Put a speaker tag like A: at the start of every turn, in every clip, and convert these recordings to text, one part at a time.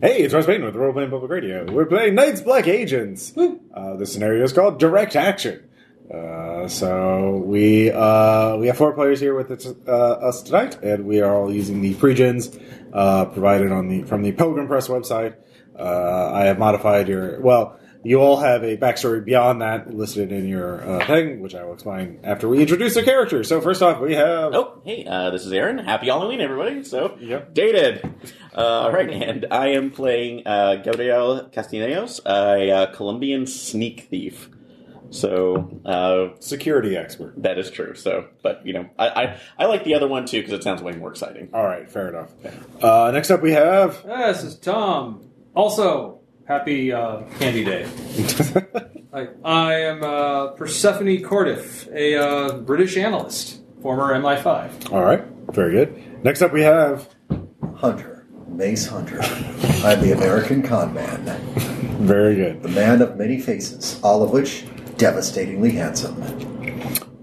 A: Hey, it's Russ Payton with Role Playing Public Radio. We're playing Knights Black Agents. Uh, the scenario is called Direct Action. Uh, so we uh, we have four players here with us, uh, us tonight, and we are all using the pregens uh, provided on the from the Pilgrim Press website. Uh, I have modified your well. You all have a backstory beyond that listed in your uh, thing, which I will explain after we introduce the characters. So first off, we have
B: Oh, hey, uh, this is Aaron. Happy Halloween, everybody. So,
A: Yep.
B: dated. Uh, all right, and I am playing uh, Gabriel Castellanos, a uh, Colombian sneak thief. So, uh,
A: security expert.
B: that is true. So, but, you know, I, I, I like the other one too because it sounds way more exciting.
A: All right, fair enough. Uh, next up, we have
C: Ah, this is Tom. Also, happy uh, Candy Day. I, I am uh, Persephone Cordiff, a uh, British analyst, former MI5.
A: All right, very good. Next up, we have
D: Hunter, Mace Hunter. I'm the American con man,
A: very good.
D: the man of many faces, all of which devastatingly handsome.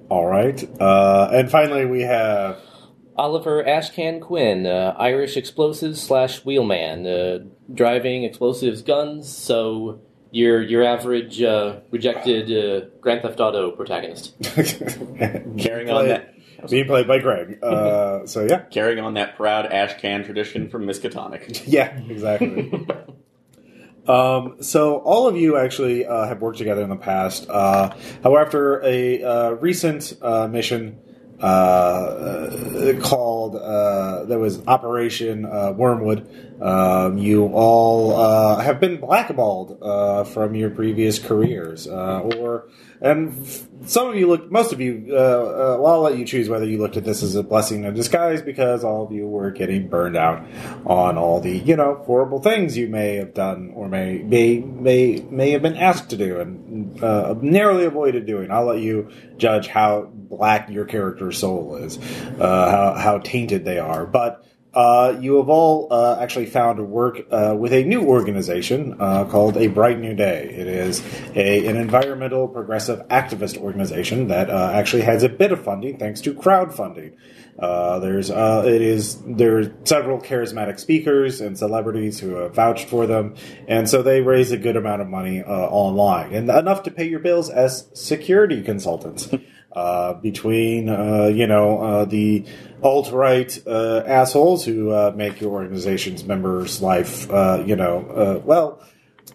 A: All right, uh, and finally, we have
E: Oliver Ashcan Quinn, uh, Irish explosives slash wheelman, uh, driving explosives, guns. So your your average uh, rejected uh, Grand Theft Auto protagonist.
B: Carrying on that.
A: being played by Greg. Uh, so yeah,
B: Carrying on that proud ash can tradition from Miskatonic.
A: yeah, exactly. Um, so all of you actually uh, have worked together in the past. Uh, however, after a uh, recent uh, mission uh, uh, called uh, that was Operation uh, Wormwood, um, you all uh, have been blackballed uh, from your previous careers, uh, or and f- some of you look. Most of you, uh, uh, well, I'll let you choose whether you looked at this as a blessing in disguise because all of you were getting burned out on all the you know horrible things you may have done or may may may, may have been asked to do and uh, narrowly avoided doing. I'll let you judge how black your character's soul is, uh, how how tainted they are, but. Uh, you have all uh, actually found work uh, with a new organization uh, called A Bright New Day. It is a, an environmental progressive activist organization that uh, actually has a bit of funding thanks to crowdfunding. Uh, there's uh, it is there are several charismatic speakers and celebrities who have vouched for them, and so they raise a good amount of money uh, online and enough to pay your bills as security consultants. uh, between uh, you know uh, the alt right uh, assholes who uh, make your organization's members' life uh, you know uh, well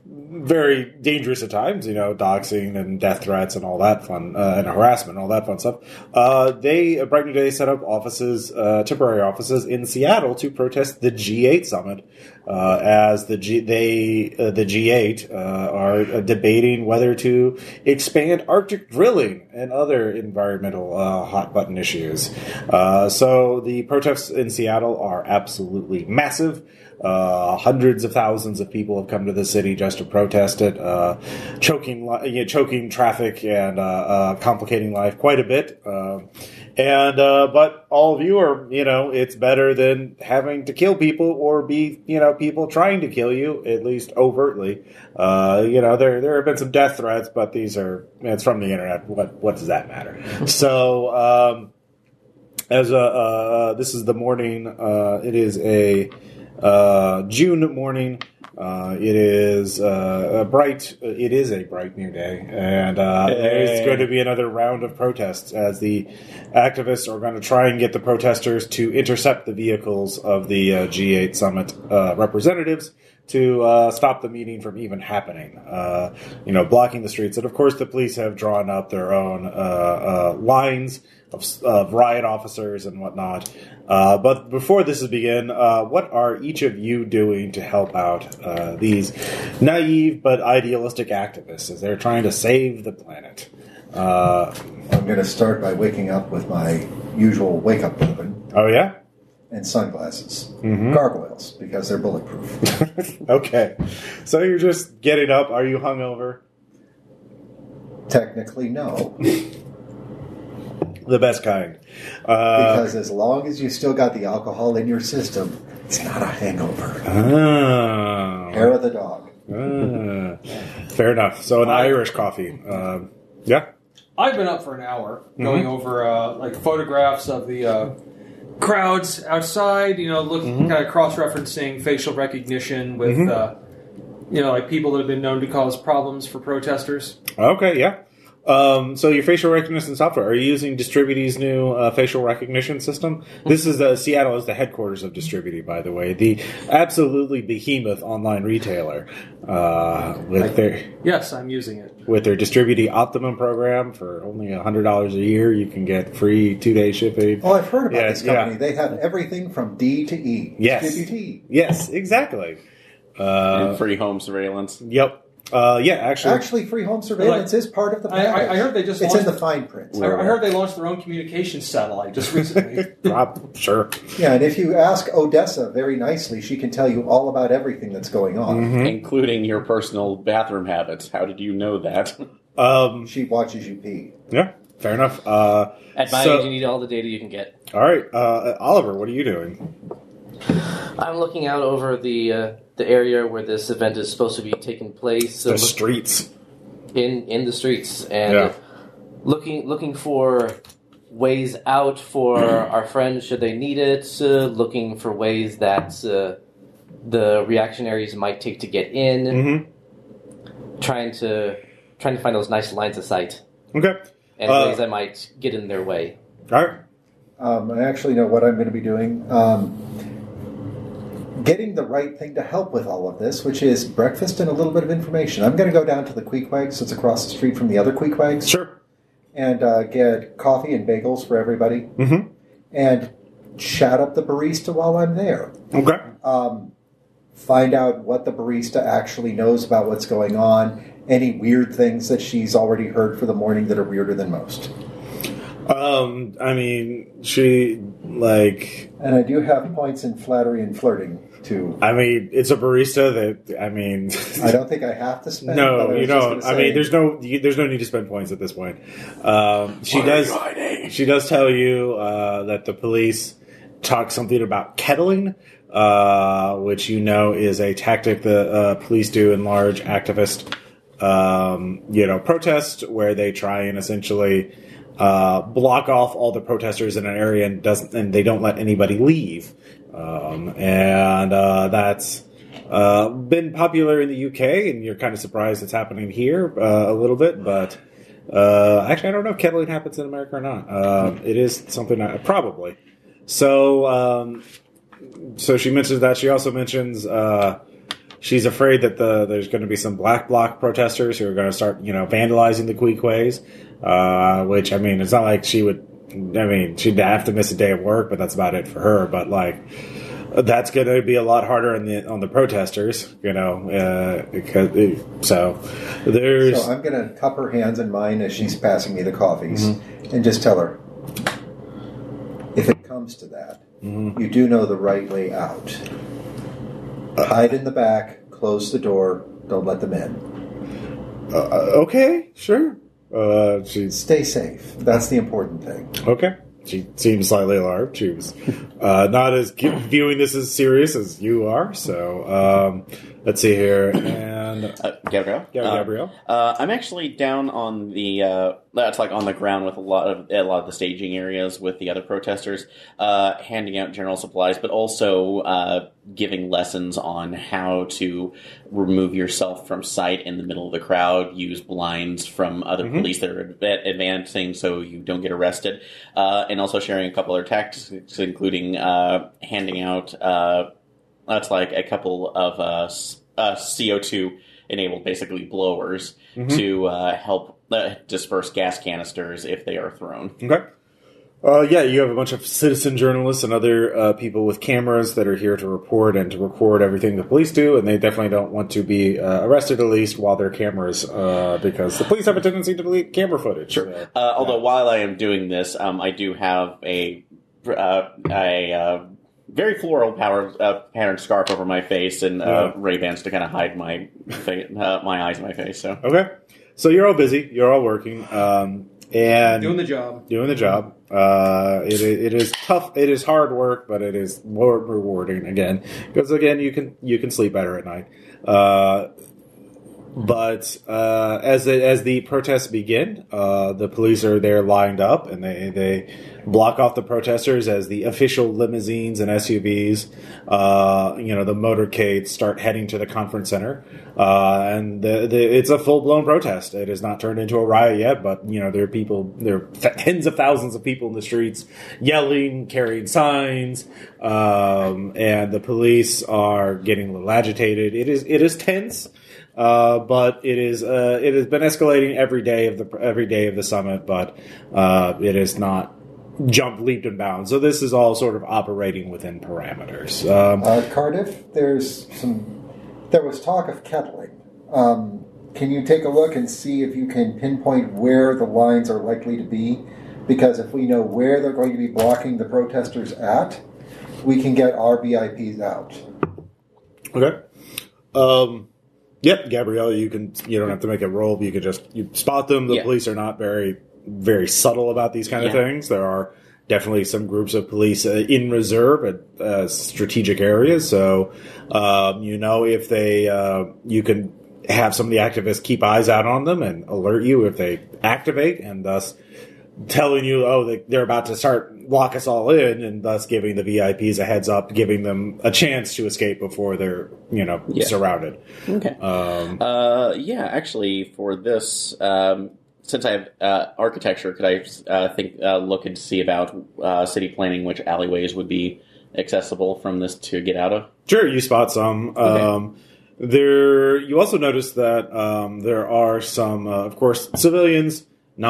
A: very dangerous at times, you know, doxing and death threats and all that fun, uh, and harassment, and all that fun stuff. Uh, they, uh, Bright New Day, set up offices, uh, temporary offices in Seattle to protest the G8 summit, uh, as the G, they, uh, the G8, uh, are uh, debating whether to expand Arctic drilling and other environmental, uh, hot button issues. Uh, so the protests in Seattle are absolutely massive. Uh, hundreds of thousands of people have come to the city just to protest it, uh, choking, li- you know, choking traffic and uh, uh, complicating life quite a bit. Um and uh, but all of you are, you know, it's better than having to kill people or be, you know, people trying to kill you at least overtly. Uh, you know, there there have been some death threats, but these are it's from the internet. What what does that matter? so. Um, as a uh, this is the morning. Uh, it is a uh, June morning. Uh, it is uh, a bright. It is a bright new day, and uh, there's
B: Hey.
A: going to be another round of protests as the activists are going to try and get the protesters to intercept the vehicles of the uh, G8 summit uh, representatives to uh, stop the meeting from even happening. Uh, you know, blocking the streets, and of course, the police have drawn up their own uh, uh, lines of, of riot officers and whatnot. Uh, but before this is begin, uh, what are each of you doing to help out uh, these naive but idealistic activists as they're trying to save the planet? Uh,
D: I'm going to start by waking up with my usual wake up bourbon
A: oh yeah,
D: and sunglasses.
A: Mm-hmm.
D: Gargoyles, because they're bulletproof.
A: okay. So you're just getting up. Are you hungover?
D: Technically, no,
A: The best kind. Uh,
D: because as long as you still got the alcohol in your system, it's not a hangover.
A: ah.
D: Hair of the dog.
A: Ah. fair enough. So an Irish coffee. Um, yeah.
C: Mm-hmm. I've been up for an hour going over uh, like photographs of the uh, crowds outside, you know, looking kind of cross referencing facial recognition with,
A: Mhm.
C: uh, you know, like people that have been known to cause problems for protesters.
A: Okay, yeah. Um, so your facial recognition software. Are you using Distributy's new uh, facial recognition system? This is uh, Seattle is the headquarters of Distributy, by the way, the absolutely behemoth online retailer uh, with their
C: Yes, I'm using it.
A: with their Distributy Optimum program for only hundred dollars a year. You can get free two day shipping.
D: Oh, I've heard about
A: Yeah,
D: this company.
A: yeah.
D: They have everything from D to E.
A: Yes.
D: DPT.
A: Yes, exactly. Uh,
B: and free home surveillance.
A: yep. Uh, yeah, actually,
D: Actually, free home surveillance is part of the
C: I- I-
D: package.
C: I heard they just
D: It's in
C: launched-
D: the fine print.
C: I, I heard they launched their own communications satellite just recently.
A: Rob, sure.
D: Yeah, and if you ask Odessa very nicely, she can tell you all about everything that's going
C: Mm-hmm.
D: on.
A: mm-hmm.
B: Including your personal bathroom habits. How did you know that?
A: Um,
D: She watches you pee.
A: yeah, fair enough. Uh,
E: At my
A: So-
E: age, you need all the data you can get.
A: all right, uh, Oliver, what are you doing?
E: I'm looking out over the uh, the area where this event is supposed to be taking place. So
A: the
E: look-
A: streets.
E: in in the streets and
A: Yeah.
E: looking looking for ways out for our friends should they need it. Uh, looking for ways that uh, the reactionaries might take to get in.
A: Mm-hmm.
E: Trying to trying to find those nice lines of sight
A: Okay.
E: and
A: Uh,
E: ways that might get in their way.
A: All right.
D: Um, I actually know what I'm going to be doing. Um, getting the right thing to help with all of this, which is breakfast and a little bit of information. I'm going to go down to the Queequegs. It's across the street from the other Queequegs.
A: Sure.
D: And uh, get coffee and bagels for everybody.
A: Mhm.
D: And chat up the barista while I'm there.
A: Okay.
D: um, find out what the barista actually knows about what's going on, any weird things that she's already heard for the morning that are weirder than most.
A: Um, I mean, she like.
D: And I do have points in flattery and flirting too.
A: I mean, it's a barista that. I mean,
D: I don't think I have to spend. but I
A: no,
D: was
A: you
D: just
A: don't.
D: gonna
A: I
D: say-
A: mean, there's no, you, there's no need to spend points at this point. Um, she does. She does tell you uh, that the police talk something about kettling, uh, which you know is a tactic that uh, police do in large activist, um, you know, protests where they try and essentially uh, block off all the protesters in an area and doesn't, and they don't let anybody leave, um, and uh, that's. Uh, been popular in the UK, and you're kind of surprised it's happening here uh, a little bit, but uh, actually, I don't know if kettling happens in America or not. Um it is something I, probably. So, um, so she mentions that. She also mentions uh, she's afraid that the there's going to be some black bloc protesters who are going to start, you know, vandalizing the Queequays. Uh, which I mean, it's not like she would. I mean, she'd have to miss a day of work, but that's about it for her. But like, that's going to be a lot harder on the on the protesters, you know. Uh, because, so there's
D: So I'm going to cup her hands in mine as she's passing me the coffees,
A: Mm-hmm.
D: and just tell her. If it comes to that,
A: Mm-hmm.
D: you do know the right way out. Hide in the back, close the door, don't let them in.
A: Uh, okay, sure. Uh, she's
D: Stay safe. That's the important thing.
A: okay. She seems slightly alarmed. She was uh, not as g- viewing this as serious as you are. So um, let's see here. And
B: Uh, Gabrielle?
A: yeah,
B: Uh,
A: Gabrielle.
B: Uh, I'm actually down on the uh, that's like on the ground with a lot of a lot of the staging areas with the other protesters, uh, handing out general supplies, but also uh, giving lessons on how to remove yourself from sight in the middle of the crowd, use blinds from other police that are adva- advancing so you don't get arrested, uh, and also sharing a couple other tactics, including uh, handing out. Uh, that's like a couple of uh, s- uh, CO2 enabled basically blowers to uh, help uh, disperse gas canisters if they are thrown.
A: Okay. Uh, yeah, you have a bunch of citizen journalists and other uh, people with cameras that are here to report and to record everything the police do, and they definitely don't want to be uh, arrested at least while their cameras, uh, because the police have a tendency to delete camera footage. Sure.
B: Uh, although while I am doing this, um, I do have a uh, a uh, very floral power, uh, pattern scarf over my face and uh,
A: Yeah.
B: Ray Bans to kind of hide my fa- uh, my eyes, and my face. So
A: Okay. So you're all busy. You're all working. Um, and
C: Doing the job.
A: doing the job. Uh, it, it is tough. It is hard work, but it is more rewarding again because again you can you can sleep better at night. Uh, But uh, as the, as the protests begin, uh, the police are there lined up, and they they block off the protesters as the official limousines and SUVs, uh, you know, the motorcades start heading to the conference center, uh, and the, the, it's a full blown protest. It has not turned into a riot yet, but you know there are people, there are th- tens of thousands of people in the streets yelling, carrying signs, um, and the police are getting a little agitated. It is it is tense. Uh, but it is uh, it has been escalating every day of the every day of the summit, but uh, it is not jumped leaped and bounds. So this is all sort of operating within parameters. Um,
D: Uh, Cardiff, there's some. There was talk of kettling. Um, can you take a look and see if you can pinpoint where the lines are likely to be? Because if we know where they're going to be blocking the protesters at, we can get our VIPs out.
A: okay. Um, yep, Gabrielle, you can you don't have to make a roll. You can just you spot them. The
B: Yeah.
A: police are not very very subtle about these kind of
B: Yeah.
A: things. There are definitely some groups of police uh, in reserve at uh, strategic areas. So um, you know if they uh, you can have some of the activists keep eyes out on them and alert you if they activate, and thus telling you, oh, they- they're about to start lock us all in, and thus giving the VIPs a heads up, giving them a chance to escape before they're you know
B: Yeah.
A: surrounded.
B: Okay.
A: Um,
B: Uh, yeah, actually, for this, um, since I have uh, architecture, could I uh, think uh, look and see about uh, city planning, which alleyways would be accessible from this to get out of?
A: Sure, you spot some. Um, there, you also notice that um, there are some, uh, of course, civilians,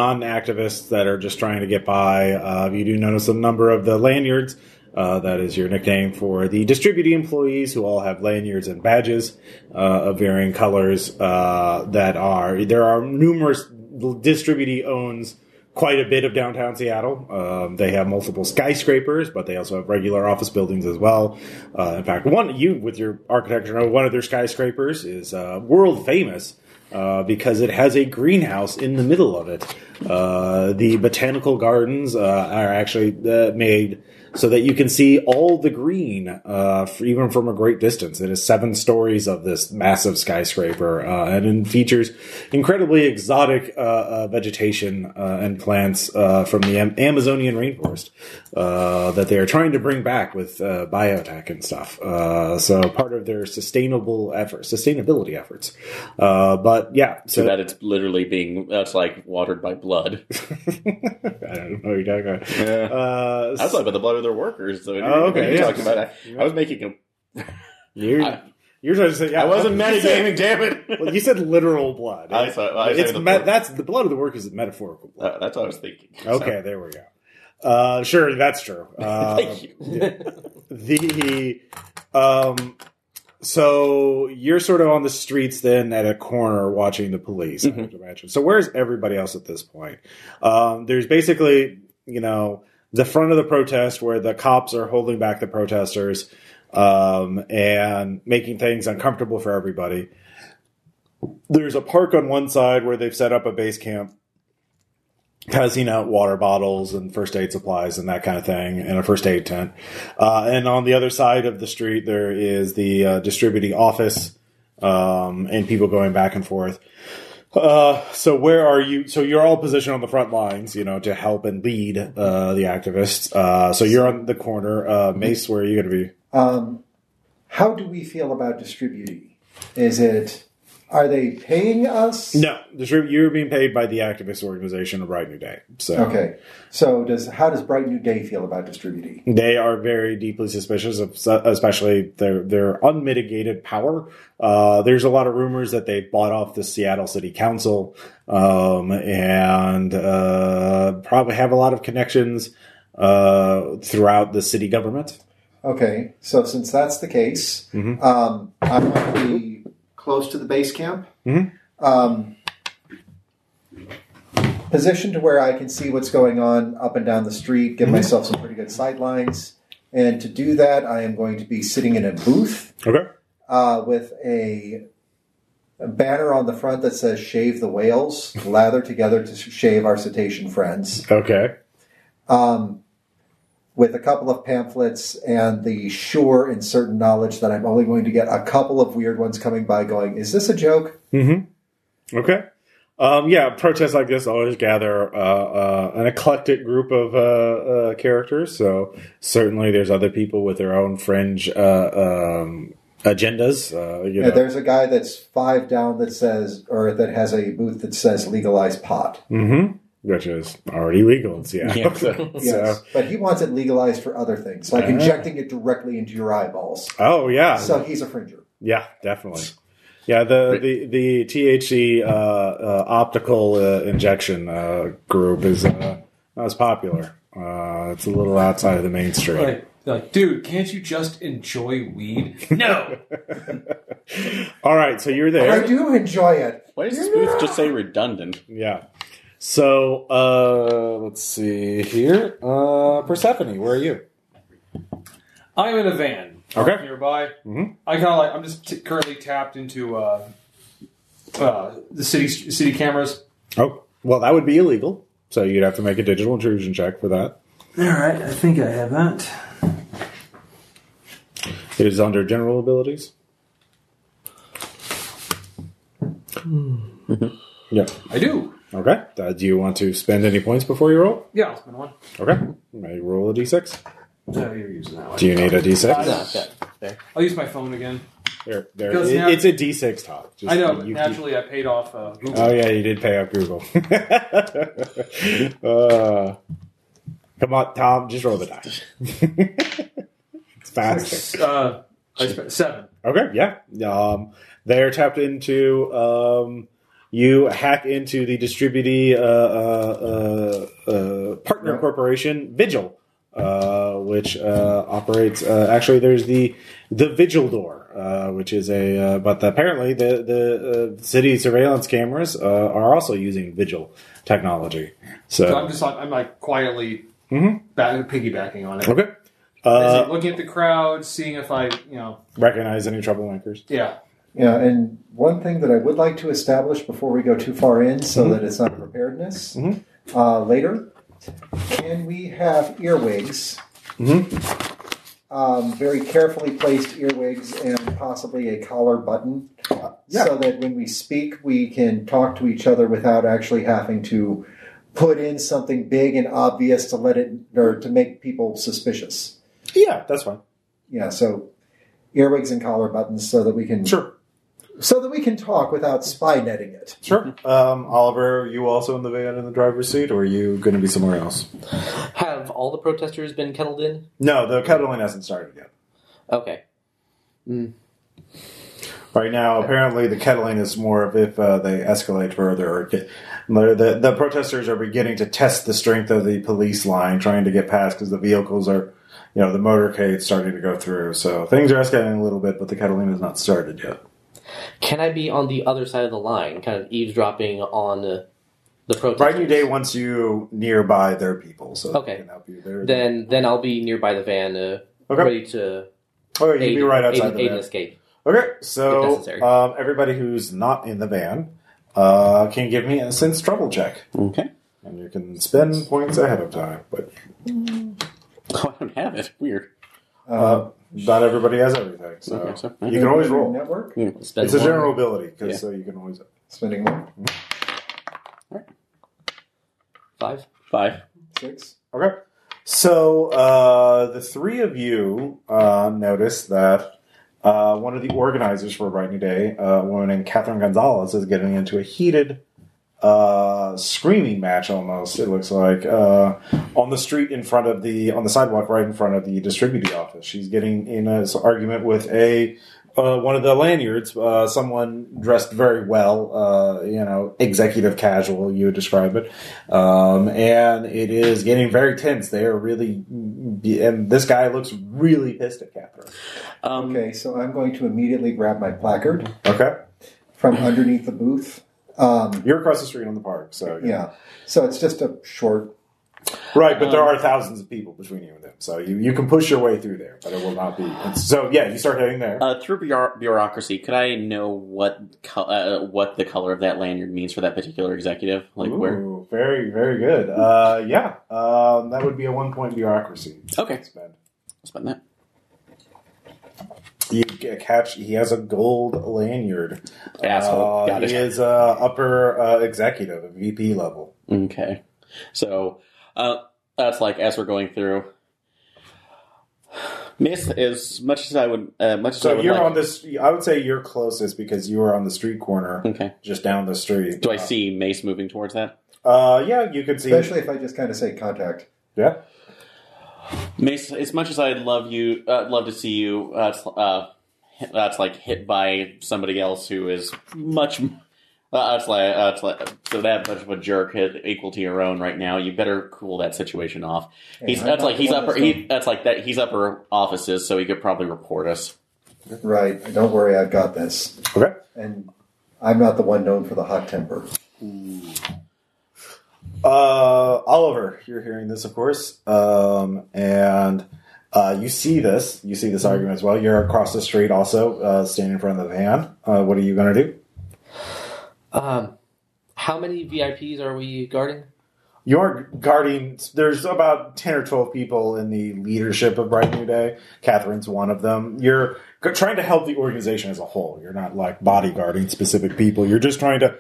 A: non-activists that are just trying to get by. Uh, you do notice a number of the lanyards. Uh, that is your nickname for the distributing employees who all have lanyards and badges uh, of varying colors. Uh, that are there are numerous distributee owns quite a bit of downtown Seattle. Um, they have multiple skyscrapers, but they also have regular office buildings as well. Uh, in fact, one you with your architecture know one of their skyscrapers is uh, world famous. Uh, because it has a greenhouse in the middle of it. Uh, the botanical gardens uh, are actually uh, made so that you can see all the green, uh, f- even from a great distance. It is seven stories of this massive skyscraper, uh, and it features incredibly exotic uh, uh, vegetation uh, and plants uh, from the Am- Amazonian rainforest uh, that they are trying to bring back with uh, biotech and stuff. Uh, so part of their sustainable efforts, sustainability efforts. Uh, but yeah,
B: So
A: so
B: that it's literally being that's like watered by blood.
A: I don't know what you're talking about.
B: I
A: Uh,
B: was talking about the blood of their workers. So
A: Oh, okay,
B: You're
A: yeah.
B: talking about, I, I was making a.
A: you're,
B: I-
A: you're trying to say yeah,
B: I wasn't
A: you said-
B: metagaming, damn it!
A: Well, you said literal blood.
B: I saw, I said
A: it's
B: the
A: me-
B: blood.
A: that's the blood of the workers is metaphorical. blood.
B: Uh, that's what I was thinking.
A: Okay, there we go. Uh, sure, that's true. Uh,
B: Thank you.
A: the um so you're sort of on the streets then at a corner watching the police
B: Mm-hmm.
A: i have to imagine so where's everybody else at this point um there's basically you know the front of the protest where the cops are holding back the protesters um and making things uncomfortable for everybody there's a park on one side where they've set up a base camp passing out water bottles and first aid supplies and that kind of thing and a first aid tent uh, and on the other side of the street there is the uh, distributing office um, and people going back and forth uh, so where are you so you're all positioned on the front lines you know to help and lead uh, the activists uh, so you're on the corner uh, mace where are you going to be
D: Um, how do we feel about distributing? Is it. Are they paying us?
A: no distrib- you're being paid by the activist organization of bright new day so
D: Okay. So does how does Bright New Day feel about distributing?
A: they are very deeply suspicious of especially their their unmitigated power uh, there's a lot of rumors that they bought off the seattle city council um, and uh, probably have a lot of connections uh, throughout the city government
D: Okay. So since that's the case, um, I want to be close to the base camp.
A: Mhm.
D: Um, position to where I can see what's going on up and down the street, give myself some pretty good sidelines. And to do that, I am going to be sitting in a booth
A: okay
D: uh, with a, a banner on the front that says "Shave the whales, lather together to shave our cetacean friends."
A: okay
D: Um, with a couple of pamphlets and the sure and certain knowledge that I'm only going to get a couple of weird ones coming by, going, "Is this a joke?"
A: mm-hmm. Okay. Um, yeah, protests like this always gather uh, uh, an eclectic group of uh, uh, characters. So certainly, there's other people with their own fringe uh, um, agendas. Uh, you
D: Yeah,
A: know.
D: there's a guy that's five down that says, or that has a booth that says legalize pot.
A: hmm Which is already legal in Seattle.
B: Yeah.
A: so,
D: Yes. But he wants it legalized for other things, like
A: Ah.
D: injecting it directly into your eyeballs.
A: oh yeah,
D: So he's a fringer.
A: yeah, definitely. Yeah, the the the THC uh, uh, optical uh, injection uh, group is uh, not as popular. Uh, it's a little outside of the mainstream.
C: Like, like, dude, can't you just enjoy weed? No.
A: All right, so you're there.
D: I do enjoy it.
B: Why does this booth just say redundant?
A: Yeah. So uh let's see here. Uh Persephone, where are you?
C: I'm in a van. Mm-hmm.
A: Okay.
C: Nearby.
A: Mhm.
C: I kind of like. I'm just t- currently tapped into uh, uh, the city city cameras.
A: Oh, well that would be illegal. So you'd have to make a digital intrusion check for that.
C: All right. I think I have that.
A: It is under general abilities. yeah.
C: I do.
A: Okay. Uh, do you want to spend any points before you roll?
C: Yeah. I'll spend one.
A: Okay. May roll a d6.
C: No, you're using that one.
A: Do you need a d6?
E: No, okay. Fair.
C: I'll use my phone again.
A: There, there.
C: Because
A: it-
C: now-
A: it's a d6 talk. Just
C: I know.
A: you- you-
C: naturally, I paid off. Uh, Google.
A: Oh yeah, you did pay off Google. uh, come on, Tom, just roll the dice. it's faster.
C: uh, I spent seven.
A: Okay, yeah. Um, they're tapped into. Um, you hack into the distributed uh, uh, uh, uh, partner corporation Vigil, uh, which uh, operates. Uh, actually, there's the the Vigil door, uh, which is a. Uh, but apparently, the the uh, city surveillance cameras uh, are also using Vigil technology.
C: So I'm
A: So
C: just like I'm like quietly
A: Mhm.
C: back, piggybacking on it.
A: okay,
C: As
A: uh,
C: in looking at the crowd, seeing if I, you know,
A: recognize any troublemakers.
C: yeah.
D: Yeah, and one thing that I would like to establish before we go too far in, so that it's not preparedness
A: Mhm.
D: uh, later, can we have earwigs? Um, very carefully placed earwigs and possibly a collar button, uh,
A: yeah.
D: so that when we speak, we can talk to each other without actually having to put in something big and obvious to let it or to make people suspicious.
A: Yeah, that's fine.
D: Yeah, so earwigs and collar buttons, so that we can
A: Sure.
D: so that we can talk without spy netting it.
A: Sure. Um, Oliver, are you also in the van in the driver's seat, or are you going to be somewhere else?
E: Have all the protesters been kettled in?
A: No, the kettling hasn't started yet.
E: Okay.
A: Right now, apparently, the kettling is more of if uh, they escalate further. Or get, the, the protesters are beginning to test the strength of the police line, trying to get past because the vehicles are, you know, the motorcade's starting to go through. So things are escalating a little bit, but the kettling has not started yet.
E: Can I be on the other side of the line, kind of eavesdropping on uh, the protesters?
A: Bright New Day wants you nearby their people, so
E: Okay.
A: they can help you there.
E: Then, then I'll be nearby the van, uh,
A: Okay.
E: ready to
A: okay, you'll be right outside
E: aid,
A: the
E: aid
A: van.
E: an escape.
A: Okay,
E: If
A: so
E: necessary.
A: um, everybody who's not in the van uh, can give me a sense trouble check,
B: Okay.
A: and you can spend points ahead of time. But
B: Oh, I don't have it. Weird.
A: uh, not everybody has everything, so
B: Okay, so-
A: you can always roll.
D: Network
E: Spend
A: It's a
E: one.
A: general ability, 'cause,
B: Yeah.
A: so you can always.
D: spending one
E: five.
B: Five.
D: six.
A: Okay, so uh, the three of you uh, notice that. Uh, one of the organizers for Bright New Day, uh, a woman named Catherine Gonzalez, is getting into a heated uh, screaming match almost. It looks like uh, on the street in front of the on the sidewalk right in front of the distributor office. She's getting in an argument with a uh, one of the lanyards, uh, someone dressed very well, uh, you know, executive casual, you would describe it, um, and it is getting very tense. They are really, and this guy looks really pissed at Catherine.
B: Um,
D: Okay, so I'm going to immediately grab my placard
A: Okay,
D: from underneath the booth. Um,
A: you're across the street on the park, so
D: yeah, so it's just a short.
A: Right, but there
B: Um,
A: are thousands of people between you and them, so you, you can push your way through there, but it will not be. So yeah, you start heading there.
B: Uh, through bureau- bureaucracy, could I know what co- uh, what the color of that lanyard means for that particular executive? Like where?
A: Ooh, very very good. Uh, yeah, um, that would be a one point bureaucracy.
B: Okay.
A: Spend.
B: Spend that.
A: You ca- catch. He has a gold lanyard.
B: Asshole.
A: Uh,
B: Got it.
A: he is uh, upper uh, executive, VP level.
B: Okay. So uh, that's like as we're going through. Miss, as much as I would, uh, much as I
A: So
B: would
A: you're
B: like,
A: on this. I would say you're closest because you were on the street corner,
B: Okay.
A: just down the street.
B: Hmm. Do I see Mace moving towards that?
A: Uh, yeah, you could see.
D: Especially if I just kind of say contact.
A: yeah.
B: Mace, as much as I'd love you, uh, love to see you, uh, it's, uh, hit- that's like hit by somebody else who is much. m- Uh, that's like, uh, that's like so that much of a jerk is equal to your own right now. You better cool that situation off. He's
D: I'm
B: that's
D: not
B: like
D: the
B: he's
D: one
B: upper.
D: that's
B: He, that's like that. He's upper offices, so he could probably report us.
D: Right. Don't worry, I've got this.
A: Okay.
D: And I'm not the one known for the hot temper.
A: Uh, Oliver, you're hearing this, of course, um, and uh, you see this. You see
B: Hmm.
A: this argument as well. You're across the street, also uh, standing in front of the van. Uh, what are you going to do?
E: Um, how many VIPs are we guarding?
A: You're guarding. There's about ten or twelve people in the leadership of Bright New Day. Catherine's one of them. You're g- trying to help the organization as a whole. You're not like bodyguarding specific people. You're just trying to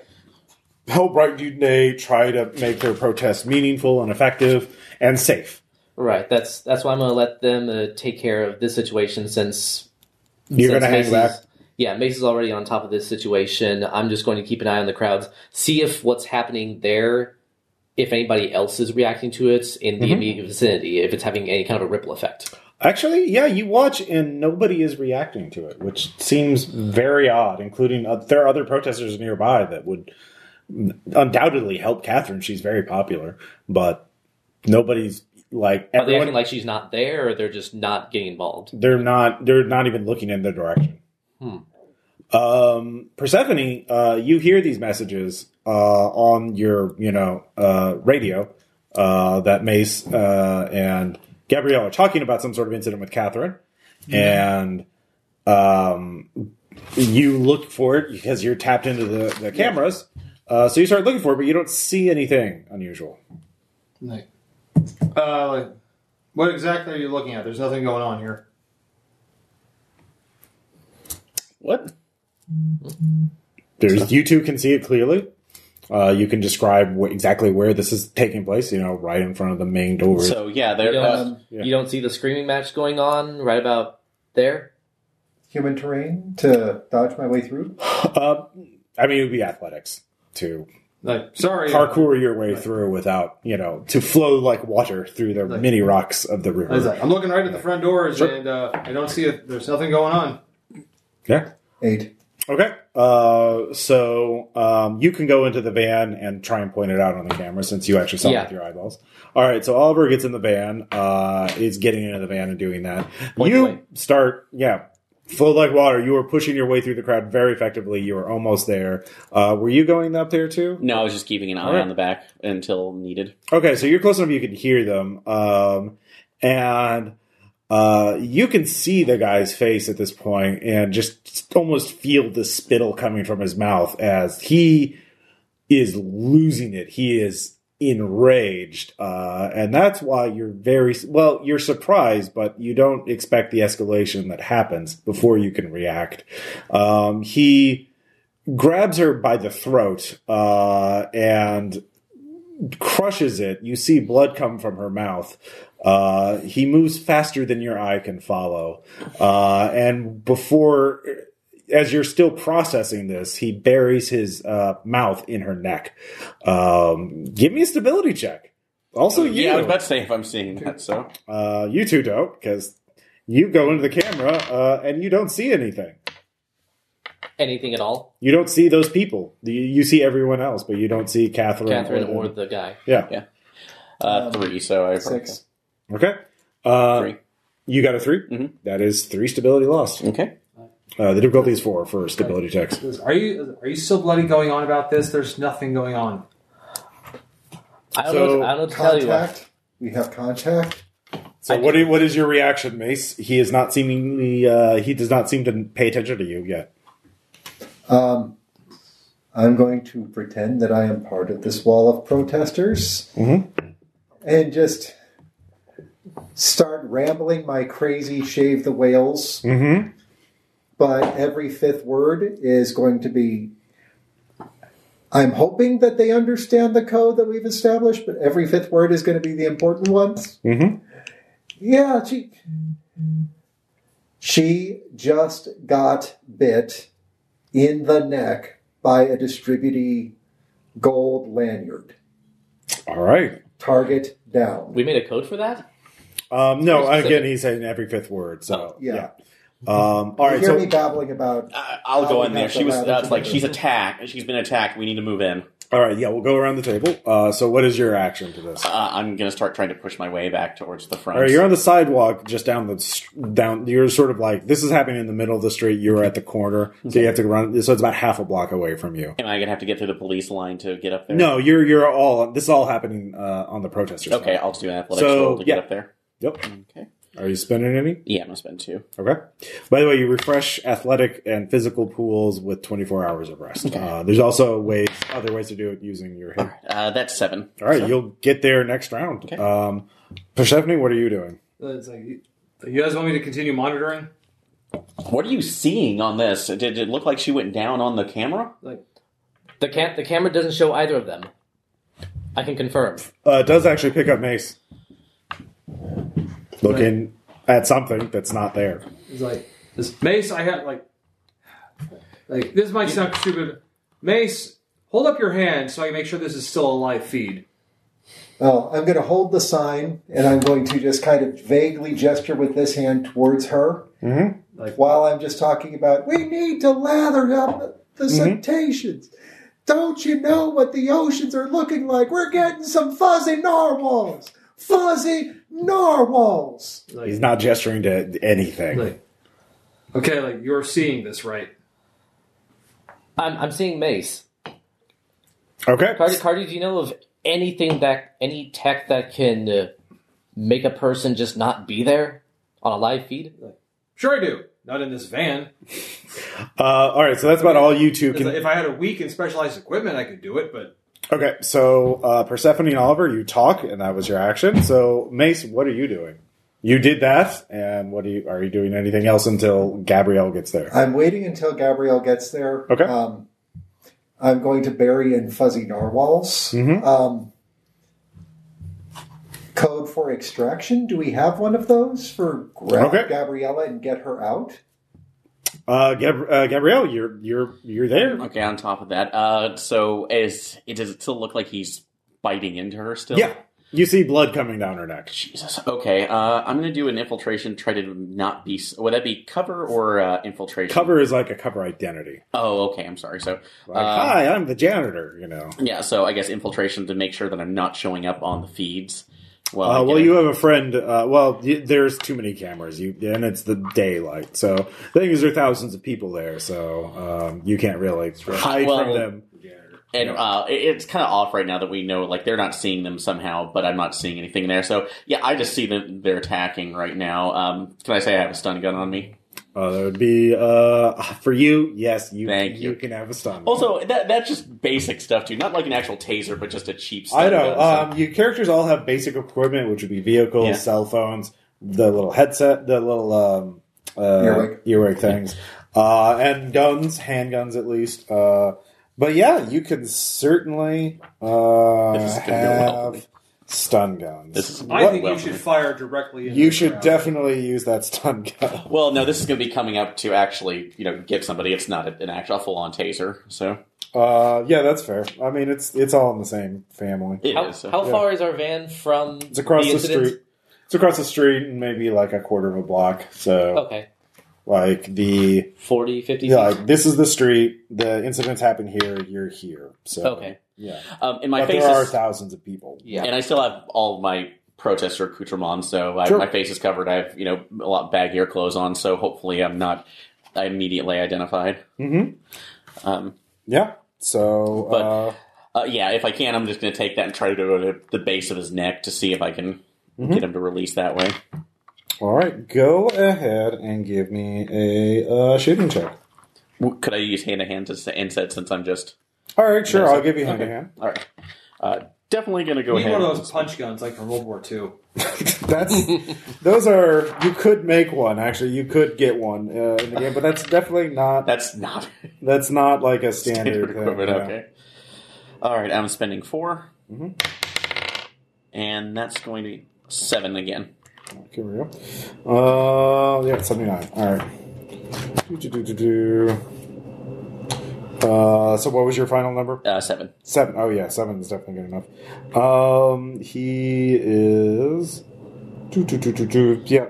A: help Bright New Day try to make their protest meaningful and effective and safe.
E: Right. That's that's why I'm going to let them uh, take care of this situation since
A: You're
E: since
A: going to hang
E: Macy's-
A: back.
E: Yeah, Mace is already on top of this situation. I'm just going to keep an eye on the crowds, see if what's happening there, if anybody else is reacting to it in
A: Mm-hmm.
E: the immediate vicinity, if it's having any kind of a ripple effect.
A: Actually, yeah, you watch and nobody is reacting to it, which seems very odd. Including uh, there are other protesters nearby that would undoubtedly help Catherine. She's very popular, but nobody's like
E: Are Oh, they
A: everyone.
E: acting like she's not there, or they're just not getting involved?
A: they're not. They're not even looking in their direction. Um, Persephone, uh, you hear these messages uh, on your you know uh, radio uh, that Mace uh, and Gabrielle are talking about some sort of incident with Catherine, and um, you look for it because you're tapped into the, the cameras. Uh, so you start looking for it, but you don't see anything unusual.
C: Like, uh, like, what exactly are you looking at? There's nothing going on here.
B: What?
A: There's you two can see it clearly. Uh, you can describe wh- exactly where this is taking place. You know, right in front of the main door.
B: So yeah,
E: You
B: there.
E: don't,
B: Uh,
D: Um,
A: yeah.
E: you don't see the screaming match going on right about there?
D: Human terrain to dodge my way through?
A: Uh, I mean, it would be athletics to
C: Like, sorry, uh,
A: parkour your way through without, you know, to flow like water through the
C: Right.
A: mini rocks of the river.
C: I was like, I'm looking right at the front doors,
A: Sure.
C: and uh, I don't see it. There's nothing going on.
A: Yeah.
D: Eight.
A: Okay. Uh, so um, you can go into the van and try and point it out on the camera since you actually saw it
E: Yeah.
A: with your eyeballs. All right. So Oliver gets in the van, uh, is getting into the van and doing that.
E: Point
A: you
E: blank.
A: start, yeah. Flow like water. You were pushing your way through the crowd very effectively. You were almost there. Uh, were you going up there too?
B: no, I was just keeping an eye
A: Alright.
B: on the back until needed.
A: Okay, so you're close enough you can hear them. Um, and uh, you can see the guy's face at this point and just almost feel the spittle coming from his mouth as he is losing it. He is enraged. Uh, and that's why you're very well, you're surprised, but you don't expect the escalation that happens before you can react. Um, he grabs her by the throat uh, and crushes it. You see blood come from her mouth. Uh, he moves faster than your eye can follow. Uh, and before, as you're still processing this, he buries his uh, mouth in her neck. Um, give me a stability check. Also, you.
B: yeah, I was about to say if I'm seeing that. So
A: Uh, you two don't, because you go into the camera uh, and you don't see anything.
E: Anything at all?
A: You don't see those people. You, you see everyone else, but you don't see Catherine.
E: Catherine
A: the-
E: or the guy?
A: yeah.
B: uh,
D: Um,
B: three. So I
D: Six.
A: Okay. Uh,
B: Three.
A: You got a 3
B: Mhm.
A: That is three stability lost.
B: Okay.
A: Uh, the difficulty is four for stability checks.
C: He goes, Are you are you still bloody going on about this? There's nothing going on.
E: I don't,
A: So,
E: know, what- I don't know what to tell you.
D: Contact. We have contact.
A: So what? i- what is your reaction, Mace? He is not seemingly. Uh, he does not seem to pay attention to you yet.
D: Um, I'm going to pretend that I am part of this wall of protesters and just start rambling my crazy shave the whales
A: Mm-hmm.
D: but every fifth word is going to be. I'm hoping that they understand the code that we've established, but every fifth word is going to be the important ones.
A: Mm-hmm.
D: Yeah, she. She just got bit in the neck by a distributee gold lanyard.
A: All right.
D: Target down.
E: We made a code for that?
A: Um, no,
E: Specific.
A: again, he's saying every fifth word. So
D: Oh, Yeah.
A: Um, all
D: You
A: right.
D: hear
A: So
D: me babbling about
B: I- I'll go
D: Oh,
B: in there.
D: that's
B: She was
D: allowed.
B: that's like she's attacked. She's been attacked. We need to move in.
A: all right. Yeah, we'll go around the table. Uh, so what is your action to this?
B: Uh, I'm gonna start trying to push my way back towards the front.
A: All right, you're on the sidewalk, just down the s- down. You're sort of like this is happening in the middle of the street. You're at the corner, so you have to run. So it's about half a block away from you.
B: Am I gonna have to get through the police line to get up there?
A: No, you're you're all this is all happening uh, on the protesters.
B: Okay, I'll just do an athletics
A: So,
B: roll to get
A: yeah.
B: up there.
A: Yep.
B: Okay.
A: Are you spending any?
B: Yeah, I'm gonna spend two.
A: Okay. By the way, you refresh athletic and physical pools with 24 hours of rest. Uh, there's also ways, other ways to do it using your hip.
B: Uh, that's seven.
A: All right, you'll get there next round.
B: Okay.
A: Um, Persephone, what are you doing?
C: It's like, you- you guys want me to continue monitoring?
B: What are you seeing on this? Did it look like she went down on the camera?
E: The, ca- the camera doesn't show either of them. I can confirm.
A: Uh, it does actually pick up Mace. Looking at something that's not there.
C: It's like this Mace. I have like, like this might sound stupid. Mace, hold up your hand so I can make sure this is still a live feed.
D: Well, I'm going to hold the sign and I'm going to just kind of vaguely gesture with this hand towards her
A: Mhm.
C: Like-
D: while I'm just talking about, we need to lather up the cetaceans. Don't you know what the oceans are looking like? We're getting some fuzzy narwhals. Fuzzy narwhals.
C: Like,
A: He's not gesturing to anything.
C: like, okay, like you're seeing this, right?
E: I'm, I'm seeing Mace.
A: okay.
E: Cardi, Cardi, do you know of anything that, any tech that can uh, make a person just not be there on a live feed?
C: Sure, I do. Not in this van.
A: Uh, all right, so that's about all you two
C: It's
A: can.
C: like, if I had a week in specialized equipment, I could do it. But
A: Okay, so uh, Persephone and Oliver, you talk, and that was your action. So Mace, what are you doing? You did that, and what are you? Are you doing anything else until Gabrielle gets there?
D: I'm waiting until Gabrielle gets there.
A: Okay.
D: Um, I'm going to bury in fuzzy narwhals.
A: Mm-hmm.
D: Um, code for extraction. Do we have one of those for grab
A: Okay.
D: Gabriella and get her out?
A: Uh, Gab- uh, Gabrielle, you're you're you're there.
B: Okay, on top of that, uh, so is it does it still look like he's biting into her still?
A: Yeah, you see blood coming down her neck.
B: Jesus. Okay, uh, I'm gonna do an infiltration. Try to not be. Would that be cover or uh, infiltration?
A: Cover is like a cover identity.
B: Oh, okay. I'm sorry. So,
A: Like,
B: Uh,
A: hi, I'm the janitor. You know.
B: yeah. So I guess infiltration to make sure that I'm not showing up on the feeds. Well,
A: Uh, well, you have a friend. Uh, well, y- there's too many cameras, you, and it's the daylight. So the thing is, there are thousands of people there, so um, you can't really hide from
B: Well,
A: them.
B: and uh, it- it's kind of off right now that we know like they're not seeing them somehow, but I'm not seeing anything there. So yeah, I just see that they're attacking right now. Um, can I say I have a stun gun on me?
A: Oh, that would be uh for you. Yes, you
B: Thank
A: you.
B: you.
A: can have a stun.
B: Also, that that's just basic stuff too. Not like an actual taser, but just a cheap. Stun
A: I know.
B: gun, so-
A: Um, you characters all have basic equipment, which would be vehicles,
B: Yeah.
A: cell phones, the little headset, the little um, uh,
D: Earwig.
A: earwig things, uh, and guns, handguns at least. Uh, but yeah, you can certainly uh,
B: This is gonna go well.
A: have stun guns.
B: This is
C: I
B: well-
C: think
B: well-
C: you should fire directly. into
A: you
C: the
A: should
C: crowd.
A: definitely use that stun gun.
B: Well, no, this is going to be coming up to actually, you know, give somebody. It's not an actual full on taser, so
A: Uh, yeah, that's fair. I mean, it's it's all in the same family.
B: it is.
E: How,
B: so.
E: how
A: yeah.
E: far is our van from
A: It's across the,
E: incident?
A: street. It's across the street and maybe like a quarter of a block. So
B: Oh.
E: Okay.
A: like the
E: 40, 50
A: yeah,
E: feet?
A: like this is the street. The incidents happen here. You're here. So
E: Okay.
A: yeah.
B: um, and my
A: But
B: face
A: there are
B: is,
A: thousands of people.
E: Yeah.
B: and I still have all my protester accoutrements, so I,
A: Sure.
B: my face is covered. I have, you know, a lot baggier clothes on, so hopefully I'm not immediately identified.
A: hmm
B: Um,
A: Yeah. So
B: But-
A: uh,
B: uh, yeah, if I can, I'm just going to take that and try to go to the base of his neck to see if I can
A: Mhm.
B: get him to release that way.
A: all right, go ahead and give me a uh, shooting check.
B: W- Could I use hand to hand to inset since I'm just
A: All right, sure.
B: Yes,
A: I'll give you hand to
B: okay.
A: hand.
B: all right? Uh, definitely going to go
C: We need
B: ahead.
C: one of those punch guns, like from World War II.
A: that's those are you could make one actually. You could get one uh, in the game, but that's definitely not
B: That's not
A: that's not like a standard, uh,
B: standard
A: thing,
B: equipment.
A: yeah.
B: Okay. All right, I'm spending 4 and that's going to be seven again.
A: Here we go. Uh, yeah, 79. All right. Do, do, do, do, do. Uh, so what was your final number?
B: Uh, seven.
A: Seven. Oh yeah, seven is definitely good enough. Um, he is. Do, do, do, do, do. Yeah.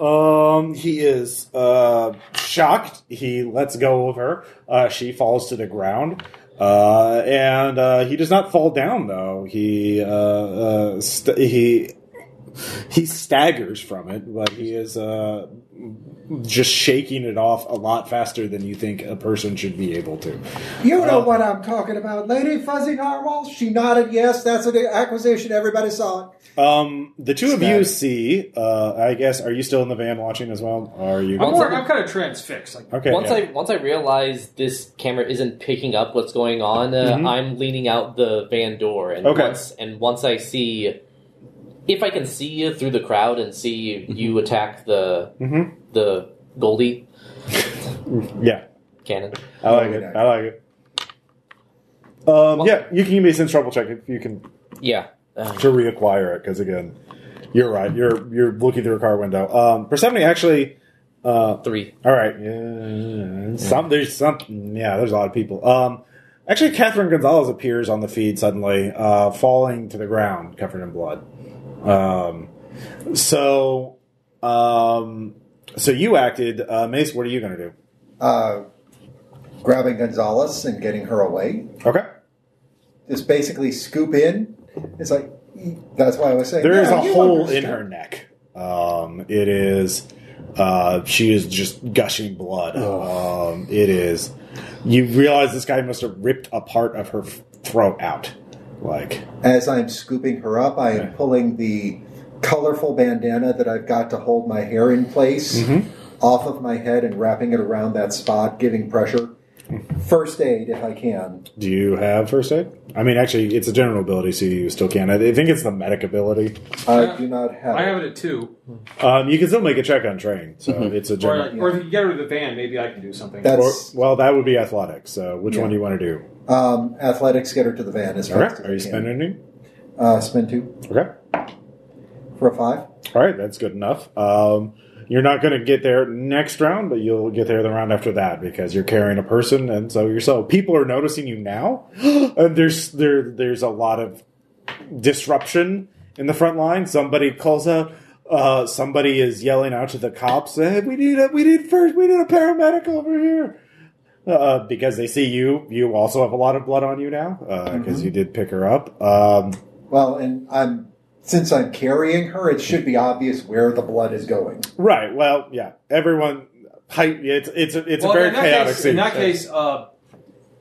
A: Um, he is uh, shocked. He lets go of her. Uh, she falls to the ground. Uh, and uh, he does not fall down though. He uh, uh, st- he he staggers from it, but he is uh, just shaking it off a lot faster than you think a person should be able to.
D: You know
A: Uh,
D: what I'm talking about, Lady Fuzzy Narwhal. She nodded yes. That's an acquisition. Everybody saw it.
A: Um, the two of you
D: Stag.
A: see. Uh, I guess are you still in the van watching as well? Are you?
C: I'm,
E: Once
C: more,
E: I-
C: I'm kind of transfixed. Like,
A: okay.
E: once
A: yeah.
E: I once I realize this camera isn't picking up what's going on, uh,
A: Mhm.
E: I'm leaning out the van door, and
A: Okay.
E: once and once I see, if I can see you through the crowd and see
A: Mm-hmm.
E: you attack the
A: Mhm.
E: the Goldie
A: yeah,
E: cannon,
A: I like it. I like it. Um, yeah, you can give me a sense trouble check if you can
E: yeah, uh,
A: to reacquire it because again, you're right. You're you're looking through a car window. Um, Persephone actually. Uh,
E: three.
A: all right. Yeah, some there's some. Yeah, there's a lot of people. Um, actually, Catherine Gonzalez appears on the feed suddenly, uh, falling to the ground, covered in blood. Um, so, um, so you acted, uh, Mace. What are you going to do?
D: Uh, grabbing Gonzalez and getting her away.
A: Okay.
D: Just basically scoop in. It's like e, that's why I was saying
A: There is
D: "Yeah,
A: a
D: you
A: hole in
D: understand."
A: her neck. Um, it is. Uh, she is just gushing blood. Um, it is. You realize this guy must have ripped a part of her f- throat out. Like,
D: As I'm scooping her up, I am
A: Okay.
D: pulling the colorful bandana that I've got to hold my hair in place
A: Mm-hmm.
D: off of my head and wrapping it around that spot, giving pressure. First aid, if I can.
A: do you have first aid? I mean, actually, it's a general ability, so you still can. I think it's the medic ability.
D: I
C: Yeah.
D: do not have.
C: I have it at two.
A: Um, you can still make a check on train, so it's a
C: Or,
A: general.
C: or if you get rid of the van, maybe I can do something.
D: That's-
A: Or, well, that would be athletics. So, which one do you want to do?
D: Um, athletics get her to the van as fast
A: Okay. Are you
D: as I can.
A: spending any?
D: Uh, spend two
A: Okay.
D: for a five.
A: All right, that's good enough. Um, you're not going to get there next round, but you'll get there the round after that because you're carrying a person, and so you're so people are noticing you now. and there's there there's a lot of disruption in the front line. Somebody calls out. Uh, somebody is yelling out to the cops. Hey, we need a we need first we need a paramedic over here. Uh, because they see you, you also have a lot of blood on you now because you did pick her up. Um,
D: Well, and I'm since I'm carrying her, it should be obvious where the blood is going.
A: Right. Well, yeah. Everyone, hype. It's it's a, it's
C: Well,
A: a very
C: in that
A: chaotic
C: case,
A: scene.
C: In that case, uh,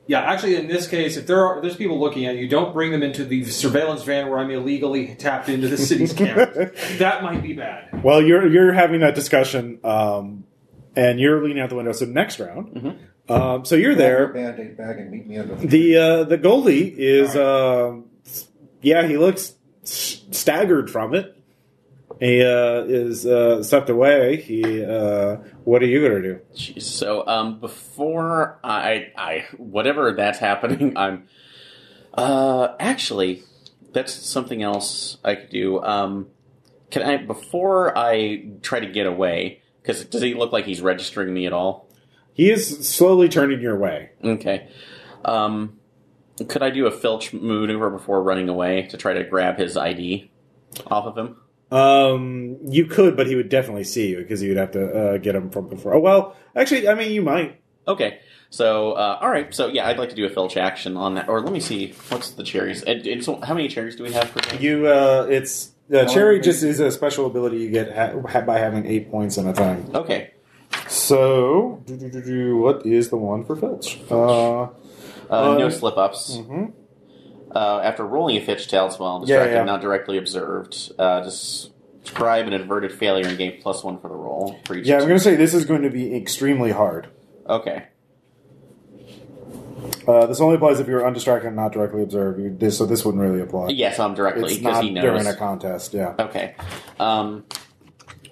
C: yeah, actually, in this case, if there are if there's people looking at you, don't bring them into the surveillance van where I'm illegally tapped into the city's cameras. That might be bad.
A: well, you're you're having that discussion, um, and you're leaning out the window. So next round. Um, so you're
D: Your
A: there.
D: Band-aid bag and meet me under the.
A: The uh, the goalie is, um yeah, he looks s- staggered from it. He uh, is uh, stepped away. He, uh, what are you gonna do?
B: Jeez. So, um, before I, I, whatever that's happening, I'm, uh, actually, that's something else I could do. Um, can I, before I try to get away, because does he look like he's registering me at all?
A: He is slowly turning your way.
B: Okay. Um, could I do a filch maneuver before running away to try to grab his ID off of him?
A: Um, you could, but he would definitely see you because you'd have to uh, get him from before. Oh well, actually, I mean, you might.
B: Okay. So, uh, all right. So, yeah, I'd like to do a filch action on that. Or let me see. What's the cherries? It, it's, how many cherries do we have? Per
A: You, uh, it's uh, cherry.
D: Oh,
A: Just is a special ability you get ha- ha- by having eight points in a time.
B: okay.
A: So, do-do-do-do, what is the one for Filch? Uh,
B: Uh,
A: Um,
B: no slip ups.
A: mhm.
B: Uh, after rolling a fetch talisman,
A: Yeah,
B: distracted,
A: yeah.
B: not directly observed. Uh, describe an inverted failure and gain plus one for the roll. For each
A: Yeah, I'm going to say this is going to be extremely hard.
B: Okay.
A: Uh, this only applies if you're undistracted and not directly observed. You, this, so this wouldn't really apply.
B: Yes, I'm directly
A: it's
B: because
A: not
B: he knows.
A: during a contest. Yeah.
B: Okay. Um,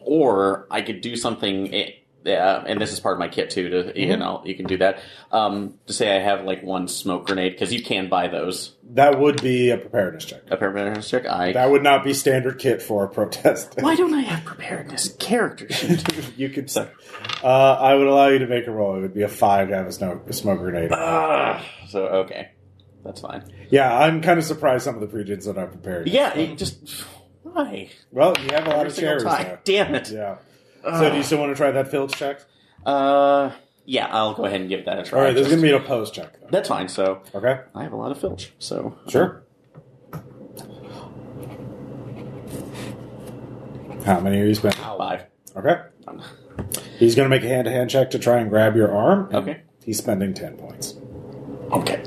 B: or I could do something. eh, Yeah, and this is part of my kit too. To
A: Mm-hmm.
B: you know, you can do that. Um, to say I have like one smoke grenade because you can buy those.
A: That would be a preparedness check.
B: A preparedness check. I.
A: That would not be standard kit for a protest.
B: Why don't I have preparedness character sheet?
A: you could. Uh, I would allow you to make a roll. It would be a five to have a smoke, a smoke grenade.
B: Ah, so okay, that's fine.
A: Yeah, I'm kind of surprised some of the pregens that I prepared.
B: Yeah, you just why?
A: Well, you have a lot
B: Every
A: of
B: single
A: shares
B: time.
A: now.
B: Damn it.
A: Yeah. So do you still want to try that field check?
B: Uh, yeah, I'll go ahead and give that a try.
A: All right, there's
B: Just-
A: going to be a post check. Though.
B: that's fine. So
A: Okay.
B: I have a lot of filch. So
A: Sure. How many are you spending?
B: five.
A: Okay. He's going to make a hand to hand check to try and grab your arm. and
B: Okay.
A: He's spending 10 points.
B: Okay.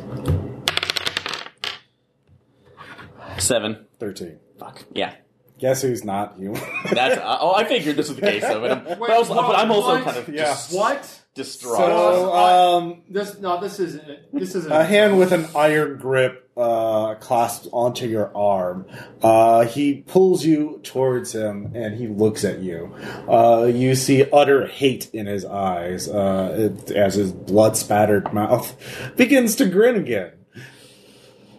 B: Seven.
A: 13.
B: Fuck. Yeah.
A: Guess who's not human?
B: That's. uh, oh, I figured this was the case though. But I'm, but,
F: Wait,
B: I was- but
F: what?
B: I'm also
F: What?
B: kind of
A: Yeah.
B: just
F: What?
B: distraught.
A: so, um,
F: This no, this isn't. it. This isn't.
A: a
F: it.
A: hand with an iron grip uh, clasped onto your arm. Uh, he pulls you towards him and he looks at you. Uh, you see utter hate in his eyes uh, it- as his blood spattered mouth begins to grin again.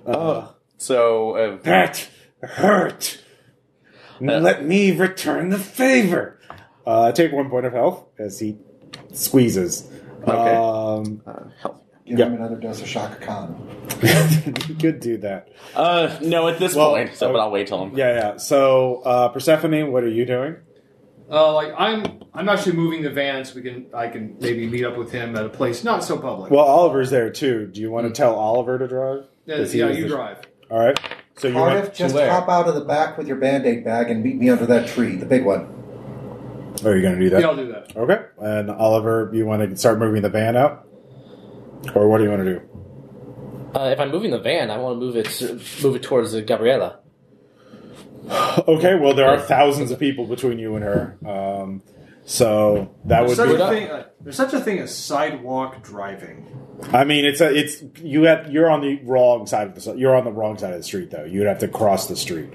A: Uh,
B: so uh,
A: that hurt.
B: Uh,
A: Let me return the favor. Uh, take one point of health as he squeezes.
B: Okay.
A: Um,
B: uh, help.
D: Give
A: Yeah.
D: him another dose of Shaka Khan.
A: you could do that.
B: Uh, no, at this
A: Well,
B: point. So,
A: uh,
B: but I'll wait till him.
A: Yeah, yeah. So, uh, Persephone, what are you doing?
F: Uh, like I'm, I'm actually moving the van so we can, I can maybe meet up with him at a place not so public.
A: Well, Oliver's there too. Do you want to tell Oliver to drive?
F: Hmm. yeah,
A: Because he
F: yeah,
A: was
F: you
A: the-
F: drive.
A: All right. So you
D: Cardiff,
A: want
D: just
E: where?
D: hop out of the back with your band-aid bag and meet me under that tree, the big one.
A: Are you going to Oh, do
F: Yeah,
A: that?
F: I'll do that.
A: Okay. And Oliver, you want to start moving the van out, or what do you want to do?
E: Uh, if I'm moving the van, I want to move it move it towards uh, Gabriella.
A: Okay. Well, there are thousands of people between you and her. Um, so that
C: There's
A: would
C: such,
A: be.
C: a thing, uh, there's such a thing as sidewalk driving.
A: I mean, it's a, it's you have you're on the wrong side of the you're on the wrong side of the street though. You'd have to cross the street.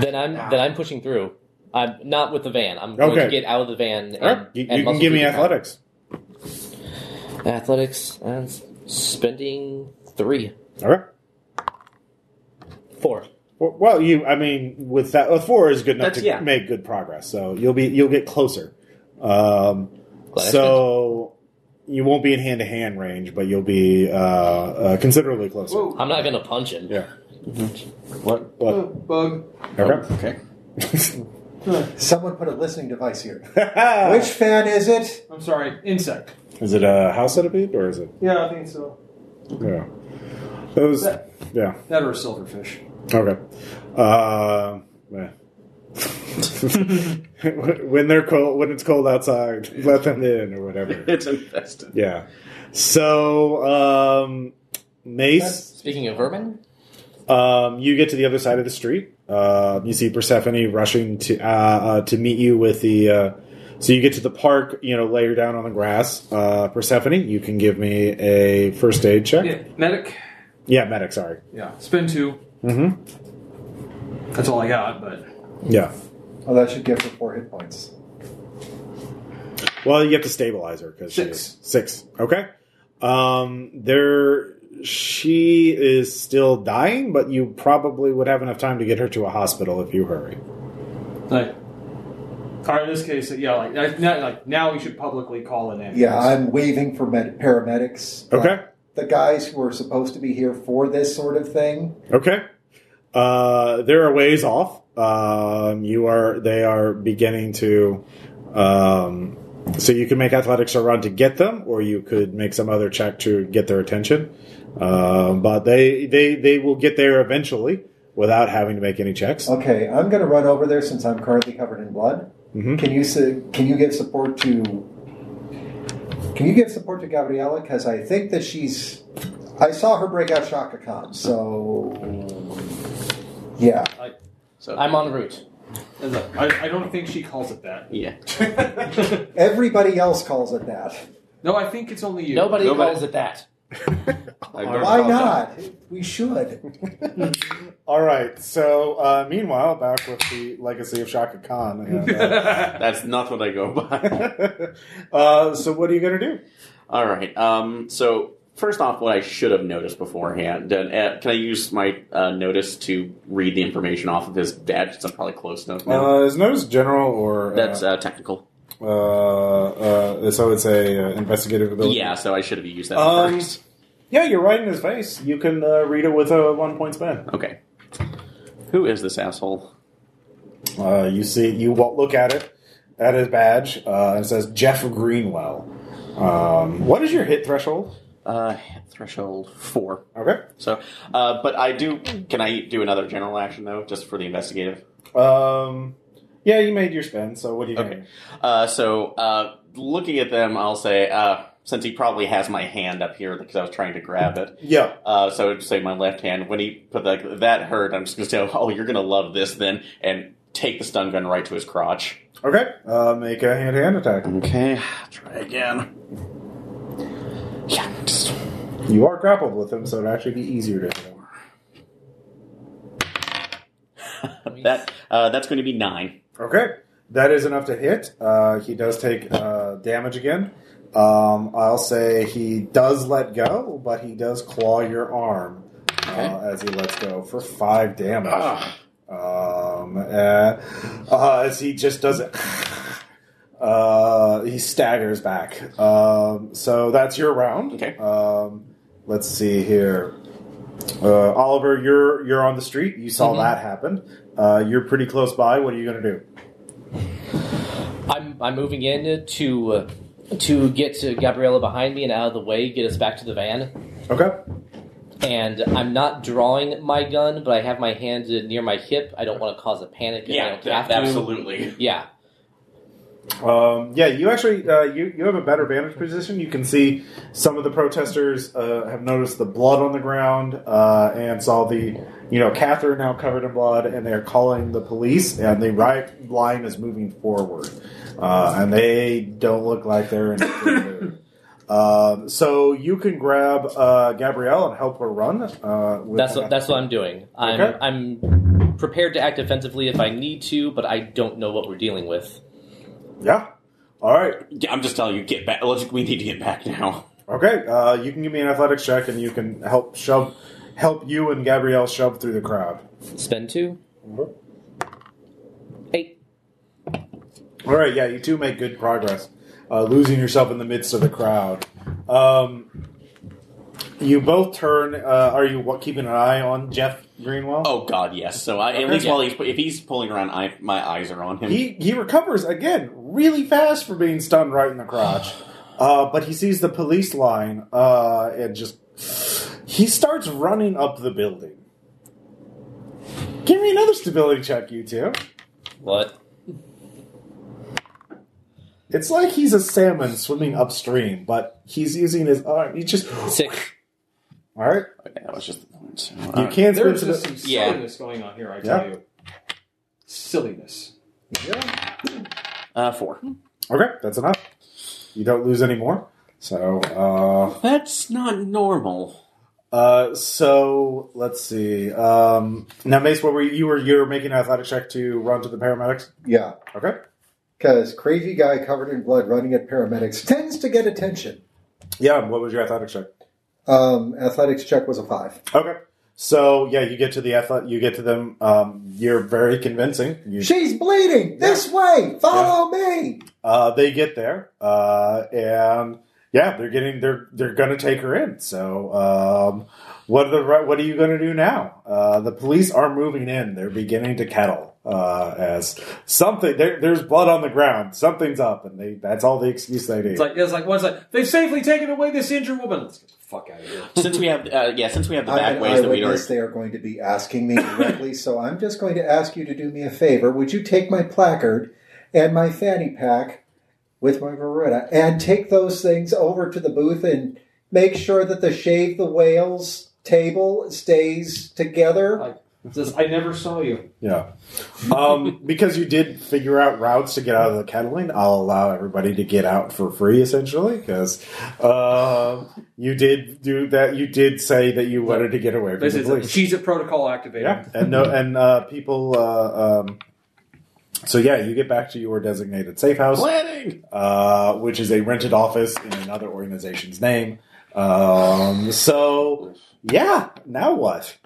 E: Then I'm then I'm pushing through. I'm not with the van. I'm going
A: Okay.
E: to get out of the van. And,
A: All right. You,
E: and
A: you can
E: muscle
A: give me
E: through the crowd.
A: athletics.
E: Athletics and spending three,
A: All right.
E: four.
A: Well- Well, you, I mean, with that, with four is good enough
B: That's-
A: to
B: yeah.
A: make good progress. So you'll be, you'll get closer. Um,
E: Glad I
A: so you won't be in hand to hand range, but you'll be uh, uh, considerably closer.
F: Whoa,
E: I'm not going to punch him.
A: Yeah.
B: What?
F: whoa,
A: But,
F: bug.
A: okay.
B: Okay.
D: Someone put a listening device here. Which fan is it?
F: I'm sorry, insect.
A: is it a house centipede or is it?
F: Yeah, I think so.
A: Yeah. Those. Yeah.
C: That or a silverfish.
A: Okay. Uh, yeah. when they're cold, when it's cold outside, let them in or whatever.
B: It's infested.
A: Yeah. So, um, Mace,
E: Speaking of vermin,
A: um, you get to the other side of the street. Um, you see Persephone rushing to uh, uh, to meet you with the. Uh, so you get to the park. You know, lay her down on the grass. Uh, Persephone, you can give me a first aid check. Yeah,
C: Yeah, medic.
A: medic. Sorry.
C: Yeah, spin two.
A: Mm-hmm.
C: That's all I got. But
A: Yeah.
D: Oh, that should give her four hit points.
A: Well, you have to stabilize her because
C: Six.
A: Six. Okay. Um, there, she is still dying, but you probably would have enough time to get her to a hospital if you hurry.
C: like, all right, in this case, yeah, like, like, now, like now we should publicly call an ambulance.
D: Yeah, I'm waving for med- paramedics.
A: Okay.
D: The guys who are supposed to be here for this sort of thing.
A: Okay. Uh, there are ways off. Um, you are. They are beginning to. Um, so you can make athletics a run to get them, or you could make some other check to get their attention. Um, but they they they will get there eventually without having to make any checks.
D: Okay, I'm going to run over there since I'm currently covered in blood.
A: Mhm.
D: Can you su- can you give support to Can you give support to Gabriella because I think that she's I saw her break out Shaka Khan, so yeah.
B: So
E: I'm on route.
C: As a- I, I don't think she calls it that.
B: Yeah.
D: Everybody else calls it that.
C: No, I think it's only you.
E: Nobody,
B: Nobody-
E: calls it that.
B: Like,
D: Why not? We should.
A: All right. So, uh, meanwhile, back with the legacy of Shaka Khan. And, uh,
B: That's not what I go by.
A: uh, so, what are you going to do?
B: All right. Um, so first off, what I should have noticed beforehand, and, uh, can I use my uh, notice to read the information off of his dad? Since I'm probably close enough. now?
A: Uh, is notice general or uh,
B: That's uh, technical.
A: uh, uh, so it's a uh, investigative ability.
B: Yeah, so I should have used that
A: Um,
B: first.
A: yeah, you're right in his face. You can uh, read it with a one point spin.
B: Okay. Who is this asshole?
A: Uh, you see, you wa- look at it at his badge, uh, and it says Jeff Greenwell. Um, what is your hit threshold?
B: Uh, threshold four.
A: Okay.
B: So, uh, but I do. Can I do another general action though, just for the investigative?
A: Um, yeah, you made your spin. So what do you
B: Okay.
A: think?
B: Uh, so, uh, looking at them, I'll say uh, since he probably has my hand up here because I was trying to grab it.
A: Yeah.
B: Uh, so I'd say my left hand. When he put that, that hurt, I'm just gonna say, "Oh, you're gonna love this then," and take the stun gun right to his crotch.
A: Okay. Uh, make a hand to hand attack.
B: Okay, try again. Yeah, just
A: You are grappled with him, so it'd actually be easier to hit him.
B: that. Uh, that's going to be nine.
A: Okay, that is enough to hit. Uh, he does take uh, damage again. Um, I'll say he does let go, but he does claw your arm uh, as he lets go for five damage.
B: Ah.
A: Um, and, uh, as he just does it, uh, he staggers back. Um, so that's your round.
B: Okay.
A: Um, let's see here. Uh, Oliver, you're you're on the street. You
B: Mm-hmm.
A: saw that happen. Uh, you're pretty close by. What are you going to do?
E: I'm I'm moving in to uh, to get to Gabriella behind me and out of the way, get us back to the van.
A: Okay.
E: And I'm not drawing my gun, but I have my hand uh, near my hip. I don't want to cause a panic. if I
B: Yeah,
E: don't
B: that-
E: have to.
B: absolutely.
E: Yeah,
A: Um, yeah, you actually uh, you you have a better vantage position. You can see some of the protesters uh, have noticed the blood on the ground uh, and saw the you know Catherine now covered in blood, and they are calling the police. And the riot line is moving forward, uh, and they don't look like they're in. a good mood. Um, so you can grab uh, Gabrielle and help her run. Uh, with
E: that's what that's what I'm doing. I'm
A: Okay.
E: I'm prepared to act defensively if I need to, but I don't know what we're dealing with.
A: yeah. All right.
B: Yeah, I'm just telling you, get back. Let's, we need to get back now.
A: Okay, uh, you can give me an athletics check, and you can help shove, help you and Gabrielle shove through the crowd.
E: Spend two. Eight.
A: All right, yeah, you two make good progress, uh, losing yourself in the midst of the crowd. Um, you both turn. Uh, are you what, keeping an eye on Jeff Greenwell?
B: Oh God, yes. So I, at
A: Okay.
B: least while he's if he's pulling around, I, my eyes are on him.
A: he he recovers again really fast for being stunned right in the crotch. Uh, but he sees the police line uh, and just he starts running up the building. Give me another stability check, you two.
E: What?
A: It's like he's a salmon swimming upstream, but he's using his arm. He just
E: Six.
A: all right.
B: Okay, that was just the point. So,
A: You
B: uh,
A: can't
C: There's
A: spend
C: just
A: stabi-
C: some
B: Yeah.
C: silliness going on here, I tell
A: Yeah.
C: you. Silliness.
B: uh, four.
A: Okay, that's enough. You don't lose any more. So uh,
B: That's not normal.
A: Uh, so let's see. Um, now, Mace, what were you, you were you were making an athletic check to run to the paramedics?
D: Yeah,
A: Okay.
D: because crazy guy covered in blood running at paramedics tends to get attention.
A: Yeah. What was your athletic check?
D: Um, athletics check was a five.
A: Okay. So yeah, you get to the athlete. You get to them. Um, you're very convincing. You,
D: She's bleeding this way. Follow me.
A: uh, they get there, uh, and yeah, they're getting they're they're gonna take her in. So um, what are the re- what are you gonna do now? Uh, the police are moving in. They're beginning to kettle. Uh, as something there, there's blood on the ground. Something's up, and they that's all the excuse they need.
C: It's like it's like one's like they've safely taken away this injured woman. Let's get the fuck out of here.
B: Since we have, uh, yeah, since we have the
D: I
B: back
D: had
B: ways that we are.
D: eyewitness. They are going to be asking me directly, so I'm just going to ask you to do me a favor. Would you take my placard and my fanny pack with my Beretta and take those things over to the booth and make sure that the shave the whales table stays together?
C: Like, Says, I never saw you.
A: Yeah. Um, because you did figure out routes to get out of the Cataline, I'll allow everybody to get out for free, essentially, because uh, you did do that. You did say that you wanted to get away from
C: This
A: the
C: is
A: police.
C: she's a protocol activator.
A: yeah, and no, and uh, people. Uh, um, so yeah, you get back to your designated safe house,
B: Planning.
A: uh, which is a rented office in another organization's name. Um, so yeah, now what?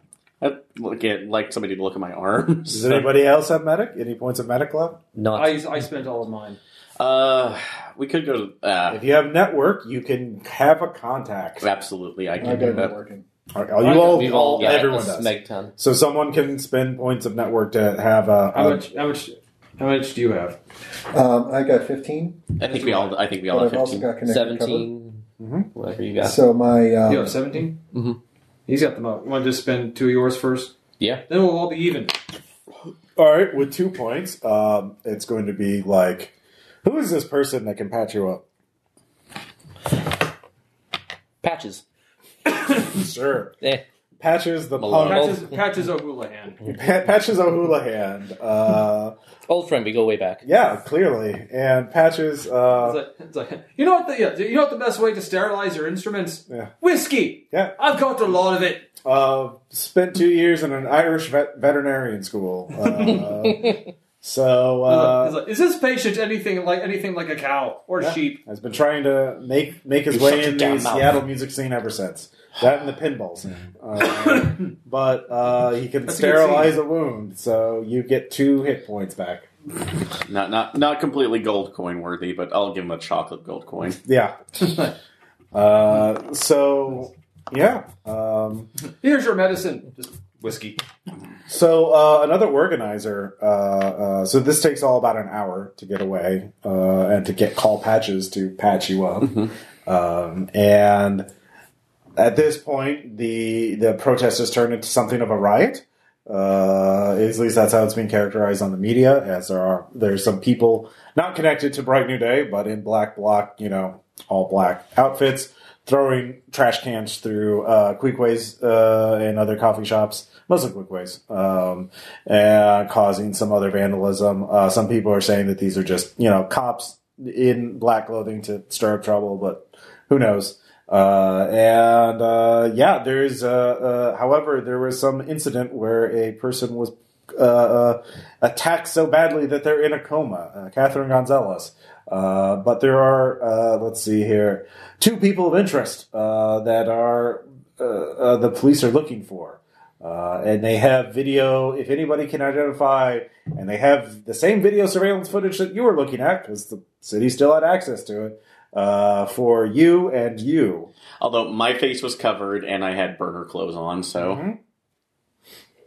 B: I look at like somebody to look at my arms.
A: Does anybody else have medic? Any points of medic left?
E: Not
C: I, I spent all of mine.
B: Uh, we could go to. Uh,
A: If you have network, you can have a contact.
B: absolutely, I
D: I
B: can
D: got
B: do
D: it
B: that.
D: working.
A: All right, you all,
E: we've all got
A: everyone
E: a
A: does.
E: smegton.
A: So someone can spend points of network to have a.
C: How
A: a-
C: much? How much? How much do you have?
D: Um, I got 15,
B: I think we all. I think we
D: but
B: all have
D: I've also
B: fifteen.
D: got connected cover.
E: Seventeen,
A: Mhm.
E: whatever you got.
D: So my um,
C: you have 17?
B: Mm-hmm.
E: Mhm.
C: He's got the most. Want to just spend two of yours first?
E: Yeah.
C: Then we'll all be even.
A: all right, with two points, um, it's going to be like, who is this person that can patch you up?
E: Patches.
A: sure,
E: Eh.
A: patches the
E: Malone.
A: punk.
C: Patches, patches O'Houlihan.
A: Pa- Patches O'Houlihan. Uh,
E: Old friend, we go way back.
A: yeah, clearly, and patches.
C: It's
A: Uh,
C: like, it's like, you know what? The, yeah, you know what the best way to sterilize your instruments?
A: Yeah.
C: Whiskey.
A: Yeah.
C: I've got a lot of it.
A: uh, spent two years in an Irish vet- veterinarian school. Uh, so uh,
C: It's like, is this patient anything like anything like a cow or
A: Yeah.
C: sheep?
A: has been trying to make make his
B: You shut
A: way
B: your
A: in the
B: damn mouth.
A: Seattle music scene ever since. That and the pinball scene. Uh, but uh, he can
C: That's a good
A: sterilize a wound, so you get two hit points back.
B: Not not not completely gold coin worthy, but I'll give him a chocolate gold coin.
A: Yeah. uh, so yeah. Um,
C: Here's your medicine. Just whiskey.
A: So uh, another organizer. Uh, uh, so this takes all about an hour to get away uh, and to get call patches to patch you up. Um, and at this point, the the protest has turned into something of a riot. Uh, at least that's how it's being characterized on the media. As there are there's some people not connected to Bright New Day, but in black block, you know, all black outfits, throwing trash cans through uh, Queequays uh, and other coffee shops, mostly Queequays, um, and causing some other vandalism. Uh, some people are saying that these are just you know cops in black clothing to stir up trouble, but who knows? Uh, and uh, yeah, there's. Uh, uh, however, there was some incident where a person was uh, uh, attacked so badly that they're in a coma. Uh, Catherine Gonzalez. Uh, but there are, uh, let's see here, two people of interest uh, that are uh, uh, the police are looking for. Uh, and they have video, if anybody can identify, and they have the same video surveillance footage that you were looking at, because the city still had access to it, uh, for you and you.
B: Although my face was covered and I had burner clothes on, so
D: Mm-hmm.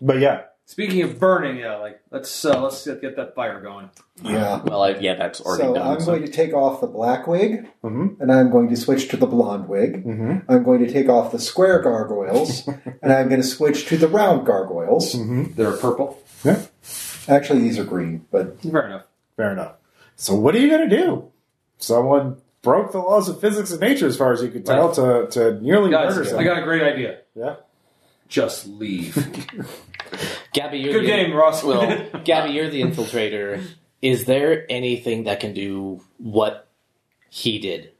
A: But yeah,
C: Speaking of burning, yeah, like let's uh, let's get get that fire going.
D: yeah.
B: well, I, yeah, that's already
D: So
B: done.
D: I'm
B: so- Mm-hmm.
D: going to take off the black wig,
A: Mhm.
D: and I'm going to switch to the blonde wig.
A: Mhm.
D: I'm going to take off the square gargoyles, and I'm going to switch to the round gargoyles.
B: Mm-hmm.
C: They're purple.
D: Actually, these are green, but
C: Fair enough.
A: fair enough. So what are you going to do? Someone broke the laws of physics and nature, as far as you could tell, to, to nearly murder
C: Guys, I
A: someone.
C: got a great idea.
A: Yeah.
C: Just leave.
E: Gabby, you're
C: Good
E: the
C: game, Ross.
E: Well, Gabby, you're the infiltrator. Is there anything that can do what he did?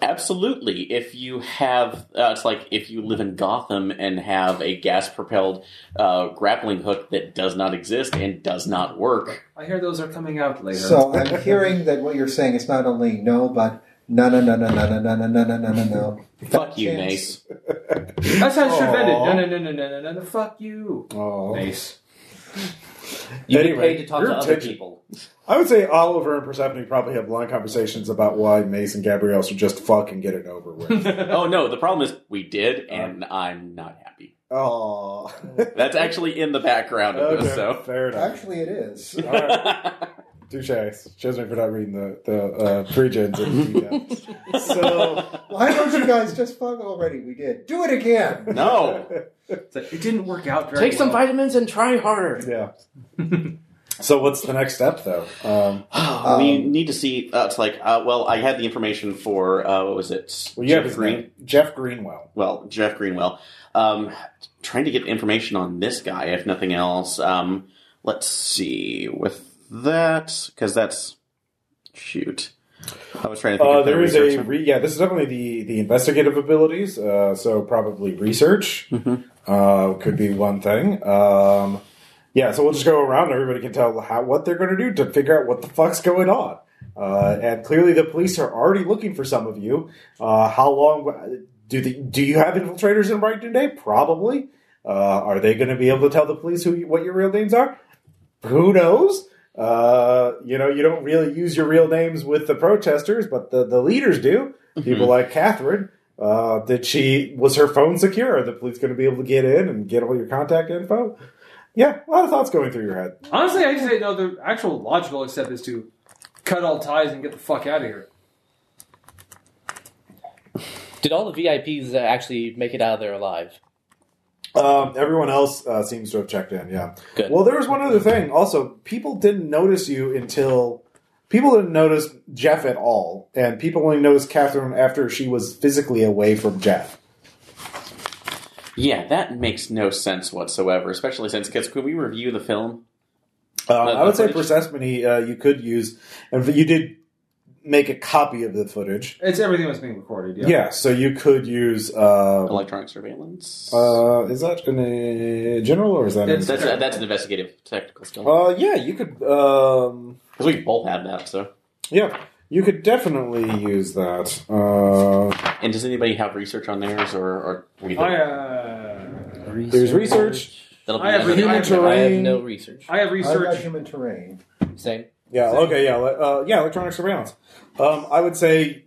B: Absolutely. If you have, uh, it's like if you live in Gotham and have a gas propelled uh, grappling hook that does not exist and does not work.
C: I hear those are coming out later.
D: so I'm hearing that what you're saying is not only no, but no, no, no, no, no, no, no, no, no, no, no, no, no.
B: Fuck you,
D: Chance.
B: Mace.
C: That's how it should have ended.
A: Aw.
C: No, no, no, no, no, no, no, no. Fuck you.
A: Oh.
C: Mace.
E: You
A: Anyway,
E: get paid to talk
A: your
E: to other
A: attention.
E: people.
A: I would say Oliver and Persephone probably have long conversations about why Mace and Gabrielle should just fuck and get it over with.
B: Oh no, the problem is we did, and I'm not happy.
A: oh,
B: That's actually in the background of
A: okay,
B: this. So,
A: fair enough.
D: Actually, it is.
A: All right. Touche. Shows me for not reading the the uh, pregens. in detail. so
D: Why don't you guys just fuck already? We did. Do it again.
B: no,
C: It's like, It didn't work out very
E: Take some
C: well.
E: vitamins and try harder.
A: yeah. So what's the next step, though? Um,
B: Uh, we
D: Um,
B: need to see. Uh, it's like, uh, well, I had the information for uh, what was it?
A: well, you have
B: Jeff
A: his
B: Green.
A: name, Jeff Greenwell.
B: Well, Jeff Greenwell. Um, trying to get information on this guy, if nothing else. Um, let's see with that because that's shoot. I was trying to think.
A: Uh,
B: of the
A: there is
B: research
A: a
B: one.
A: re- yeah. This is definitely the the investigative abilities. Uh, so probably research uh, could be one thing. Um, yeah. So we'll just go around. and Everybody can tell how what they're going to do to figure out what the fuck's going on. Uh, and clearly, the police are already looking for some of you. Uh, how long do the, do you have infiltrators in Brighton Day? Probably. Uh, are they going to be able to tell the police who you, what your real names are? Who knows? Uh, you know, you don't really use your real names with the protesters, but the, the leaders do. People like Catherine. Uh, did she was her phone secure? Are the police going to be able to get in and get all your contact info? Yeah, a lot of thoughts going through your head.
C: Honestly, I just didn't know the actual logical next step is to cut all ties and get the fuck out of here.
E: Did all the VIPs actually make it out of there alive?
A: Um, everyone else uh, seems to have checked in. Yeah.
E: Good.
A: Well, there was one other thing. Also, people didn't notice you until people didn't notice Jeff at all, and people only noticed Catherine after she was physically away from Jeff.
B: Yeah, that makes no sense whatsoever, especially since because could we review the film?
A: Um,
B: Uh,
A: I would
B: the
A: say
B: footage?
A: Persephone uh, you could use, and you did make a copy of the footage.
C: It's everything that's being recorded.
A: Yeah,
C: Yeah.
A: so you could use. Uh,
B: Electronic surveillance.
A: uh, is that in a general or is that? In
C: It's-
B: that's that's an investigative technical skill
A: uh, yeah, you could. Um,
B: because we both have that. So,
A: yeah, you could definitely use that. Uh,
B: and does anybody have research on theirs or, or either?
C: I uh,
A: there's research.
B: That'll
C: I have
B: another-
C: human
B: I
C: terrain.
E: I have no research.
C: I have
D: I've got
C: research.
D: human terrain.
E: Same.
A: Yeah. Okay. Yeah. le- Uh, yeah. Electronic surveillance. Um, I would say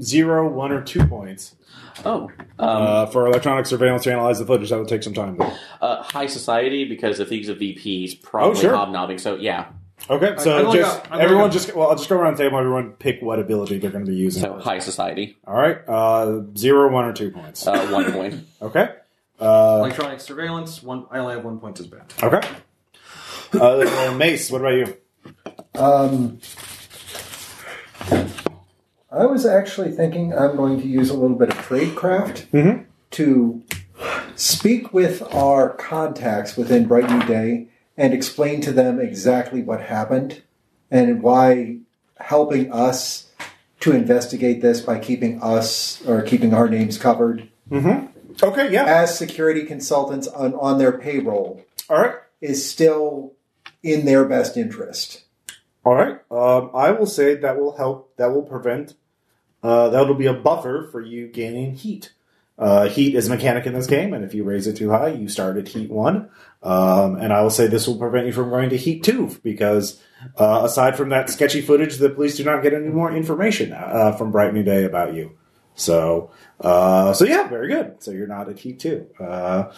A: zero, one, or two points
B: Oh, um,
A: uh, for electronic surveillance to analyze the footage. That would take some time. though.
B: uh, high society because if he's a VP, he's probably
A: Oh, sure.
B: hobnobbing. So yeah,
A: Okay. So
C: I'm only
A: just
C: got- I'm
A: everyone,
C: only got-
A: just well, I'll just go around the table. Everyone, pick what ability they're going to be using.
B: so high society,
A: All right. Uh, zero, one, or two points.
B: uh, one point.
A: Okay. Uh,
C: Electronic surveillance. One. I only have one point as bad.
A: okay. Uh, Mace, what about you?
D: Um, I was actually thinking I'm going to use a little bit of tradecraft
A: Mhm.
D: to speak with our contacts within Bright New Day and explain to them exactly what happened and why helping us to investigate this by keeping us or keeping our names covered
A: Okay. Yeah.
D: as security consultants on, on their payroll
A: All right.
D: is still in their best interest.
A: All right. Um, I will say that will help. That will prevent. Uh, that'll be a buffer for you gaining heat. Uh, heat is a mechanic in this game, and if you raise it too high, you start at heat one. Um, and I will say this will prevent you from going to heat two because, uh, aside from that sketchy footage, the police do not get any more information uh, from Bright New Day about you. So, uh, so yeah, very good. So you're not at heat two. Uh,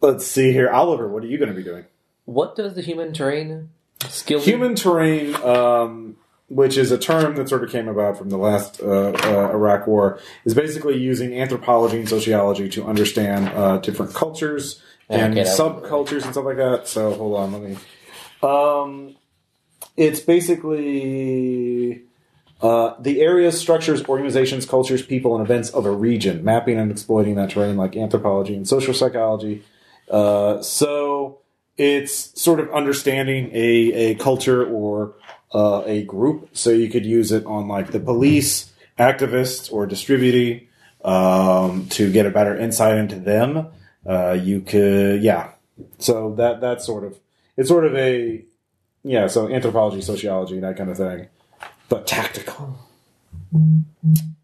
A: let's see here, Oliver. What are you going to be doing?
E: What does the human terrain skill? do?
A: Human terrain, um, which is a term that sort of came about from the last uh, uh, Iraq War, is basically using anthropology and sociology to understand uh, different cultures and
E: Okay, that would-
A: subcultures and stuff like that. So hold on, let me. Um, it's basically. Uh, the areas, structures, organizations, cultures, people, and events of a region, mapping and exploiting that terrain like anthropology and social psychology. Uh, so it's sort of understanding a, a culture or uh, a group. So you could use it on like the police, activists, or distributee um, to get a better insight into them. Uh, you could, yeah. So that that's sort of it's sort of a yeah. So anthropology, sociology, that kind of thing, but tactical.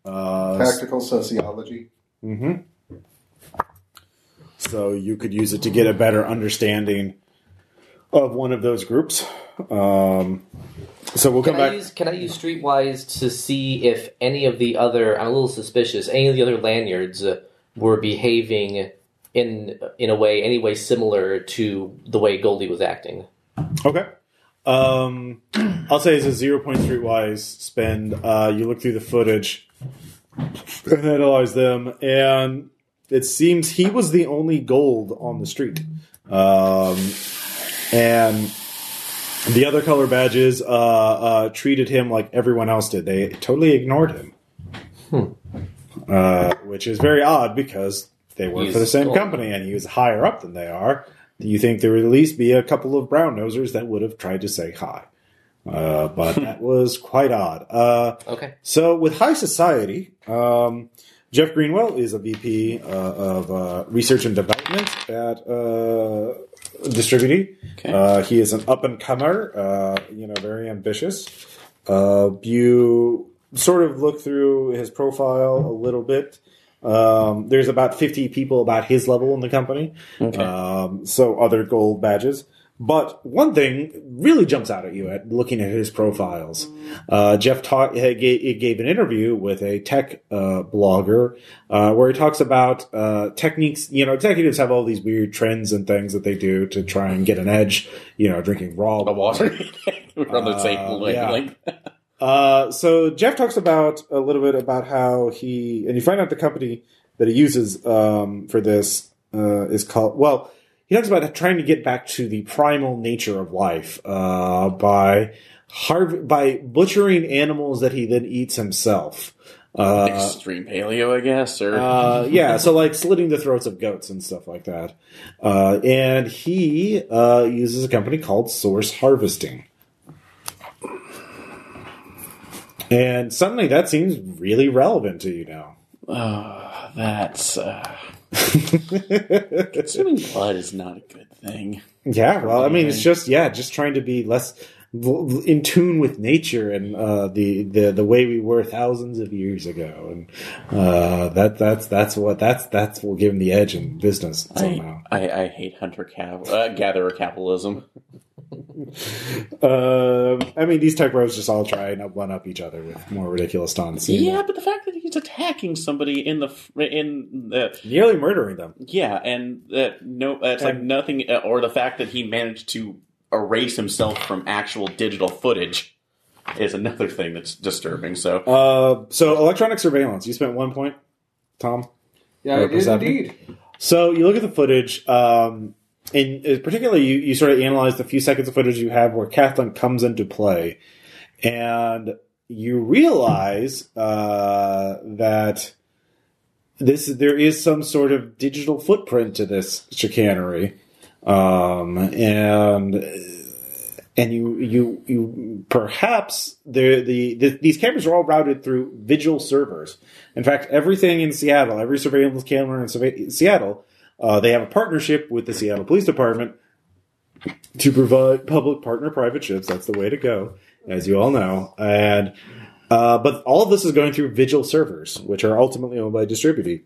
A: Uh,
D: Practical sociology.
A: hmm So you could use it to get a better understanding of one of those groups. Um, so we'll
E: Can
A: come back.
E: I use Can I use Streetwise to see if any of the other? I'm a little suspicious. Any of the other lanyards uh, were behaving in in a way, any way similar to the way Goldie was acting.
A: okay. Um, I'll say it's a zero point three wise spend. Uh, you look through the footage and analyze them, and it seems he was the only gold on the street. Um, and The other color badges uh, uh, treated him like everyone else did. They totally ignored him, uh, which is very odd because they work
E: He's
A: for the same
E: cool.
A: company and he was higher up than they are. You think there would at least be a couple of brown nosers that would have tried to say hi, uh, but that was quite odd. Uh,
E: Okay.
A: so with high society, um, Jeff Greenwell is a VP uh, of uh, research and development at uh, Distributy.
B: Okay.
A: Uh, he is an up and comer, uh, you know, very ambitious. Uh, you sort of look through his profile a little bit. Um, there's about 50 people about his level in the company, um, so other gold badges. But one thing really jumps out at you at looking at his profiles. Uh, Jeff taught, he gave, he gave an interview with a tech uh, blogger uh, where he talks about uh, techniques. You know, executives have all these weird trends and things that they do to try and get an edge. You know, drinking raw
B: The water. We're on the same
A: Uh,
B: way-
A: yeah.
B: like-
A: uh, so Jeff talks about a little bit about how he and you find out the company that he uses um, for this uh, is called well. He talks about trying to get back to the primal nature of life uh, by harv- by butchering animals that he then eats himself. Uh,
B: extreme paleo, I guess, or
A: uh, yeah, so like slitting the throats of goats and stuff like that. Uh, and he uh, uses a company called Source Harvesting. And suddenly that seems really relevant to you now.
B: Oh, that's uh, consuming blood is not a good thing.
A: Yeah, well, I mean, it's just yeah, just trying to be less in tune with nature and uh, the, the the way we were thousands of years ago, and uh, that that's that's what that's that's what will give him the edge in business somehow.
B: I, I, I hate hunter cap uh, gatherer capitalism.
A: Um, I mean, these tech bros just all try and up one up each other with more ridiculous taunts. you
B: Yeah,
A: know.
B: but the fact that he's attacking somebody in the fr- in the
A: nearly murdering them.
B: yeah, and that no, it's like
A: And-
B: nothing, uh, or the fact that he managed to erase himself from actual digital footage is another thing that's disturbing. So
A: Uh, so electronic surveillance. You spent one point, Tom.
C: Yeah, I did
A: Representing.
C: indeed.
A: So you look at the footage, um, and uh, particularly you, you sort of analyze the few seconds of footage you have where Kathleen comes into play, and you realize uh, that this there is some sort of digital footprint to this chicanery, um, and and you you you perhaps the, the the these cameras are all routed through Vigil servers. In fact, everything in Seattle, every surveillance camera in Seve- Seattle, uh, they have a partnership with the Seattle Police Department to provide public partner private ships. That's the way to go, as you all know. And uh, but all of this is going through Vigil servers, which are ultimately owned by Distributy,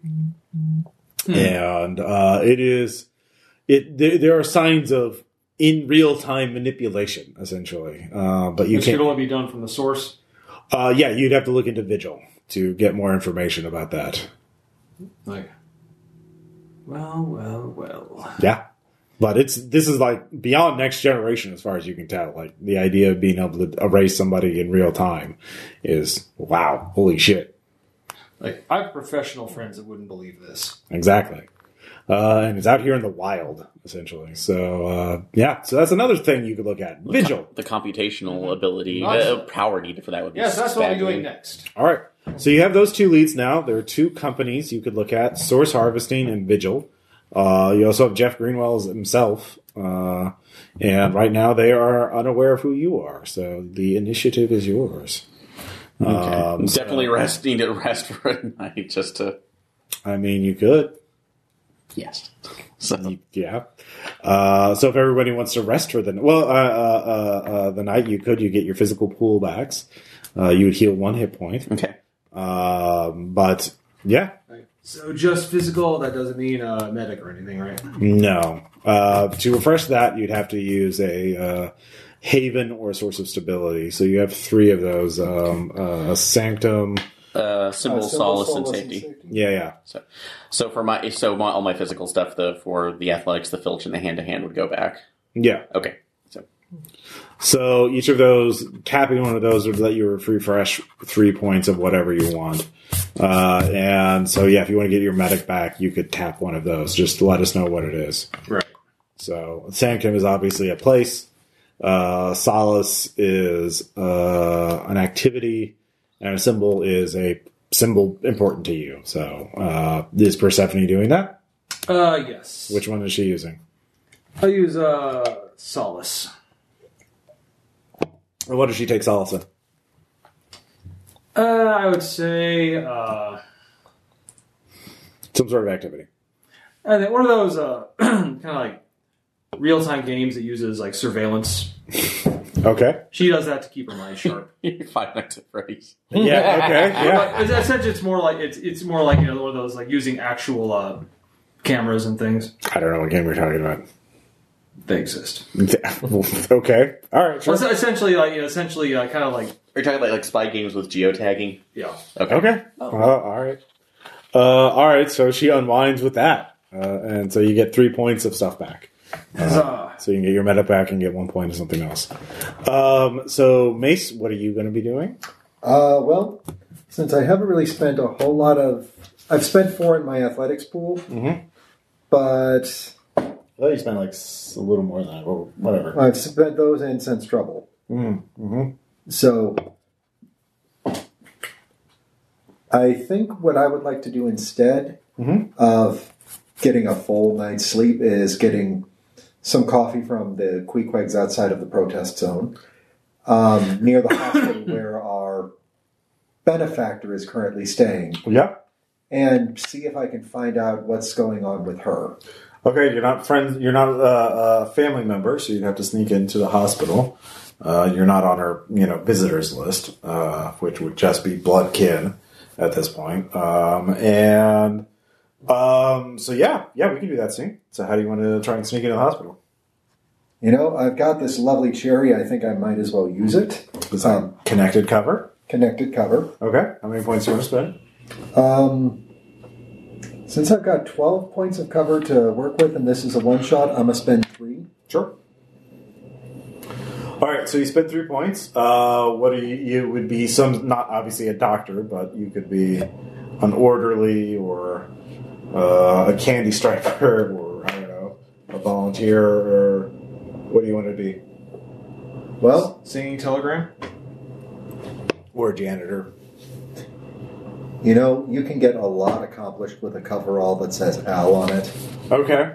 A: and uh, it is it there, there are signs of in real time manipulation essentially, uh, but you
C: This
A: can't.
C: could only be done from the source.
A: Uh, yeah, you'd have to look into Vigil to get more information about that.
C: Like, well, well, well.
A: Yeah. But it's this is like beyond next generation as far as you can tell. Like the idea of being able to erase somebody in real time is wow, holy shit.
C: Like,
F: I have professional friends that wouldn't believe this.
A: Exactly. Uh, and it's out here in the wild, essentially. So uh, yeah, so that's another thing you could look at. Vigil.
B: the computational ability,
F: Nice.
B: the power needed for that would be
F: Yes, that's what we're
B: staggering.
F: doing next.
A: All right. So you have those two leads now. There are two companies you could look at: Source Harvesting and Vigil. Uh, you also have Jeff Greenwell's himself, uh, and right now they are unaware of who you are. So the initiative is yours. Um,
B: Definitely rest need to rest for a night just to
A: I mean, you could,
B: yes. So
A: yeah. Uh, so if everybody wants to rest for the well, uh, uh, uh, uh, the night you could, you get your physical pull backs. Uh, you would heal one hit point,
B: okay.
A: um, but yeah,
F: So just physical, that doesn't mean uh, medic or anything, right?
A: No. Uh, to refresh that, you'd have to use a uh, haven or source of stability. So you have three of those: um, uh, Sanctum.
B: Uh, symbol, solace, and safety.
A: Yeah, yeah.
B: So, so for my so my, all my physical stuff, the for the athletics, the filch, and the hand to hand would go back.
A: Yeah.
B: Okay. So
A: So each of those, tapping one of those would let you refresh three points of whatever you want. Uh, and so, yeah, if you want to get your medic back, you could tap one of those. Just let us know what it is.
F: Right.
A: So Sanctum is obviously a place. Uh, solace is uh, an activity, and a symbol is a symbol important to you. So uh, is Persephone doing that?
C: Uh, yes.
A: Which one is she using?
C: I use uh solace.
A: Or what does she take solace in?
C: Uh, I would say uh,
A: Some sort of activity.
C: I think one of those uh kind of like real time games that uses like surveillance.
A: Okay.
C: She does that to keep her mind sharp.
B: You're Five Nights at Freddy's.
A: Yeah. Okay. Yeah.
C: But essentially, it's more like it's it's more like you know, one of those like using actual uh, cameras and things.
A: I don't know what game you're talking about.
C: They exist.
A: okay. All right.
C: Well,
A: Sure.
C: it's essentially, like you know, essentially, uh, kind of like
B: Are you talking about like spy games with geotagging?
C: yeah.
A: Okay. Uh, all right. Uh, all right. So she unwinds with that, uh, and so you get three points of stuff back.
C: Huzzah.
A: So you can get your meta back and get one point of something else. Um, so Mace, what are you going to be doing?
D: Uh, well, since I haven't really spent a whole lot of, I've spent four in my athletics pool,
A: Mhm.
B: Mm-hmm.
D: but
A: I thought you spent like a little more than that. Well, whatever.
D: I've spent those in since trouble.
A: Mm-hmm.
D: So I think what I would like to do instead
A: Mhm.
D: of getting a full night's sleep is getting some coffee from the Queequegs outside of the protest zone um, near the hospital where our benefactor is currently staying
A: Yeah.
D: and see if I can find out what's going on with her.
A: Okay. You're not friends. You're not uh, a family member, so you'd have to sneak into the hospital. Uh, you're not on her, you know, visitors list, uh, which would just be blood kin at this point. Um, and um, so yeah, yeah, we can do that soon. So how do you want to try and sneak into the hospital?
D: You know, I've got this lovely cherry. I think I might as well use it.
A: Is that
D: Um,
A: connected cover?
D: Connected cover.
A: Okay. How many points do you want to spend?
D: Um, since I've got 12 points of cover to work with, and this is a one shot, I'm going to spend three.
A: Sure. All right, so you spent three points. Uh, what are you? You would be some, not obviously a doctor, but you could be an orderly or uh, a candy striper, or I don't know, a volunteer, or what do you want to be?
C: Oh.
D: Well,
F: Singing telegram.
A: Or a janitor.
D: you know, you can get a lot accomplished with a coverall that says Al on it.
A: Okay,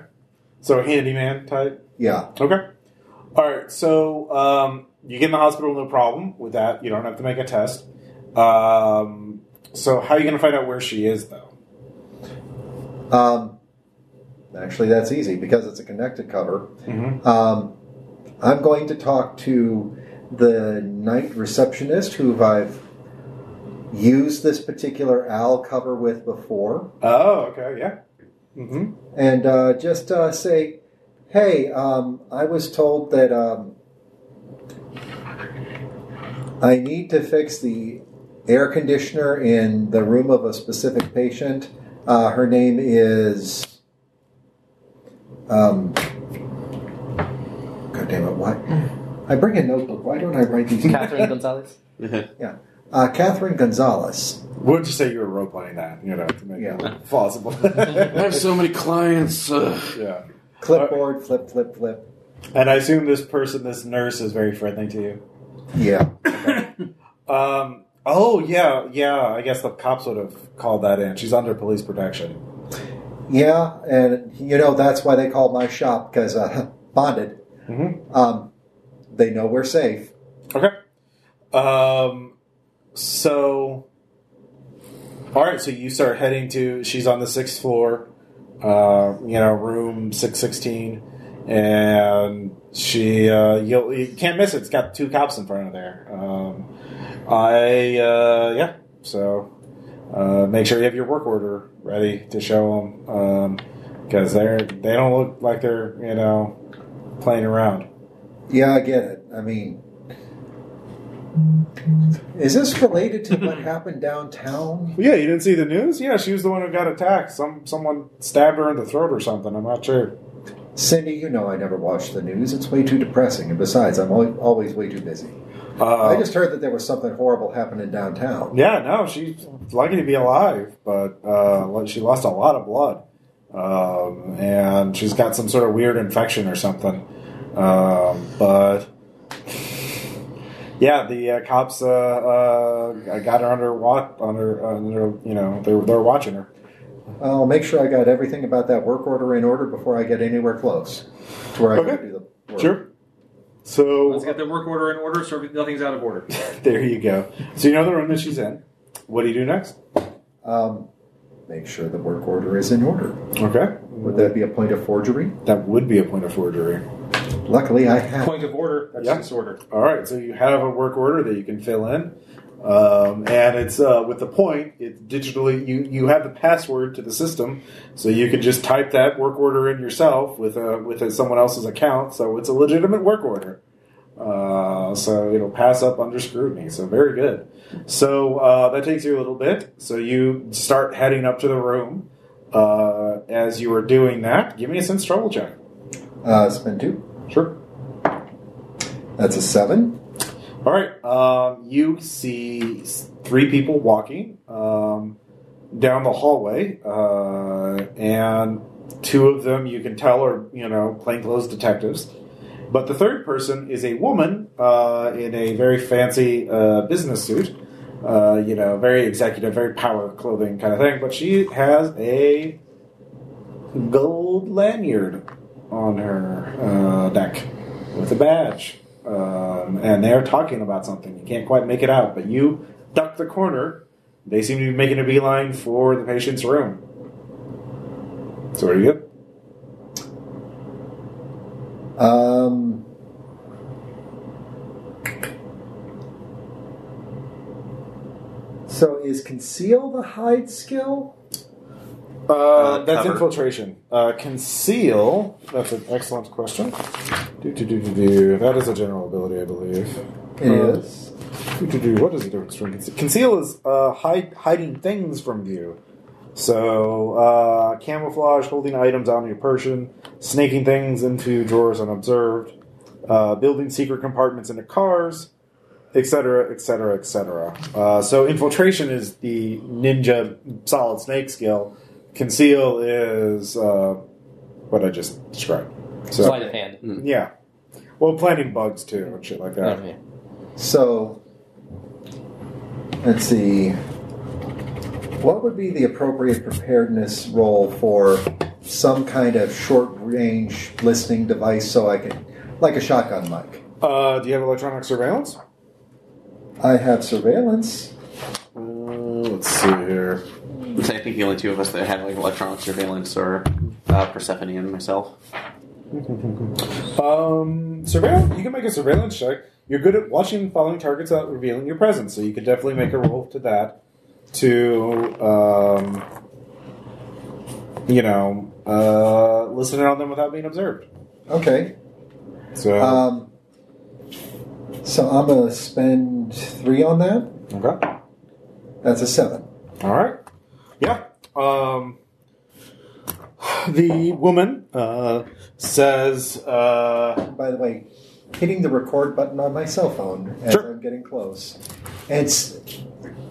A: so a handyman type.
D: Yeah.
A: Okay. All right. So um, you get in the hospital, no problem with that. You don't have to make a test. Um, so how are you going to find out where she is, though?
D: Um, actually, that's easy because it's a connected cover.
A: Mhm.
D: Um, I'm going to talk to the night receptionist who I've used this particular Al cover with before.
A: Oh, okay. Yeah. Mm-hmm.
D: and uh, just uh, say, "Hey, um, I was told that um, I need to fix the air conditioner in the room of a specific patient. Uh, her name is, um, God damn it, what? I bring a notebook. Why don't I write these?
E: Catherine Gonzalez.
D: Uh, Catherine Gonzalez.
A: We'll just say you were role playing that, you know, to make
D: Yeah.
A: it plausible.
B: have so many clients. uh.
A: yeah.
D: Clipboard, flip, flip, flip.
A: And I assume this person, this nurse, is very friendly to you.
D: Yeah,
A: Um. Oh yeah, yeah. I guess the cops would have called that in. She's under police protection.
D: yeah, and you know that's why they called my shop because uh, bonded."
A: Mm-hmm.
D: Um, they know we're safe.
A: Okay. Um. So. All right. So you start heading to. She's on the sixth floor. Uh. You know, room six sixteen. And she, uh, you'll, you can't miss it. It's got two cops in front of there. Um, I, uh, yeah. So uh, make sure you have your work order ready to show them because they're they don't look like they're you know playing around.
D: Yeah, I get it. I mean, is this related to what happened downtown?
A: Yeah, you didn't see the news? Yeah, she was the one who got attacked. Some someone stabbed her in the throat or something. I'm not sure.
D: Cindy, you know I never watch the news. It's way too depressing. And besides, I'm al- always way too busy.
A: Uh,
D: I just heard that there was something horrible happening downtown.
A: yeah, no, she's lucky to be alive, but uh, lo- she lost a lot of blood, um, and she's got some sort of weird infection or something. Um, but Yeah, the uh, cops uh, uh, got her under watch. Under, under you know, they were they were watching her.
D: I'll make sure I got everything about that work order in order before I get anywhere close to where I
A: Okay.
D: can do the work.
A: So
C: Let's get the work order in order so nothing's out of order.
A: there you go. So you know the room that she's in. What do you do next?
D: Um, make sure the work order is in order.
A: Okay,
D: Would that be a point of forgery?
A: that would be a point of forgery.
D: Luckily, I have.
C: Point of order. That's
A: Yeah.
C: disorder.
A: All right, so you have a work order that you can fill in, um, and it's uh, with the point. It's digitally you you have the password to the system, so you can just type that work order in yourself with a with a, someone else's account. So it's a legitimate work order. Uh, so it'll pass up under scrutiny. So very good. So uh, that takes you a little bit. So you start heading up to the room. Uh, as you are doing that, give me a sense trouble check.
D: Uh, spend two.
A: Sure.
D: That's a seven.
A: All right. Um, you see s- three people walking um, down the hallway, uh, and two of them you can tell are you know plainclothes detectives. But the third person is a woman uh, in a very fancy uh, business suit, uh, you know, very executive, very power clothing kind of thing. But she has a gold lanyard on her uh, neck with a badge. Um, and they're talking about something. You can't quite make it out, but you duck the corner. They seem to be making a beeline for the patient's room. So, are you good?
D: Um, so is conceal the hide skill?
A: Uh,
B: Uh,
A: that's
B: cover.
A: infiltration. Uh, conceal. That's an excellent question. Do, do, do, do, do. That is a general ability, I believe. Uh,
D: It is.
A: Do, do, do. What is the difference between conceal? Conceal is uh, hide, hiding things from view. So, uh, camouflage, holding items on your person, snaking things into drawers unobserved, uh, building secret compartments into cars, etc., etc., etc. Uh, So, infiltration is the ninja solid snake skill. Conceal is uh, what I just described. So,
E: Sleight of hand.
A: yeah. Well, planting bugs too and shit like that.
E: Oh, yeah.
D: So, let's see. What would be the appropriate preparedness role for some kind of short range listening device so I can, like a shotgun mic?
A: Uh, do you have electronic surveillance?
D: I have surveillance.
A: Uh, let's see here.
B: I think the only two of us that have like electronic surveillance are uh, Persephone and myself.
A: Um, surveillance. You can make a surveillance check. You're good at watching and following targets without revealing your presence, so you could definitely make a roll to that. To um, you know, uh, listen in on them without being observed.
D: Okay.
A: So
D: Um, so I'm going to spend three on that.
A: okay.
D: That's a seven.
A: All right. Yeah. Um, the woman uh, says. Uh,
D: By the way, hitting the record button on my cell phone as
A: Sure.
D: I'm getting close. And it's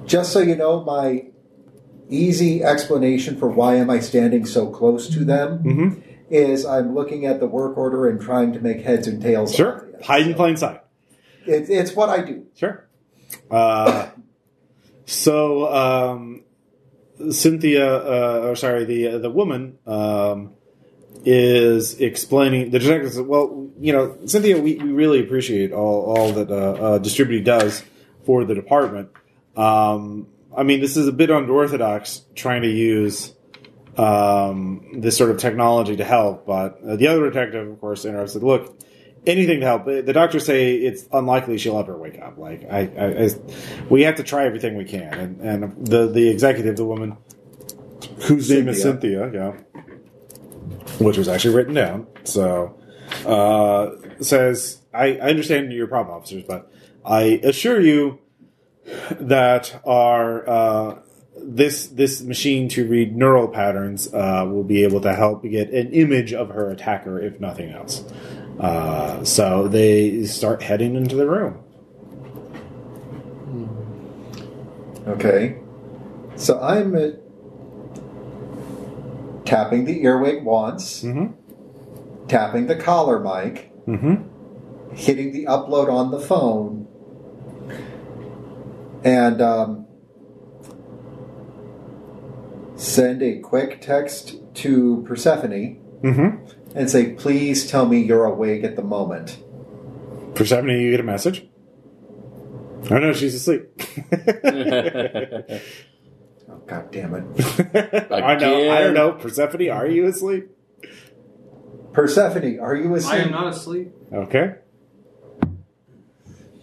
D: just so you know, my easy explanation for why am I standing so close to them
A: mhm.
D: is I'm looking at the work order and trying to make heads and tails. out
A: Sure.
D: of it.
A: Hide in plain sight.
D: It, it's what I do.
A: Sure. Uh, so um, Cynthia, uh, or sorry, the the woman um, is explaining the detective. says, Well, you know, Cynthia, we, we really appreciate all all that uh, uh, Distributed does for the department. Um, I mean, this is a bit unorthodox trying to use um, this sort of technology to help, but uh, the other detective, of course, interrupted. Look, anything to help. The doctors say it's unlikely she'll ever wake up. Like I, I, I we have to try everything we can. And, and the the executive, the woman whose name is Cynthia, yeah, which was actually written down. So uh, says, I, I understand your problem, officers, but I assure you that our uh, this this machine to read neural patterns uh, will be able to help get an image of her attacker, if nothing else. Uh, so they start heading into the room.
D: Okay. So I'm uh, tapping the earwig once,
A: Mm-hmm.
D: tapping the collar mic,
A: Mm-hmm.
D: hitting the upload on the phone, and um, send a quick text to Persephone
A: Mm-hmm.
D: and say, "Please tell me you're awake at the moment."
A: Persephone, you get a message. Oh no, she's asleep.
D: Oh, God damn it,
A: I know. I don't know. Persephone, are you asleep?
D: Persephone, are you
F: I
D: asleep?
F: am not asleep.
A: Okay.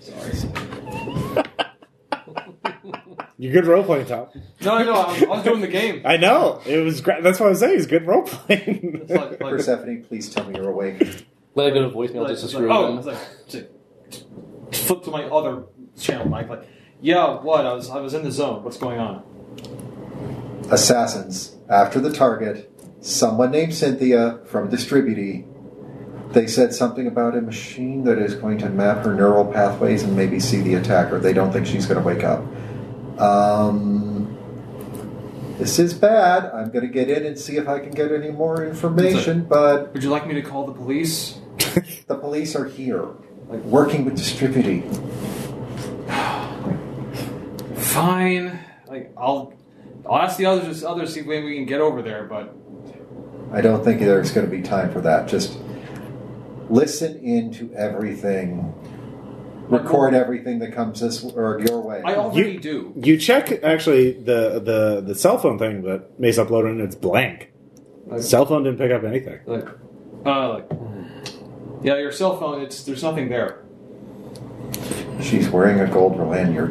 D: Sorry.
A: You're good role playing, Tom.
F: No, no, I was, I was doing the game.
A: I know. It was great. That's what I was saying. It's good role playing.
F: It's like, like,
D: Persephone, please tell me you're awake.
E: Let it go to voicemail
F: like,
E: just to
F: like,
E: screw
F: oh,
E: him.
F: it's like, to- to flip to my other channel, Mike. Like, yeah, what? I was, I was in the zone. What's going on?
D: Assassins after the target. Someone named Cynthia from Distributee. They said something about a machine that is going to map her neural pathways and maybe see the attacker. They don't think she's going to wake up. Um, this is bad. I'm going to get in and see if I can get any more information, but
F: Would you like me to call the police?
D: the police are here, like working with Distributee.
F: Fine. Like, I'll, I'll ask the others, others see if we can get over there. But
D: I don't think there's going to be time for that. Just listen in to everything. Record everything that comes this or your way.
F: I already do.
A: you check actually the the the cell phone thing that Mace uploaded, and it's blank. Cell phone didn't pick up anything.
F: Like, uh, like, yeah, your cell phone. It's there's nothing there.
D: She's wearing a gold lanyard.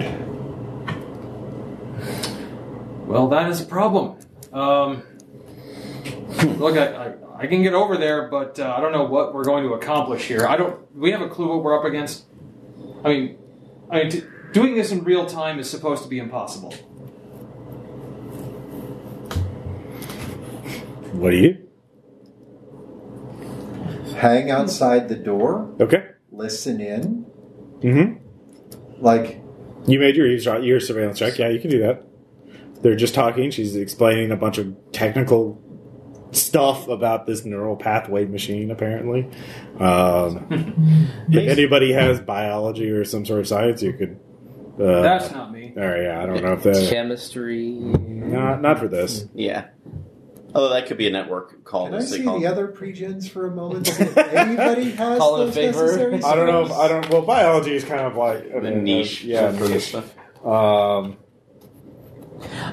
F: Well, that is a problem. Um, look, I, I, I can get over there, but uh, I don't know what we're going to accomplish here. I don't. We have a clue what we're up against. I mean, I mean, t- doing this in real time is supposed to be impossible.
A: What do you?
D: Hang outside the door.
A: Okay.
D: Listen in.
A: Mm-hmm.
D: Like
A: You made your eavesdrop, your surveillance check. Yeah, you can do that. They're just talking. She's explaining a bunch of technical stuff about this neural pathway machine, apparently. Um, if anybody has biology or some sort of science, you could. Uh,
F: That's not me.
A: all right, yeah, I don't know if that.
E: Chemistry.
A: Not, not for this.
B: Yeah. Although that could be a network call.
D: Can I
B: that's
D: see
B: called-
D: the other pregens for a moment? Anybody has
E: Call it a
D: those
E: favor.
D: necessary
A: I don't know. If,
D: skills?
A: I don't. Well, biology is kind of like I
B: the
A: mean,
B: niche.
A: uh, yeah,
B: for this
A: niche.
B: stuff.
A: Um,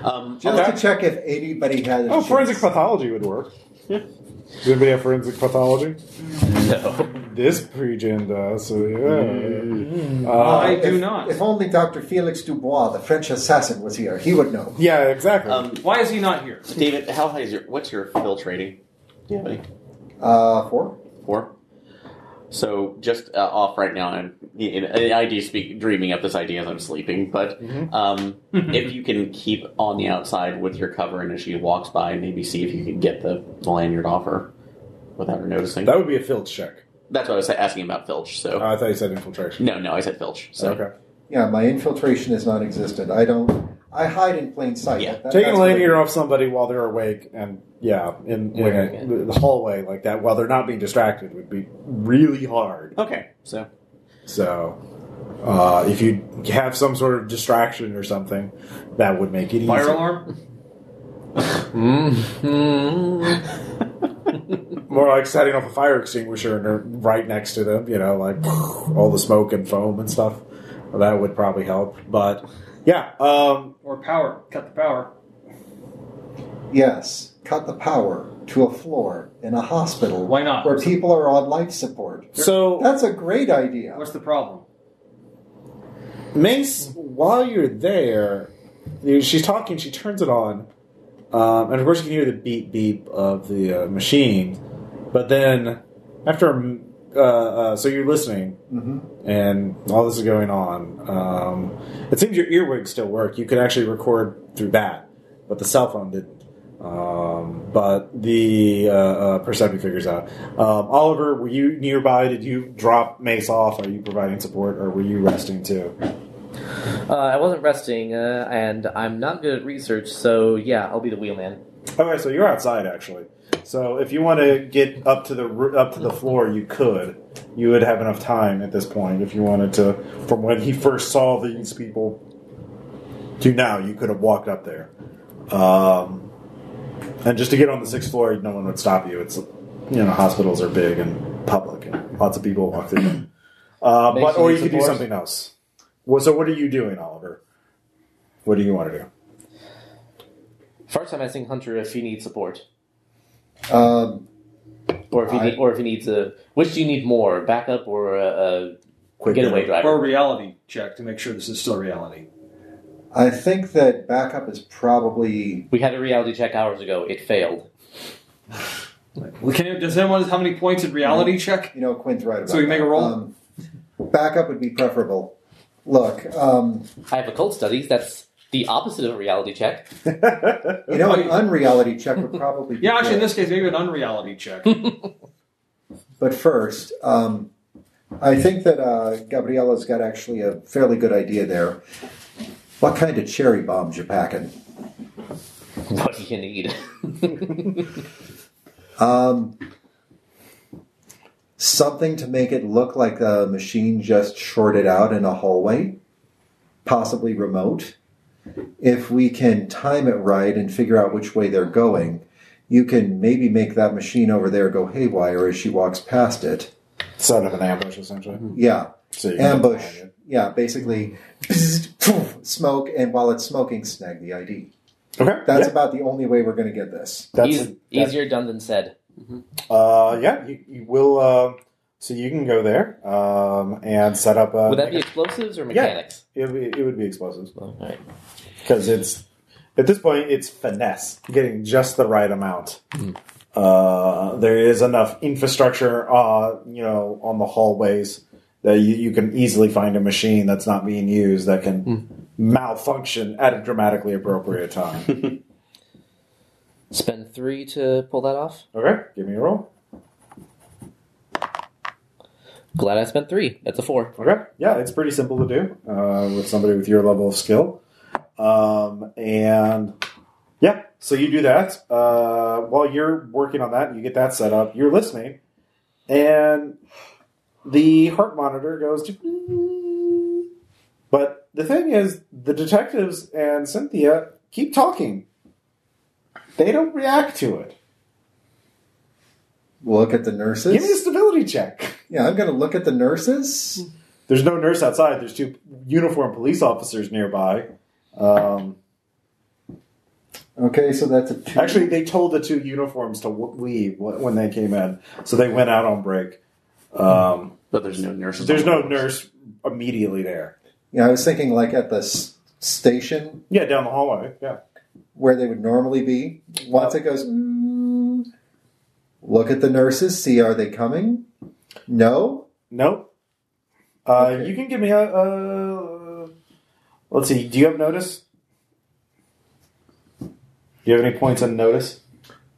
B: Um,
D: Just
A: Okay.
D: to check if anybody has.
A: oh, forensic
D: skills.
A: pathology would work.
B: Yeah.
A: Does anybody have forensic pathology?
E: No.
A: This pregen does. So
B: Mm-hmm.
A: yeah. Uh,
F: I do
D: If-
F: not.
D: If only Dr. Felix Dubois, the French assassin, was here, he would know.
A: yeah, exactly.
B: um,
F: Why is he not here?
B: David, how high is your? What's your filtrating? Do you have any?
D: Uh, four.
B: Four. So just uh, off right now. I'm the, the idea speak dreaming up this idea as I'm sleeping. But
D: Mm-hmm.
B: um, if you can keep on the outside with your cover, and as she walks by, maybe see if you can get the, the lanyard off her without her noticing.
A: that would be a filch check.
B: That's what I was asking about Filch. So
A: Oh, I thought you said infiltration.
B: no, no, I said Filch. So
A: Okay.
D: Yeah, my infiltration is non-existent. I don't. I hide in plain sight.
B: Yeah.
D: That-
A: Taking a
D: that's what
A: lanyard off somebody while they're awake and, yeah, in, in
E: Wearing
A: a- the hallway like that while they're not being distracted would be really hard.
B: okay, so
A: So, uh, if you have some sort of distraction or something, that would make it
F: Fire
A: easier.
F: alarm?
E: Mm-hmm.
A: More like setting off a fire extinguisher and they're right next to them, you know, like all the smoke and foam and stuff. That would probably help. But, yeah, um,
F: Or power? Cut the power.
D: Yes, cut the power to a floor in a hospital.
F: Why not?
D: Where people are on life support.
A: so.
D: That's a great idea.
F: What's the problem?
A: Mace, while you're there, you- she's talking. She turns it on, um, and of course you can hear the beep beep of the uh, machine. But then, after a m- uh, uh, so you're listening,
D: Mhm.
A: and all this is going on. Um, it seems your earwigs still work. You could actually record through that, but the cell phone didn't. Um, but the uh, uh, Persephone figures out. Um, Oliver, were you nearby? Did you drop Mace off? Are you providing support, or were you resting too?
E: Uh, I wasn't resting, uh, and I'm not good at research, so yeah, I'll be the wheelman.
A: Okay, so you're outside actually. So if you want to get up to the r- up to the floor, you could. You would have enough time at this point if you wanted to, from when he first saw these people to now, you could have walked up there. Um, and just to get on the sixth floor, no one would stop you. It's, you know, hospitals are big and public, and lots of people walk through them. Uh,
E: Makes
A: but,
E: you
A: or
E: need
A: you could do
E: support.
A: something else. Well, so what are you doing, Oliver? What do you want to do?
E: First, I'm asking Hunter if he needs support,
D: Um,
E: or if he
D: I-
E: need, or if he needs a which do you need more, backup or a, a
A: Quick
E: getaway
A: dinner.
E: driver?
F: Or a reality check to make sure this is still reality.
D: I think that backup is probably
E: We had a reality check hours ago. It failed.
F: Well, Can, does anyone how many points in reality check?
D: you know Quinn's right about.
F: So we make a
D: that.
F: roll?
D: Um, backup would be preferable. Look, um,
E: I have occult studies. That's the opposite of a reality check.
D: you know, an unreality check would probably. Be
F: Yeah, actually, in
D: good.
F: this case, maybe an unreality check.
D: But first, um, I think that uh, Gabriella's got actually a fairly good idea there. What kind of cherry bombs you packing?
E: What do you need?
D: Um, something to make it look like a machine just shorted out in a hallway, possibly remote. If we can time it right and figure out which way they're going, you can maybe make that machine over there go haywire as she walks past it.
A: Set up an ambush, essentially.
D: Yeah,
A: So you can-
D: ambush. Yeah, basically, smoke, and while it's smoking, snag the ID.
A: Okay.
D: That's
A: yeah,
D: about the only way we're going to get this.
A: that's,
E: Eas-
A: that's-
E: easier done than said.
A: Uh, yeah, you, you will. Uh, so you can go there um, and set up. Uh,
E: Would that be explosives or
A: Yeah. Oh.
E: mechanics?
A: It would be, it would be explosives
E: All right.
A: because it's at this point it's finesse, getting just the right amount. Uh, there is enough infrastructure, uh, you know, on the hallways that you, you can easily find a machine that's not being used that can malfunction at a dramatically appropriate time.
E: Spend three to pull that off.
A: okay, give me a roll.
E: Glad I spent three. That's a four.
A: Okay. Yeah, it's pretty simple to do uh, with somebody with your level of skill. Um, and yeah, so you do that. Uh, while you're working on that, you get that set up. You're listening, and the heart monitor goes. to- But the thing is, the detectives and Cynthia keep talking. They don't react to it.
D: Look at the nurses.
A: Give me a stability check.
D: Yeah, I'm going to look at the nurses.
A: There's no nurse outside. There's two uniformed police officers nearby. Um,
D: Okay, so that's a two.
A: actually, they told the two uniforms to w- leave wh- when they came in, so they went out on break. Um,
B: But there's no nurses.
A: there's
B: on
A: no
B: the-
A: nurse immediately there.
D: yeah, I was thinking like at the s- station
A: Yeah, down the hallway. Yeah.
D: where they would normally be. Once it goes, "Mm," look at the nurses. See, are they coming? No.
A: Nope. Uh,
D: Okay.
A: You can give me a. Uh, let's see. Do you have notice? Do you have any points on notice?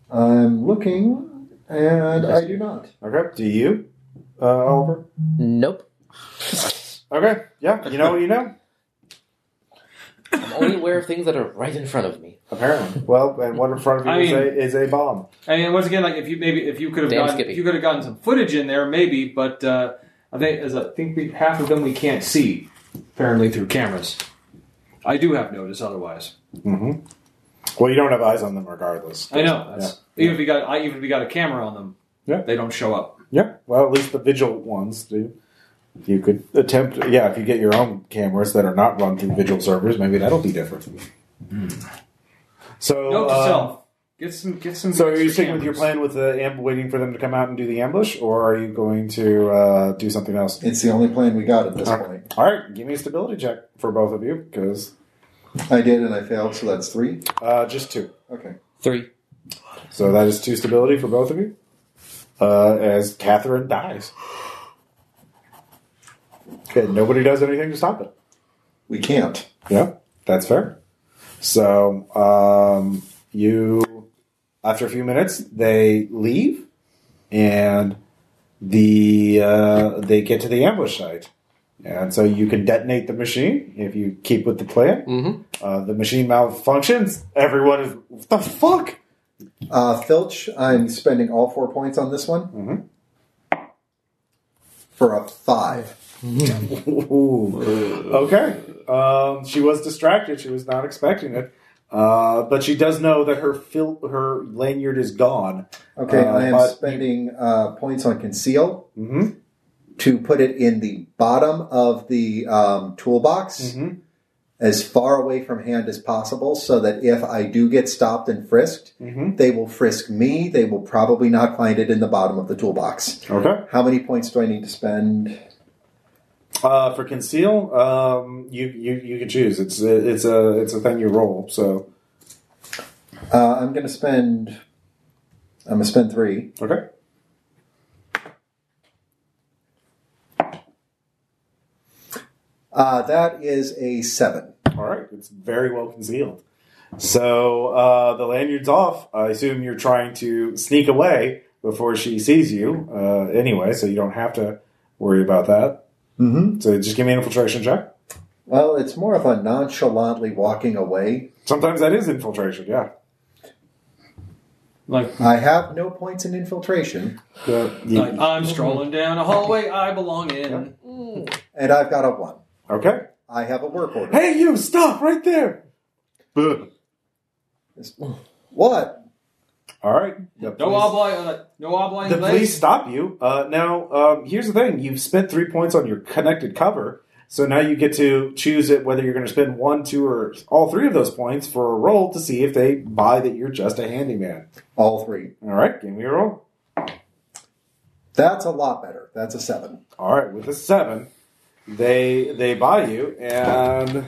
D: I'm looking, and I do not.
A: Okay. Do you, uh, Oliver?
E: Nope.
A: Okay. Yeah. You know what you know.
E: I'm only aware of things that are right in front of me.
A: Apparently. Well, and what in front of you
F: I
A: is,
F: mean-
A: a, is a bomb.
F: I mean, once again, like if you maybe if you could have
E: Damn
F: gotten
E: Skippy.
F: if you could have gotten some footage in there, maybe. But uh, I think as I think we, half of them we can't see apparently through cameras. I do have notice otherwise.
A: Mm-hmm. Well, you don't have eyes on them regardless.
F: I know. That's, Even if we got I even if we got a camera on them,
A: Yeah.
F: they don't show up.
A: Yeah. Well, at least the vigil ones do. You could attempt, yeah, if you get your own cameras that are not run through vigil servers, maybe that'll be different. So,
F: Note to
A: uh,
F: self: get some get some.
A: so are you
F: extra
A: sticking with your
F: cameras.
A: plan with the amp, waiting for them to come out and do the ambush, or are you going to uh, do something else?
D: It's the only plan we got at this point.
A: All right, give me a stability check for both of you, because
D: I did, and I failed, so that's three.
A: uh, just two.
D: Okay.
E: Three.
A: So that is two stability for both of you. Uh, as Catherine dies. Okay, nobody does anything to stop it.
D: We can't.
A: Yeah, that's fair. So um, you, after a few minutes, they leave, and the uh, they get to the ambush site, and so you can detonate the machine if you keep with the plan.
E: Mhm.
A: Uh, the machine malfunctions. Everyone is what the fuck.
D: Uh, Filch, I'm
A: Mm-hmm.
D: spending all four points on this one
A: Mhm.
D: for a five.
A: Ooh. Okay. Um, she was distracted. She was not expecting it. Uh, but she does know that her fil- her lanyard is gone.
D: Okay,
A: Uh,
D: I am
A: but-
D: spending uh, points on conceal
A: Mm-hmm.
D: to put it in the bottom of the um, toolbox
A: Mhm.
D: as far away from hand as possible so that if I do get stopped and frisked,
A: Mm-hmm.
D: they will frisk me. They will probably not find it in the bottom of the toolbox.
A: Okay.
D: How many points do I need to spend?
A: Uh, for conceal, um, you, you you can choose. It's a, it's a it's a thing you roll. So
D: Uh, I'm going to spend. I'm going to spend three.
A: okay.
D: Uh, that is a seven.
A: All right, it's very well concealed. So uh, the lanyard's off. I assume you're trying to sneak away before she sees you. Uh, anyway, so you don't have to worry about that.
D: Mm-hmm.
A: So just give me an infiltration check.
D: Well, it's more of a nonchalantly walking away.
A: Sometimes that is infiltration. Yeah.
F: Like,
D: I have no points in infiltration,
A: The- you-
F: like I'm strolling down a hallway I belong in.
D: and I've got a one.
A: okay.
D: I have a work order.
A: Hey, you! Stop right there.
D: What?
A: All right. The
F: No
A: police-
F: obli, uh, no obli
A: the
F: in
A: police
F: place.
A: stop you. Uh, now, um, here's the thing: you've spent three points on your connected cover, so now you get to choose it whether you're going to spend one, two, or all three of those points for a roll to see if they buy that you're just a handyman.
D: All three.
A: All right, give me a roll.
D: That's a lot better. That's a seven.
A: All right, with a seven, they they buy you, and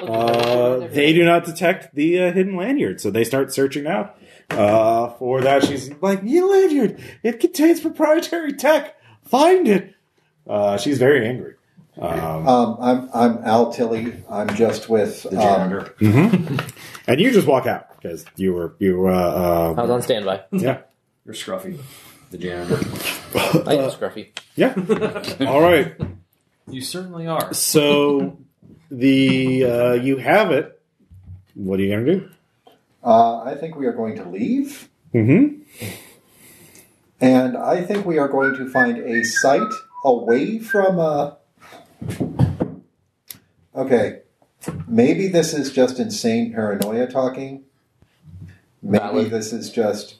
A: uh, they do not detect the uh, hidden lanyard, so they start searching out uh, for that. She's like, "The lanyard, it contains proprietary tech. Find it." Uh, she's very angry. Um,
D: Um, I'm I'm Al Tilly. I'm just with um, the
F: Um,
D: janitor.
A: And you just walk out because you were you uh,
E: I
A: um,
E: was on standby.
A: yeah
F: You're scruffy.
B: The janitor.
E: I am scruffy.
A: uh, yeah. All right,
F: You certainly are.
A: so the uh, you have it. What are you gonna do?
D: uh, I think we are going to leave,
A: Mm-hmm.
D: and I think we are going to find a site away from. Uh... Okay, maybe this is just insane paranoia talking. Maybe
E: Valid.
D: this is just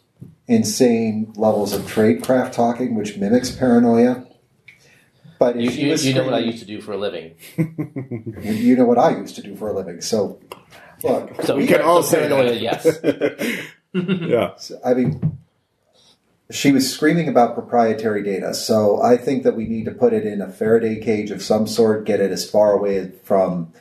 D: insane levels of tradecraft talking, which mimics paranoia. But if
E: You,
D: she
E: you,
D: was
E: you know what I
D: screaming-
E: used to do for a living.
D: You- you know what I used to do for a living. So, look,
E: So
A: We can all
E: so
A: say that.
E: paranoia, yes.
A: yeah.
D: I mean, she was screaming about proprietary data. So I think that we need to put it in a Faraday cage of some sort, get it as far away from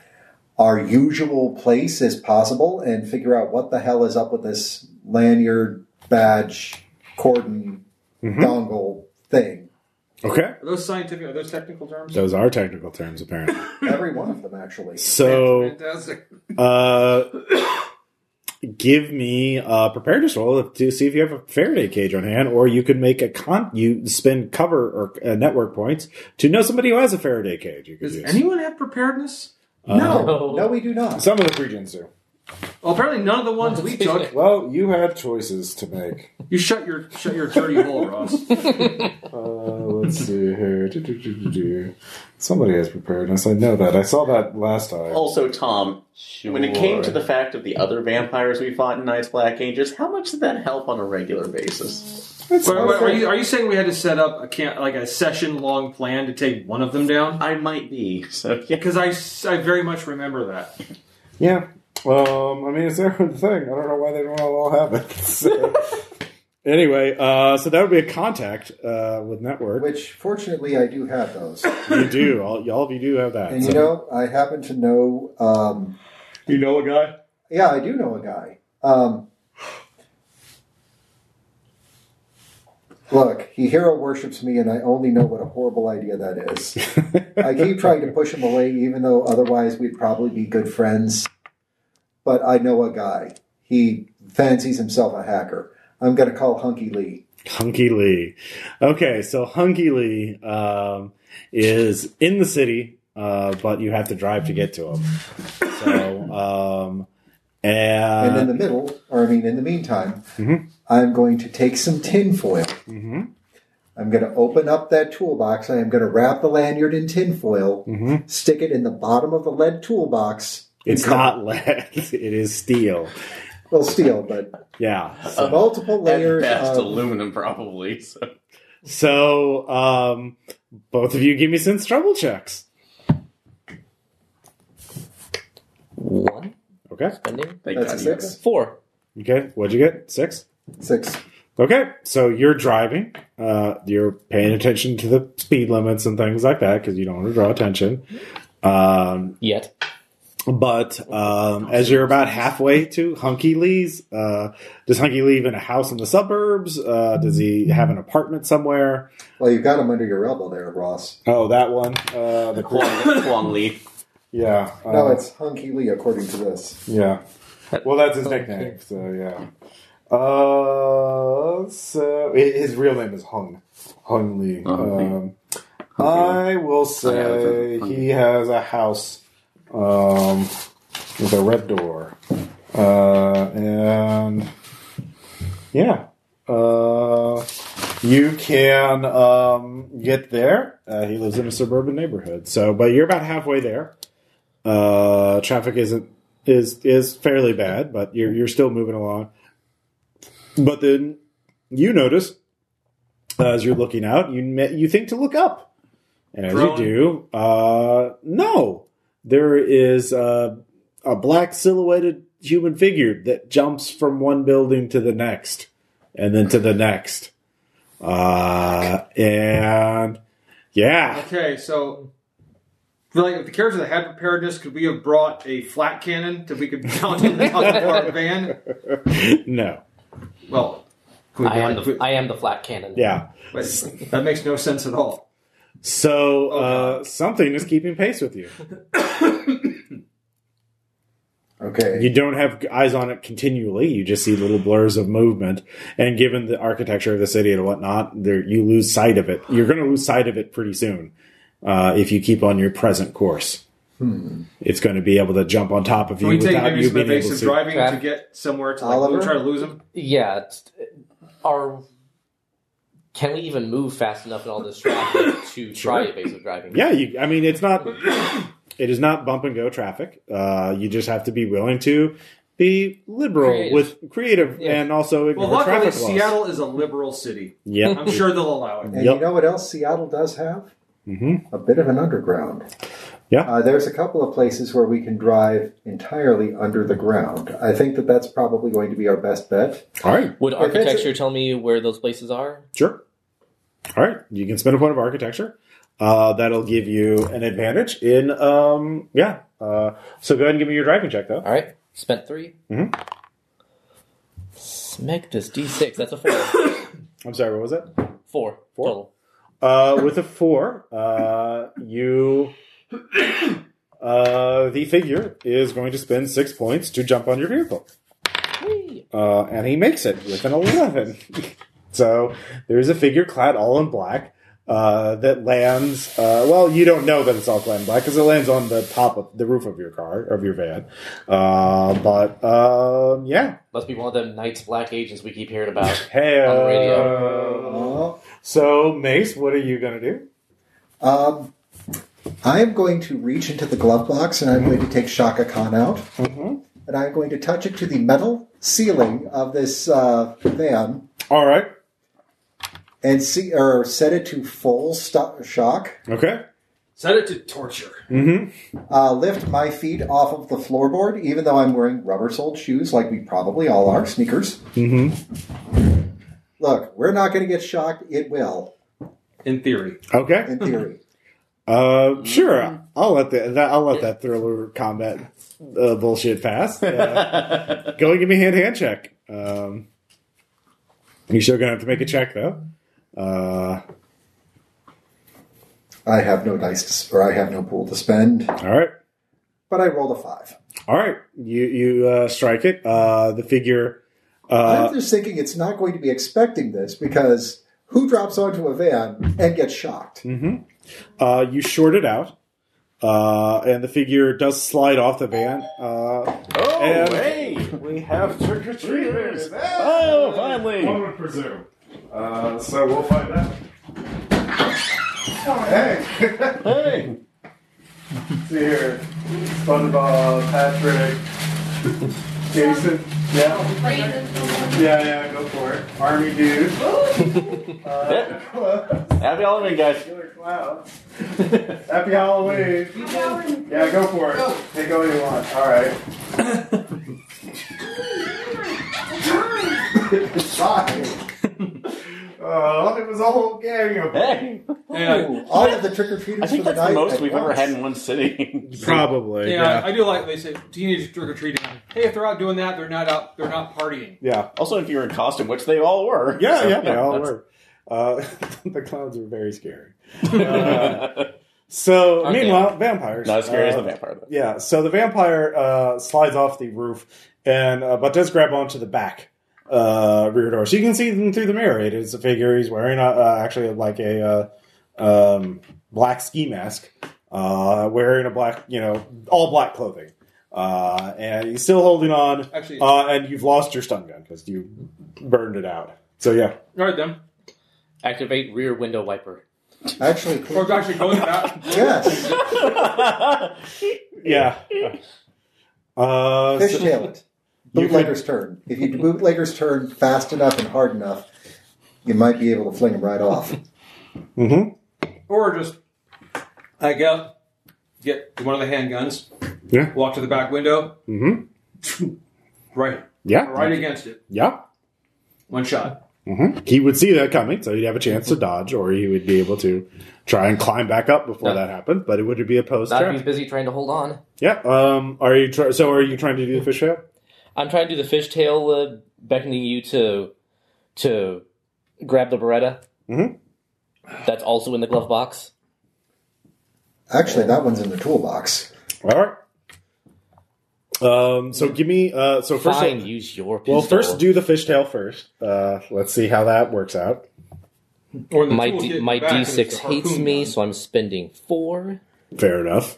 D: our usual place as possible, and figure out what the hell is up with this lanyard, badge, cordon, dongle thing.
A: Okay.
F: Are those scientific? Are those technical terms?
A: Those are technical terms, apparently.
D: Every one of them, actually.
A: So,
F: Fantastic.
A: uh, give me a preparedness roll to see if you have a Faraday cage on hand, or you could make a con. You spend cover or uh, network points to know somebody who has a Faraday cage. You could
F: Does
A: use. Uh,
F: anyone have preparedness?
D: no, no, we do not.
A: Some of the pre-gens do.
F: Well, apparently none of the ones we took.
A: Well, you have choices to make.
F: You shut your shut your dirty hole, Ross.
A: Uh, let's see here. Do, do, do, do, do. Somebody has preparedness. I know that. I saw that last time.
F: Oh,
B: Also, Tom, when it came to the fact of the other vampires we fought in Night's Black Angels, how much did that help on a regular basis?
A: That's
F: Wait, wait,
A: okay.
F: are, you, are you saying we had to set up a camp, like a session long plan to take one of them down?
B: I might be. So yeah.
F: Because I, s- I very much remember that.
A: Yeah. Um, I mean, it's their own thing. I don't know why they don't all have it. So- anyway, uh, so that would be a contact uh, with network.
D: Which, fortunately, I do have those.
A: You do. All, all of you do have that.
D: And
A: so-
D: you know, I happen to know um,
F: You know a guy?
D: Yeah, I do know a guy. Um, look, he hero worships me, and I only know what a horrible idea that is. I keep trying to push him away, even though otherwise we'd probably be good friends. But I know a guy. He fancies himself a hacker. I'm going to call Hunky Lee.
A: Hunky Lee. Okay, so Hunky Lee um, is in the city, uh, but you have to drive to get to him. So, um, and,
D: And in the middle, or I mean, in the meantime, I'm going to take some tinfoil
A: Mhm.
D: I'm going to open up that toolbox. I am going to wrap the lanyard in tinfoil, stick it in the bottom of the lead toolbox. and
A: mm-hmm, It's
D: come-
A: not lead. It is steel.
D: well steel, but
A: Yeah.
D: so multiple
B: At
D: layers.
B: best,
D: of-
B: aluminum probably. So.
A: So, um, both of you give me sense trouble checks.
E: One
A: Okay.
E: spending
B: Thank
D: That's a
B: God you have
D: six.
E: four.
A: Okay. What'd you get? Six.
D: Six.
A: Okay, so you're driving. Uh, you're paying attention to the speed limits and things like that because you don't want to draw attention. Um,
E: Yet
A: but um, as you're about halfway to Hunky Lee's, uh, does Hunky Lee live in a house in the suburbs? Uh, does he have an apartment somewhere?
D: Well, you got them under your elbow there, Ross.
A: Oh, that one. Uh, the cor-
B: Kwong, Kwong Lee.
A: yeah. Uh,
D: No, it's Hunky Lee, according to this.
A: yeah. Well, that's his nickname. So yeah. Uh, so hi- his real name is Hung Hung Lee.
B: Oh, Lee.
A: Um, I will say
B: that's it.
A: he has a house um, with a red door, uh, and yeah, uh, you can um, get there. Uh, he lives in a suburban neighborhood, so but you're about halfway there. Uh, traffic isn't is is fairly bad, but you're you're still moving along. But then you notice uh, as you're looking out, you me- you think to look up, and as
F: Drone.
A: you do, uh, no, there is uh, a black silhouetted human figure that jumps from one building to the next, and then to the next, uh, and yeah,
F: Okay, so like if the characters that had preparedness, could we have brought a flat cannon that we could mount on the top of our van?
A: no,
F: Well, could we
E: I am
F: brought-
E: the I am the flat cannon.
A: yeah.
F: wait, that makes no sense at all.
A: So uh, something is keeping pace with you.
D: Okay.
A: You don't have eyes on it continually. You just see little blurs of movement. And given the architecture of the city and whatnot, there you lose sight of it. You're going to lose sight of it pretty soon uh, if you keep on your present course. It's going to be able to jump on top of you
F: Hmm. Can we take
A: without
F: maybe
A: you
F: some
A: being able
F: evasive
A: to.
F: driving to
E: Traffic.
F: get somewhere to like,
D: Oliver?
F: try to lose him?
E: yeah. it's- Are can we even move fast enough in all this traffic to try evasive driving?
A: Yeah, you, I mean it's not. it is not bump and go traffic. Uh, you just have to be willing to be liberal
E: Creative.
A: with creative
E: Yeah.
A: and also ignore
F: Well, luckily
A: traffic laws.
F: Seattle is a liberal city.
A: Yeah,
F: I'm sure they'll allow it.
D: And
A: Yep.
D: you know what else Seattle does have?
A: Mhm.
D: A bit of an underground.
A: Yeah.
D: Uh, there's a couple of places where we can drive entirely under the ground. I think that that's probably going to be our best bet.
A: All right.
E: Would
D: Okay, so-
E: architecture tell me where those places are?
A: Sure. All right, you can spend a point of architecture. Uh, that'll give you an advantage in um, yeah. Uh, so go ahead and give me your driving check though.
E: All right, spent 3
A: Mhm.
E: Smack this D6. That's a four.
A: I'm sorry, what was it?
E: Four,
A: Four.
E: total.
A: Uh, with a four, uh, you uh, the figure is going to spend six points to jump on your vehicle,
E: Whee!
A: uh, and he makes it with an eleven. so there's a figure clad all in black. Uh, that lands. Uh, well, you don't know that it's all clad in black because it lands on the top of the roof of your car of your van. Uh, but um, yeah,
E: Must be one of them Knights Black agents we keep hearing about.
A: hey.
E: On the
A: Uh, so Mace, what are you gonna do?
D: Um, I am going to reach into the glove box and I'm going to take Shaka Khan out. And I'm going to touch it to the metal ceiling of this uh, van
A: All right.
D: and see or set it to full sto- shock.
A: Okay.
F: Set it to torture.
A: Mm-hmm.
D: uh, lift my feet off of the floorboard, even though I'm wearing rubber soled shoes like we probably all are, sneakers.
A: Mm-hmm.
D: Look, we're not going to get shocked. It will,
F: In theory,
A: Okay.
D: in theory.
A: Uh, sure. I'll let the, that I'll let that thriller combat uh, bullshit pass. Uh, go and give me a hand hand check. Um, you're still gonna have to make a check though. Uh,
D: I have no dice to, s- or I have no pool to spend,
A: all right,
D: but I rolled a five.
A: all right. You you uh, strike it. Uh, the figure. Uh,
D: I'm just thinking it's not going to be expecting this because who drops onto a van and gets shocked?
A: Mm-hmm. uh, you short it out, uh, and the figure does slide off the van. Uh,
B: Oh,
A: And-
B: hey!
A: we have trick or treaters.
B: Oh, finally!
A: would presume. Uh, so we'll find out.
G: Hey!
H: Hey!
G: See here. SpongeBob, Patrick, Jason. Yeah. Yeah, yeah, go for it. Army dude. Uh,
B: Happy Halloween, guys.
G: Killer Clown. Happy Halloween. Yeah, go for it. Take all you want. All right. it's fine. Oh, it was a whole gang of
B: Hey,
C: Yeah,
D: Ooh, all of the trick or treaters
B: Uh, I think
D: for the
B: that's the
D: night
B: most
D: at
B: we've ever
D: once.
B: had in one sitting.
A: Probably.
C: yeah,
A: Yeah.
C: I do like they say teenage trick or treating. Hey, if they're out doing that, they're not out. They're not partying.
A: Yeah.
B: also, if you were in costume, which they all were.
A: Yeah.
B: So,
A: yeah, They all
B: that's-
A: were. Uh, the clowns are very scary. Uh, so,
E: Aren't they
A: meanwhile, vampires.
B: Not as scary as
A: uh,
B: the vampire, though.
A: Yeah. So the vampire uh, slides off the roof, and uh, but does grab onto the back uh, rear door, so you can see them through the mirror. It is a figure. He's wearing a, uh, actually like a uh, um, black ski mask, uh, wearing a black, you know, all black clothing, uh, and he's still holding on.
C: Actually, all
A: Uh, and you've lost your stun gun because you burned it out. So yeah,
C: right then.
E: Activate rear window wiper.
D: Actually,
C: Or actually go to that.
D: yes.
A: yeah. Uh, so-
D: Fishtail it.
A: You could-
D: Bootlegger's turn. If you do bootlegger's turn fast enough and hard enough, you might be able to fling him right off.
A: Mhm.
C: Or just I go get one of the handguns.
A: Yeah.
C: Walk to the back window.
A: Mhm.
C: Right.
A: Yeah.
C: Right against it.
A: Yeah.
C: One shot.
A: hmm He would see that coming, so he'd have a chance to dodge, or he would be able to try and climb back up before
E: No.
A: that happened. But it would be a post
E: Not if he's
A: turn.
E: busy trying to hold on.
A: Yeah. Um. Are you try- so? Are you trying to do the fish out?
E: I'm trying to do the fishtail, uh, beckoning you to to grab the Beretta.
A: Mhm.
E: That's also in the glove box.
D: Actually, that one's in the toolbox.
A: All right. Um. So give me. Uh. So first.
E: Fine, use your pistol.
A: Well, first do the fishtail first. Uh, let's see how that works out.
C: Or the
E: my
C: tool
E: D,
C: kit
E: my
C: in the back is
E: D6
C: the harpoon
E: hates me,
C: gun.
E: so I'm spending four,
A: Fair enough.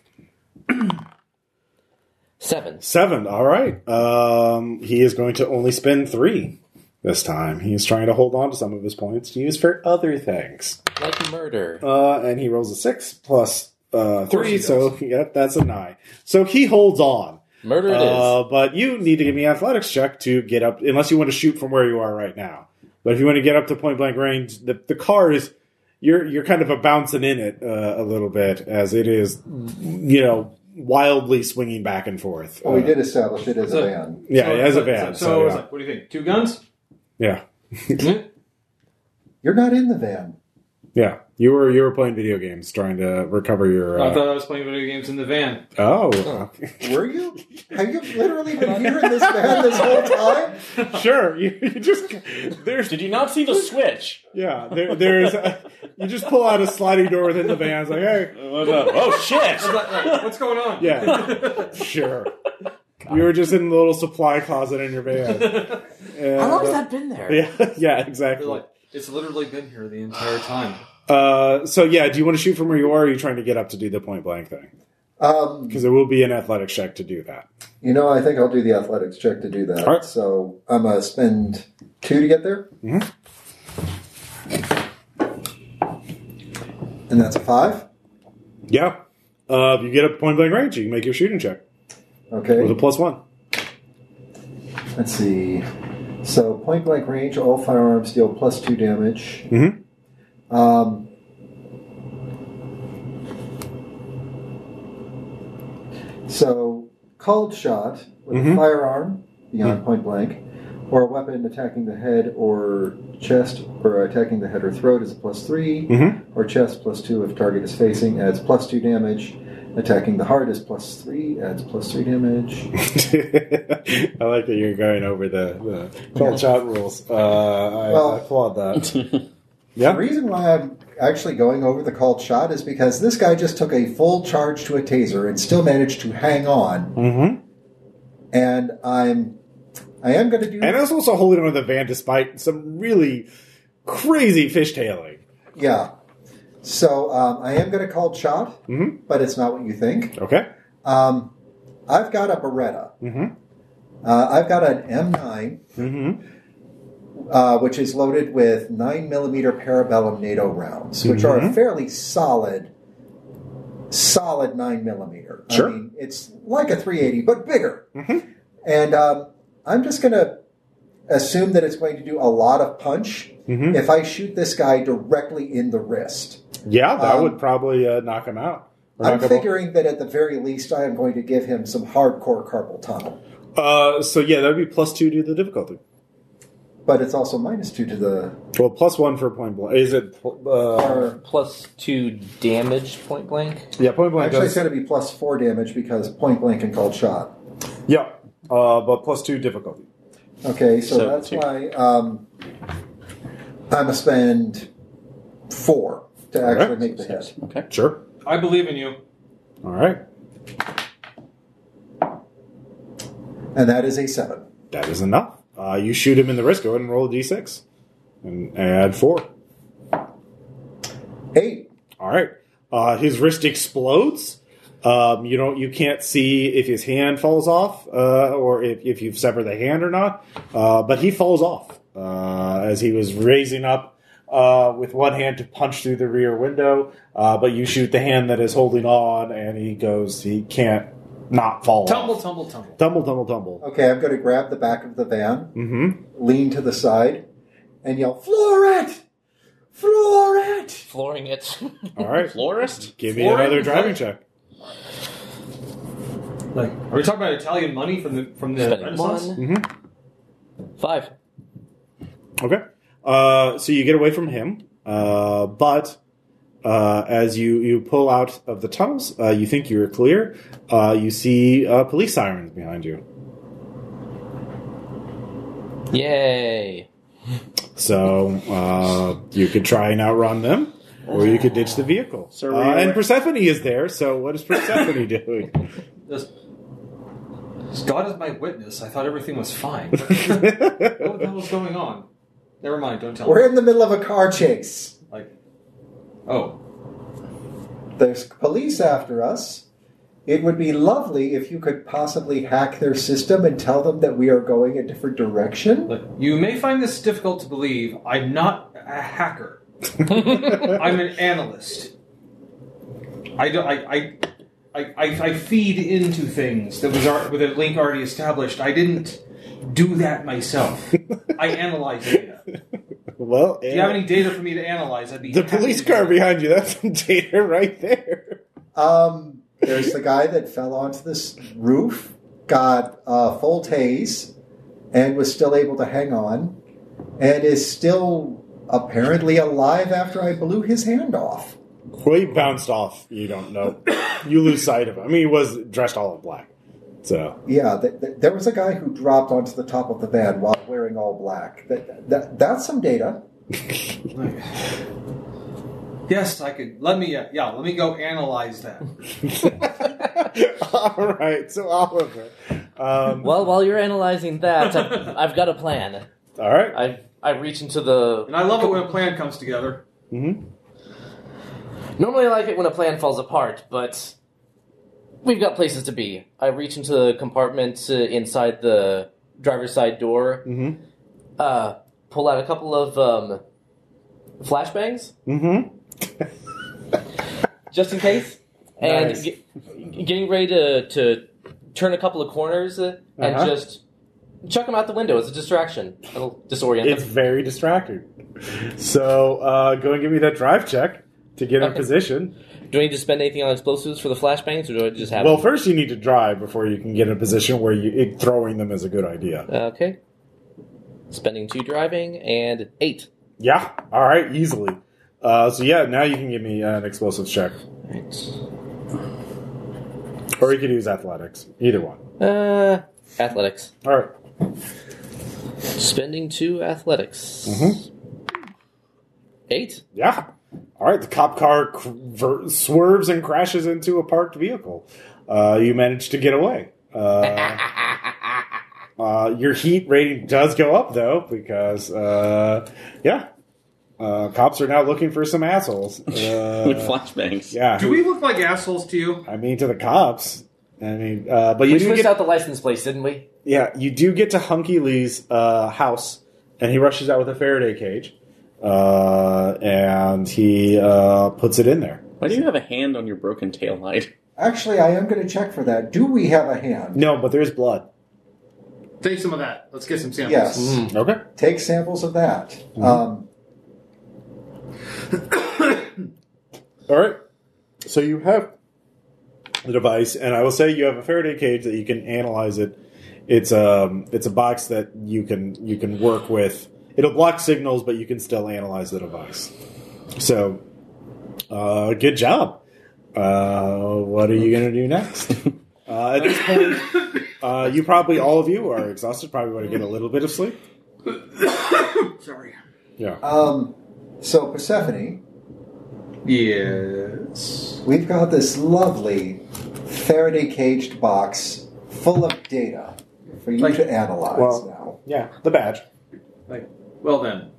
E: seven.
A: Seven. All right. Um, he is going to only spend three this time. He is trying to hold on to some of his points to use for other things.
E: Like murder.
A: Uh, and he rolls a six plus uh,
C: course
A: three,
C: he
A: so yeah, that's a nine. So he holds on.
E: Murder it is.
A: Uh, but you need to give me an athletics check to get up, unless you want to shoot from where you are right now. But if you want to get up to point blank range, the, the car is you're you're kind of a bouncing in it uh, a little bit as it is, you know, wildly swinging back and forth.
D: Well, we
A: Uh,
D: did establish it as a
C: So-
D: van.
A: yeah,
C: So-
A: as a
C: so-
A: van.
C: So,
A: So,
C: I was
A: yeah.
C: like, what do you think? Two guns?
A: yeah,
D: You're not in the van.
A: yeah. You were you were playing video games trying to recover your.
C: I
A: Uh,
C: thought I was playing video games in the van.
A: oh,
D: Were you? Have you literally been here in this van this whole time?
A: sure. You, you just there's
B: Did you not see the switch?
A: Yeah, there, there's. A, you just pull out a sliding door within the van. It's like, hey,
B: oh shit!
C: What's going on?
A: yeah, sure. You were just in the little supply closet in your van. And,
E: How long has
A: uh,
E: that been there?
A: Yeah, yeah,
C: They're
A: exactly.
C: like, it's literally been here the entire time.
A: Uh, so yeah, do you want to shoot from where you are? Or are you trying to get up to do the point blank thing?
D: Um,
A: Because it will be an athletic check to do that.
D: you know, I think I'll do the athletics check to do that.
A: All right.
D: So I'm gonna spend two to get there.
A: Mhm.
D: And that's a five.
A: Yeah. Uh, if you get up to point blank range, you can make your shooting check with a
D: Okay.
A: plus one.
D: Let's see. So point blank range, all firearms deal plus two damage.
A: Mhm.
D: Um, so called shot with
A: Mhm.
D: a firearm beyond point blank, or a weapon attacking the head or chest, or attacking the head or throat is a plus three,
A: Mhm.
D: or chest plus two if target is facing adds plus two damage. Attacking the heart is plus three, adds plus three damage.
A: I like that you're going over the, the cold shot rules. Uh, I
D: Well-
A: applaud that. Yeah.
D: The reason why I'm actually going over the called shot is because this guy just took a full charge to a taser and still managed to hang on.
A: Mm-hmm.
D: And I'm, I am going to do.
A: And I was also holding on to the van despite some really crazy fishtailing.
D: yeah. So um, I am going to called shot,
A: Mhm.
D: but it's not what you think.
A: Okay.
D: Um, I've got a Beretta.
A: Mhm.
D: Uh, I've got an M9
A: Mm-hmm.
D: uh, which is loaded with 9mm Parabellum NATO rounds, which are a
A: Mhm.
D: fairly solid, solid 9mm.
A: Sure. Mm-hmm.
D: I mean, it's like a 380, but bigger. And um, I'm just going to assume that it's going to do a lot of punch
B: Hmm?
A: Mhm.
D: if I shoot this guy directly in the wrist.
A: Yeah, that
D: Um,
A: would probably uh, knock him out. Or
D: I'm
A: knock him-
D: figuring that at the very least, I am going to give him some hardcore carpal tunnel.
A: uh, so yeah, that would be plus two to the difficulty.
D: But it's also minus two to the.
A: Well, plus one for point blank. Is it? pl-
B: Oh.
A: Uh,
D: Or,
E: Plus two damage point blank.
A: yeah, point blank. Does,
D: actually, it's going to be plus four damage because point blank and cold shot.
A: yeah, uh, but plus two difficulty.
D: Okay, so,
B: So
D: that's
B: two.
D: why um, I'm going to spend four to actually
A: Alright.
D: make the hit.
B: Okay.
A: Sure.
F: I believe in you.
A: All right.
D: And that is a seven.
A: That is enough. Uh, you shoot him in the wrist. Go ahead and roll a d6 and add four.
D: Eight.
A: All right. Uh, his wrist explodes. Um, you don't. You can't see if his hand falls off uh, or if, if you've severed the hand or not. Uh, but he falls off uh, as he was raising up uh, with one hand to punch through the rear window. Uh, but you shoot the hand that is holding on, and he goes. He can't not fall. off.
F: Tumble, tumble, tumble.
A: tumble, tumble, tumble.
D: Okay, I'm going to grab the back of the van,
B: Hmm.
A: Mm-hmm.
D: lean to the side, and yell, Floor it! Floor it!
E: Flooring it.
A: All right.
B: Florist?
A: Give me
F: Flooring?
A: another driving check.
F: Like, are we talking about Italian money from the from the
E: Spending
F: Renaissance?
E: one.
A: Mhm.
E: Five.
A: Okay. Uh, so you get away from him, uh, but uh, as you, you pull out of the tunnels, uh, you think you're clear. Uh, you see uh, police sirens behind you.
E: Yay.
A: So uh, you could try and outrun them, or you could ditch the vehicle.
B: So
A: uh,
B: we-
A: and Persephone is there, so what is Persephone doing?
F: This- As God is my witness, I thought everything was fine. what the hell was going on? Never mind. Don't tell
D: We're
F: me.
D: in the middle of a car chase.
F: Like, oh,
D: There's police after us. It would be lovely if you could possibly hack their system and tell them that we are going a different direction.
F: look, you may find this difficult to believe. I'm not a hacker. I'm an analyst. I don't. I. I I, I, I feed into things that was ar- with a link already established. I didn't do that myself. I analyze data. If
A: well,
F: you have any data for me to analyze, I'd be
A: the
F: happy
A: police
F: to do
A: car
F: it.
A: behind you, that's some data right there.
D: Um, there's the guy that fell onto this roof, got a full tase, and was still able to hang on, and is still apparently alive after I blew his hand off.
A: Well, he bounced off. You don't know. You lose sight of him. I mean, he was dressed all in black. So,
D: Yeah, th- th- there was a guy who dropped onto the top of the van while wearing all black. That, that, that's some data.
F: Yes, I could. Let me, uh, yeah, let me go analyze that.
A: all right. So Oliver, um,
E: Well, while you're analyzing that, I've, I've got a plan.
A: all right.
E: I I reach into the.
F: And I love it when a plan comes together.
A: Mhm.
E: Normally, I like it when a plan falls apart, but we've got places to be. I reach into the compartment uh, inside the driver's side door,
A: Mhm.
E: uh, pull out a couple of um, flashbangs
A: Mm-hmm.
E: just in case, and
A: Nice.
E: ge- getting ready to, to turn a couple of corners uh, and
A: Uh-huh.
E: just chuck them out the window as a distraction. It'll disorient
A: It's
E: them.
A: very distracting. So uh, go and give me that drive check to get in
E: Okay.
A: position.
E: Do I need to spend anything on explosives for the flashbangs, or do I just have?
A: Well, first you need to drive before you can get in a position where you, it, throwing them is a good idea.
E: Uh, Okay. Spending two driving and eight.
A: Yeah. All right. Easily. Uh, so yeah, now you can give me an explosives check, or you could use athletics. Either one.
E: Uh, athletics.
A: All right.
E: Spending two athletics.
A: Mhm.
E: Eight.
A: Yeah. All right. The cop car cr- ver- swerves and crashes into a parked vehicle. Uh, you manage to get away. Uh, uh, your heat rating does go up though because uh, yeah, uh, cops are now looking for some assholes.
B: With
A: Uh,
B: flashbangs.
A: yeah.
F: Do we look like assholes to you?
A: I mean, to the cops. I mean, uh, but you
E: We
A: do
E: switched
A: get
E: out the license plates, didn't we?
A: yeah, you do get to Hunky Lee's uh, house and he rushes out with a Faraday cage, uh, and he uh, puts it in there.
B: Why do you have a hand on your broken tail light?
D: Actually, I am going to check for that. Do we have a hand?
A: No, but there is blood.
F: Take some of that. Let's get some samples.
D: Yes.
A: Okay.
D: Take samples of that. Um,
A: All right. So you have the device, and I will say you have a Faraday cage that you can analyze it. It's um it's a box that you can you can work with. It'll block signals, but you can still analyze the device. So, uh, good job. Uh, what are you going to do next? Uh, at this point, uh, you probably all of you are exhausted. Probably want to get a little bit of sleep.
F: Sorry.
A: Yeah.
D: um, so, Persephone,
F: Yes.
D: we've got this lovely Faraday caged box full of data for you
F: Like-
D: to analyze
A: Well-
D: now.
A: Yeah. The badge.
F: Like, well then.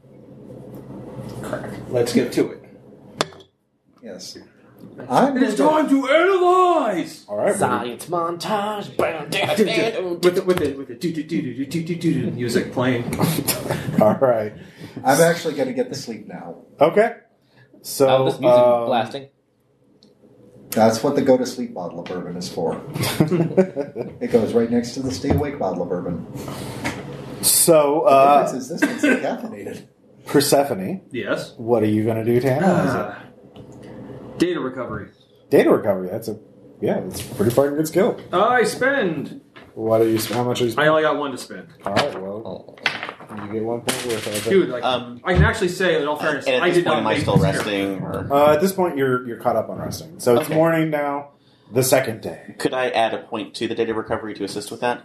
F: Crack. Let's get to it.
D: Yes. I'm
F: It is time
D: gonna-
F: to analyze.
A: All right.
E: Science montage. Bam, dam,
F: With
E: dam,
F: the with the with the do do do do do do do do music playing.
A: All right.
D: I'm actually going to get to sleep now.
A: Okay. So
E: Out this music
A: um,
E: blasting.
D: That's what the go to sleep bottle of bourbon is for.
A: um,
D: It goes right next to the stay awake bottle of bourbon.
A: so
D: The
A: uh,
D: difference is this one's decaffeinated.
A: Persephone,
F: Yes.
A: what are you going to do to analyze it?
F: Ah. Data recovery.
A: Data recovery. That's a yeah. That's a pretty fucking good skill.
F: I spend.
A: What are you? How much are you?
F: I only got one to spend.
A: All right. Well, you get one point worth of it.
F: Dude, like,
B: Um,
F: I can actually say, in all
B: And
F: fairness,
B: at
F: I
B: this point,
F: did not
B: am I
F: make
B: still
F: this here.
B: resting? Or
A: Uh, at this point, you're you're caught up on resting. So it's
B: Okay.
A: morning now. The second day.
B: could I add a point to the data recovery to assist with that?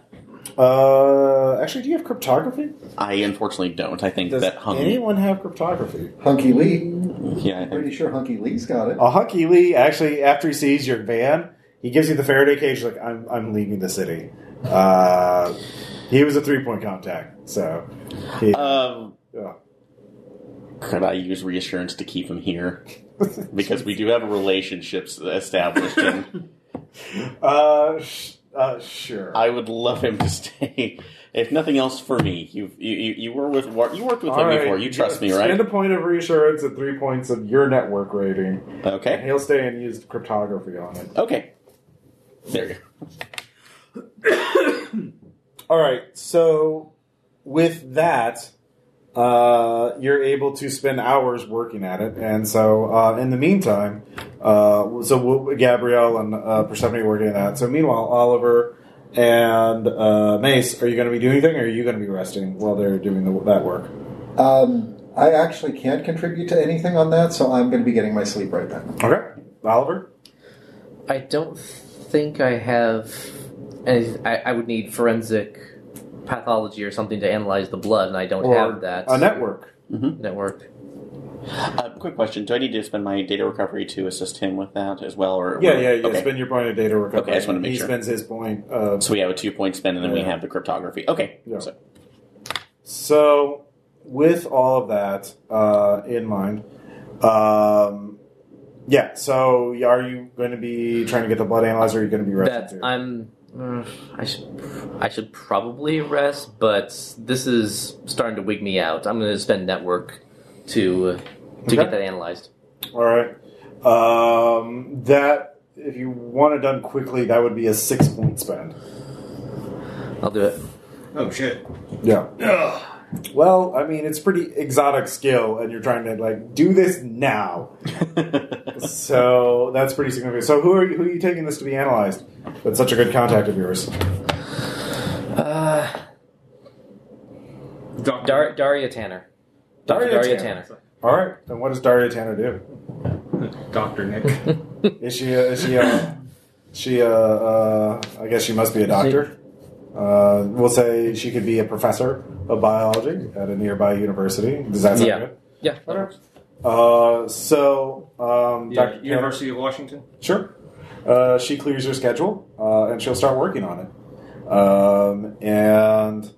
A: Uh, actually, do you have cryptography?
B: I unfortunately don't. I think
A: Does
B: that hung.
A: anyone have cryptography?
D: Hunky Lee.
B: Yeah, I
D: I'm pretty sure Hunky Lee's got it.
A: A hunky Lee actually, after he sees your van, he gives you the Faraday cage. Like I'm, I'm leaving the city. Uh, he was a three point contact, so he,
B: Um,
A: yeah.
B: could I use reassurance to keep him here? Because we do have relationships established, and
A: Uh, sh- uh, sure.
B: I would love him to stay. If nothing else, for me, you you you, you were with War- you worked with him before. You trust me,
A: And
B: right?
A: a point of reassurance and three points of your network rating. And
B: Okay,
A: he'll stay and use cryptography on it.
B: okay. There you go.
A: All right. So with that, uh, you're able to spend hours working at it, and so uh, in the meantime, uh, so w- Gabrielle and uh, Persephone are working at that. So meanwhile, Oliver and uh, Mace, are you going to be doing anything, or are you going to be resting while they're doing the, that work?
D: Um, I actually can't contribute to anything on that, so I'm going to be getting my sleep right then.
A: Okay, Oliver.
E: I don't think I have. Any, I, I would need forensic pathology or something to analyze the blood, and I don't have that.
A: a network.
E: network.
B: Uh, quick question: Do I need to spend my data recovery to assist him with that as well, or
A: Yeah, yeah, yeah.
B: Okay.
A: Spend your point of data recovery.
B: Okay, I just wanted to make
A: he
B: sure.
A: spends his point. Uh,
B: so we have a two point spend, and then
A: Yeah.
B: we have the cryptography. Okay,
A: Yeah.
B: so,
A: So, with all of that uh, in mind, um, yeah. So, are you going to be trying to get the blood analyzer? Or are you going to be
E: That
A: resting? too?
E: I'm. mm, I should. I should probably rest, but this is starting to wig me out. I'm going to spend network to uh, to
A: Okay.
E: get that analyzed.
A: All right. Um, that if you want it done quickly, that would be a six point spend.
E: I'll do it.
F: Oh shit.
A: Yeah.
F: Ugh.
A: Well, I mean, it's pretty exotic skill, and you're trying to like do this now. so that's pretty significant. So who are you, who are you taking this to be analyzed? That's such a good contact of yours.
E: Uh,
F: Doc-
E: Dar- Daria Tanner. Dr.
A: Daria
E: Daria
A: Tanner.
E: Tanner.
A: All right. And what does Daria Tanner do?
F: Dr. Nick.
A: Is she? A, is she? A, she? A, uh, I guess she must be a doctor. Uh, we'll say she could be a professor of biology at a nearby university. Does that sound
E: Yeah.
A: good?
E: Yeah. that
A: Okay.
E: works.
A: Uh, so, um,
F: Yeah,
A: Dr. Tanner-
F: University of Washington.
A: Sure. Uh, she clears her schedule, uh, and she'll start working on it. Um, and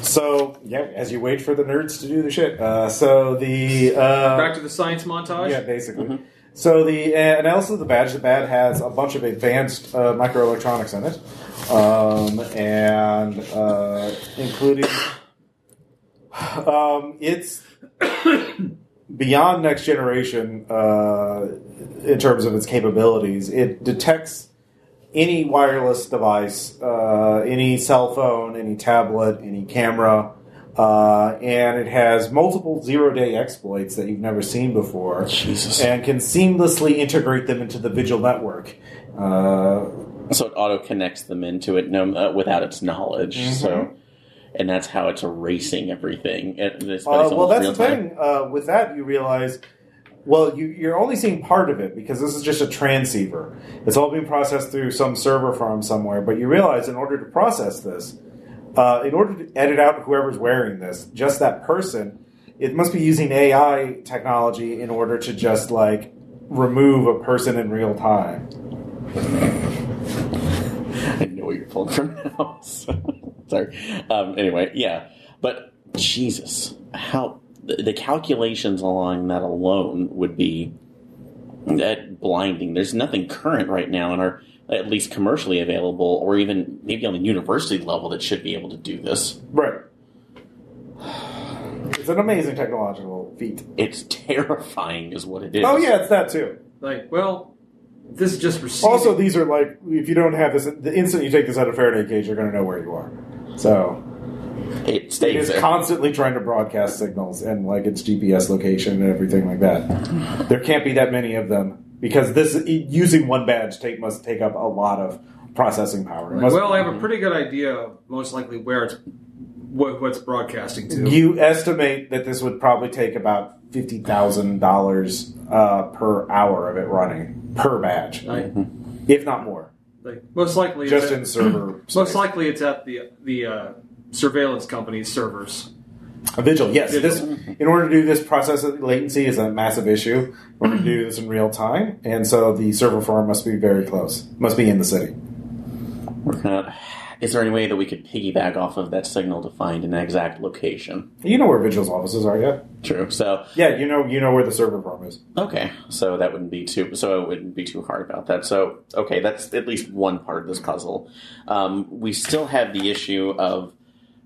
A: so, yeah, as you wait for the nerds to do the shit. Uh, so the uh,
F: Back to the science montage.
A: yeah, basically. So the uh, analysis of the badge, the badge has a bunch of advanced uh, microelectronics in it, um, and uh, including Um, it's beyond next generation uh, in terms of its capabilities. It detects any wireless device, uh, any cell phone, any tablet, any camera, uh, and it has multiple zero day exploits that you've never seen before,
B: Jesus.
A: and can seamlessly integrate them into the Vigil network. Uh,
B: So it auto connects them into it no, uh, without its knowledge.
A: Mm-hmm.
B: So, and that's how it's erasing everything. It, this- but
A: Uh,
B: it's
A: well,
B: almost
A: that's
B: real
A: the
B: time.
A: thing. Uh, with that, you realize, well, you, you're only seeing part of it because this is just a transceiver. It's all being processed through some server farm somewhere. But you realize, in order to process this, uh, in order to edit out whoever's wearing this, just that person, it must be using AI technology in order to just like remove a person in real time.
B: I know where you're pulling from now. so- Sorry. Um, anyway, yeah. But Jesus, how the, the calculations along that alone would be that blinding. There's nothing current right now in our at least commercially available, or even maybe on the university level that should be able to do this.
A: Right. It's an amazing technological feat.
B: It's terrifying, is what it is.
A: Oh yeah, it's that too.
F: Like, well, this is just receiving.
A: Also, these are like if you don't have this, the instant you take this out of Faraday cage, you're going to know where you are. So
B: it
A: it
B: stays
A: is
B: there.
A: constantly trying to broadcast signals and like its GPS location and everything like that. There can't be that many of them because this using one badge take must take up a lot of processing power. It
F: Like,
A: must-
F: well, I have a pretty good idea of most likely where it's what, what's broadcasting to.
A: you estimate that this would probably take about fifty thousand uh, dollars uh, per hour of it running per badge,
F: Like,
A: if not more,
F: like, most likely,
A: just
F: it's
A: in server.
F: most
A: space.
F: likely it's at the the uh, surveillance company's servers.
A: A vigil, yes.
F: Vigil.
A: This, in order to do this, process latency is a massive issue. We're going to do this in real time, and so the server farm must be very close. Must be in the city.
B: We're not- Uh, is there any way that we could piggyback off of that signal to find an exact location?
A: You know where Vigil's offices are, yeah?
B: True. So
A: Yeah, you know, you know where the server farm is.
B: Okay, so that wouldn't be too so it wouldn't be too hard about that. So okay, that's at least one part of this puzzle. Um, we still have the issue of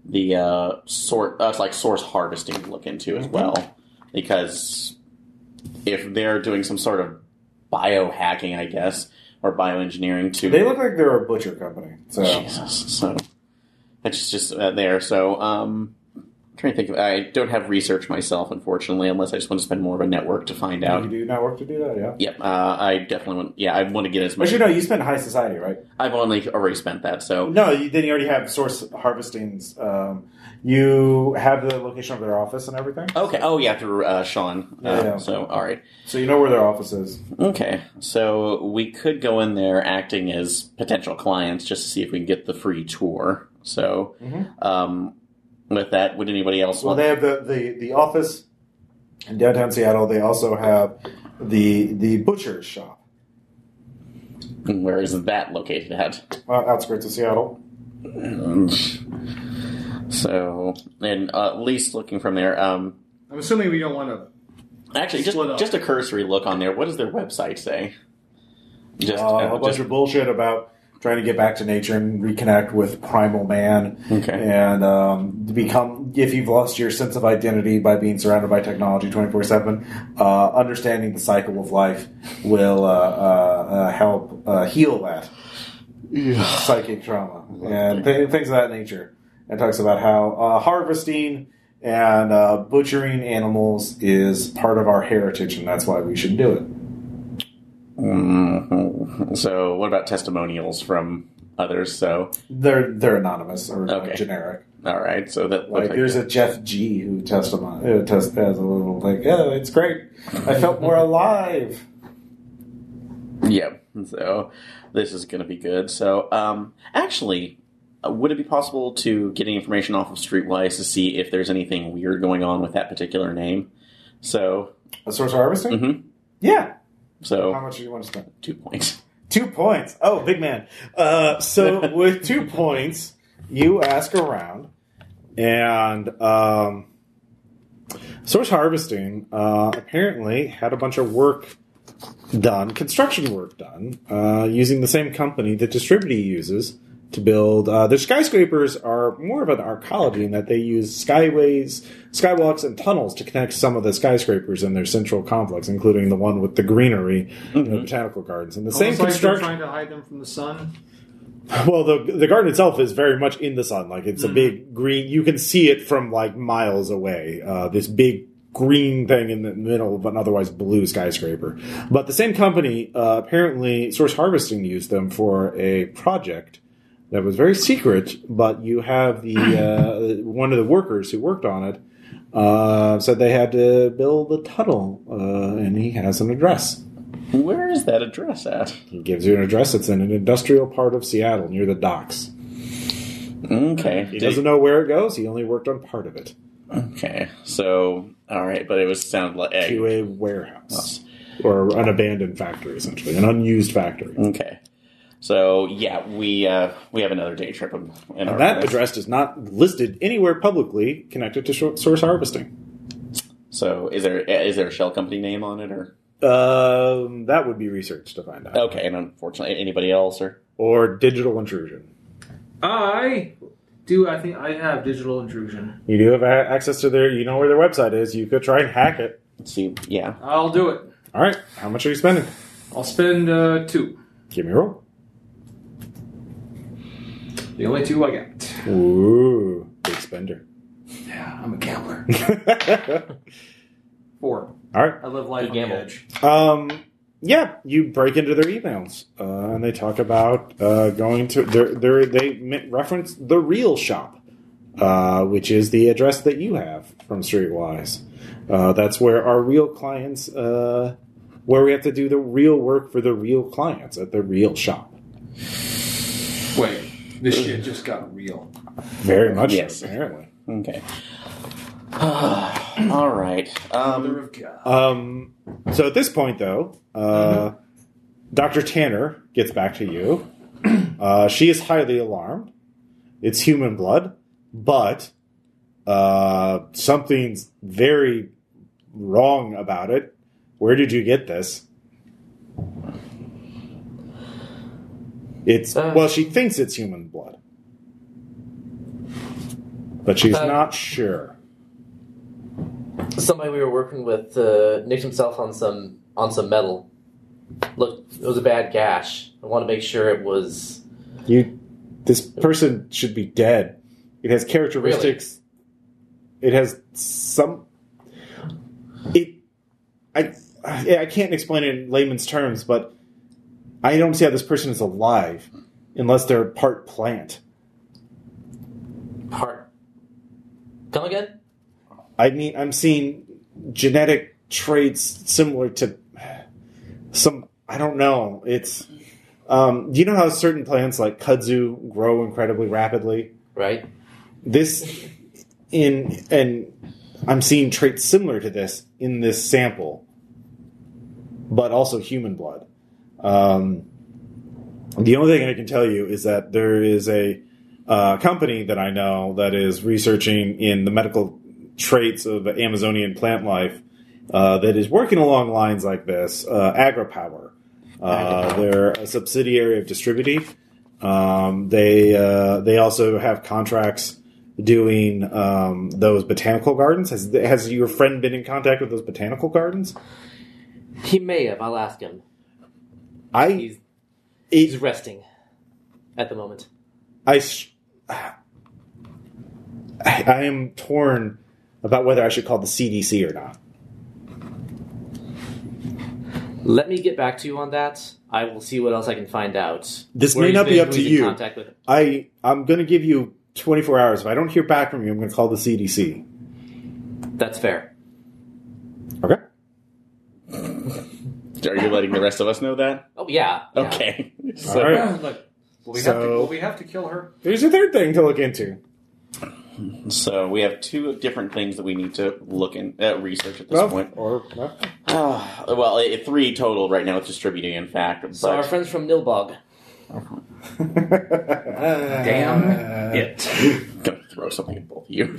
B: the uh, sort uh, it's like source harvesting to look into
A: Mm-hmm.
B: as well, because if they're doing some sort of biohacking, I guess, or bioengineering to
A: They look like they're a butcher company. So
B: Jesus, so that's just uh, there. So um, I'm trying to think. Of, I don't have research myself, unfortunately, unless I just want to spend more of a network to find out.
A: you do not work to do that, yeah.
B: Yep, uh, I definitely want. Yeah, I want to get as much.
A: But you know, you spend high society, right?
B: I've only already spent that, so
A: No, you, then you already have source harvestings. Um, you have the location of their office and everything,
B: okay. Oh yeah, through uh, Sean.
A: Yeah,
B: Uh,
A: yeah.
B: So all right,
A: so you know where their office is.
B: okay. So we could go in there acting as potential clients just to see if we can get the free tour. So,
A: Mhm.
B: um, with that, would anybody else
A: Well,
B: want?
A: they have the, the, the office in downtown Seattle. They also have the the butcher's shop
B: Where is that located at?
A: uh, outskirts of Seattle.
B: So, and uh, at least looking from there, um,
F: I'm assuming we don't want to.
B: actually, just
F: Split up.
B: just a cursory look on there. What does their website say? Just,
A: Uh, a bunch
B: just-
A: of bullshit about trying to get back to nature and reconnect with primal man,
B: okay.
A: and um, to become if you've lost your sense of identity by being surrounded by technology twenty four seven, uh, understanding the cycle of life will uh, uh, uh, help uh, heal that. psychic trauma and th- things of that nature. It talks about how uh, harvesting and uh, butchering animals is part of our heritage, and that's why we should do it.
B: Mhm. So, what about testimonials from others? So,
A: They're they're anonymous or uh,
B: Okay.
A: generic.
B: all right. So that
A: Like
B: looked like-
A: there's a Jeff G who testimony uh, test has a little like, oh, it's great. I felt more alive.
B: yeah. So, this is going to be good. So, um, actually, uh, would it be possible to get any information off of Streetwise to see if there's anything weird going on with that particular name? So,
A: A source of harvesting.
B: mhm.
A: Yeah. How
B: so
A: much do you want to spend?
B: two points.
A: Two points. Oh, big man. Uh, so with two points, you ask around, and um, Source Harvesting uh, apparently had a bunch of work done, construction work done, uh, using the same company that Distributy uses to build. Uh, their skyscrapers are more of an arcology in that they use skyways, skywalks, and tunnels to connect some of the skyscrapers in their central complex, including the one with the greenery and the botanical gardens. And the same
F: Mm-hmm. Almost like they're
A: construction.
F: trying to hide them from the sun.
A: Well, the the garden itself is very much in the sun. Like it's a big green. You can see it from like miles away. Uh, this big green thing in the middle of an otherwise blue skyscraper. But the same company uh, apparently Source Harvesting used them for a project that was very secret. But you have the uh, one of the workers who worked on it uh, said they had to build a tunnel, uh, and he has an address.
B: Where is that address at?
A: He gives you an address. It's in an industrial part of Seattle near the docks.
B: Okay.
A: He
B: Did-
A: doesn't know where it goes. He only worked on part of it
B: Okay. So, all right, but it was sound like egg.
A: to a warehouse or an abandoned factory, essentially, an unused factory.
B: Okay. So yeah, we uh, we have another day trip. In in our
A: And that
B: plan.
A: address is not listed anywhere publicly connected to shor- source harvesting.
B: So is there is there a shell company name on it or
A: Um, that would be research to find out.
B: okay? And unfortunately, anybody else or
A: Or digital intrusion.
F: I do. I think I have digital intrusion.
A: You do have a- access to their, you know where their website is. You could try and hack it.
B: let's see, yeah,
F: I'll do it.
A: All right. How much are you spending?
F: I'll spend uh, two.
A: Give me a roll.
F: The only two I got.
A: Ooh, big spender.
F: Yeah, I'm a gambler.
A: All
F: Four.
A: right.
F: I live life
E: You
F: on the
E: gamble.
F: edge.
A: Um, yeah, you break into their emails, uh, and they talk about uh, going to their, their they me- reference the real shop, uh, which is the address that you have from Streetwise. Uh, that's where our real clients, uh, where we have to do the real work for the real clients at the real shop.
F: Wait, this shit just got real.
A: Very much, so,
B: Yes.
A: apparently.
B: okay. all right.
F: Mother
B: Um,
F: of God.
A: Um, so at this point, though, uh,
E: Mm-hmm.
A: Dr. Tanner gets back to you. Uh, she is highly alarmed. It's human blood, but uh, something's very wrong about it. Where did you get this? It's
E: Uh.
A: well, she thinks it's human blood, but she's
E: Uh.
A: not sure.
E: Somebody we were working with uh, nicked himself on some on some metal. Look, it was a bad gash. I want to make sure it was.
A: You, this person should be dead. It has characteristics. It has some. It, I, I I can't explain it in layman's terms, but I don't see how this person is alive unless they're part plant.
E: Part. Come again?
A: I mean, I'm seeing genetic traits similar to some. I don't know. It's. Um, you know how certain plants like kudzu grow incredibly rapidly.
E: Right.
A: this in and I'm seeing traits similar to this in this sample, but also human blood. Um, the only thing I can tell you is that there is a uh, company that I know that is researching in the medical traits of Amazonian plant life uh, that is working along lines like this. Uh, AgriPower. Uh, they're a subsidiary of Distributive. Um, they uh, they also have contracts doing um, those botanical gardens. Has has your friend been in contact with those botanical gardens?
E: He may have. I'll ask him.
A: I
E: He's-
A: it-
E: He's resting at the moment.
A: I, s- I I am torn about whether I should call the CDC or not.
E: Let me get back to you on that. I will see what else I can find out.
A: This
E: Where
A: may
E: he's
A: not be
E: been,
A: up
E: who
A: to
E: he's in
A: you.
E: Contact with.
A: I I'm going to give you 24 hours. If I don't hear back from you, I'm going to call the CDC.
E: That's fair.
A: Okay.
B: are you letting the rest of us know that?
E: Oh yeah. yeah.
B: Okay. So,
A: All right.
F: Look, will we, have to,
A: So-
F: will we have to kill her?
A: There's a third thing to look into.
B: so we have two different things that we need to look in uh, research at this
A: Well,
B: point.
A: or well,
B: Ah, well, eh, three total right now with distributing. In fact, but
E: So our friends from Nilbog.
B: Uh,
F: Damn it.
B: gonna throw something at both of you.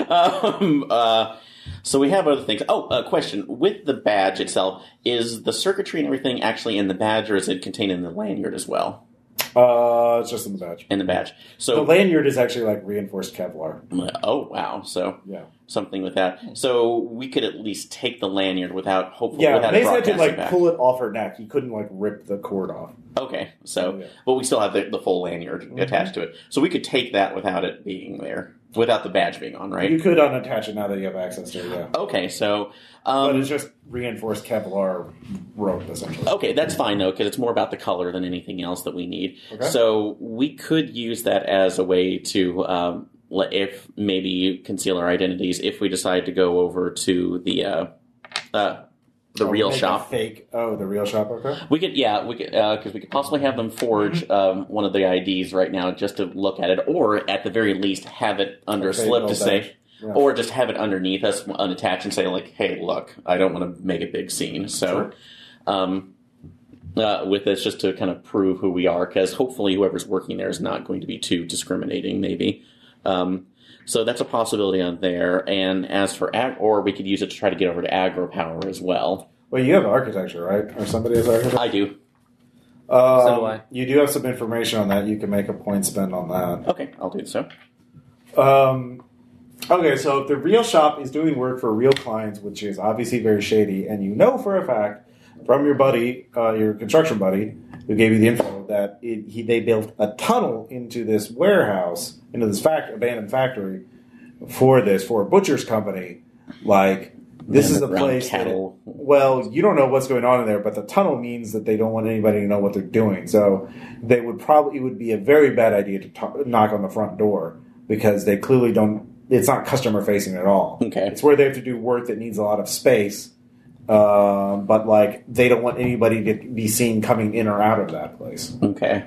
B: um, uh, so we have other things. Oh, a question with the badge itself: is the circuitry and everything actually in the badge, or is it contained in the lanyard as well?
A: Uh, it's just in the badge.
B: in the badge.
A: The
B: So,
A: lanyard is actually like reinforced Kevlar.
B: oh wow, so
A: Yeah.
B: something with that. So we could at least take the lanyard without hopefully
A: Yeah,
B: without it
A: Mason had to
B: broadcasting
A: like
B: back.
A: pull it off her neck. He couldn't like rip the cord off.
B: Okay, so
A: Yeah.
B: but we still have the, the full lanyard
A: Mm-hmm.
B: attached to it, so we could take that without it being there, without the badge being on, right?
A: You could unattach it now that you have access to it. Yeah,
B: Okay, so
A: but
B: um,
A: it's just reinforced Kevlar rope essentially.
B: okay, that's fine though, because it's more about the color than anything else that we need.
A: Okay.
B: So we could use that as a way to. Um, let- if maybe conceal our identities, if we decide to go over to the uh, uh, the
A: Oh,
B: real
A: make a
B: shop,
A: fake. Oh, the real shop. Okay.
B: We could, yeah, we could, because we could possibly have them forge
A: Mm-hmm.
B: um, one of the IDs right now just to look at it, or at the very least have it under a
A: Okay,
B: slip
A: no
B: to say,
A: badge. Yeah.
B: or just have it underneath us, unattached, and say like, "Hey, look, I don't want to make a big scene." So, um, uh, with this, just to kind of prove who we are, because hopefully, whoever's working there is not going to be too discriminating, maybe. Um, so that's a possibility on there. And as for ag, or we could use it to try to get over to aggro power as well.
A: Well, you have architecture, right? Or somebody has architecture.
B: I do.
A: Um,
E: So do I.
A: You do have some information on that. You can make a point spend on that.
B: Okay, I'll do so.
A: Um, okay, so if the real shop is doing work for real clients, which is obviously very shady, and you know for a fact from your buddy, uh, your construction buddy, who gave you the info that it, he, they built a tunnel into this warehouse, into this fact, abandoned factory for this, for a butcher's company, like. This is a
B: Abandoned
A: place that,
B: cattle.
A: well, you don't know what's going on in there, but the tunnel means that they don't want anybody to know what they're doing. So they would probably, it would be a very bad idea to to knock on the front door because they clearly don't. It's not customer facing at all.
B: Okay.
A: it's where they have to do work that needs a lot of space, um, but like they don't want anybody to be seen coming in or out of that place.
B: Okay.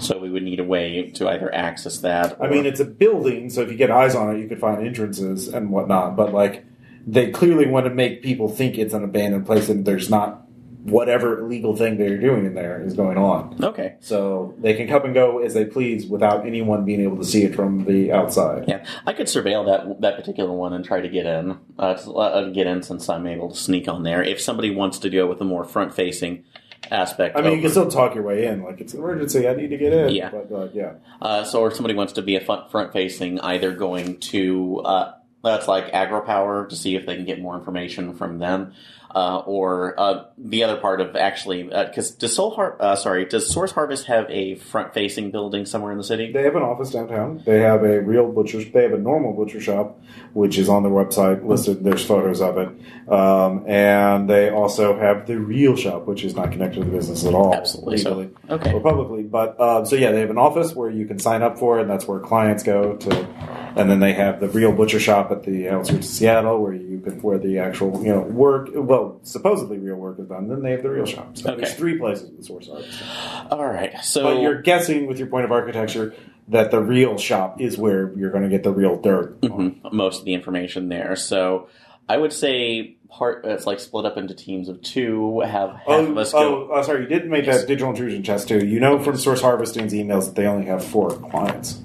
B: So we would need a way to either access that. Or,
A: I mean, it's a building, so if you get eyes on it, you could find entrances and whatnot. But like, they clearly want to make people think it's an abandoned place, and there's not whatever illegal thing they're doing in there is going on.
B: okay.
A: So they can come and go as they please without anyone being able to see it from the outside.
B: Yeah, I could surveil that that particular one and try to get in. Uh, s- uh, get in since I'm able to sneak on there. If somebody wants to go with a more front facing aspect,
A: I mean, you
B: over-
A: can still talk your way in. Like it's an emergency. I need to get in.
B: Oh. Yeah.
A: But uh, yeah.
B: uh, so if somebody wants to be a front facing, either going to uh, that's like aggro power to see if they can get more information from them, uh, or uh, the other part of actually because does Soul Har- uh, sorry does Source Harvest have a front facing building somewhere in the city?
A: They have an office downtown. They have a real butcher. They have a normal butcher shop, which is on their website listed. There's photos of it, um, and they also have the real shop, which is not connected to the business at all,
B: Absolutely. So-
A: legally
B: okay.
A: or publicly. But um, so yeah, they have an office where you can sign up for, it, and that's where clients go to. And then they have the real butcher shop at the outskirts of Seattle, where you can where the actual you know work well supposedly real work is done. Then they have the real shop. So
B: Okay.
A: there's three places with source art.
B: All right. So
A: But you're guessing with your point of architecture that the real shop is where you're going to get the real dirt.
B: Mhm, most of the information there. So I would say part uh, it's like split up into teams of two. Have half
A: Oh,
B: of us go.
A: oh, oh, sorry, you didn't make that digital intrusion test too. You know from Source Harvesting's emails that they only have four clients.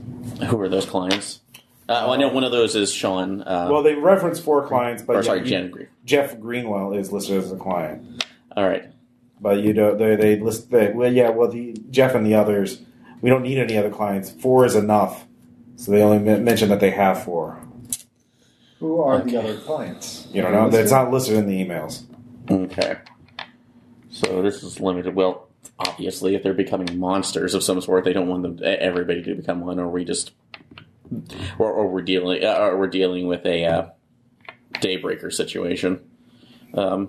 B: Who are those clients? Uh, well, I know one of those is Sean. Uh,
A: Well, they reference four clients, but
B: or
A: yeah,
B: sorry,
A: you-
B: Jan Grief.
A: Jeff Greenwell is listed as a client.
B: All right.
A: But you don't. They, they list. They, well, yeah. Well, the Jeff and the others. We don't need any other clients. Four is enough. So they only men- mention that they have four.
D: Who are
B: Okay.
D: the other clients?
A: You don't know. That's not listed in the emails.
B: Okay. So this is limited. Well, obviously, if they're becoming monsters of some sort, they don't want them, e-, everybody to become one, or we just, or, or we're dealing, uh, or we're dealing with a uh, daybreaker situation. Um,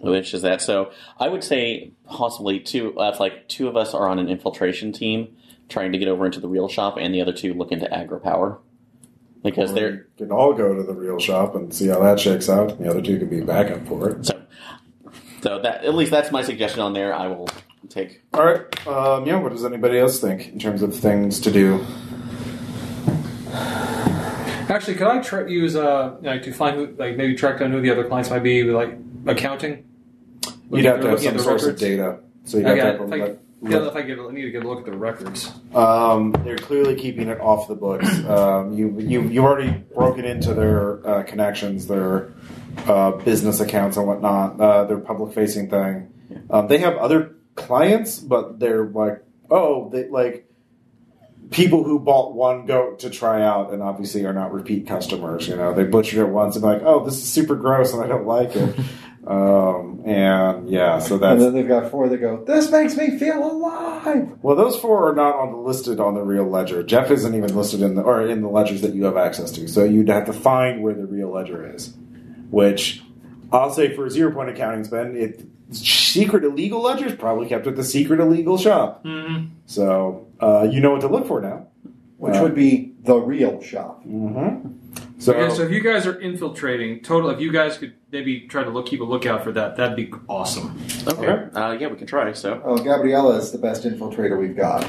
B: which is that? So I would say possibly two. Uh, like two of us are on an infiltration team trying to get over into the real shop, and the other two look into agri power because they're
A: We can all go to the real shop and see how that shakes out. and The other two can be backing for it.
B: So, so that at least that's my suggestion on there. I will take.
A: All right. Um, yeah. What does anybody else think in terms of things to do?
F: Actually, could I try use uh like to find who like maybe track down who the other clients might be like accounting?
A: You'd have to have
F: Looking at
A: some
F: the
A: source of
F: records?
A: data. So you
F: I
A: have to
F: got
A: have
F: it.
A: a
F: If I,
A: look.
F: yeah, if I, get, I need to get a look at the records.
A: Um, they're clearly keeping it off the books. Um, you you you already broken into their uh, connections, their uh, business accounts and whatnot, uh, their public facing thing. Um, they have other clients, but they're like, oh, they like people who bought one goat to try out and obviously are not repeat customers. You know, they butchered it once and like, oh, this is super gross and I don't like it. um, and yeah, so
D: and
A: that's
D: then they've got four that go, this makes me feel alive.
A: well, those four are not on the listed on the real ledger. Jeff isn't even listed in the or in the ledgers that you have access to. So you'd have to find where the real ledger is, which I'll say for zero point accounting spend, it secret illegal ledgers probably kept at the secret illegal shop.
F: Mhm.
A: So uh, you know what to look for now.
D: Which
A: Uh,
D: would be the real shop.
A: Mm-hmm. So,
F: okay, so if you guys are infiltrating, total, if you guys could maybe try to look, keep a lookout for that, that'd be awesome.
B: Okay. Uh, yeah, we can try. So
D: Oh, Gabriella is the best infiltrator we've got.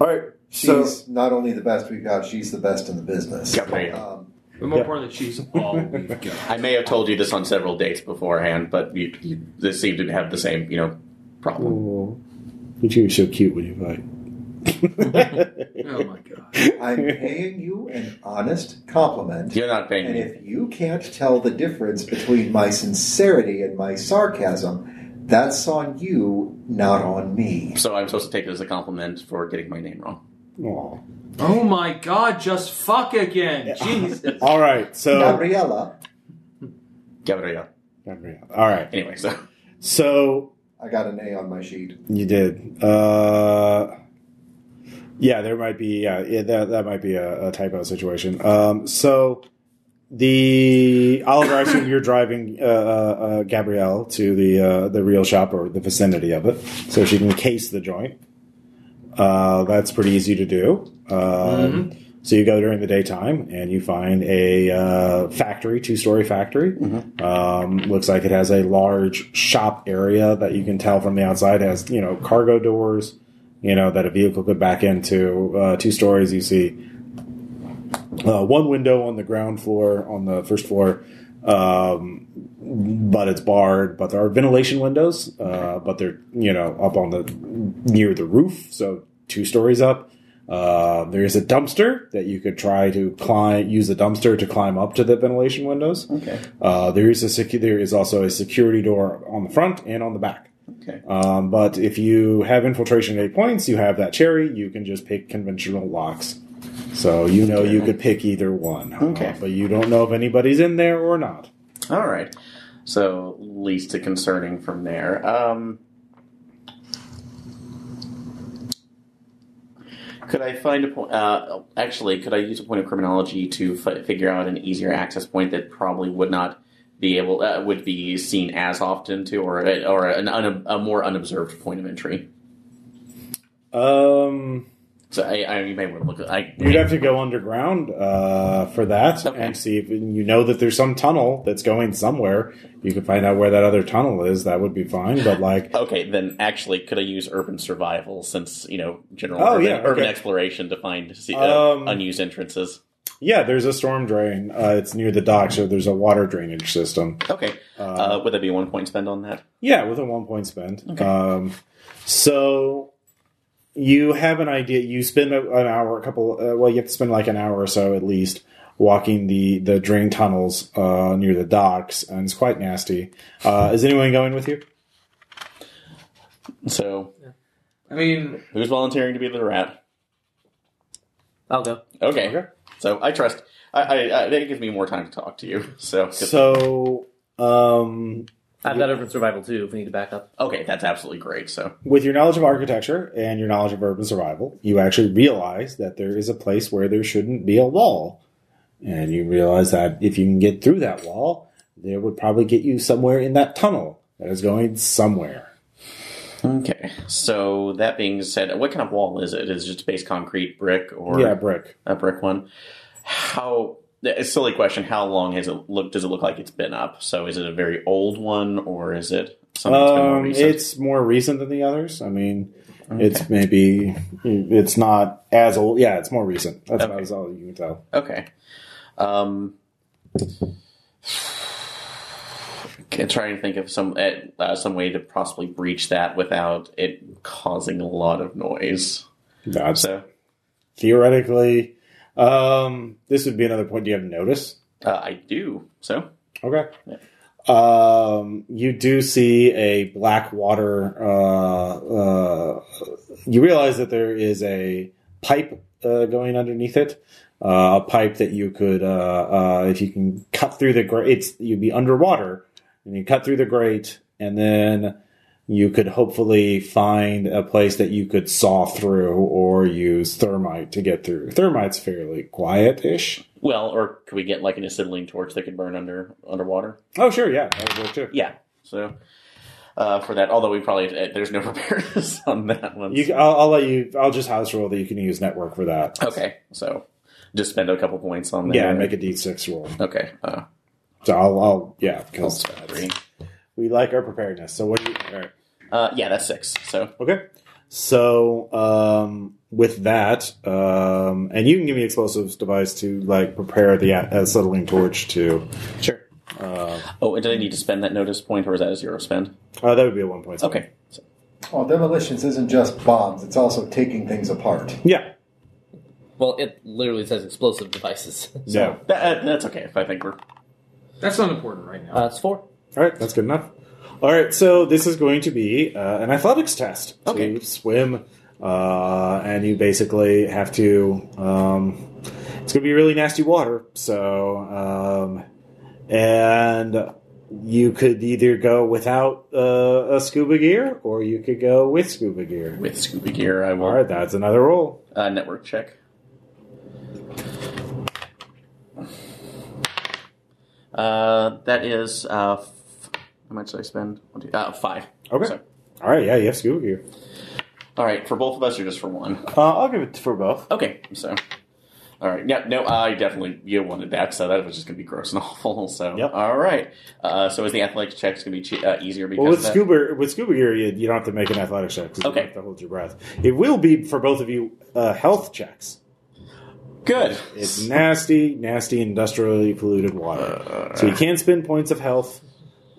A: all right, so
D: She's not only the best we've got, she's the best in the business.
B: Yep, there you go.
D: Um,
F: But more
A: Yeah.
F: importantly, she's all we've got.
B: I may have told you this on several dates beforehand, but you, you this seemed to have the same, you know, problem.
A: you two are so cute when you fight.
F: Oh my god.
D: I'm paying you an honest compliment.
B: You're not paying
D: And
B: me.
D: if you can't tell the difference between my sincerity and my sarcasm, that's on you, not on me.
B: So I'm supposed to take it as a compliment for getting my name wrong.
A: Aw.
F: Oh my god, just fuck again. Jesus.
A: all right, so
D: Gabriella,
B: Gabriel.
A: all right,
B: Anyway, so
A: so
D: I got an A on my sheet.
A: You did. Uh, yeah, there might be. Yeah, yeah that that might be a, a typo situation. Um, so the Oliver, I assume you're driving uh, uh, uh, Gabrielle to the uh, the real shop or the vicinity of it, so she can case the joint. Uh, that's pretty easy to do. Um, So you go during the daytime and you find a uh, factory, two story factory. Um, looks like it has a large shop area that you can tell from the outside It has you know cargo doors, you know that a vehicle could back into. Uh, two stories, you see uh, one window on the ground floor, on the first floor, um, but it's barred. But there are ventilation windows, uh, but they're you know up on the near the roof, so two stories up. Uh, there is a dumpster that you could try to climb, use the dumpster to climb up to the ventilation windows.
B: okay,
A: Uh, there is a secu- there is also a security door on the front and on the back.
B: okay,
A: Um, but if you have infiltration at eight points, you have that cherry. You can just pick conventional locks. So you know you could pick either one. Uh,
B: Okay.
A: but you don't know if anybody's in there or not.
B: all right. So least to concerning from there. Um, could I find a point? Uh, actually, could I use a point of criminology to f- figure out an easier access point that probably would not be able uh, would be seen as often to, or or an un- a more unobserved point of entry?
A: Um,
B: So I, I you may want to look. I,
A: you'd have to go underground uh, for that
B: Okay.
A: and see if you know that there's some tunnel that's going somewhere. You could find out where that other tunnel is. That would be fine. But like,
B: Okay, then actually, could I use urban survival since you know general
A: Oh,
B: urban,
A: yeah,
B: urban
A: okay.
B: exploration to find see, uh,
A: Um,
B: unused entrances?
A: yeah, there's a storm drain. Uh, it's near the dock, so there's a water drainage system.
B: Okay, uh, would that be one point spend on that?
A: Yeah, with a one point spend. Um, so you have an idea. You spend a, an hour, a couple. Uh, well, you have to spend like an hour or so at least walking the the drain tunnels uh, near the docks, and it's quite nasty. Uh, is anyone going with you?
B: So
F: I mean,
B: who's volunteering to be the rat?
E: I'll go.
B: Okay,
A: Okay.
B: so I trust. I, I, I that gives me more time to talk to you. So
A: So. Um,
E: I've got urban survival too. If we need to back up,
B: okay, that's absolutely great. So
A: with your knowledge of architecture and your knowledge of urban survival, you actually realize that there is a place where there shouldn't be a wall. And you realize that if you can get through that wall, they would probably get you somewhere in that tunnel that is going somewhere.
B: okay, so that being said, what kind of wall is it? Is it just base concrete, brick, or
A: yeah, brick.
B: a brick one. How a silly question. How long has it look? Does it look like it's been up? So is it a very old one, or is it something that's been more
A: Um,
B: recent?
A: it's more recent than the others. I mean, it's maybe it's not as old. Yeah, it's more recent. That's about
B: Okay.
A: as all you can tell.
B: okay. Um, I'm trying to think of some uh, some way to possibly breach that without it causing a lot of noise.
A: That's
B: So
A: theoretically. Um, this would be another point. Do you have notice?
B: uh, I do uh, so.
A: Okay. Um, you do see a black water. Uh, uh, you realize that there is a pipe uh, going underneath it. Uh, a pipe that you could, uh, uh, if you can cut through the grate, it's you'd be underwater, and you cut through the grate, and then you could hopefully find a place that you could saw through or use thermite to get through. Thermite's fairly quiet-ish.
B: Well, or could we get like an acetylene torch that could burn under underwater?
A: Oh, sure, yeah, that would work too.
B: Yeah. So uh, for that, although we probably eh, there's no preparedness on that one.
A: You, I'll, I'll let you. I'll just house rule that you can use network for that.
B: okay. So just spend a couple points on that.
A: Yeah, make a D6 roll.
B: Okay. Uh,
A: So I'll, I'll yeah,
B: I'll
A: because
B: spend three.
A: we like our preparedness. So what? Do you, all right.
B: Uh, yeah, that's six. So
A: Okay. So um, with that, um, and you can give me explosives device to like prepare the a- acetylene torch to.
B: sure.
A: Uh,
B: Oh, and did I need to spend that notice point, or is that a zero spend?
A: uh, that would be a one point.
B: Okay. So,
D: Well, demolitions isn't just bombs; it's also taking things apart.
A: Yeah.
E: Well, it literally says explosive devices.
A: Yeah.
B: that, uh, that's okay if I think we're
F: That's not important right now.
E: Uh, it's four.
A: All right, that's good enough. All right, so this is going to be uh, an athletics test. So
B: Okay.
A: you swim, uh, and you basically have to. Um, it's going to be really nasty water, so um, and you could either go without uh, a scuba gear or you could go with scuba gear.
B: with Scooby Gear. I will
A: All right, that's another roll.
B: uh, network check. Uh, that is uh, f- how much did I spend? One, two, uh, five.
A: Okay.
B: So-
A: All right, yeah, you have scuba gear.
B: all right, for both of us or just for one?
A: Uh, I'll give it for both.
B: Okay, so all right, yeah, no, I definitely you wanted that, so that was just gonna be gross and awful. So
A: Yep.
B: all right, uh, so is the athletic checks gonna be che- uh, easier because
A: Well, with
B: of that?
A: scuba with scuba gear, you, you don't have to make an athletics check. 'cause
B: Okay.
A: You have to hold your breath. It will be for both of you uh, health checks.
B: Good.
A: It's nasty, nasty industrially polluted water. So you can spend points of health,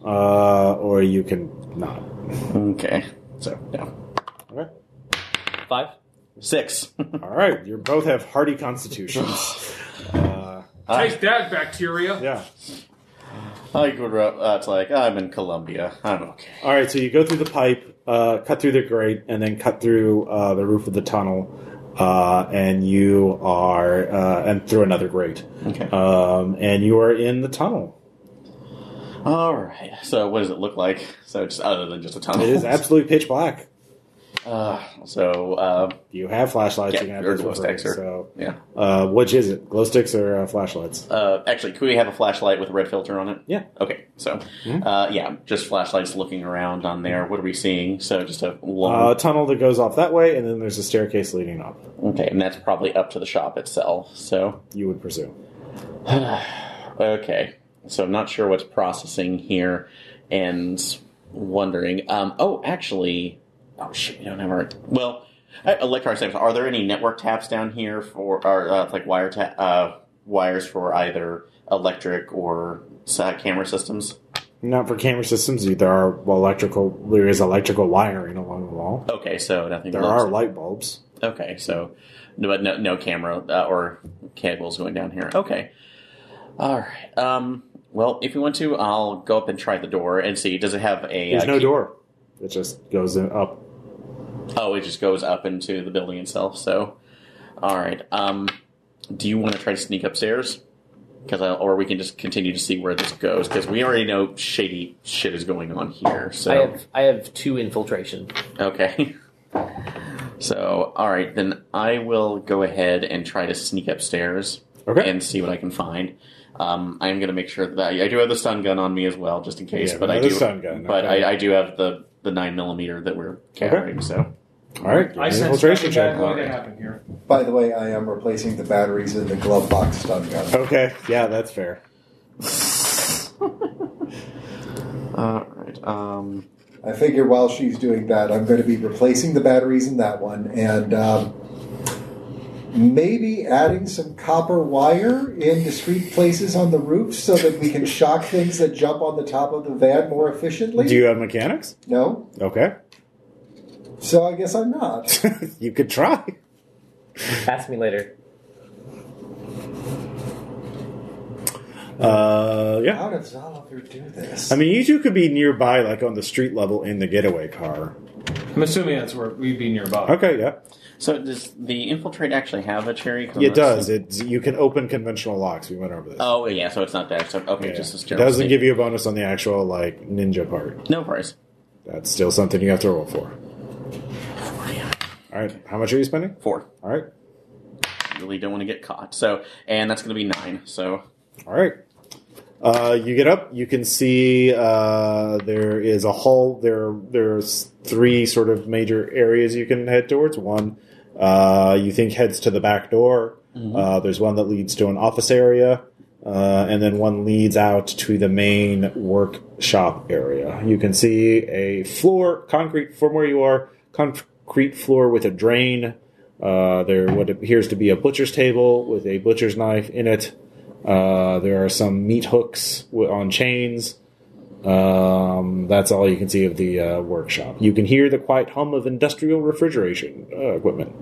A: uh, or you can not.
B: okay, so yeah,
A: Okay.
E: Five.
B: six.
A: All right. You both have hardy constitutions. uh,
F: Take that, bacteria.
A: yeah.
B: I grew up. Uh, it's like I'm in Colombia. I'm okay.
A: All right. So you go through the pipe, uh, cut through the grate, and then cut through uh, the roof of the tunnel, uh, and you are uh, and through another grate.
B: Okay.
A: Um, and you are in the tunnel.
B: All right. So, what does it look like? So, just other than just a tunnel.
A: It is absolutely pitch black.
B: Uh, so, uh,
A: You have flashlights.
B: Yeah,
A: you can have
B: or
A: those
B: glow
A: for free,
B: sticks or-
A: So,
B: yeah.
A: uh, which is it? Glow sticks or uh, flashlights?
B: Uh, actually, could we have a flashlight with a red filter on it?
A: Yeah. Hmm?
B: Okay. So, uh, yeah, just flashlights looking around on there. What are we seeing? So, just a
A: Uh,
B: long.
A: tunnel that goes off that way, and then there's a staircase leading up.
B: okay, and that's probably up to the shop itself. So,
A: You would presume.
B: okay. So, I'm not sure what's processing here, and wondering. Um. Oh, actually. Oh shit! We don't have our. Well, I- electronic safes. Are there any network taps down here for, or uh, like wire ta- uh, wires for either electric or uh, camera systems?
A: Not for camera systems. There are electrical. There is electrical wiring along the wall.
B: Okay, so nothing.
A: There
B: belongs-
A: are light bulbs.
B: Okay, so no, but no, no camera uh, or cables going down here. Okay, all right. Um, well, if you want to, I'll go up and try the door and see. Does it have a?
A: There's
B: uh,
A: no
B: key-
A: door. It just goes in, up.
B: Oh, it just goes up into the building itself. So, all right. Um, do you want to try to sneak upstairs? Because or we can just continue to see where this goes because we already know shady shit is going on here. So
E: I have I have two infiltration.
B: Okay. So, all right, then I will go ahead and try to sneak upstairs
A: Okay.
B: and see what I can find. Um, I'm going to make sure that I, I do have the stun gun on me as well, just in case.
A: Yeah,
B: but I
A: another
B: do,
A: stun gun,
B: but
A: okay.
B: I, I do have the the nine millimeter that we're carrying. So,
A: All right.
F: I
A: give me an
F: sense
A: infiltration
F: something bad
A: check.
F: going to happen here.
D: By the way, I am replacing the batteries in the glove box stun gun.
A: Okay. Yeah, that's fair.
B: all right, um,
D: I figure while she's doing that, I'm going to be replacing the batteries in that one and um, maybe adding some copper wire in discrete places on the roof so that we can shock things that jump on the top of the van more efficiently.
A: Do you have mechanics?
D: no?
A: Okay.
D: So I guess I'm not.
A: you could try.
E: Ask me later.
A: Uh, yeah.
D: How does Oliver do this?
A: I mean, you two could be nearby, like on the street level in the getaway car.
F: I'm assuming that's where we'd be nearby.
A: Okay, yeah,
B: So does the infiltrate actually have a cherry?
A: it
B: commerce?
A: does. It's you can open conventional locks. We went over this.
B: Oh yeah, so it's not there. So okay,
A: Yeah.
B: just as
A: it doesn't give you a bonus on the actual like ninja part.
B: no price.
A: That's still something you have to roll for. All right, how much are you spending?
B: Four.
A: All right,
B: Really don't want to get caught. So and that's going to be nine. So
A: all right. Uh, you get up. You can see uh, there is a hall. There, there's three sort of major areas you can head towards. One, uh, you think heads to the back door. Uh, there's one that leads to an office area, uh, and then one leads out to the main workshop area. You can see a floor, concrete from where you are, concrete floor with a drain. Uh, there, what appears to be a butcher's table with a butcher's knife in it. Uh, there are some meat hooks wi- on chains. Um, that's all you can see of the uh, workshop. You can hear the quiet hum of industrial refrigeration uh, equipment.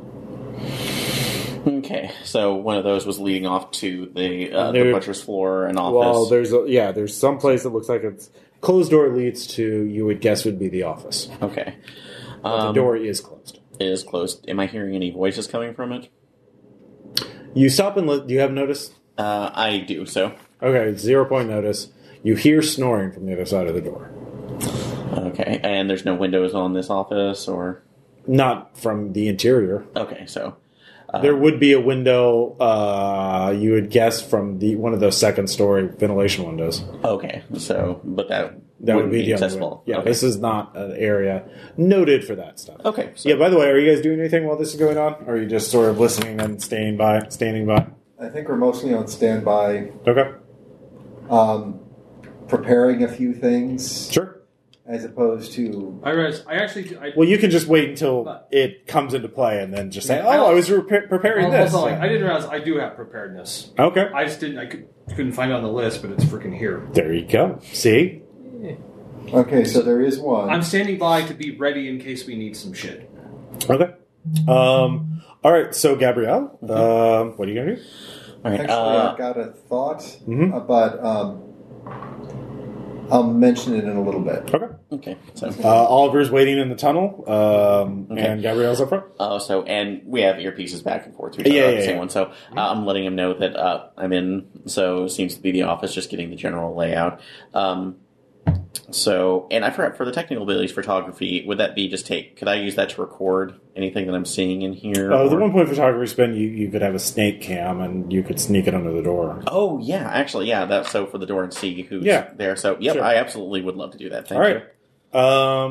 B: okay, so one of those was leading off to the uh,
A: There-
B: the butcher's floor and office.
A: Well, there's a, yeah, there's some place that looks like it's closed door leads to you would guess would be the office.
B: okay,
A: the
B: um,
A: door is closed.
B: is closed. Am I hearing any voices coming from it?
A: You stop and li- do you have notice?
B: Uh, I do. So
A: Okay, zero point notice. You hear snoring from the other side of the door,
B: okay, and there's no windows on this office or
A: not from the interior.
B: okay. So
A: There would be a window. Uh, you would guess from the one of those second story ventilation windows.
B: okay, so but that
A: That would
B: wouldn't
A: be,
B: be
A: the
B: accessible.
A: Only way. Yeah,
B: okay.
A: this is not an area noted for that stuff.
B: okay so
A: Yeah. By the way, are you guys doing anything while this is going on, or are you just sort of listening and staying by, standing by?
D: I think we're mostly on standby,
A: Okay.
D: um, preparing a few things
A: Sure.
D: as opposed to
F: I realized I actually I,
A: Well, you can just wait until
F: But-
A: it comes into play, and then just say,
F: Yeah, I
A: "Oh, I
F: also-
A: was repa- preparing
F: also,
A: this."
F: like, I didn't realize I do have preparedness.
A: Okay.
F: I just didn't I could, couldn't find it on the list, but it's freaking here.
A: There you go. See.
D: okay. So there is one.
F: I'm standing by to be ready in case we need some shit.
A: Okay. Um. All right. So, Gabrielle, um, what are you gonna do?
B: all right,
D: Actually,
B: uh,
D: I've got a thought
A: Mhm.
D: about. Um, I'll mention it in a little bit.
A: Okay.
B: okay so.
A: Uh, Oliver's waiting in the tunnel, um,
B: Okay.
A: and Gabrielle's up front.
B: Oh, so and we have earpieces back and forth to each other,
A: Yeah,
B: yeah, the
A: yeah,
B: same
A: yeah.
B: one. So uh, I'm letting him know that uh, I'm in. So it seems to be the office, just getting the general layout. Um, so and I forgot for the technical abilities, photography. Would that be just take? Could I use that to record anything that I'm seeing in here?
A: Uh, the
B: or-
A: one point photography spin, you, you could have a snake cam and you could sneak it under the door.
B: Oh yeah, actually yeah. That's so for the door and see who's
A: Yeah.
B: there. So yep,
A: Sure.
B: I absolutely would love to do that. Thank
A: All right.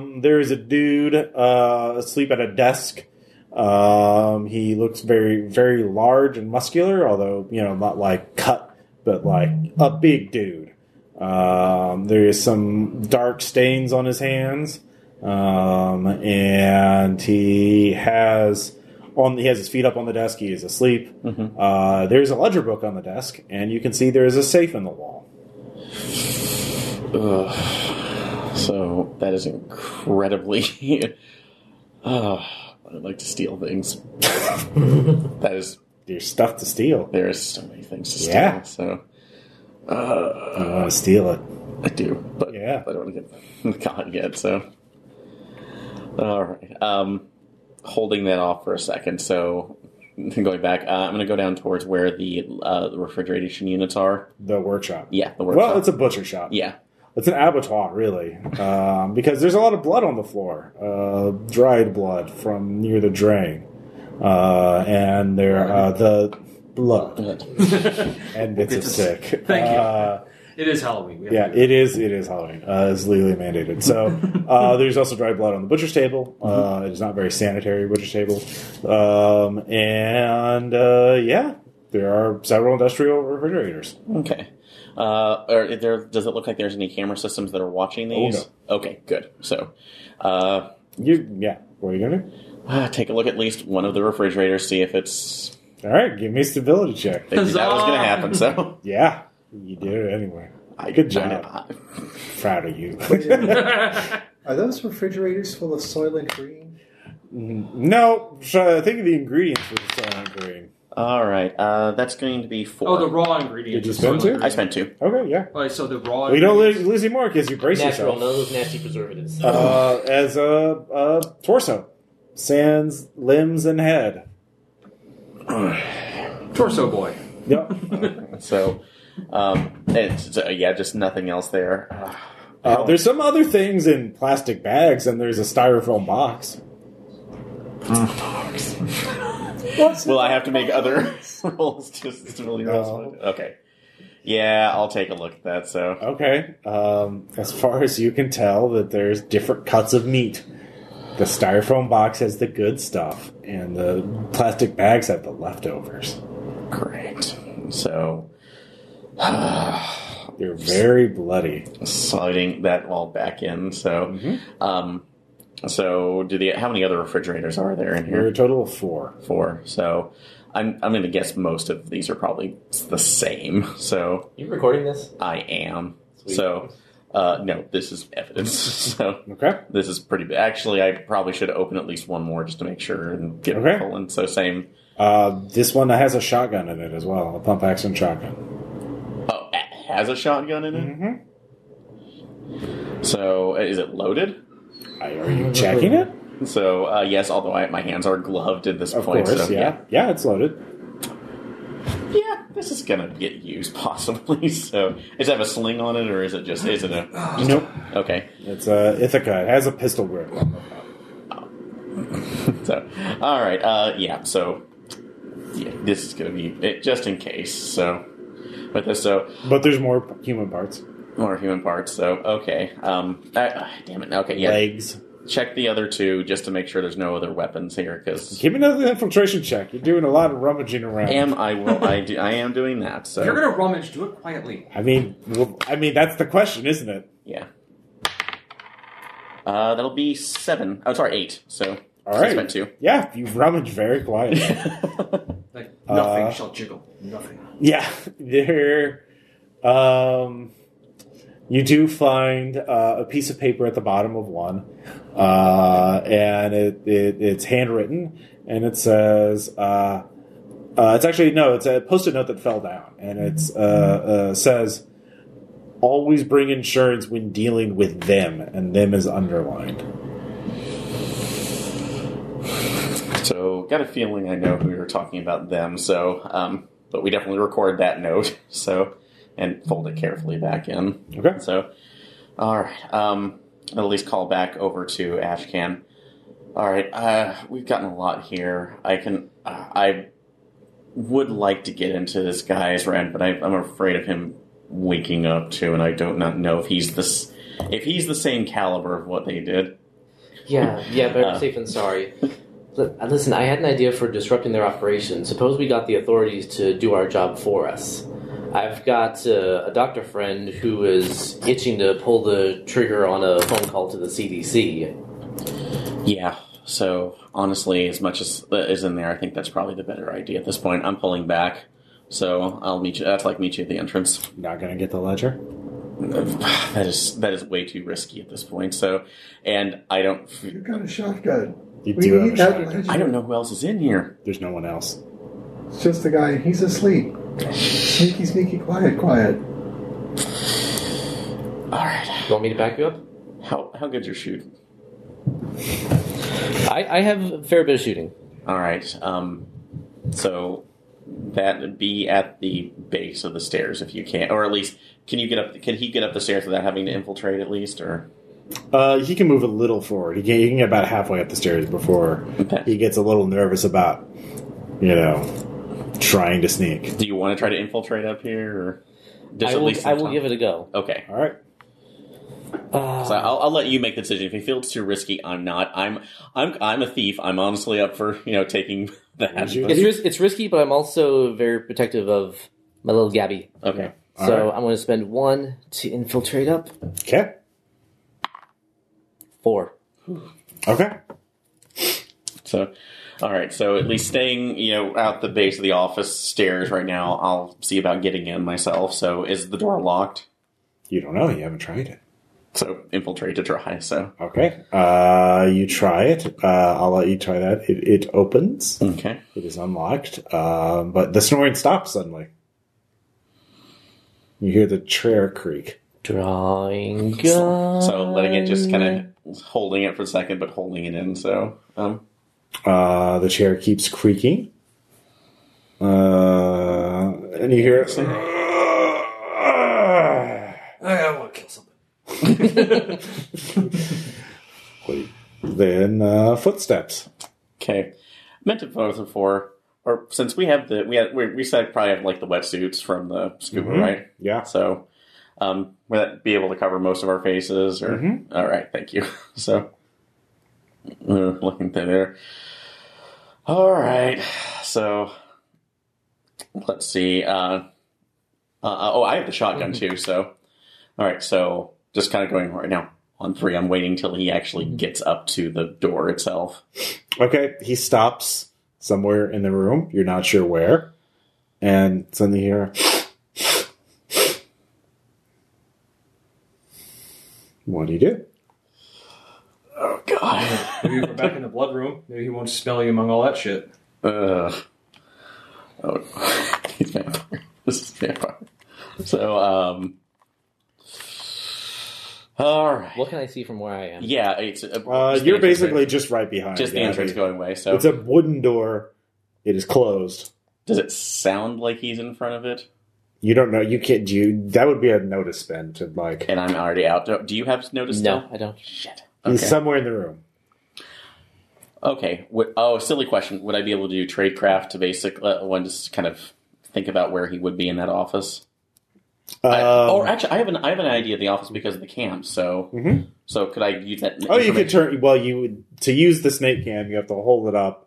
A: Um, there is a dude uh, asleep at a desk. Um, he looks very, very large and muscular, although, you know, not like cut, but like a big dude. Um, there is some dark stains on his hands. Um, and he has on he has his feet up on the desk. He is asleep. Uh, there's a ledger book on the desk, and you can see there is a safe in the wall.
B: you. Ugh. So that is incredibly. Ugh, I'd like to steal things. that is
A: There's stuff to steal.
B: There is so many things to steal.
A: Yeah.
B: So uh,
A: You want to steal it.
B: I do, but
A: Yeah.
B: I don't want to get caught yet. So all right, um, holding that off for a second. So going back, uh, I'm going to go down towards where the uh, the refrigeration units are.
A: The workshop.
B: Yeah, the workshop.
A: Well, it's a butcher shop.
B: yeah.
A: It's an abattoir, really, um, because there's a lot of blood on the floor, uh, dried blood from near the drain, uh, and there uh, the blood, and it's a
F: It's a-
A: sick.
F: Thank you.
A: Uh,
F: It is Halloween. We have
A: yeah,
F: to do
A: it is. It is Halloween. Uh, it's legally mandated. So uh, there's also dried blood on the butcher's table.
B: Mm-hmm.
A: Uh, it is not very sanitary butcher's table, um, and uh, yeah, there are several industrial refrigerators.
B: Okay. Uh, or is there, does it look like there's any camera systems that are
A: Oh,
B: watching these? Okay, good. So, uh,
A: You yeah, what are you gonna do?
B: take a look at least one of the refrigerators, see if it's
A: All right, give me a stability check.
B: Figured that was going to
F: Huzzah!
B: happen. So Uh,
A: Yeah, you did it anyway.
B: I
A: Good
B: I-
A: job.
B: I-
A: Proud of you.
D: Are those refrigerators full of soylent green?
A: no, so I think the ingredients were silent green.
B: All right. Uh, that's going to be four.
F: Oh, the raw ingredients.
A: Did you spend two?
B: I spent two.
A: Okay, yeah.
F: Like, so the raw.
A: We don't lose,
F: ingredients-
A: lose any more because you brace
E: Natural, none
A: yourself.
E: of those nasty preservatives.
A: Uh, as a, a torso, sands, limbs, and head.
F: torso boy.
A: Yep.
B: So, um, it's, it's, uh, yeah, just nothing else there. Uh,
A: Uh, there's some other things in plastic bags, and there's a styrofoam box.
B: will I have to make other rolls just to really
A: No.
B: Okay. Yeah, I'll take a look at that. So,
A: Okay. Um, as far as you can tell, that there's different cuts of meat. The styrofoam box has the good stuff, and the plastic bags have the leftovers.
B: great. So,
A: They're very bloody.
B: sliding that all back in. So, um, so do the how many other refrigerators are there in
A: There are
B: here?
A: a total of four.
B: Four. So, I'm I'm going to guess most of these are probably the same. So,
E: you recording this?
B: I am.
E: Sweet.
B: So, uh, no, this is evidence. so.
A: Okay.
B: This is pretty. Actually, I probably should open at least one more just to make sure and get
A: Okay.
B: it rolling. So same.
A: Uh, this one has a shotgun in it as well, a pump action shotgun.
B: Oh, it has a shotgun in it.
A: Mm-hmm.
B: So uh, is it loaded?
A: Are you checking it?
B: So uh, yes, although I, my hands are gloved at this
A: Of
B: point.
A: course,
B: so,
A: yeah. yeah. it's loaded.
B: yeah, Yeah, This is gonna get used possibly. So does it have a sling on it, or is it just is it a just
A: Nope.
B: a- okay?
A: It's uh, Ithaca. It has a pistol grip.
B: So all right. Uh, yeah. So yeah, this is gonna be it just in case. So but this so
A: But there's more human parts.
B: more human parts. So okay. Um. I, ah, damn it. Okay. Yeah.
A: Legs.
B: check the other two just to make sure there's no other weapons here because
A: Give me another infiltration check. You're doing a lot of rummaging around.
B: am I will I do I am doing that
F: If
B: so
F: you're gonna rummage, do it quietly.
A: I mean, well, I mean that's the question, isn't it?
B: yeah uh, that'll be seven oh sorry eight so
A: All
B: so I
A: right.
B: spent two
A: Yeah, you rummage very quietly.
F: Like
A: Uh,
F: nothing shall jiggle. Nothing.
A: yeah, there. Um, you do find uh, a piece of paper at the bottom of one, uh, and it, it it's handwritten, and it says. Uh, uh, it's actually no. It's a post-it note that fell down, and it's uh, uh, says, "Always bring insurance when dealing with them," and "them" is underlined.
B: so got a feeling I know who you're talking about them so um, but we definitely record that note so and fold it carefully back in
A: Okay.
B: so all right um, I'll at least call back over to Ashcan all right uh, we've gotten a lot here I can uh, I would like to get into this guy's rant, but I, I'm afraid of him waking up too, and I don't not know if he's this if he's the same caliber of what they did.
E: Yeah, yeah, better
B: Uh.
E: safe than sorry. Li- uh, Listen, I had an idea for disrupting their operation. Suppose we got the authorities to do our job for us. I've got uh, a doctor friend who is itching to pull the trigger on a phone call to the CDC.
B: Yeah. So honestly, as much as that is in there, I think that's probably the better idea at this point. I'm pulling back, so I'll meet you. That's like meet you at the entrance.
A: Not gonna get the ledger.
B: That is that is way too risky at this point. So, and I don't
D: You got a shotgun.
A: You
D: we
A: do have
D: need
A: a
D: that
A: shotgun.
D: ledger.
B: I don't know who else is in here.
A: There's no one else.
D: It's just the guy. He's asleep. Sneaky, sneaky, quiet, quiet.
B: All right.
E: You want me to back you up?
B: How how good's your shoot?
E: I, I have a fair bit of shooting.
B: All right. Um, so that be at the base of the stairs if you can, or at least can you get up? Can he get up the stairs without having to infiltrate at least? Or
A: Uh, he can move a little forward. He can, he can get about halfway up the stairs before he gets a little nervous about, you know, trying to sneak.
B: do you want to try to infiltrate up here? Or just
E: I
B: at
E: will,
B: least
E: I will give it a go.
B: Okay.
A: All right.
E: Uh,
B: So I'll, I'll let you make the decision. If he feels too risky, I'm not. I'm I'm I'm a thief. I'm honestly up for you know taking that.
A: Would you?
E: it's, ris- it's risky, but I'm also very protective of my little Gabby.
B: Okay.
A: All
E: so
A: right.
E: I'm going to spend one to infiltrate up.
A: Okay.
E: Four.
A: Okay.
B: So, all right. So at least staying, you know, out the base of the office stairs right now. I'll see about getting in myself. So is the door locked?
A: You don't know. You haven't tried it.
B: So infiltrate to try. So
A: Okay. Uh, you try it. Uh, I'll let you try that. It, it opens.
B: okay.
A: It is unlocked. Um, but the snoring stops suddenly. You hear the chair creak.
E: Drawing gun.
B: So letting it just kind of holding it for a second, but holding it in. So um,
A: Uh, the chair keeps creaking. Uh, and you hear it.
F: I, I want to kill something.
A: Then uh, footsteps.
B: okay. Meant to vote for, or since we have the we had we, we said probably have like the wetsuits from the scuba, right?
A: Yeah.
B: So um, will that be able to cover most of our faces? Or All right, thank you. So uh, looking through there. All right, so let's see. Uh, uh, oh, I have the shotgun too. So all right, so just kind of going right now on three. I'm waiting till he actually gets up to the door itself.
A: Okay, he stops somewhere in the room. You're not sure where, and suddenly you hear What do you do?
B: Oh God.
F: Maybe we're back in the blood room. Maybe he won't smell you among all that shit.
B: Ugh. Oh, he's vampire. This is vampire. So, um, all right.
E: What can I see from where I am?
B: Yeah, it's uh,
A: Uh,
B: just the
A: you're
B: entrance
A: basically
B: way.
A: just right behind.
B: just the
A: yeah.
B: entrance going away. So,
A: It's a wooden door. It is closed.
B: does it sound like he's in front of it?
A: You don't know. You can't. You that would be a notice spend to like.
B: And I'm already out. Do- Do you have notice?
E: No,
B: now?
E: I don't.
B: Shit.
A: He's
B: Okay.
A: somewhere in the room.
B: Okay. Would, oh, silly question. Would I be able to do tradecraft to basically uh, one just kind of think about where he would be in that office? I-
A: Um,
B: or actually, I have an I have an idea of the office because of the camp. So,
A: Mhm.
B: so could I use that?
A: Oh, you could
B: information?
A: turn. Well, you would to use the snake cam. You have to hold it up.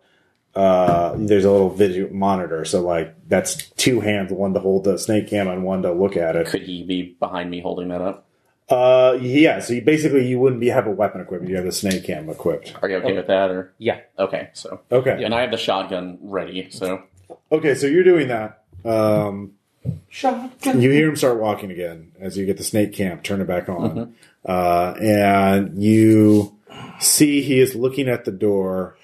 A: Uh, there's a little visual monitor, so like that's two hands: one to hold the snake cam and one to look at it.
B: Could he be behind me holding that up?
A: Uh, yeah. So you basically you wouldn't be have a weapon equipped. You have the snake cam equipped.
B: Are you okay with that? Or
E: Yeah.
B: okay, so
A: Okay.
B: and I have the shotgun ready. So
A: Okay. So you're doing that. Um,
F: Shotgun.
A: you hear him start walking again as you get the snake cam. Turn it back
B: Mm-hmm.
A: on, uh, and you see he is looking at the door,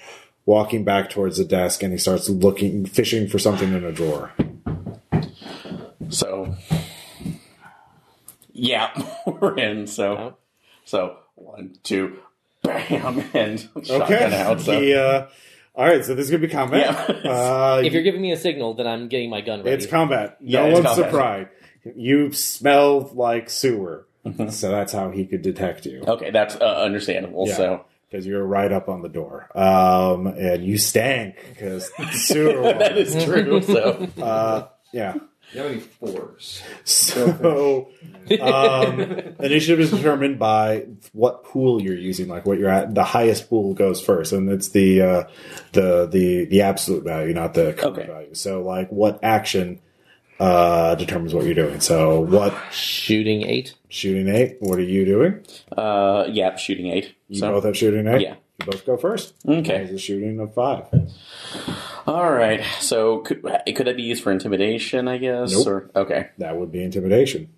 A: walking back towards the desk, and he starts looking, fishing for something in a drawer.
B: so yeah, we're in. So
E: Oh.
B: so one two bam and shotgun
A: Okay.
B: out. So
A: He, uh, all right, so this is gonna be combat.
B: Yeah.
A: Uh,
E: If you're giving me a signal, then I'm getting my gun ready.
A: it's combat.
B: Yeah,
A: no
B: it's
A: one's
B: combat.
A: surprised. You smell like sewer,
B: Mm-hmm.
A: so that's how he could detect you
B: okay, that's uh, understandable.
A: Yeah.
B: So
A: because you're right up on the door, um, and you stank because sewer.
B: that
A: water.
B: is true. So
A: uh, yeah.
F: You have any fours?
A: So, um, initiative is determined by what pool you're using, like what you're at. The highest pool goes first, and it's the uh, the the the absolute value, not the current
B: Okay.
A: value. So, like what action uh, determines what you're doing. So, what
E: Shooting eight.
A: shooting eight? What are you doing?
B: uh, yeah, shooting eight.
A: You
B: So
A: both have shooting eight.
B: yeah.
A: you both go first.
B: okay,
A: There's a shooting of five.
B: all right. So could could that be used for intimidation? I guess.
A: Nope.
B: Or okay,
A: That would be intimidation.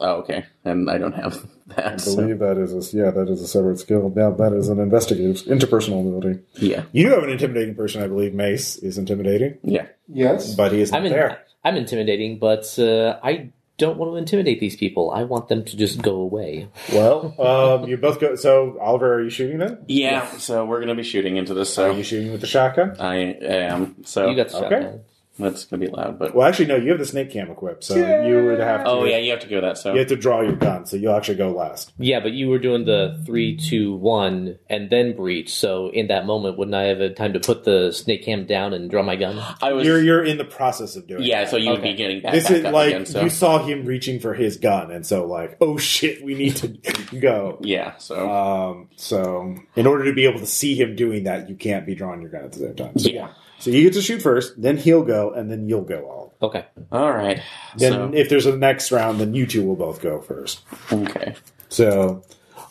B: oh, okay, and I don't have that.
A: I
B: So,
A: believe that is a, yeah, that is a separate skill. Now that is an investigative interpersonal ability.
B: yeah,
A: You do have an intimidating person, I believe. Mace is intimidating,
B: yeah.
D: Yes.
A: but he is not
E: I'm in,
A: there.
E: I'm intimidating, but uh, I don't want to intimidate these people. I want them to just go away.
A: Well, um, you both go. So, Oliver, are you shooting then?
B: Yeah, so we're gonna be shooting into this.
A: Are
B: So
A: you shooting with the shotgun?
B: I am. So
E: you got the
A: okay.
E: shotgun.
B: that's gonna be loud, but
A: Well, actually, no. You have the snake cam equipped, so you would have. To,
B: oh yeah, you have to go that. So
A: you have to draw your gun, so you'll actually go last.
E: Yeah, but you were doing the three, two, one, and then breach. So in that moment, wouldn't I have had time to put the snake cam down and draw my gun?
B: I was.
A: You're you're in the process of doing.
B: yeah, so you would be
E: Okay.
B: getting back,
A: that. This
B: back
A: is
B: up
A: like
B: again. So
A: you saw him reaching for his gun, and so like, oh shit, we need to go.
B: yeah, so
A: Um, so in order to be able to see him doing that, you can't be drawing your gun at the same time. So,
B: yeah.
A: so you get to shoot first, then he'll go, and then you'll go all.
E: Okay.
B: All right.
A: Then
B: so
A: if there's a next round, then you two will both go first.
B: okay,
A: So,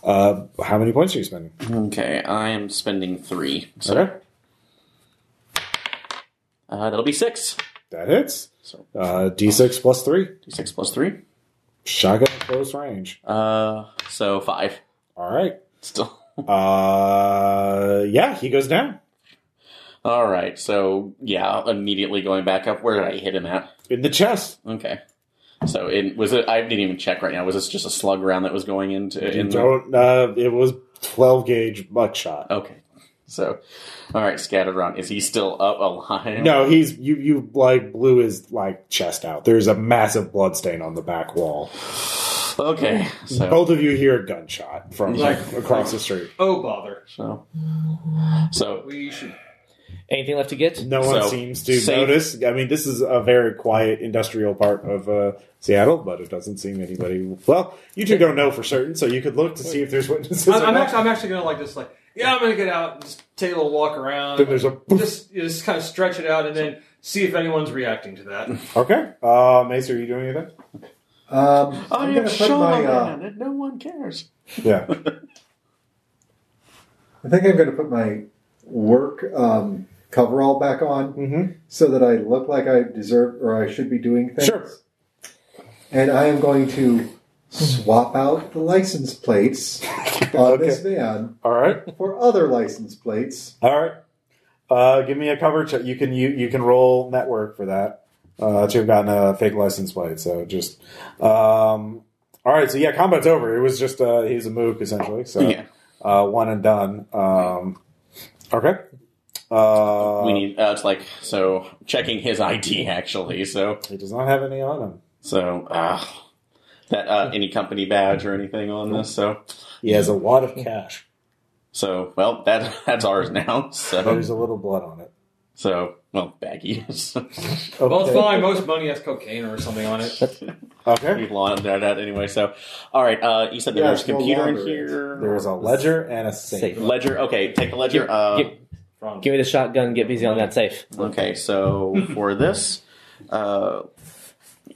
A: uh, how many points are you spending?
B: okay. I am spending three. So
A: Okay.
B: uh, that'll be six.
A: That hits.
B: So
A: Uh, D6 plus three.
B: six plus three.
A: Shotgun at close range.
B: Uh, So five.
A: All right.
B: Still.
A: Uh, yeah, he goes down.
B: All right. So yeah, immediately going back up. Where did I hit him at?
A: In the chest.
B: Okay. So it was. It, I didn't even check right now. Was this just a slug round that was going into? In the-
A: Don't, uh, it was 12 gauge buckshot.
B: okay. So, all right, scattered round. Is he still up alive?
A: No, he's you. You like blew his like chest out. There's a massive blood stain on the back wall.
B: Okay. So
A: Both of you hear a gunshot from
B: Like-
A: across the street.
F: Oh bother!
B: So, so
F: We should.
E: Anything left to get?
A: No one
B: So,
A: seems to
B: safe-
A: notice. I mean, this is a very quiet industrial part of uh, Seattle, but it doesn't seem anybody. Well, you two don't know for certain, so you could look to see if there's witnesses.
F: I'm,
A: or
F: I'm
A: not.
F: actually, I'm actually gonna like just like yeah, I'm gonna get out and just take a little walk around.
A: Then there's a
F: just you just kind of stretch it out and then see if anyone's reacting to that.
A: okay. Uh, Mace, are you doing anything?
D: Um, I'm going to put my. Uh,
B: and no one cares.
A: Yeah.
D: I think I'm going to put my work um, coverall back on
A: hmm
D: so that I look like I deserve or I should be doing things.
A: Sure.
D: And I am going to swap out the license plates on this van
A: All right.
D: for other license plates.
A: All right. Uh, give me a cover check. You can you you can roll network for that. Uh, to have gotten a fake license plate. So just. Um, all right. So yeah, combat's over. It was just uh, he's a mook essentially. So
B: Yeah.
A: uh, one and done. Um, okay. Uh,
B: we need. Uh, it's like so checking his ID actually. So
A: He does not have any on him.
B: so uh, that uh, any company badge or anything on this. So
A: He has a wad of cash.
B: so well that that's ours now. So
A: There's a little blood on it.
B: so well baggies.
A: Okay.
F: Well, it's fine. Most money has cocaine or something on it.
A: Okay.
B: We've laundered that out anyway. So all right. Uh, you said
D: Yeah,
B: there's a
D: it's no
B: computer in
D: longer it.
B: here.
A: There is a ledger and a safe.
B: ledger. Okay, take the ledger.
E: Give-
B: uh,
E: give- Give me the shotgun. Get busy on that safe.
B: Okay, so for this, uh,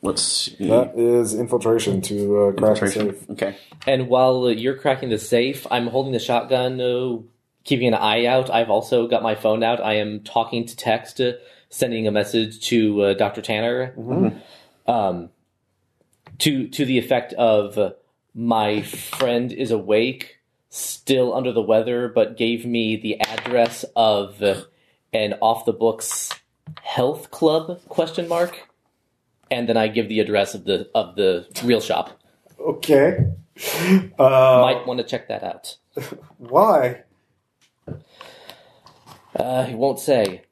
B: let's see.
A: That is infiltration to uh, crack a
B: Infiltration.
A: safe.
B: Okay.
E: And while uh, you're cracking the safe, I'm holding the shotgun, uh, keeping an eye out. I've also got my phone out. I am talking to text, uh, sending a message to uh, Dr. Tanner, um, to to the effect of uh, my friend is awake, still under the weather, but gave me the address of uh, an off the books health club question mark. And then I give the address of the of the real shop.
A: Okay. Uh,
E: Might want to check that out.
A: Why?
E: Uh, he won't say.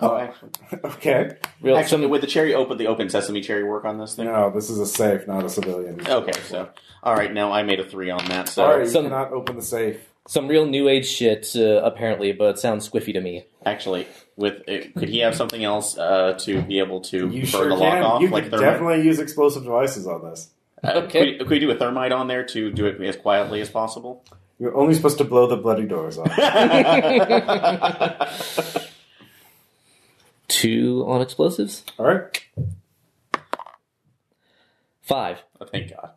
B: Oh, actually,
A: Okay.
E: Real,
B: actually,
E: some-
B: would the cherry open the open sesame cherry work on this thing?
A: No, this is a safe, not a civilian.
B: Okay, so all right, now I made a three on that. Oh, So
A: All right, you
E: Some-
A: cannot open the safe.
E: some real new age shit, uh, apparently, but it sounds squiffy to me.
B: actually, with it, could he have something else uh, to be able to
A: You
B: burn
A: sure
B: the
A: can.
B: lock off?
A: you
B: like
A: can
B: thermite?
A: definitely use explosive devices on this.
B: Uh,
E: Okay.
B: could, we, could we do a thermite on there to do it as quietly as possible?
A: You're only supposed to blow the bloody doors off.
E: Two on explosives?
A: All right.
E: Five.
B: Oh, thank God.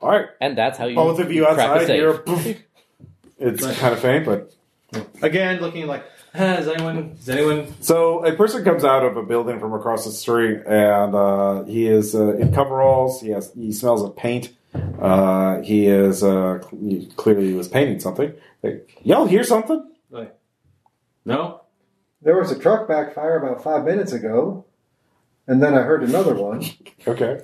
A: All right.
E: And that's how you.
A: Both of you
E: crack a
A: outside,
E: safe.
A: you're. It's kind of faint, but
F: Again, looking like, "Huh, is anyone? Is anyone?
A: So a person comes out of a building from across the street, and uh, he is uh, in coveralls. He has he smells of paint. Uh, he is uh, cl- clearly he was painting something. Like, Y'all hear something?
F: No.
D: There was a truck backfire about five minutes ago, and then I heard another one.
A: Okay.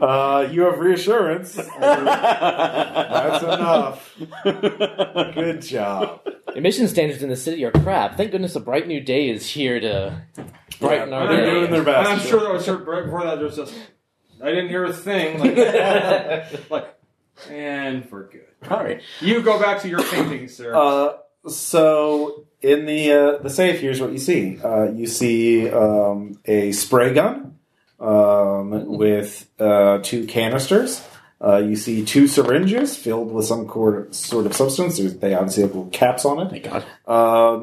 A: Uh, you have reassurance. That's enough. Good job.
E: Emission standards in the city are crap. Thank goodness a bright new day is here to brighten
A: Yeah,
E: our
A: they're doing
E: day.
A: their best.
F: I'm sure that was sure, right before that. There was just, I didn't hear a thing. Like, like, and for good.
B: All right.
F: You go back to your painting, sir.
A: Uh, so in the uh, the safe, here's what you see. Uh, you see um, a spray gun um, with uh, two canisters. Uh, you see two syringes filled with some cor- sort of substance. There's, they obviously have little caps on it.
B: Thank God.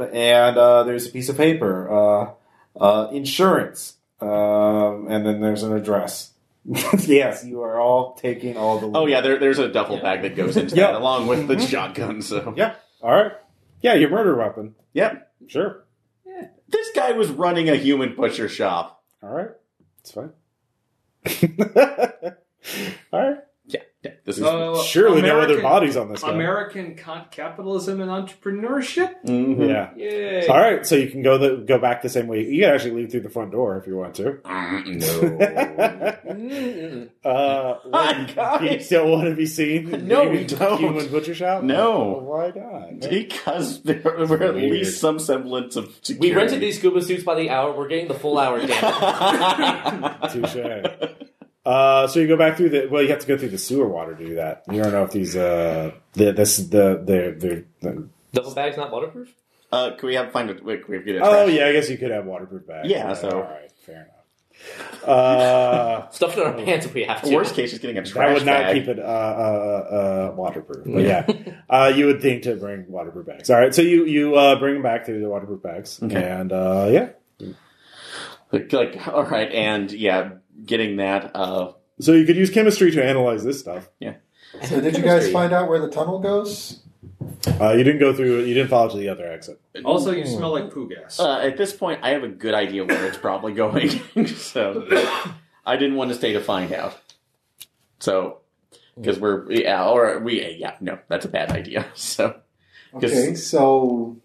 A: Um, and uh, there's a piece of paper, uh, uh, insurance, um, and then there's an address. yes, you are all taking all the.
B: Oh yeah, there, there's a duffel bag that goes into
A: Yeah.
B: that along with
A: Mm-hmm.
B: the shotgun. So
A: Yeah. All right. Yeah, your murder weapon.
B: Yep.
A: Sure.
B: This guy was running a human butcher shop.
A: All right. It's fine. All right.
B: Yeah. yeah. This is.
F: Uh,
A: Surely no other
F: American-
A: bodies on this guy.
F: American con- capitalism and entrepreneurship.
B: Mhm.
A: yeah.
F: Yay!
A: Mm-hmm. All right, so you can go the, go back the same way. You can actually leave through the front door if you want to.
B: no.
A: Uh,
B: Hi,
A: you
B: guys.
A: still want to be seen?
B: No,
A: Even
B: we don't.
A: Human butcher shop?
B: No.
A: Well, why not?
B: Because there were at
A: Weird.
B: least some semblance of
E: We
B: security.
E: rented these scuba suits by the hour. We're getting the full hour, damn it.
A: Touche. Uh, so you go back through the well, you have to go through the sewer water to do that. You don't know if these uh, the this the the, the, the
E: Double bag's not waterproof?
B: uh, can we have find a wait, can we get a
A: oh
B: trash?
A: yeah, I guess you could have waterproof bags.
B: Yeah, so-
A: all right, fair enough. Uh,
E: Stuffed in our pants if we have to.
B: Worst case is getting a trash
A: I would not
B: bag.
A: keep it uh, uh, uh, waterproof, but yeah, uh, you would think to bring waterproof bags. All right, so you you uh, bring them back through the waterproof bags,
B: Okay.
A: and uh, yeah,
B: Like, like, all right, and yeah, getting that. Uh,
A: so you could use chemistry to analyze this stuff.
D: So did you guys find out where the tunnel goes?
A: Uh, you didn't go through. You didn't follow to the other exit.
F: Also, you smell like poo gas.
B: uh, at this point, I have a good idea where it's probably going, so I didn't want to stay to find out. So, because we're yeah, or we yeah, no, that's a bad idea. So,
D: Okay, so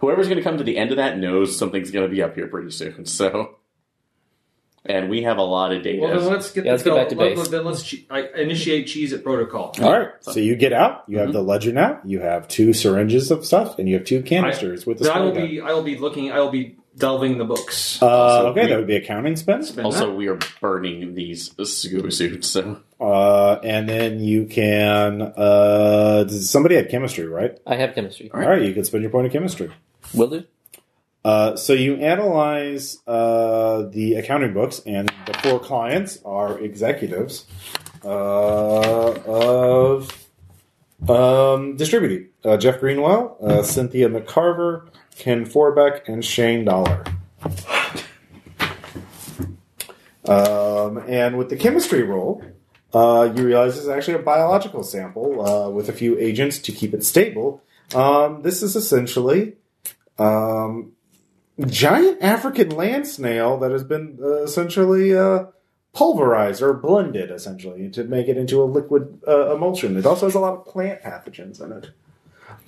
B: whoever's going to come to the end of that knows something's going to be up here pretty soon. So, and we have a lot of data.
F: Well, then let's get the
E: Yeah, let's get
F: fill-
E: back to
F: let-
E: base.
F: Then let's che- I initiate cheese at protocol.
A: All right. Mm-hmm. So you get out. You have the ledger now. You have two syringes of stuff, and you have two canisters with the
F: Then I
A: spray
F: will
A: gun.
F: be. I will be looking. I will be delving the books.
A: Uh,
B: So
A: okay,
B: we-
A: that would be a counting spend.
F: Spend
B: also, we are burning these scuba suits. So,
A: Uh, and then you can. Uh, somebody had chemistry, right?
E: I have chemistry.
A: All right, you can spend your point of chemistry.
E: Will do.
A: Uh, so you analyze uh, the accounting books, and the four clients are executives uh, of um, Distributed. Uh, Jeff Greenwell, uh, Cynthia McCarver, Ken Forbeck, and Shane Dollar. Um, and with the chemistry roll, uh, you realize it's actually a biological sample uh, with a few agents to keep it stable. Um, this is essentially um, giant African land snail that has been uh, essentially uh, pulverized or blended, essentially, to make it into a liquid uh, emulsion. It also has a lot of plant pathogens in it.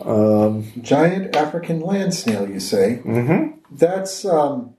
A: Um,
D: giant African land snail, you say?
F: Mm-hmm.
A: mhm.
D: That's um,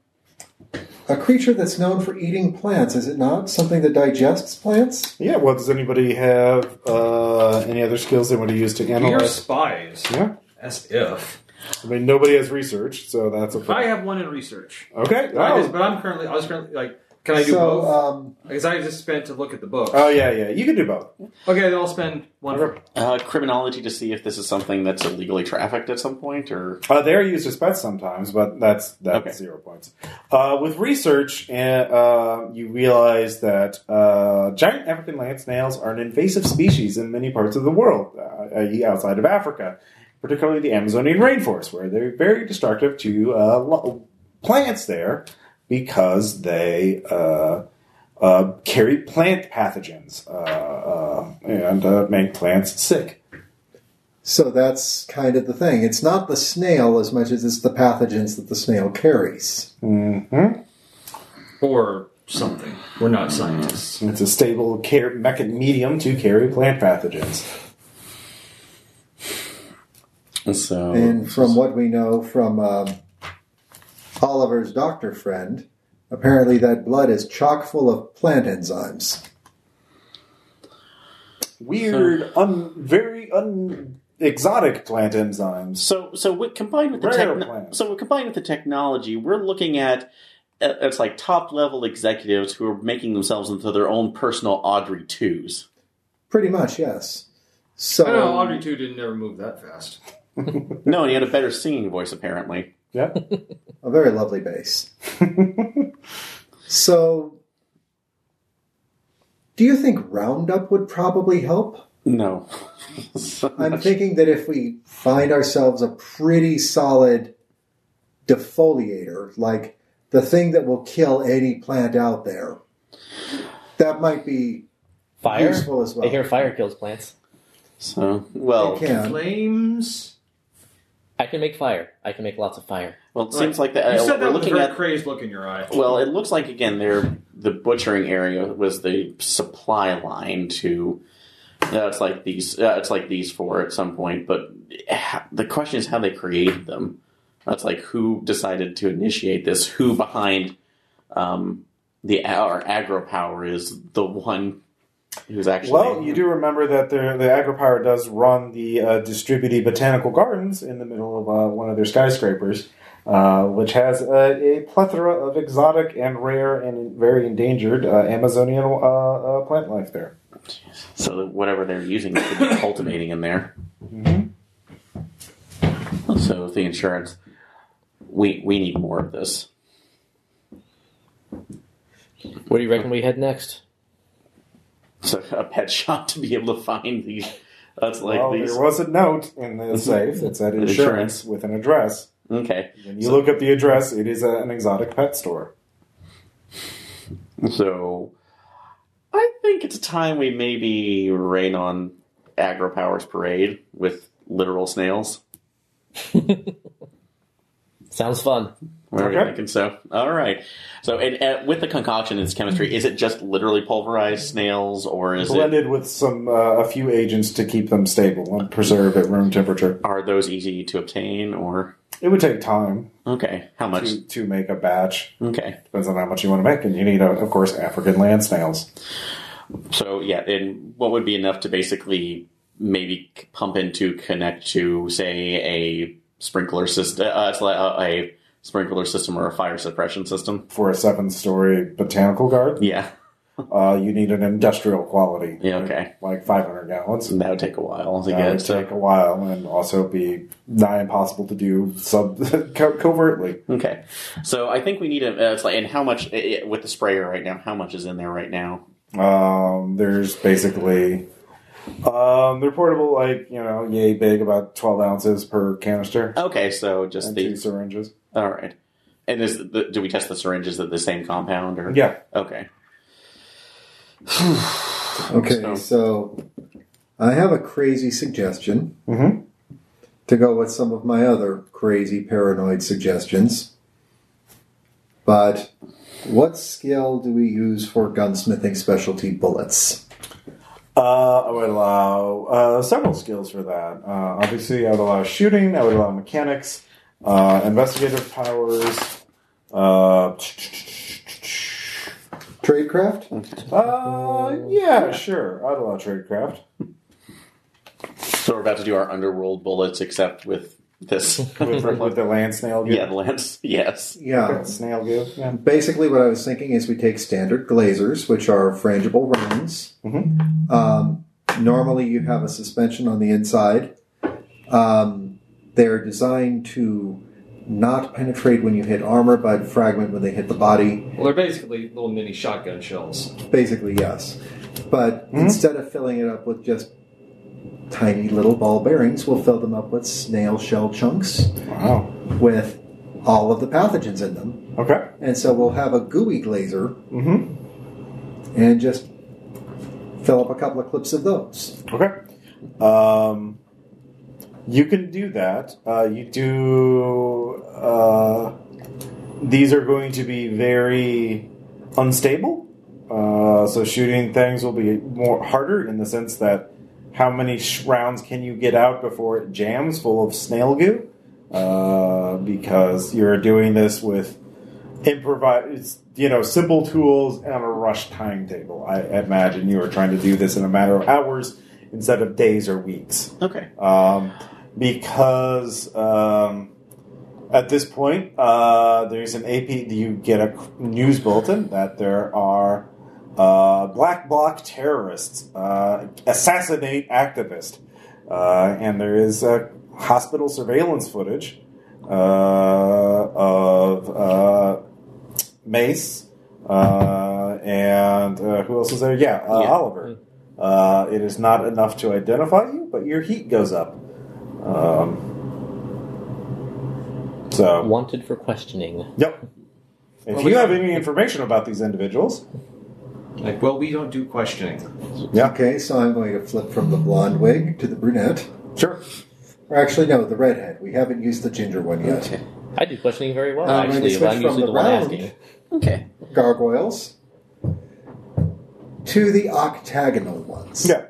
D: a creature that's known for eating plants, is it not? Something that digests plants?
A: Yeah, well, does anybody have uh, any other skills they want to use to
F: We are
A: analyze?
F: spies.
A: Yeah.
F: As if
A: I mean, nobody has research, so that's a
F: I
A: problem.
F: have one in research.
A: Okay.
F: I just-
A: Oh. uh,
F: but I'm currently. I was currently like. Can I do
D: So,
F: both?
D: um,
F: Because I just spent to look at the books.
A: oh, yeah, yeah. You can do both.
F: okay, then I'll spend one.
B: uh, criminology to see if this is something that's illegally trafficked at some point, or
A: Uh, they are used as pets sometimes, but that's that's
B: Okay.
A: zero points. Uh, with research, uh, uh, you realize that uh, giant African land snails are an invasive species in many parts of the world, uh, i.e., outside of Africa, particularly the Amazonian rainforest, where they're very destructive to uh, lo- plants there because they. Uh, uh, carry plant pathogens uh, uh, and uh, make plants sick.
D: so that's kind of the thing. It's not the snail as much as it's the pathogens that the snail carries.
F: or something. We're not scientists.
A: It's a stable care mecha- medium to carry plant pathogens.
F: Oh,
B: so.
D: And from what we know from um, Oliver's doctor friend, apparently that blood is chock full of plant enzymes.
A: Weird, un, very un, exotic plant enzymes.
B: So, so what combined with the
A: Rare
B: techno-
A: plants.
B: so what combined with the technology, we're looking at uh, it's like top level executives who are making themselves into their own personal Audrey twos.
D: Pretty much, yes. So,
F: I know Audrey two didn't ever move that fast.
B: No, and he had a better singing voice apparently.
A: Yeah.
D: a very lovely bass. so, do you think Roundup would probably help?
B: No,
D: I'm thinking that if we find ourselves a pretty solid defoliator, like the thing that will kill any plant out there, that might be
E: Fire?
D: useful as well.
E: I hear fire kills plants.
B: so well,
D: It can.
F: Flames.
E: I can make fire. I can make lots of fire.
B: well, it seems like that.
F: You
B: uh,
F: said
B: we're
F: that with a
B: looking
F: very
B: at.
F: crazed look in your eye.
B: Well, it looks like again, there the butchering area was the supply line to Uh, it's like these. Uh, it's like these four at some point, but h- the question is how they created them. That's like who decided to initiate this. Who behind um, the our aggro power is the one who's actually.
A: Well, you do remember that the, the AgriPower does run the uh, Distributi Botanical Gardens in the middle of uh, one of their skyscrapers, uh, which has uh, a plethora of exotic and rare and very endangered uh, Amazonian uh, uh, plant life there.
B: So that whatever they're using, they could be cultivating in there.
A: Mm-hmm.
B: So with the insurance, we we need more of this.
E: Where do you reckon we head next?
B: So a pet shop to be able to find these. That's like
A: well,
B: these.
A: there was a note in the safe that said
B: Insurance.
A: insurance, with an address.
B: Okay,
A: When you look up the address, it is a, an exotic pet store.
B: so I think it's time we maybe rain on Agro Powers Parade with literal snails.
E: Sounds fun.
B: What are we
A: Okay.
B: thinking? So, all right. So, and uh, with the concoction and its chemistry, is it just literally pulverized snails, or is it
A: Blended with some uh, a few agents to keep them stable and preserve at room temperature.
B: are those easy to obtain, or
A: It would take time
B: okay, how much?
A: to, to make a batch.
B: Okay,
A: Depends on how much you want to make, and you need, uh, of course, African land snails.
B: so yeah, and what would be enough to basically maybe c- pump into connect to say a sprinkler system, uh, it's like a, a sprinkler system or a fire suppression system?
A: For a seven-story botanical garden,
B: Yeah,
A: uh, you need an industrial quality,
B: yeah, okay.
A: like 500 gallons.
B: So that would take a while to
A: That
B: get.
A: would
B: So
A: take a while, and also be nigh impossible to do sub co- covertly.
B: okay, so I think we need a. Uh, it's like, and how much eh, eh, with the sprayer right now? How much is in there right now?
A: Um, there's basically um, they're portable, like you know, yay big, about 12 ounces per canister,
B: Okay, so just
A: and two
B: the
A: syringes.
B: all right. And is the, do we test the syringes at the same compound or
A: Yeah,
B: Okay.
D: Okay,
B: So-
D: so, I have a crazy suggestion
A: Mhm.
D: to go with some of my other crazy paranoid suggestions. But what skill do we use for gunsmithing specialty bullets?
A: Uh, I would allow uh, several skills for that. Uh, obviously, I would allow shooting. I would allow mechanics, uh, investigative powers. Uh,
D: Tradecraft?
A: uh, yeah, sure. I'd allow tradecraft.
B: So we're about to do our underworld bullets, except with this.
A: with, with the land snail.
B: yeah, the lance. Yes.
D: Yeah.
A: That snail goo. Yeah.
D: Basically, what I was thinking is we take standard glazers, which are frangible rounds. Um, normally, you have a suspension on the inside. Um, they're designed to not penetrate when you hit armor, but fragment when they hit the body.
F: Well, they're basically little mini shotgun shells.
D: Basically, yes. But instead of filling it up with just tiny little ball bearings, we'll fill them up with snail shell chunks
A: Wow.
D: with all of the pathogens in them.
A: Okay.
D: And so we'll have a gooey glazer
A: Mm-hmm.
D: and just fill up a couple of clips of those.
A: Okay. Um, you can do that. Uh, you do. Uh, these are going to be very unstable. Uh, so shooting things will be more harder in the sense that how many sh- rounds can you get out before it jams full of snail goo? Uh, because you're doing this with improvised, you know, simple tools and on a rush timetable. I imagine you are trying to do this in a matter of hours instead of days or weeks
B: Okay.
A: um, because um, at this point uh, there's an AP. You get a news bulletin that there are uh, black bloc terrorists uh, assassinate activist, uh, and there is uh, hospital surveillance footage uh, of uh, Mace uh, and uh, who else is there? Yeah, uh,
B: Yeah.
A: Oliver. Uh, it is not enough to identify you, but your heat goes up. Um, so,
E: Wanted for questioning.
A: yep. If you have any information about these individuals,
F: Like, well, we don't do questioning.
A: yeah,
D: Okay, so I'm going to flip from the blonde wig to the brunette.
A: sure.
D: Or actually, no, the redhead. We haven't used the ginger one yet.
E: I do questioning very well,
D: Um,
E: actually.
D: maybe
E: but I'm
D: switch from
E: usually
D: the
E: the one
D: round.
E: asking.
B: Okay.
D: Gargoyles to the octagonal ones.
A: Yeah.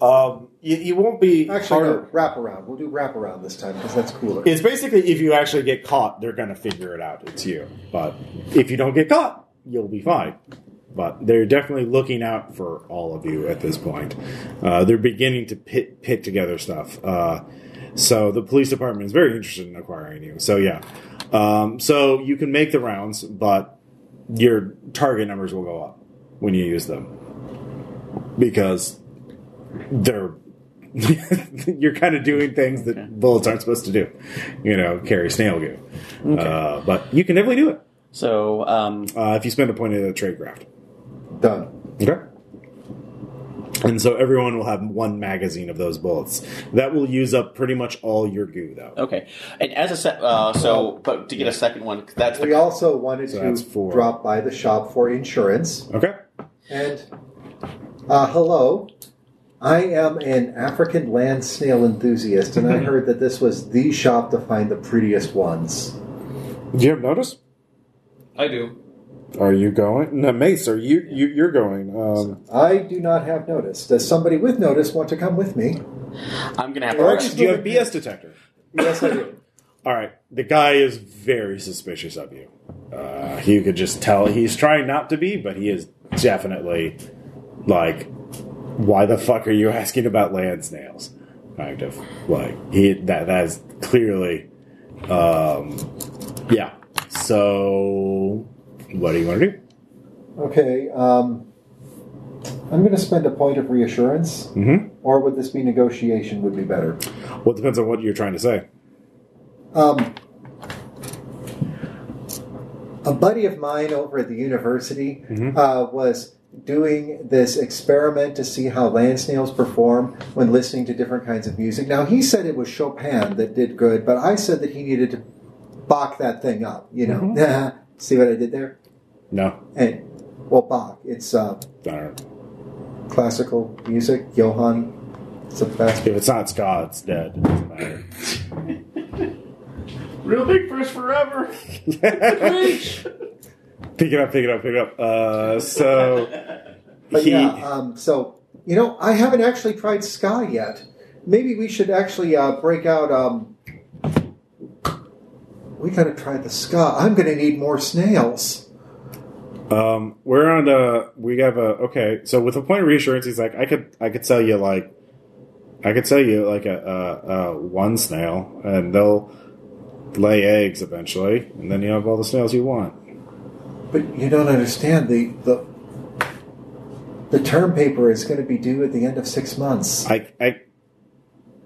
A: Um, you, you won't be
D: Actually,
A: harder-
D: no, wraparound. We'll do wraparound this time because that's cooler.
A: It's basically if you actually get caught, they're going to figure it out. It's you. But if you don't get caught, you'll be fine. But they're definitely looking out for all of you at this point. Uh, they're beginning to pit, pit together stuff. Uh, so the police department is very interested in acquiring you. So, yeah. Um, so you can make the rounds, but your target numbers will go up when you use them because they're you're kind of doing things that bullets aren't supposed to do. You know, carry snail goo. Uh, but you can definitely do it
B: So, um,
A: uh, if you spend a point at a trade craft.
D: Done.
A: Okay. And so everyone will have one magazine of those bullets. That will use up pretty much all your goo, though.
B: okay. And as a set, uh, so, but to get a second one, that's
D: We
B: the.
D: also wanted
A: So that's
D: to
A: four.
D: drop by the shop for insurance.
A: Okay.
D: And uh, hello, I am an African land snail enthusiast, and I heard that this was the shop to find the prettiest ones.
A: Do you have notice?
F: I do.
A: Are you going? No, Mace, are you, you you're going? Um,
D: I do not have notice. Does somebody with notice want to come with me?
B: I'm gonna have
A: or
B: to.
A: actually, do you have BS detector?
D: Yes, I do.
A: All right. The guy is very suspicious of you. Uh, you could just tell he's trying not to be, but he is definitely like, "Why the fuck are you asking about land snails?" Kind of like he that that is clearly, um, yeah. So, what do you want to do?
D: Okay, um, I'm going to spend a point of reassurance,
A: Mhm.
D: or would this be negotiation? Would be better.
A: Well, it depends on what you're trying to say.
D: Um, a buddy of mine over at the university uh, was doing this experiment to see how land snails perform when listening to different kinds of music. Now, he said it was Chopin that did good, but I said that he needed to Bach that thing up, you know. see what I did there?
A: No,
D: And, well, Bach, it's uh,
A: I don't. know.
D: classical music, Johann Sebastian.
A: If it's not Scott, it's dead. It doesn't matter.
G: Real big fish forever.
A: Pick it up, pick it up, pick it up. Uh, so,
D: But
A: he-
D: yeah, um, so you know, I haven't actually tried ska yet. Maybe we should actually uh, break out. Um, we gotta try the ska. I'm gonna need more snails. uh,
A: Um, we're on a we have a okay. So with a point of reassurance, he's like, I could I could sell you like, I could sell you like a, a, a one snail, and they'll lay eggs eventually, and then you have all the snails you want.
D: But you don't understand the the the term paper is going to be due at the end of six months.
A: I I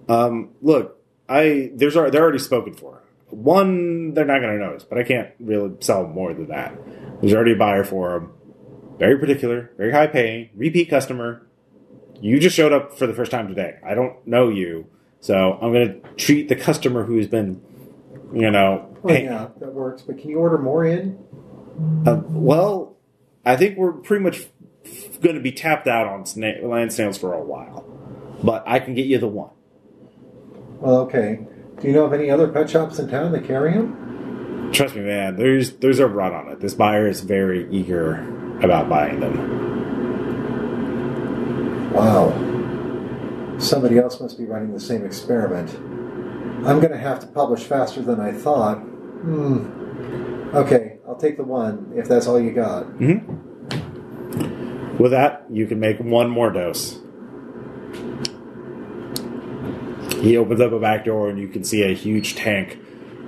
A: um look, I there's al- they're already spoken for. One, they're not going to notice, but I can't really sell more than that. There's already a buyer for them. Very particular, very high paying, repeat customer. You just showed up for the first time today. I don't know you, so I'm going to treat the customer who's been, you know,
D: Well,
A: pay-
D: yeah, that works. But can you order more in?
A: uh, well, I think we're pretty much going to be tapped out on sna- land snails for a while, but I can get you the one.
D: Well, okay. Do you know of any other pet shops in town that carry them?
A: Trust me, man. There's there's a run on it. This buyer is very eager about buying them.
D: Wow. Somebody else must be running the same experiment. I'm going to have to publish faster than I thought. Hmm. Okay, I'll take the one if that's all you got.
A: With that, you can make one more dose. He opens up a back door, and you can see a huge tank,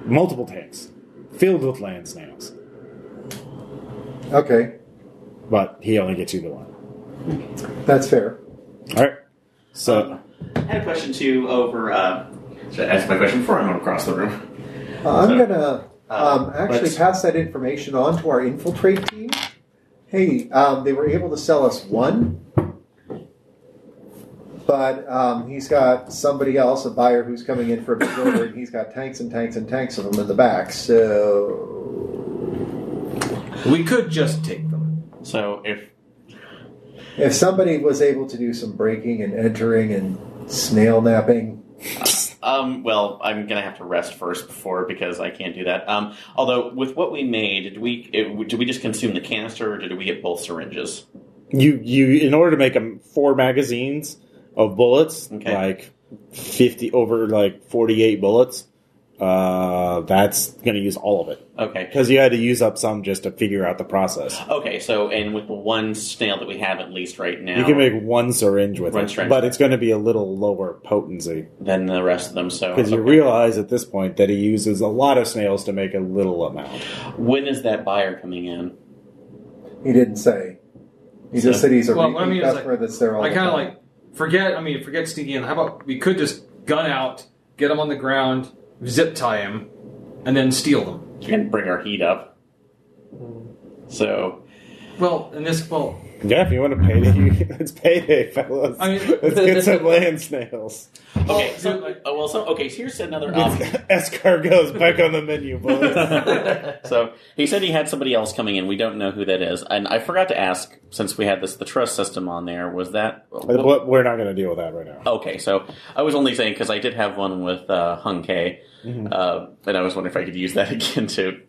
A: multiple tanks, filled with land snails.
D: Okay,
A: But he only gets you the one.
D: that's fair.
A: All right. So
B: Um, I had a question too over. Uh, should I ask my question before I went across the room?
D: Uh, I'm going to
B: Uh,
D: um, actually
B: let's-
D: pass that information on to our infiltrate team. Hey, um, they were able to sell us one, but um, he's got somebody else, a buyer who's coming in for a big order, and he's got tanks and tanks and tanks of them in the back. So
F: We could just take them.
B: So if
D: If somebody was able to do some breaking and entering and snail napping,
B: Um, well, I'm gonna have to rest first before because I can't do that. Um, although with what we made, did we it, did we just consume the canister or did we get both syringes?
A: you you in order to make them four magazines, of bullets,
B: Okay.
A: like fifty over like forty-eight bullets. Uh, that's going to use all of it
B: Okay.
A: because you had to use up some just to figure out the process.
B: Okay. So, and with the one snail that we have at least right now,
A: You can make one syringe with
B: One
A: it,
B: syringe.
A: but it's going to be a little lower potency
B: than the rest of them. So,
A: because you
B: Oh, okay.
A: realize at this point that he uses a lot of snails to make a little amount.
B: when is that buyer coming in?
D: He didn't say. He just
B: So-
D: said he's a
F: Well,
D: repeat
F: what I mean is, like,
D: customer that's there all
F: I
D: the
F: kind of
D: time.
F: like forget. I mean, forget sneaking in. How about we could just gun out, get them on the ground, zip tie him, and then steal them.
B: And bring our heat up. So,
F: Well, in this, well,
A: Yeah, if you want to pay, you, it's payday, fellas.
F: I mean-
A: Let's get some land snails.
B: okay.
F: Oh,
B: So,
F: dude, like-
B: oh, well, so okay. So here's another
F: Um,
B: option.
A: Get escargots back on the menu, boys.
B: so he said he had somebody else coming in. We don't know who that is, and I forgot to ask since we had this the trust system on there. Was that
A: but we're not going to deal with that right now.
B: okay? So I was only saying because I did have one with uh, Hung K, uh, and I was wondering if I could use that again too.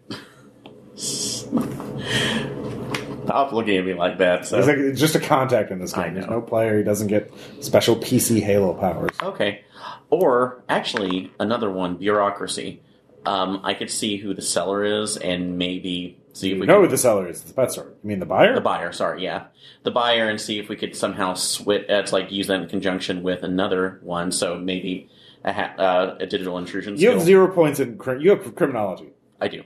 B: Stop looking at me like that. So
A: It's like it's just a contact in this
B: I
A: game. There's
B: know.
A: no player who doesn't get special PC Halo powers.
B: okay, or actually another one, bureaucracy. Um, I could see who the seller is and maybe see if
A: You
B: we
A: know
B: can-
A: who the seller is. It's the pet store. You mean the buyer?
B: the buyer sorry yeah the buyer and see if we could somehow switch uh, it's like use that in conjunction with another one so maybe a, ha- uh, a digital intrusion
A: you
B: skill.
A: have zero points in cri- you have criminology.
B: i do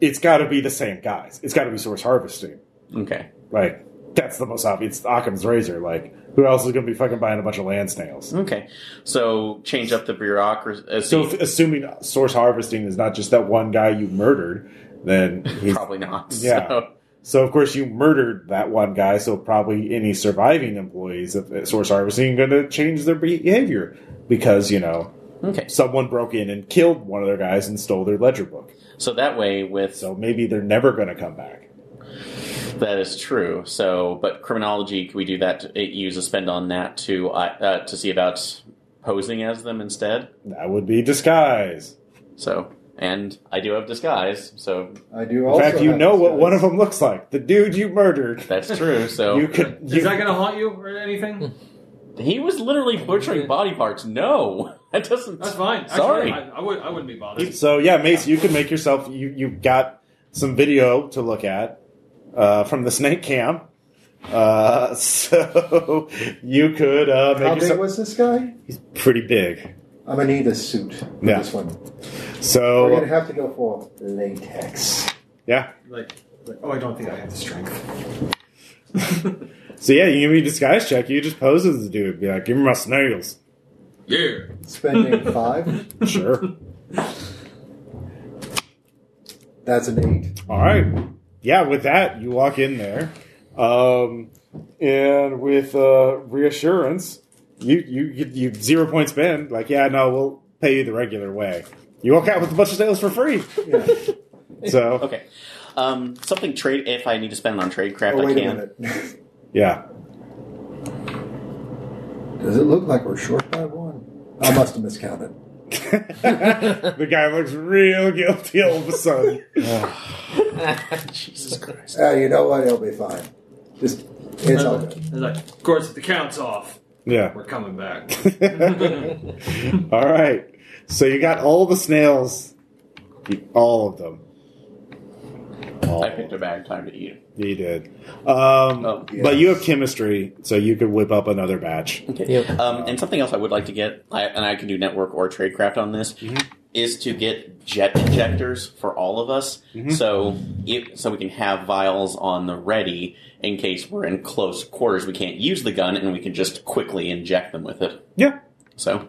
A: It's got to be the same guys. It's got to be source harvesting.
B: okay
A: Like that's the most obvious. Occam's razor. Like who else is going to be fucking buying a bunch of land snails?
B: okay so change up the bureaucracy uh,
A: So
B: see,
A: if, assuming source harvesting is not just that one guy you murdered, then he's
B: probably not
A: Yeah.
B: so,
A: So of course you murdered that one guy. So probably any surviving employees of at Source Harvesting going to change their behavior because you know
B: okay
A: someone broke in and killed one of their guys and stole their ledger book.
B: so that way with
A: So maybe they're never going to come back.
B: that is true so but criminology can we do that to, it use a spend on that to uh, uh, to see about posing as them instead
A: That would be disguise.
B: so and i do have disguise so
D: I do
A: In
D: also.
A: fact, you
D: have
A: know what
D: disguise.
A: one of them looks like—the dude you murdered.
B: that's true so
A: You could. You,
F: Oh. is that going to haunt you or anything?
B: He was literally butchering body parts. No, that doesn't.
F: That's fine. Actually,
B: Sorry.
F: I, I would. I wouldn't be bothered.
A: So yeah, Mace, you can make yourself. You you got some video to look at uh, from the snake cam. Uh, so you could uh, make
D: How big
A: yourself
D: was this guy?
A: pretty big.
D: I'm gonna need a suit. For
A: Yeah.
D: This one. We're gonna
A: So
D: have to go for latex.
A: yeah,
F: Like, like, oh, I don't think I have the strength.
A: so yeah, you give me a disguise check. You just pose as the dude, be like, "Give me my snails."
F: Yeah.
D: Spending five.
A: Sure.
D: That's an eight.
A: All right. Yeah, with that, you walk in there, um, and with uh, reassurance, you you you, you zero points spend. Like, yeah, no, we'll pay you the regular way. You walk out with a bunch of sales for free.
D: Yeah.
A: So
B: Okay. Um, something trade. If I need to spend on trade craft,
D: oh
B: I
D: wait a
B: can.
D: minute.
A: yeah,
D: Does it look like we're short by one? I must have miscounted.
A: the guy looks real guilty all of a sudden.
B: Jesus Christ.
D: Ah, you know what? It'll be fine. Just it's all good.
F: And like, of course, if the count's off,
A: Yeah.
F: we're coming back.
A: all right. So you got all the snails, You- all of them. All
B: I
A: of them.
B: picked a bad time to eat.
A: You did. Um,
B: Oh,
A: But you have chemistry, so you could whip up another batch.
B: Okay.
E: Yep.
B: Um, and something else I would like to get, I, and I can do network or trade craft on this, is to get jet injectors for all of us, so if, so we can have vials on the ready in case we're in close quarters. We can't use the gun, and we can just quickly inject them with it.
A: Yeah,
B: So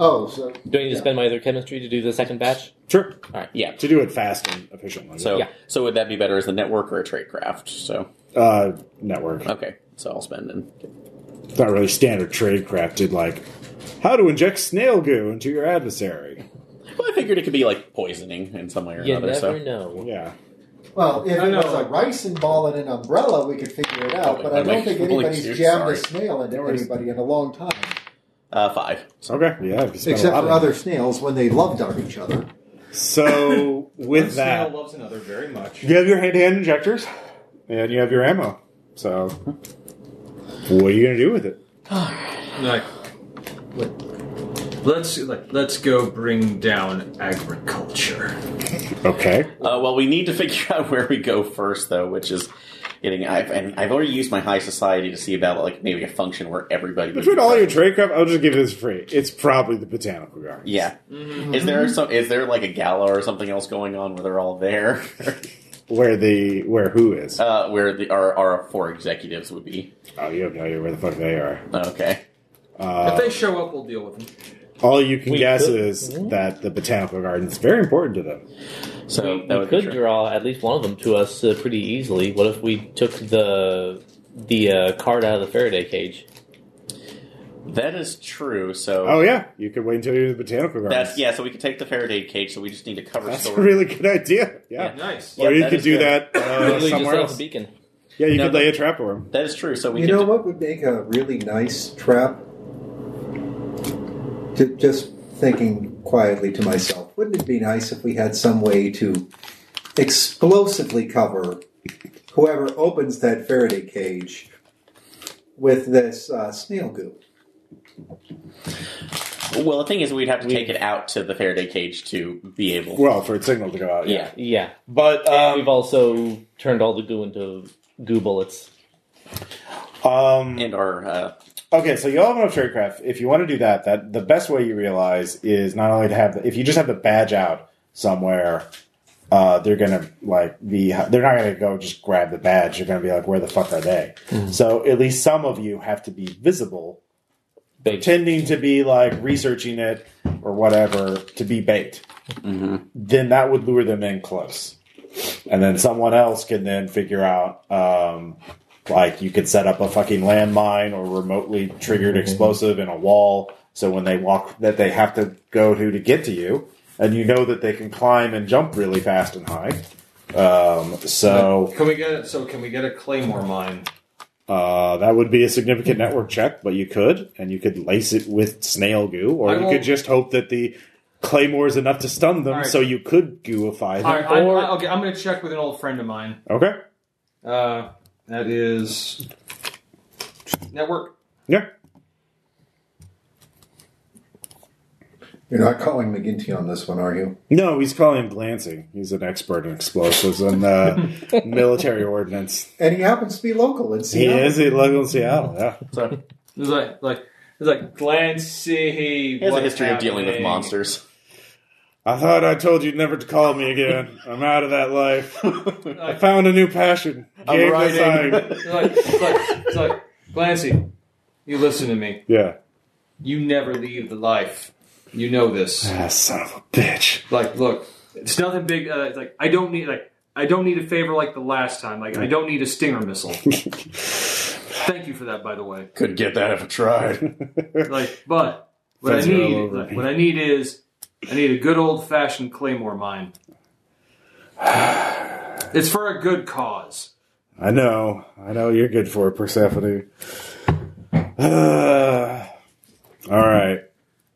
D: Oh, so
E: Do I need to spend my other chemistry to do the second batch?
A: sure.
B: yeah.
A: To do it fast and efficiently.
B: So
E: Yeah.
B: so would that be better as a network or a trade craft? So
A: uh, network.
B: okay, so I'll spend in.
A: It's not really standard trade crafted like how to inject snail goo into your adversary.
B: Well, I figured it could be like poisoning in some way or
E: You
B: another.
E: never
B: So
E: know.
A: Yeah.
D: Well, if
F: I
D: it
F: know.
D: was a rice and ball and an umbrella, we could figure it out.
B: Oh,
D: but I
B: I'm
D: don't
B: like-
D: think
B: I'm like,
D: anybody's
B: dude,
D: jammed
B: sorry.
D: a snail into anybody in a long time,
B: uh, five.
A: Okay. Yeah. if you spend a
D: except
A: lot
D: for
A: on
D: other snails when they loved on each other.
A: it. So with that,
F: snail loves another very much.
A: you have your hand-to-hand injectors, and you have your ammo. So what are you gonna do with it?
F: And like, Let's like, let's go bring down agriculture.
A: Okay.
B: Uh, well, we need to figure out where we go first, though, which is getting. I've, and I've already used my high society to see about like maybe a function where everybody. would
A: Between
B: be
A: all your
B: present.
A: trade crap, I'll just give this free. It's probably the botanical garden.
B: Yeah.
E: Mm-hmm.
B: Is there some? Is there like a gala or something else going on where they're all there,
A: Where the where who is?
B: uh, where the our, our four executives would be?
A: oh, you have no idea where the fuck they are.
B: Okay.
F: if they show up, we'll deal with them.
A: All you can
E: We
A: guess
E: could-
A: is
B: Hmm?
A: that the botanical garden is very important to them.
B: So
E: we,
B: that
E: we
B: would be
E: could
B: true.
E: draw at least one of them to us uh, pretty easily. What if we took the the uh, card out of the Faraday cage?
B: That is true. So
A: Oh yeah, you could wait until you're in the botanical garden.
B: that's yeah. So we could take the Faraday cage. So we just need to cover
A: That's a
B: story.
A: really good idea. Yeah.
F: Nice.
B: Yeah,
A: or you
B: that
A: could
B: is
A: do
B: good.
A: that uh,
E: Literally just
A: somewhere
E: set up
A: else.
E: a beacon.
A: Yeah, you
B: No,
A: could lay a trap for him.
B: That is true. So we
D: you
B: could
D: know what would make a really nice trap? Ju- Just thinking quietly to myself, wouldn't it be nice if we had some way to explosively cover whoever opens that Faraday cage with this uh, snail goo?
B: Well, the thing is, we'd have to take it out to the Faraday cage to be able.
A: Well, for its signal to go out.
B: yeah.
E: Yeah,
A: But
E: And
A: um,
E: we've also turned all the goo into goo bullets.
A: um,
B: And our uh,
A: Okay, so you all have enough tradecraft. If you want to do that, that the best way you realize is not only to have the, if you just have the badge out somewhere, uh, they're gonna like be they're not gonna go just grab the badge. They're gonna be like, where the fuck are they? So at least some of you have to be visible,
E: Big.
A: pretending to be like researching it or whatever to be bait. Then that would lure them in close, and then someone else can then figure out. Um, like you could set up a fucking landmine or remotely triggered explosive in a wall so when they walk that they have to go to to get to you and you know that they can climb and jump really fast and high um, so
F: Can we get it? So can we get a claymore mine?
A: uh, that would be a significant network check but you could and you could lace it with snail goo or
F: I
A: you
F: will-
A: could just hope that the claymore is enough to stun them
F: All right.
A: so you could gooify them
F: All right, I,
E: Or-
F: I, okay, I'm going to check with an old friend of mine.
A: okay
F: Uh, that is network.
A: yeah
D: You're not calling McGinty on this one, are you?
A: no he's calling him glancing he's an expert in explosives and uh, military ordnance
D: And he happens to be local in
A: He
D: Seattle.
A: is. He lives in Seattle. Yeah.
B: so
F: It's like like it's like Glenn see
B: he has a history of dealing with monsters.
A: I thought I told you never to call me again. I'm out of that life. I found a new passion. Game design.
F: It's like, it's like, it's like Glancy, you listen to me.
A: Yeah.
F: You never leave the life. You know this.
A: Ah, son of a bitch.
F: Like, look, it's nothing big. Uh, it's like I don't need like I don't need a favor like the last time. Like I don't need a stinger missile. Thank you for that, by the way.
B: Could get that if I tried.
F: Like, but what
A: Friends
F: I
A: are all
F: need,
A: over
F: like,
A: me.
F: what I need is, I need a good old fashioned claymore mine. It's for a good cause.
A: I know. I know you're good for it, Persephone. Ah. all right.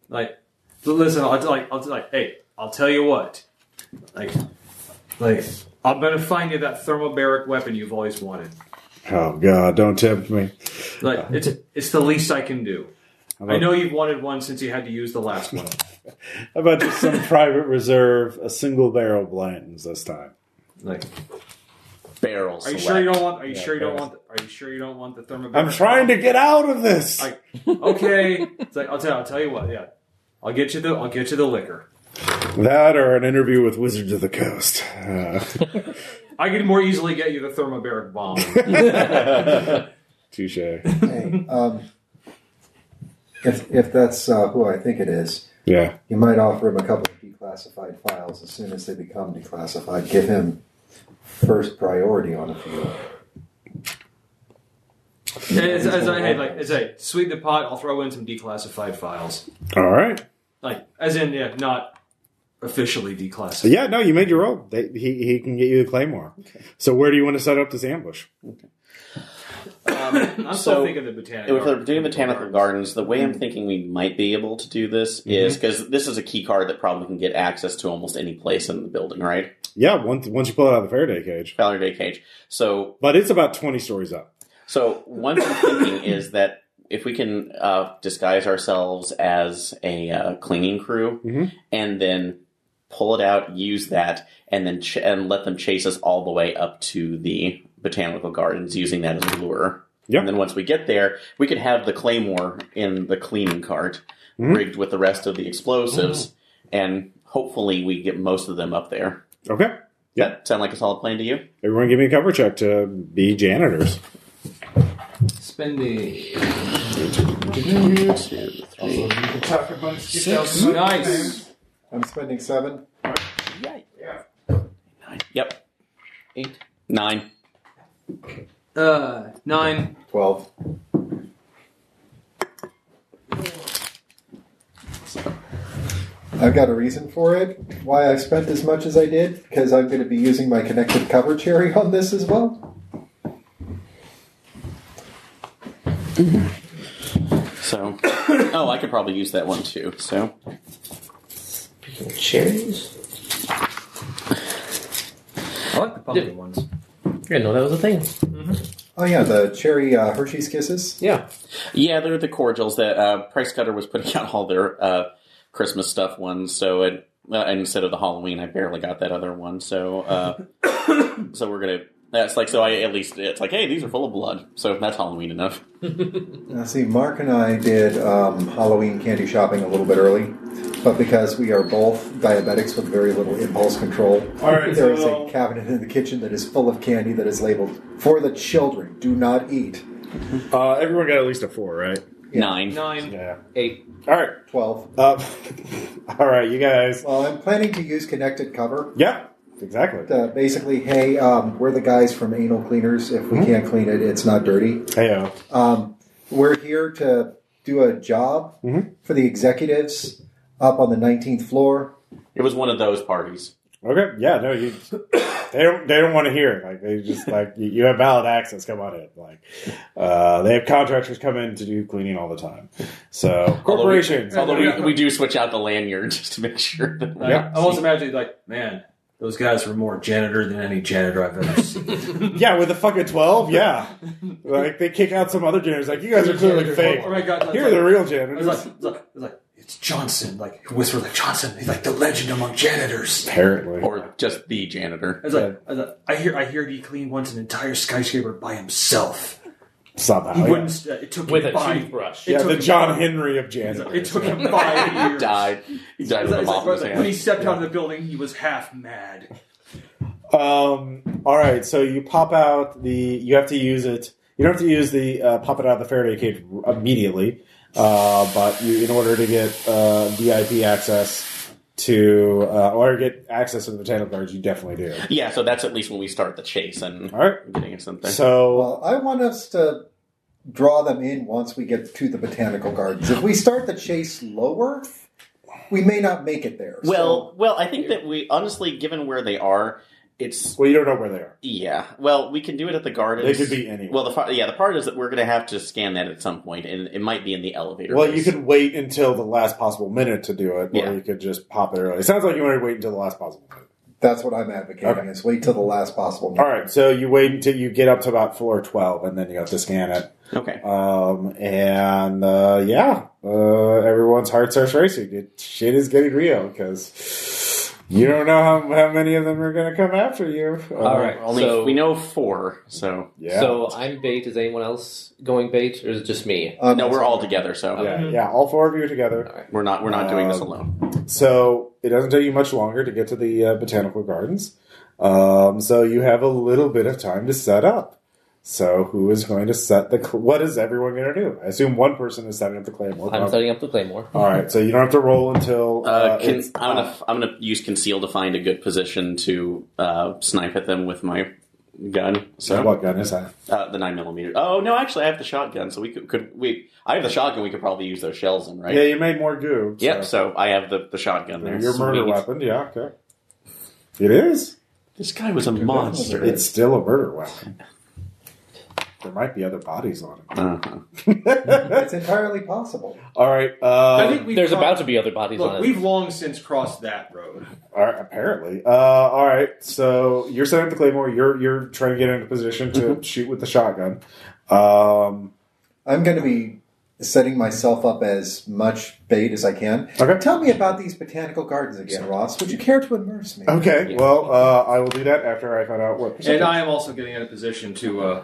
F: Like, l- listen, I'll like, I'll like, hey, I'll tell you what, like, like, I'm gonna find you that thermobaric weapon you've always wanted.
A: Oh God! Don't tempt me.
F: Like, it's it's the least I can do.
A: How
F: I
A: about,
F: know you've wanted one since you had to use the last one.
A: how about just some private reserve, a single barrel Blanton's this time?
F: Like,
B: Barrels.
F: are you sure you don't want? Are you
A: Yeah,
F: sure you don't
A: fair.
F: want? The, are you sure you don't want the thermobaric?
A: I'm trying to get out of this.
F: Like, okay, it's like I'll tell. I'll tell you what. Yeah, I'll get you the. I'll get you the liquor.
A: That or an interview with Wizards of the Coast. Uh,
F: I can more easily get you the thermobaric bomb.
A: touche.
D: Hey, um, if, if that's uh, who I think it is,
A: Yeah.
D: you might offer him a couple of declassified files as soon as they become declassified. Give him first priority on a few.
F: as, as I hey, like, as I sweeten the pot, I'll throw in some declassified files.
A: All right.
F: Like, as in, yeah, not officially declassified.
A: Yeah, no, you made your roll. They, he, he can get you the claymore. So where do you want to set up this ambush?
F: I'm
B: So,
F: still thinking the botanical.
B: If they're doing botanical gardens, the
F: Mm-hmm.
B: way I'm thinking we might be able to do this is because this is a key card that probably can get access to almost any place in the building, right?
A: Yeah, once once you pull it out of the Faraday cage,
B: Faraday cage. So
A: but it's about twenty stories up.
B: So one thing I'm thinking is that if we can uh, disguise ourselves as a uh, clinging crew
A: Mhm.
B: and then pull it out, use that, and then ch- and let them chase us all the way up to the botanical gardens using that as a lure.
A: Yeah.
B: And then once we get there, we could have the claymore in the cleaning cart
A: Mhm.
B: rigged with the rest of the explosives, and hopefully we get most of them up there.
A: Okay.
B: Does that sound like a solid plan to you?
A: Everyone give me a cover check to be janitors.
F: Spendy.
G: You can tuck a bunch of
F: Six.
G: yourself-
F: Nice.
D: I'm spending seven.
G: Yeah.
B: Yep. Eight. Nine.
F: Uh, nine.
D: Twelve. I've got a reason for it. Why I spent as much as I did because I'm going to be using my connected cover cherry on this as well.
B: So, oh, I could probably use that one too. So,
E: Cherries?
F: I like the pumpkin ones.
E: I didn't know that was a thing.
D: Oh yeah, the cherry uh, Hershey's Kisses.
E: Yeah.
B: yeah, they're the cordials that uh, Price Cutter was putting out all their uh, Christmas stuff ones. So, it, uh, instead of the Halloween, I barely got that other one. So, uh, so we're gonna. That's like so. I at least it's like, hey, these are full of blood. So that's Halloween enough.
D: Now see, Mark and I did um, Halloween candy shopping a little bit early, but because we are both diabetics with very little impulse control,
G: All right,
D: there is
G: so-
D: a cabinet in the kitchen that is full of candy that is labeled for the children. Do not eat.
A: Uh, everyone got at least a four, right?
B: Nine.
F: Nine.
A: Yeah.
E: Eight.
A: All right.
D: Twelve.
A: Uh, all right, you guys.
D: Well, I'm planning to use connected cover.
A: Yeah, exactly.
D: Uh, basically, hey, um, we're the guys from Anal Cleaners. If we can't clean it, it's not dirty.
A: Hey,
D: Um, we're here to do a job
A: Mhm.
D: for the executives up on the 19th floor.
B: It was one of those parties.
A: Okay. Yeah. No. You. They don't. They don't want to hear. It. Like they just like you, you have valid access. Come on in. Like uh, they have contractors come in to do cleaning all the time. So
B: Although we-
A: corporations.
B: Although we, we do switch out the lanyard just to make sure that
F: I,
A: Yeah.
F: I almost imagine like, man, those guys were more janitor than any janitor I've ever seen.
A: yeah, with the fucking twelve. Yeah. Like they kick out some other janitors. Like you guys are clearly fake.
F: Oh my god!
A: Here are the real janitors.
F: It's like, it's like, it's like, it's Johnson. Like, he whispered like Johnson. He's like the legend among janitors.
A: Apparently.
B: or just the janitor.
F: I was like, I, was like, I hear, I hear he cleaned once an entire skyscraper by himself.
A: somehow.
F: He
A: Oh, yeah.
F: wouldn't. st- it took
E: With
F: him
E: a
F: five.
E: toothbrush.
F: It
A: Yeah,
F: took
A: the
F: him-
A: John Henry of
F: It's
A: janitors.
F: like, It took him five
B: He
F: years.
B: died. He died
F: It's
B: with
F: like-
B: a
F: it's like,
B: mop in his
F: when he
B: hand.
F: stepped out of the building, he was half mad.
A: Um, all right, so you pop out the. You have to use it. You don't have to use the uh, pop it out of the Faraday cage immediately, uh, but you, in order to get uh, VIP access to uh, or get access to the botanical gardens, you definitely do.
B: Yeah, so that's at least when we start the chase and
A: All right,
B: getting something.
A: so
D: Well, I want us to draw them in once we get to the botanical gardens. If we start the chase lower, we may not make it there. So-
B: well, well, I think that we honestly, given where they are, it's
A: well, you don't know where they are.
B: yeah. Well, we can do it at the gardens.
A: They could be anywhere.
B: Well, the fi- yeah, the part is that we're going to have to scan that at some point, and it might be in the elevator.
A: Well, you
B: can.
A: could wait until the last possible minute to do it, or
B: Yeah.
A: you could just pop it early. It sounds like you want to wait until the last possible minute.
D: that's what I'm advocating
A: Okay.
D: is wait till the last possible minute.
A: All right, so you wait until you get up to about floor twelve, and then you have to scan it.
B: Okay.
A: Um, and uh, yeah, uh, everyone's heart starts racing. It, shit is getting real because you don't know how, how many of them are going to come after you. Uh,
E: All right.
B: Only
E: so,
B: we know four, so
A: Yeah.
E: So I'm bait. Is anyone else going bait, or is it just me?
D: Um,
B: no, we're all together, so
E: um,
A: yeah, yeah, all four of you are together.
B: we're not we're not doing this
A: Um,
B: alone.
A: So it doesn't take you much longer to get to the uh, botanical gardens. Um, so you have a little bit of time to set up. So who is going to set the? Cl- what is everyone going to do? I assume one person is setting up the claymore.
E: I'm setting up the claymore.
A: all right, so you don't have to roll until
B: Uh, can,
A: it's-
B: I'm gonna f- I'm gonna use conceal to find a good position to uh, snipe at them with my gun. So
A: what gun is that?
B: Uh, the nine millimeter. Oh no, actually, I have the shotgun, so we could, could we. I have the shotgun. We could probably use those shells in, right?
A: Yeah, you made more goo. so-
B: Yep. So I have the, the shotgun there.
A: Your murder
B: Sweet.
A: weapon, yeah, okay. It is.
B: This guy was a monster.
A: It's still a murder weapon. There might be other bodies on
B: Uh-huh.
A: it.
D: It's entirely possible.
A: all right.
F: I
A: Uh,
F: think we've
E: There's
F: crossed-
E: about to be other bodies
F: Look,
E: on it.
F: we've long since crossed that road.
A: all right. Apparently. Uh, all right. So you're setting up the claymore. You're you're trying to get into position to shoot with the shotgun. Um,
D: I'm going to be setting myself up as much bait as I can.
A: Okay.
D: Tell me about these botanical gardens again, Ross. Would you care to immerse me?
A: Okay,
E: Yeah.
A: well, uh, I will do that after I find out what.
F: And I am also getting in a position to uh,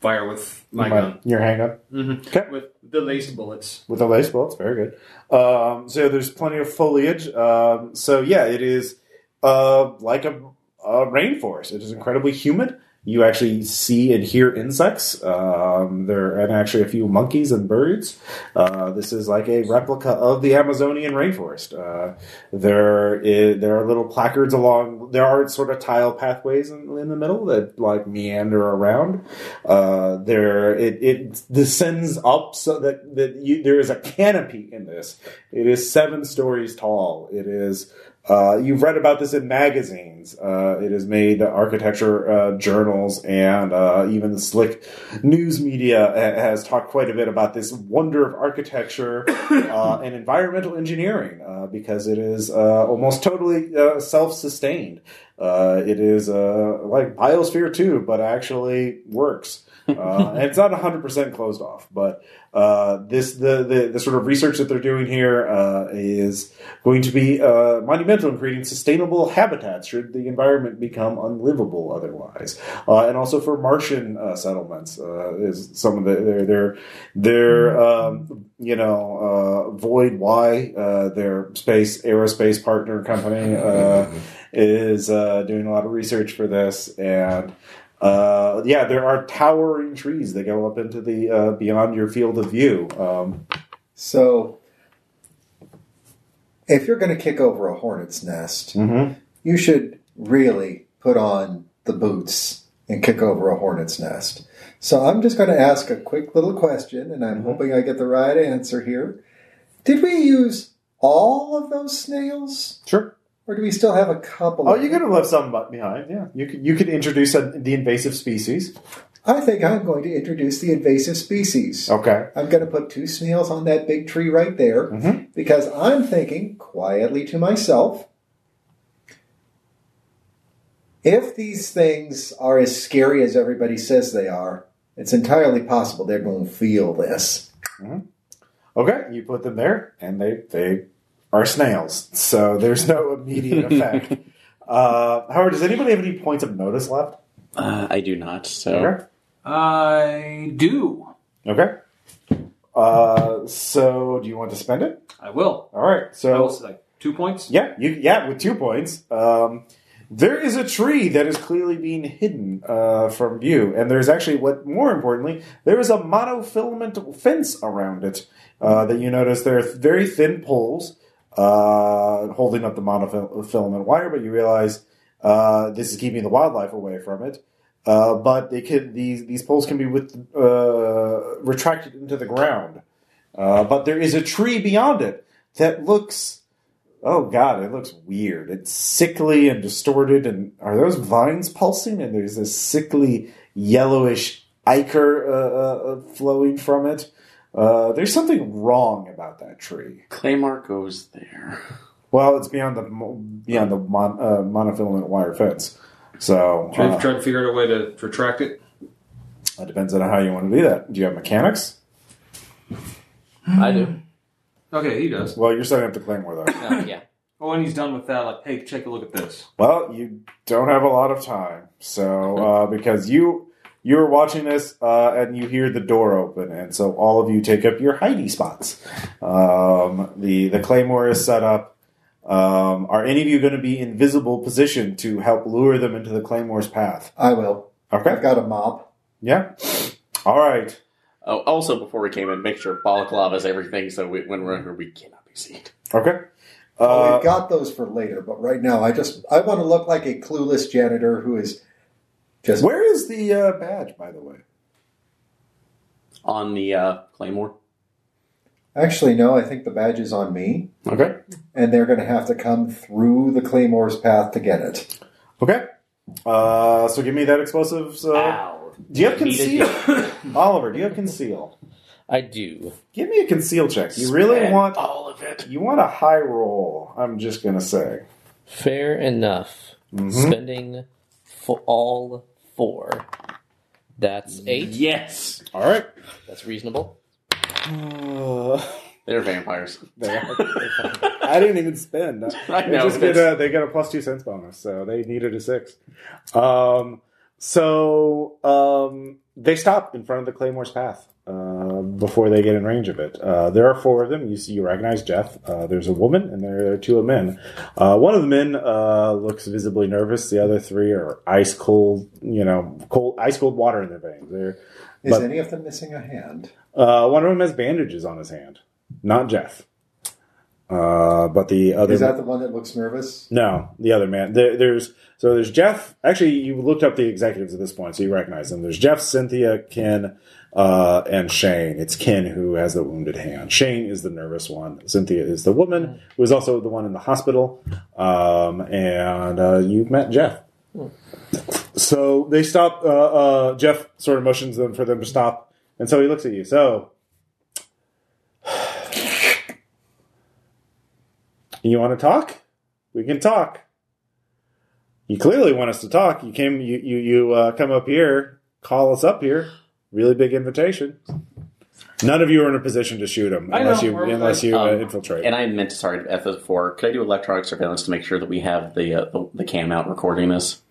F: fire with my
A: My-
F: gun Mm-hmm.
A: Your hang up
F: with the laced bullets.
A: with the lace bolts. Very good. Um, so there's plenty of foliage. Um, so yeah, it is uh, like a, a rainforest. It is incredibly humid. You actually see and hear insects. Um, there and actually a few monkeys and birds. Uh, this is like a replica of the Amazonian rainforest. Uh, there, i there are little placards along. There are sort of tile pathways in, in the middle that like meander around. Uh, there, it, it descends up so that that you, there is a canopy in this. It is seven stories tall. It is. Uh, you've read about this in magazines. Uh, it has made architecture uh, journals and uh, even the slick news media ha- has talked quite a bit about this wonder of architecture uh, and environmental engineering uh, because it is uh, almost totally uh, self-sustained. Uh, it is uh, like Biosphere 2, but actually works. Uh, and it's not 100% closed off, but uh, this the, the the sort of research that they're doing here uh, is going to be uh, monumental in creating sustainable habitats should the environment become unlivable otherwise, uh, and also for Martian uh, settlements uh, is some of the their their their um, you know uh, Void Y uh, their space aerospace partner company uh, is uh, doing a lot of research for this and. Uh, yeah, there are towering trees that go up into the uh, beyond your field of view. Um,
D: So, if you're going to kick over a hornet's nest,
A: Mm-hmm.
D: you should really put on the boots and kick over a hornet's nest. So, I'm just going to ask a quick little question, and I'm
A: Mm-hmm.
D: hoping I get the right answer here. Did we use all of those snails,
A: Sure.
D: or do we still have a couple?
A: Oh,
D: of
A: you
D: them?
A: could have left some bu- behind. Yeah, you could you could introduce a, the invasive species.
D: I think I'm going to introduce the invasive species.
A: Okay.
D: I'm going to put two snails on that big tree right there
A: Mhm.
D: because I'm thinking quietly to myself if these things are as scary as everybody says they are, it's entirely possible they're going to feel this.
A: Okay. You put them there, and they they are snails. So there's no immediate effect. uh, Howard, does anybody have any points of notice left?
B: Uh, I do not. So
A: Okay.
F: I do.
A: Okay. Uh, so do you want to spend it?
F: I will.
A: All right. So
F: I will say two points.
A: Yeah, you, yeah, with two points. Um, there is a tree that is clearly being hidden uh, from view, and there's actually what more importantly, there is a monofilament fence around it uh, that you notice there are very thin poles uh, holding up the monofilament wire, but you realize uh, this is keeping the wildlife away from it. Uh, but they can these these poles can be with uh, retracted into the ground. Uh, but there is a tree beyond it that looks Oh god, it looks weird. It's sickly and distorted, and are those vines pulsing? And there's this sickly yellowish ichor uh, uh, uh, flowing from it. Uh, there's something wrong about that tree.
B: Claymore goes there.
A: Well, it's beyond the mo- beyond the mon, uh, monofilament wire fence, so
F: Try,
A: uh,
F: try to figure out a way to retract it.
A: it depends on how you want to do that. Do you have mechanics?
E: I do.
F: Okay, he does.
A: Well, you're setting up the claymore though.
E: Uh, yeah.
F: Oh, and he's done with that. Like, hey, take a look at this.
A: Well, you don't have a lot of time, so uh, because you you were watching this uh, and you hear the door open, and so all of you take up your Heidi spots. Um, the the claymore is set up. Um, are any of you going to be in visible position to help lure them into the claymore's path?
D: I will. I've
A: Okay.
D: got a mop.
A: Yeah. All right.
B: Oh, also before we came in, make sure balaclava is everything. So we, when we're here, we cannot be seen.
A: Okay.
D: Oh,
A: Uh,
D: We've got those for later, but right now I just I want to look like a clueless janitor who is just
A: where is the uh, badge, by the way?
B: On the uh, claymore.
D: actually no. I think the badge is on me.
A: Okay.
D: and they're going to have to come through the Claymore's path to get it.
A: Okay. Uh, so give me that explosives. Uh,
E: Ow.
A: do you have
E: Beat it.
A: conceal, Oliver? Do you have conceal?
E: I do.
A: Give me a conceal check. You really
B: Spread
A: want
B: all of it?
A: you want a high roll. I'm just gonna say.
E: Fair enough.
A: Mm-hmm.
E: Spending for all four. That's eight.
A: Mm,
B: Yes.
A: All right.
E: That's reasonable.
A: Uh,
B: They're vampires.
A: They are. I didn't even spend.
B: I
A: They
B: know,
A: just get
B: that's-
A: a, they get a plus two cents bonus, so they needed a six. Um, so um, they stop in front of the Claymore's path uh, before they get in range of it. Uh, there are four of them. You see, you recognize Jeff. Uh, there's a woman, and there are two men. Uh, one of the men uh, looks visibly nervous. The other three are ice cold. You know, cold ice cold water in their veins. They're
D: Is
A: But-
D: any of them missing a hand?
A: uh, one of them has bandages on his hand, not Jeff. Uh, but the other
D: Is that the one that looks nervous?
A: no, the other man. There, there's so there's Jeff. Actually, you looked up the executives at this point, so you recognize them. There's Jeff, Cynthia, Ken, uh, and Shane. It's Ken who has the wounded hand. Shane is the nervous one. Cynthia is the woman who is also the one in the hospital. Um, and uh, you met Jeff. So they stop. Uh, uh, Jeff sort of motions them for them to stop, and so he looks at you. So. You want to talk? we can talk. You clearly want us to talk. You came, you you you uh, come up here, call us up here. Really big invitation. None of you are in a position to shoot him
F: I know,
A: unless you
F: we're-
A: unless you uh,
B: Um,
A: infiltrate.
B: And I meant to sorry at the four. Could I do electronic surveillance to make sure that we have the uh, the, the cam out recording this,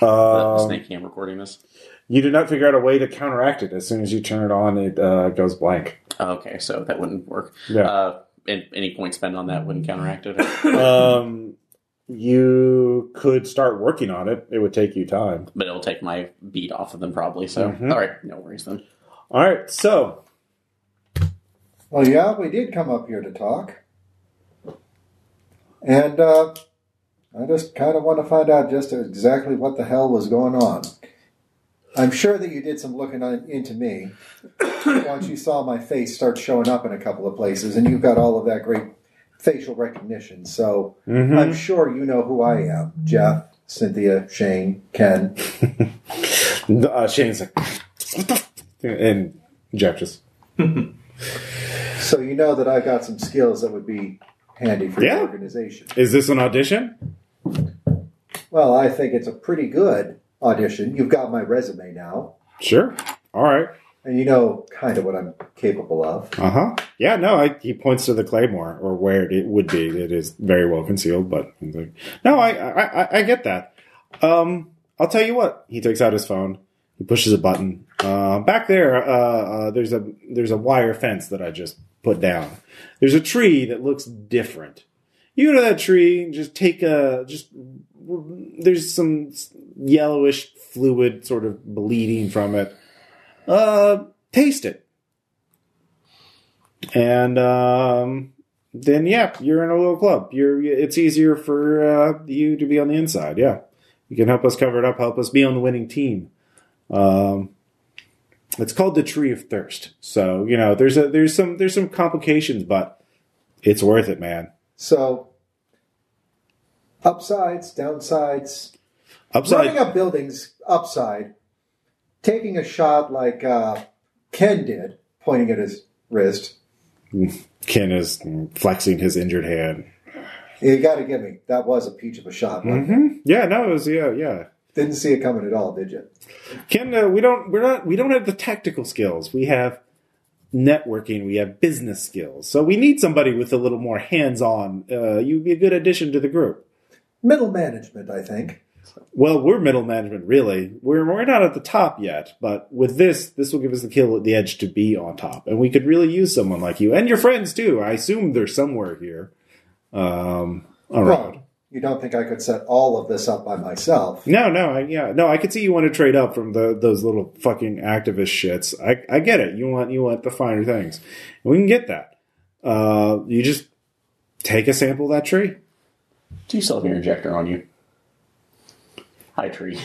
B: the, the
A: Um,
B: snake cam recording this?
A: you do not figure out a way to counteract it. As soon as you turn it on, it uh, goes blank.
B: Okay, so that wouldn't work.
A: Yeah.
B: Uh, and any point spent on that wouldn't counteract it.
A: um, you could start working on it. It would take you time.
B: but it'll take my beat off of them probably. So
A: Mhm.
B: all right, no worries then.
A: All right, so
D: Well, yeah, we did come up here to talk. And uh, I just kind of want to find out just exactly what the hell was going on. I'm sure that you did some looking on, into me once you saw my face start showing up in a couple of places, and you've got all of that great facial recognition. So
A: mhm.
D: I'm sure you know who I am Jeff, Cynthia, Shane, Ken.
A: uh, Shane's like, and Jeff just
D: So you know that I've got some skills that would be handy for
A: Yeah.
D: your organization.
A: Is this an audition?
D: Well, I think it's a pretty good audition. You've got my resume now,
A: Sure. All right.
D: and you know kind of what I'm capable of.
A: Uh huh. Yeah. No. I, he points to the claymore or where it would be. It is very well concealed, but he's like, no, I, I, I- I get that. Um, I'll tell you what. He takes out his phone. He pushes a button. Uh, back there, uh, uh, there's a there's a wire fence that I just put down. There's a tree that looks different. You go to that tree. and Just take a just. There's some yellowish fluid sort of bleeding from it. Uh, taste it. and um, then yeah, you're in a little club. You're it's easier for uh, you to be on the inside. Yeah, you can help us cover it up. Help us be on the winning team. Um, it's called the Tree of Thirst. So you know there's a there's some there's some complications, but it's worth it, man.
D: So, upsides, downsides, running
A: Upside.
D: up buildings, upside, taking a shot like uh, Ken did, pointing at his wrist.
A: Ken is flexing his injured hand.
D: You got to give me that was a peach of a shot. wasn't it?
A: hmm Yeah, no, it was yeah, yeah.
D: Didn't see it coming at all, did you?
A: Ken, uh, we don't we're not we don't have the tactical skills. We have networking. We have business skills. So we need somebody with a little more hands on. Uh, you'd be a good addition to the group.
D: Middle management, I think.
A: Well, we're middle management, really. We're we're not at the top yet, but with this, this will give us the kill the edge to be on top, and we could really use someone like you and your friends too. I assume they're somewhere here. Um, around.
D: Well, you don't think I could set all of this up by myself?
A: No, no, I, yeah, no. I could see you want to trade up from the those little fucking activist shits. I, I get it. You want you want the finer things, and we can get that. Uh, you just take a sample of that tree.
B: Do you still have your injector on you? Hi, tree.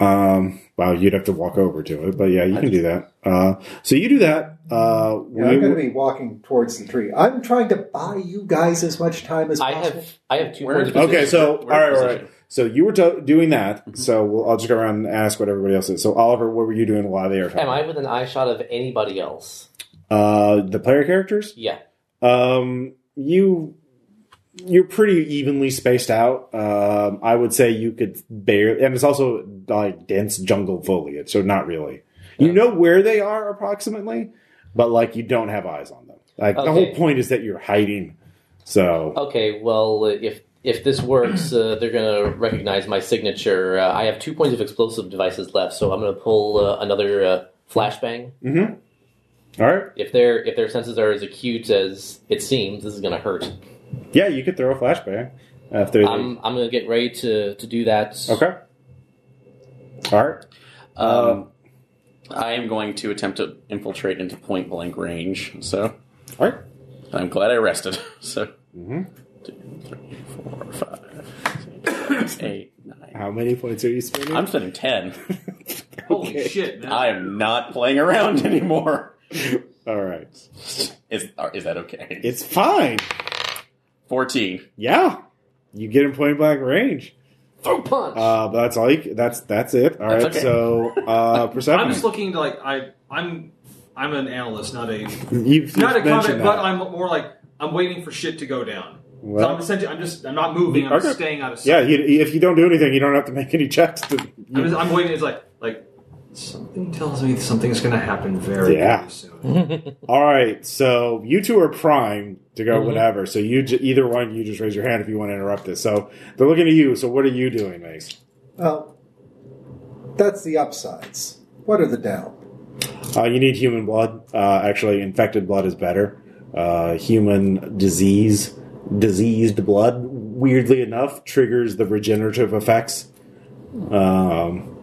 A: Um, well, you'd have to walk over to it, but yeah, you can do that. Uh, so you do that. Uh,
D: You know, I'm
A: we-
D: going to be walking towards the tree. I'm trying to buy you guys as much time as
E: I
D: possible.
E: have I have two
B: Where-
E: points of
A: okay,
E: position.
A: so all
B: We're in
A: right, all right.
B: position.
A: So you were to- doing that. So we'll, I'll just go around and ask what everybody else is. So Oliver, what were you doing while they were talking?
E: Am I within eye shot of anybody else?
A: Uh, the player characters.
E: Yeah.
A: Um, you you're pretty evenly spaced out. Um, I would say you could barely, and it's also like dense jungle foliage, so not really. You know where they are approximately, but like you don't have eyes on them. Like the whole
E: Okay.
A: point is that you're hiding. So
E: Okay, well, uh, if if this works, uh, they're gonna recognize my signature. Uh, I have two points of explosive devices left, so I'm gonna pull uh, another uh, flashbang.
A: all right,
E: If their if their senses are as acute as it seems, this is gonna hurt.
A: yeah, you could throw a flashbang after. the-
E: I'm I'm gonna get ready to to do that.
A: okay. All right.
B: Um, I am going to attempt to infiltrate into point blank range. So
A: All right.
B: I'm glad I rested. So
A: Mhm.
B: two, three, four, five, six, seven, eight, nine.
A: How many points are you spending?
B: I'm spending ten.
F: Holy shit, man.
B: I am not playing around anymore.
A: all right.
B: Is are- is that okay?
A: It's fine.
B: Fourteen.
A: Yeah, you get in point blank range.
E: Throw punch.
A: Uh, but that's all. You, c- that's that's it. All right.
B: That's okay.
A: So uh,
F: I'm
A: perception.
F: just looking to like I I'm I'm an analyst, not a
A: you've,
F: not a
A: you've mentioned
F: comment, but
A: that.
F: I'm more like I'm waiting for shit to go down.
A: Well-
F: so I'm essentially I'm just I'm not moving. I'm
A: Okay.
F: just staying out of sight.
A: yeah. You, if you don't do anything, you don't have to make any checks. To,
F: I'm, just, I'm waiting. It's like like something tells me something's gonna happen very
A: Yeah. Mm-hmm.
F: very soon.
A: All right, so you two are primed to
F: Mm-hmm.
A: go whatever. So you j- either one, you just raise your hand if you want to interrupt this. So they're looking at you. So what are you doing, Mace?
D: Well, that's the upsides. What are the down?
A: Uh, you need human blood. Uh, actually, infected blood is better. Uh, human disease, diseased blood, weirdly enough, triggers the regenerative effects. Um,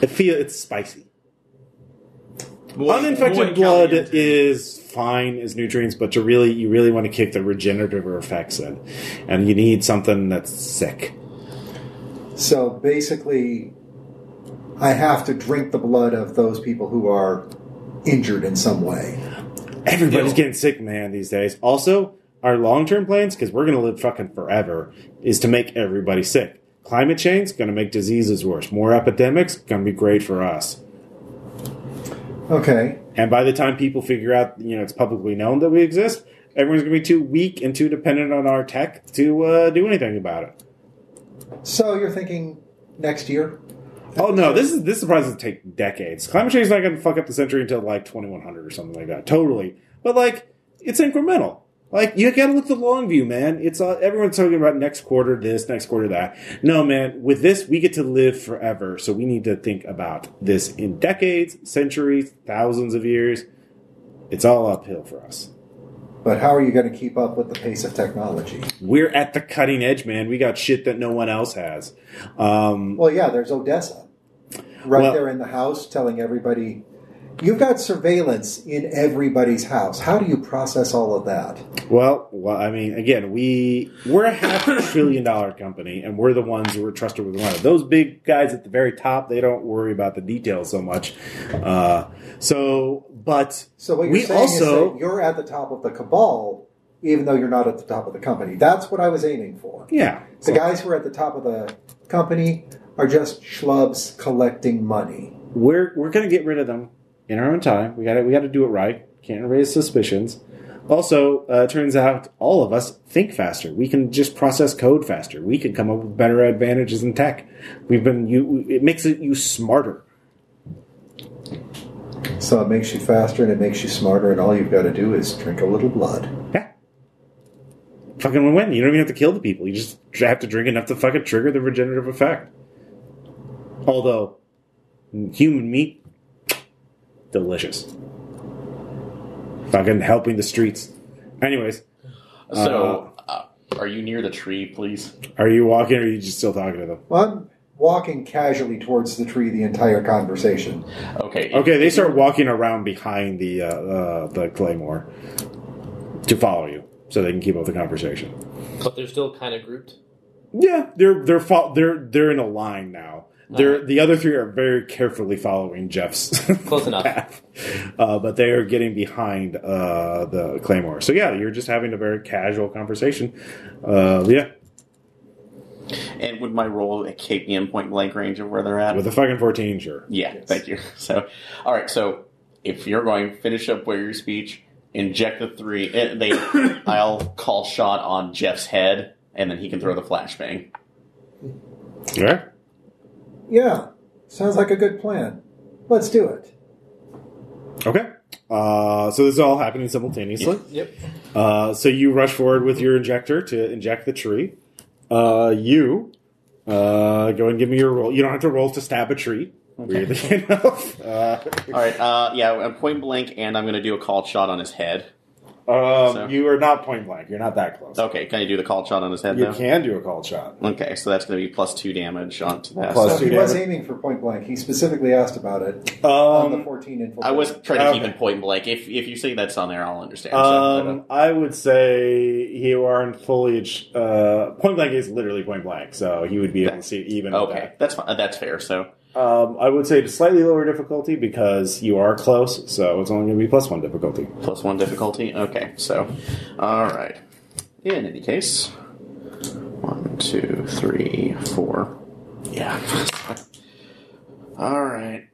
A: it feel it's spicy.
F: Boy- boy,
A: Uninfected
F: count
A: blood
F: me in.
A: is fine as nutrients, but to really you really want to kick the regenerative effects in, and you need something that's sick.
D: So basically, I have to drink the blood of those people who are injured in some way.
A: Everybody's
F: Ew.
A: getting sick, man, these days. Also, our long term plans, because we're gonna live fucking forever, is to make everybody sick. Climate change gonna make diseases worse. More epidemics gonna be great for us.
D: Okay.
A: And by the time people figure out, you know, it's publicly known that we exist, everyone's gonna be too weak and too dependent on our tech to uh, do anything about it.
D: So you're thinking next year?
A: Oh no, this is this is probably gonna take decades. Climate change is not gonna fuck up the century until like twenty one hundred or something like that. Totally. But like it's incremental. Like you gotta look at the long view, man. It's uh, everyone's talking about next quarter this, next quarter that. No, man. With this, we get to live forever, so we need to think about this in decades, centuries, thousands of years. It's all uphill for us.
D: But how are you going to keep up with the pace of technology?
A: We're at the cutting edge, man. We got shit that no one else has. Um,
D: Well, yeah, there's Odessa. Right
A: Well-
D: there in the house telling everybody, you've got surveillance in everybody's house. How do you process all of that?
A: Well, well, I mean, again, we we're a half a trillion dollar company, and we're the ones who are trusted with the money. Those big guys at the very top, they don't worry about the details so much. Uh, so, but
D: So what you're
A: we
D: saying is
A: also
D: that you're at the top of the cabal, even though you're not at the top of the company. That's what I was aiming for.
A: yeah,
D: The guys who are at the top of the company are just schlubs collecting money.
A: we're we're gonna get rid of them in our own time. We gotta we gotta do it right. Can't raise suspicions. Also, uh, it turns out all of us think faster. We can just process code faster. We can come up with better advantages in tech. We've been you. It makes it you smarter.
D: So it makes you faster and it makes you smarter, and all you've got to do is drink a little blood.
A: Yeah. Fucking win win. You don't even have to kill the people. You just have to drink enough to fucking trigger the regenerative effect. Although, human meat, delicious. Fucking helping the streets. Anyways,
B: So, uh, are you near the tree, please?
A: are you walking or are you just still talking to them?
D: Well, I'm walking casually towards the tree the entire conversation.
B: Okay.
A: Okay, they start walking around behind the uh, uh, the claymore to follow you, so they can keep up the conversation.
E: but they're still kind of grouped.
A: Yeah, they're they're fo- they're they're in a line now. They're the other three are very carefully following Jeff's
E: Close enough.
A: path, uh, but they are getting behind uh, the claymore. So yeah, you're just having a very casual conversation. Uh, yeah,
B: And would my roll keep me in point blank range of where they're at?
A: with a fucking fourteen, sure.
B: Yeah, thank you. So, all right. So, if you're going, finish up where your speech. Inject the three. eh, They, I'll call shot on Jeff's head, and then he can throw the flashbang.
A: Yeah,
D: Yeah, sounds like a good plan. Let's do it.
A: okay. Uh, so this is all happening simultaneously.
E: Yep.
A: Uh, so you rush forward with your injector to inject the tree. Uh, you uh, go and give me your roll. You don't have to roll to stab a tree. Weirdly enough. Uh,
B: All right. Uh, yeah, I'm point blank, and I'm going to do a called shot on his head.
A: um,
B: So- Oh,
A: You are not point blank. You're not that close.
B: Okay, can I do the called shot on his head
A: You
B: now?
A: can do a called shot.
B: Okay, so that's going to be plus two damage onto that.
A: Plus
B: so-
D: So
A: two
D: he was
A: damage.
D: aiming for point blank. He specifically asked about it on the
A: Um,
D: 14 infiltrator.
B: I was trying to keep
A: Okay.
B: it point blank. If if you say that's on there, I'll understand. So, but, uh,
A: um, I would say you are in foliage. Uh, point blank is literally point blank, so he would be able to see it even. with
B: uh, okay, that's fine. That's fair. So
A: that. Um, I would say to slightly lower difficulty because you are close, so it's only going to be plus one difficulty.
B: plus one difficulty. Okay, so all right. In any case, one, two, three, four. Yeah. all right.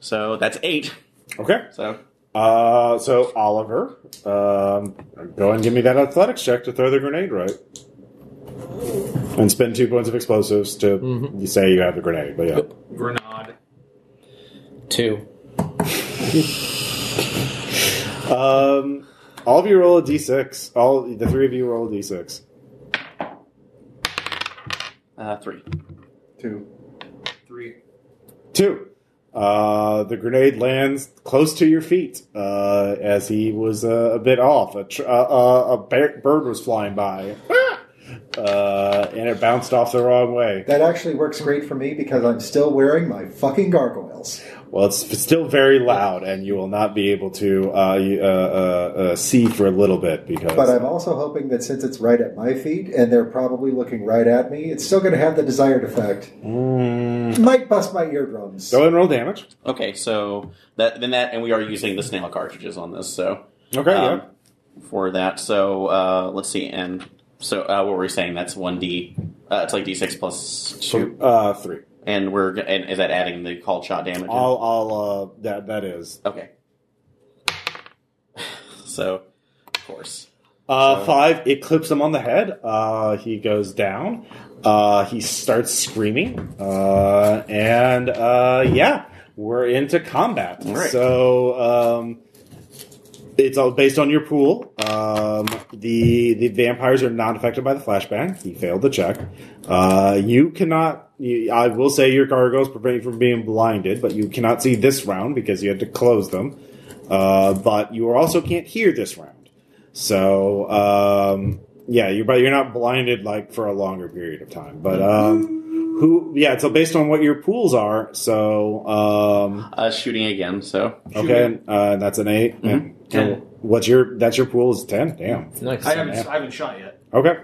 B: So that's eight.
A: Okay.
B: So
A: Uh, so Oliver, um, go and give me that athletics check to throw the grenade right, and spend two points of explosives to
B: Mm-hmm.
A: you say you have the grenade. But yeah,
F: Grenade.
E: Two.
A: um, all of you roll a d6. All the three of you roll a d6.
B: uh, three.
D: Two.
F: Three.
A: Two. Uh, the grenade lands close to your feet uh, as he was uh, a bit off. A, tr- uh, uh, a bear- bird was flying by, Ah! uh, and it bounced off the wrong way.
D: That actually works great for me because I'm still wearing my fucking gargoyles.
A: Well, it's f- still very loud, and you will not be able to uh, you- uh, uh, uh, see for a little bit because.
D: But I'm also hoping that since it's right at my feet and they're probably looking right at me, it's still going to have the desired effect. Might bust my eardrums.
A: Mm. Go ahead and roll damage.
B: Okay, so that then that, and we are using the snail cartridges on this. So
A: Okay,
B: um, for that. So uh, let's see, and so uh, what were we saying? That's one D. Uh, it's like D six plus two,
A: yeah. Uh, three.
B: and we're g- and is that adding the called shot damage? in?
A: I'll, I'll, uh, that, that is.
B: Okay. So, of course.
A: Uh, five, it clips him on the head. Uh, he goes down. Uh, he starts screaming. Uh, and, uh, yeah, we're into combat.
B: All right.
A: So, um, it's all based on your pool. Um, the the vampires are not affected by the flashbang. He failed the check. Uh, you cannot. You, I will say your cargoes prevent you from being blinded, but you cannot see this round because you had to close them. Uh, but you also can't hear this round. So um, yeah, you but you're not blinded like for a longer period of time. But um, who? Yeah, so based on what your pools are. So um,
B: Uh, shooting again, so.
A: okay, uh, that's an 8 And-
F: Mm-hmm. Ten.
A: What's your that's your pool is ten? Damn.
E: Nice.
F: I haven't, I haven't shot yet.
A: Okay.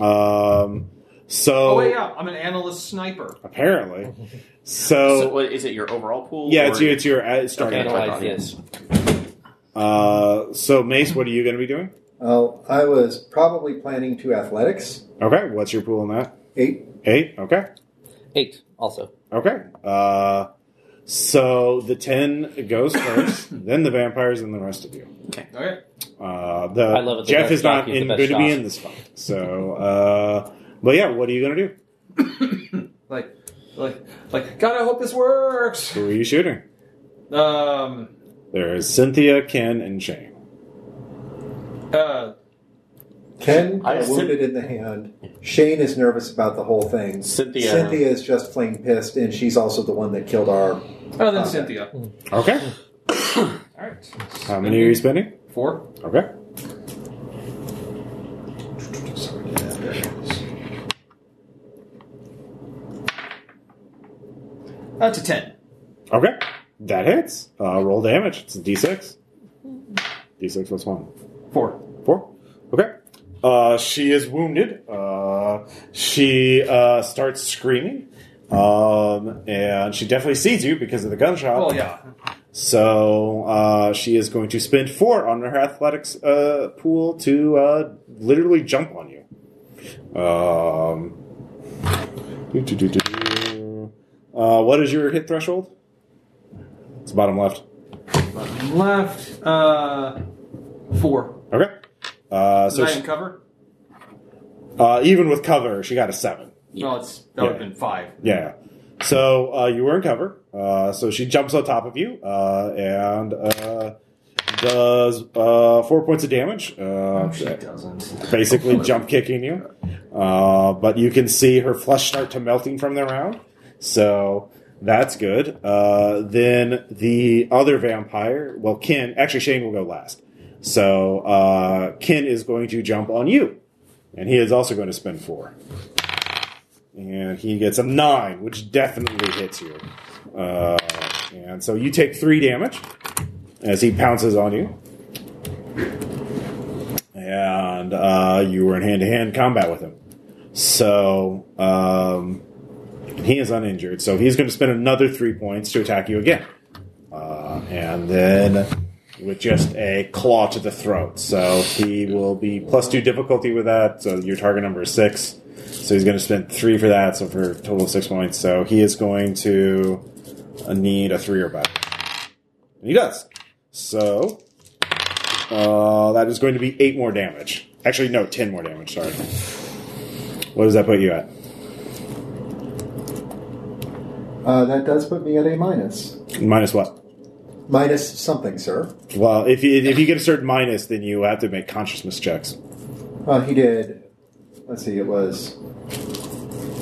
A: Um. So
F: Oh, wait, yeah. I'm an analyst sniper.
A: apparently,
B: So,
A: so,
B: what, is it your overall pool?
A: yeah, it's
B: or-
A: your it's your uh, starting.
B: Okay.
E: Analyze this.
A: Uh. So Mace, what are you going to be doing?
D: Oh, I was probably planning to athletics.
A: Okay. What's your pool in that?
D: Eight.
A: Eight. Okay.
E: Eight. Also.
A: Okay. Uh. So the ten goes first, then the vampires, and the rest of you.
F: Okay.
A: Uh, the
E: I love it. The
A: Jeff
E: best
A: is not
E: jockey is
A: in,
E: the
A: going
E: best
A: to be
E: shot.
A: in this fight. So, uh, but yeah, what are you going to do?
F: Like, like, like, God, I hope this works.
A: Who are you shooting?
F: Um,
A: There is Cynthia, Ken, and Shane.
F: uh,
D: Ken
B: I
D: got
B: said-
D: wounded in the hand. Shane is nervous about the whole thing.
B: Cynthia.
D: Cynthia is just plain pissed, and she's also the one that killed our.
F: oh, then
D: Okay.
F: Cynthia.
A: Okay.
F: All right.
A: How many
E: Mm-hmm.
A: are you spending?
F: Four.
A: Okay.
F: That's a Uh, ten.
A: Okay. That hits. Uh, roll damage. It's a d6. d6 plus one.
F: Four.
A: Four. Okay. Uh, she is wounded. Uh, she uh, starts screaming. Um, and she definitely sees you because of the gunshot.
F: Well, yeah.
A: So uh, she is going to spend four on her athletics uh, pool to uh, literally jump on you. Um, doo-doo-doo-doo. Uh, what is your hit threshold? It's bottom left.
F: Bottom left. Uh, four.
A: Okay. Uh, so
F: Nine
A: she-
F: cover.
A: uh, even with cover, she got a seven.
F: No, it's that would have been five.
A: Yeah. So uh, you were in cover. Uh, so she jumps on top of you uh, and uh, does uh, four points of damage. Uh,
F: She doesn't.
A: basically jump kicking you. Uh, but you can see her flesh start to melting from the round. So that's good. Uh, then the other vampire, well, Kin, actually, Shane will go last. So uh, Kin is going to jump on you. And he is also going to spend four. And he gets a nine, which definitely hits you. Uh, and so you take three damage as he pounces on you and uh, you were in hand to hand combat with him. So um, he is uninjured. So he's going to spend another three points to attack you again, uh, and then with just a claw to the throat. So he will be plus two difficulty with that. So your target number is six. So he's going to spend three for that. So for a total of six points. So he is going to uh, need a three or better, and he does. So uh, that is going to be eight more damage. Actually, no, ten more damage. Sorry. What does that put you at?
D: Uh, that does put me at a minus.
A: Minus what?
D: Minus something, sir.
A: Well, if you, if you get a certain minus, then you have to make consciousness checks.
D: Uh, he did. Let's see. It was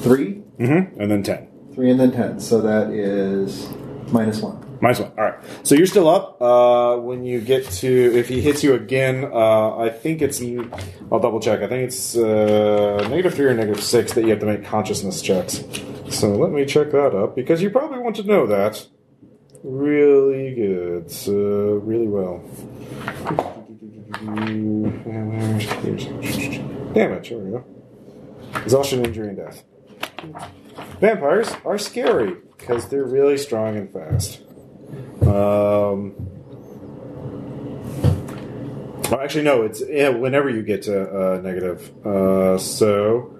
D: three,
A: Mm-hmm. And then ten.
D: three, and then ten. So that is minus one.
A: Minus one. All right. So you're still up. Uh, when you get to, if he hits you again, uh, I think it's. I'll double check. I think it's uh, negative three or negative six that you have to make consciousness checks. So let me check that up because you probably want to know that. Really good. Uh, really well. Damage. Here we go. Exhaustion, injury, and death. Vampires are scary because they're really strong and fast. Um, well, actually, no. It's yeah, whenever you get to uh, negative. Uh, so,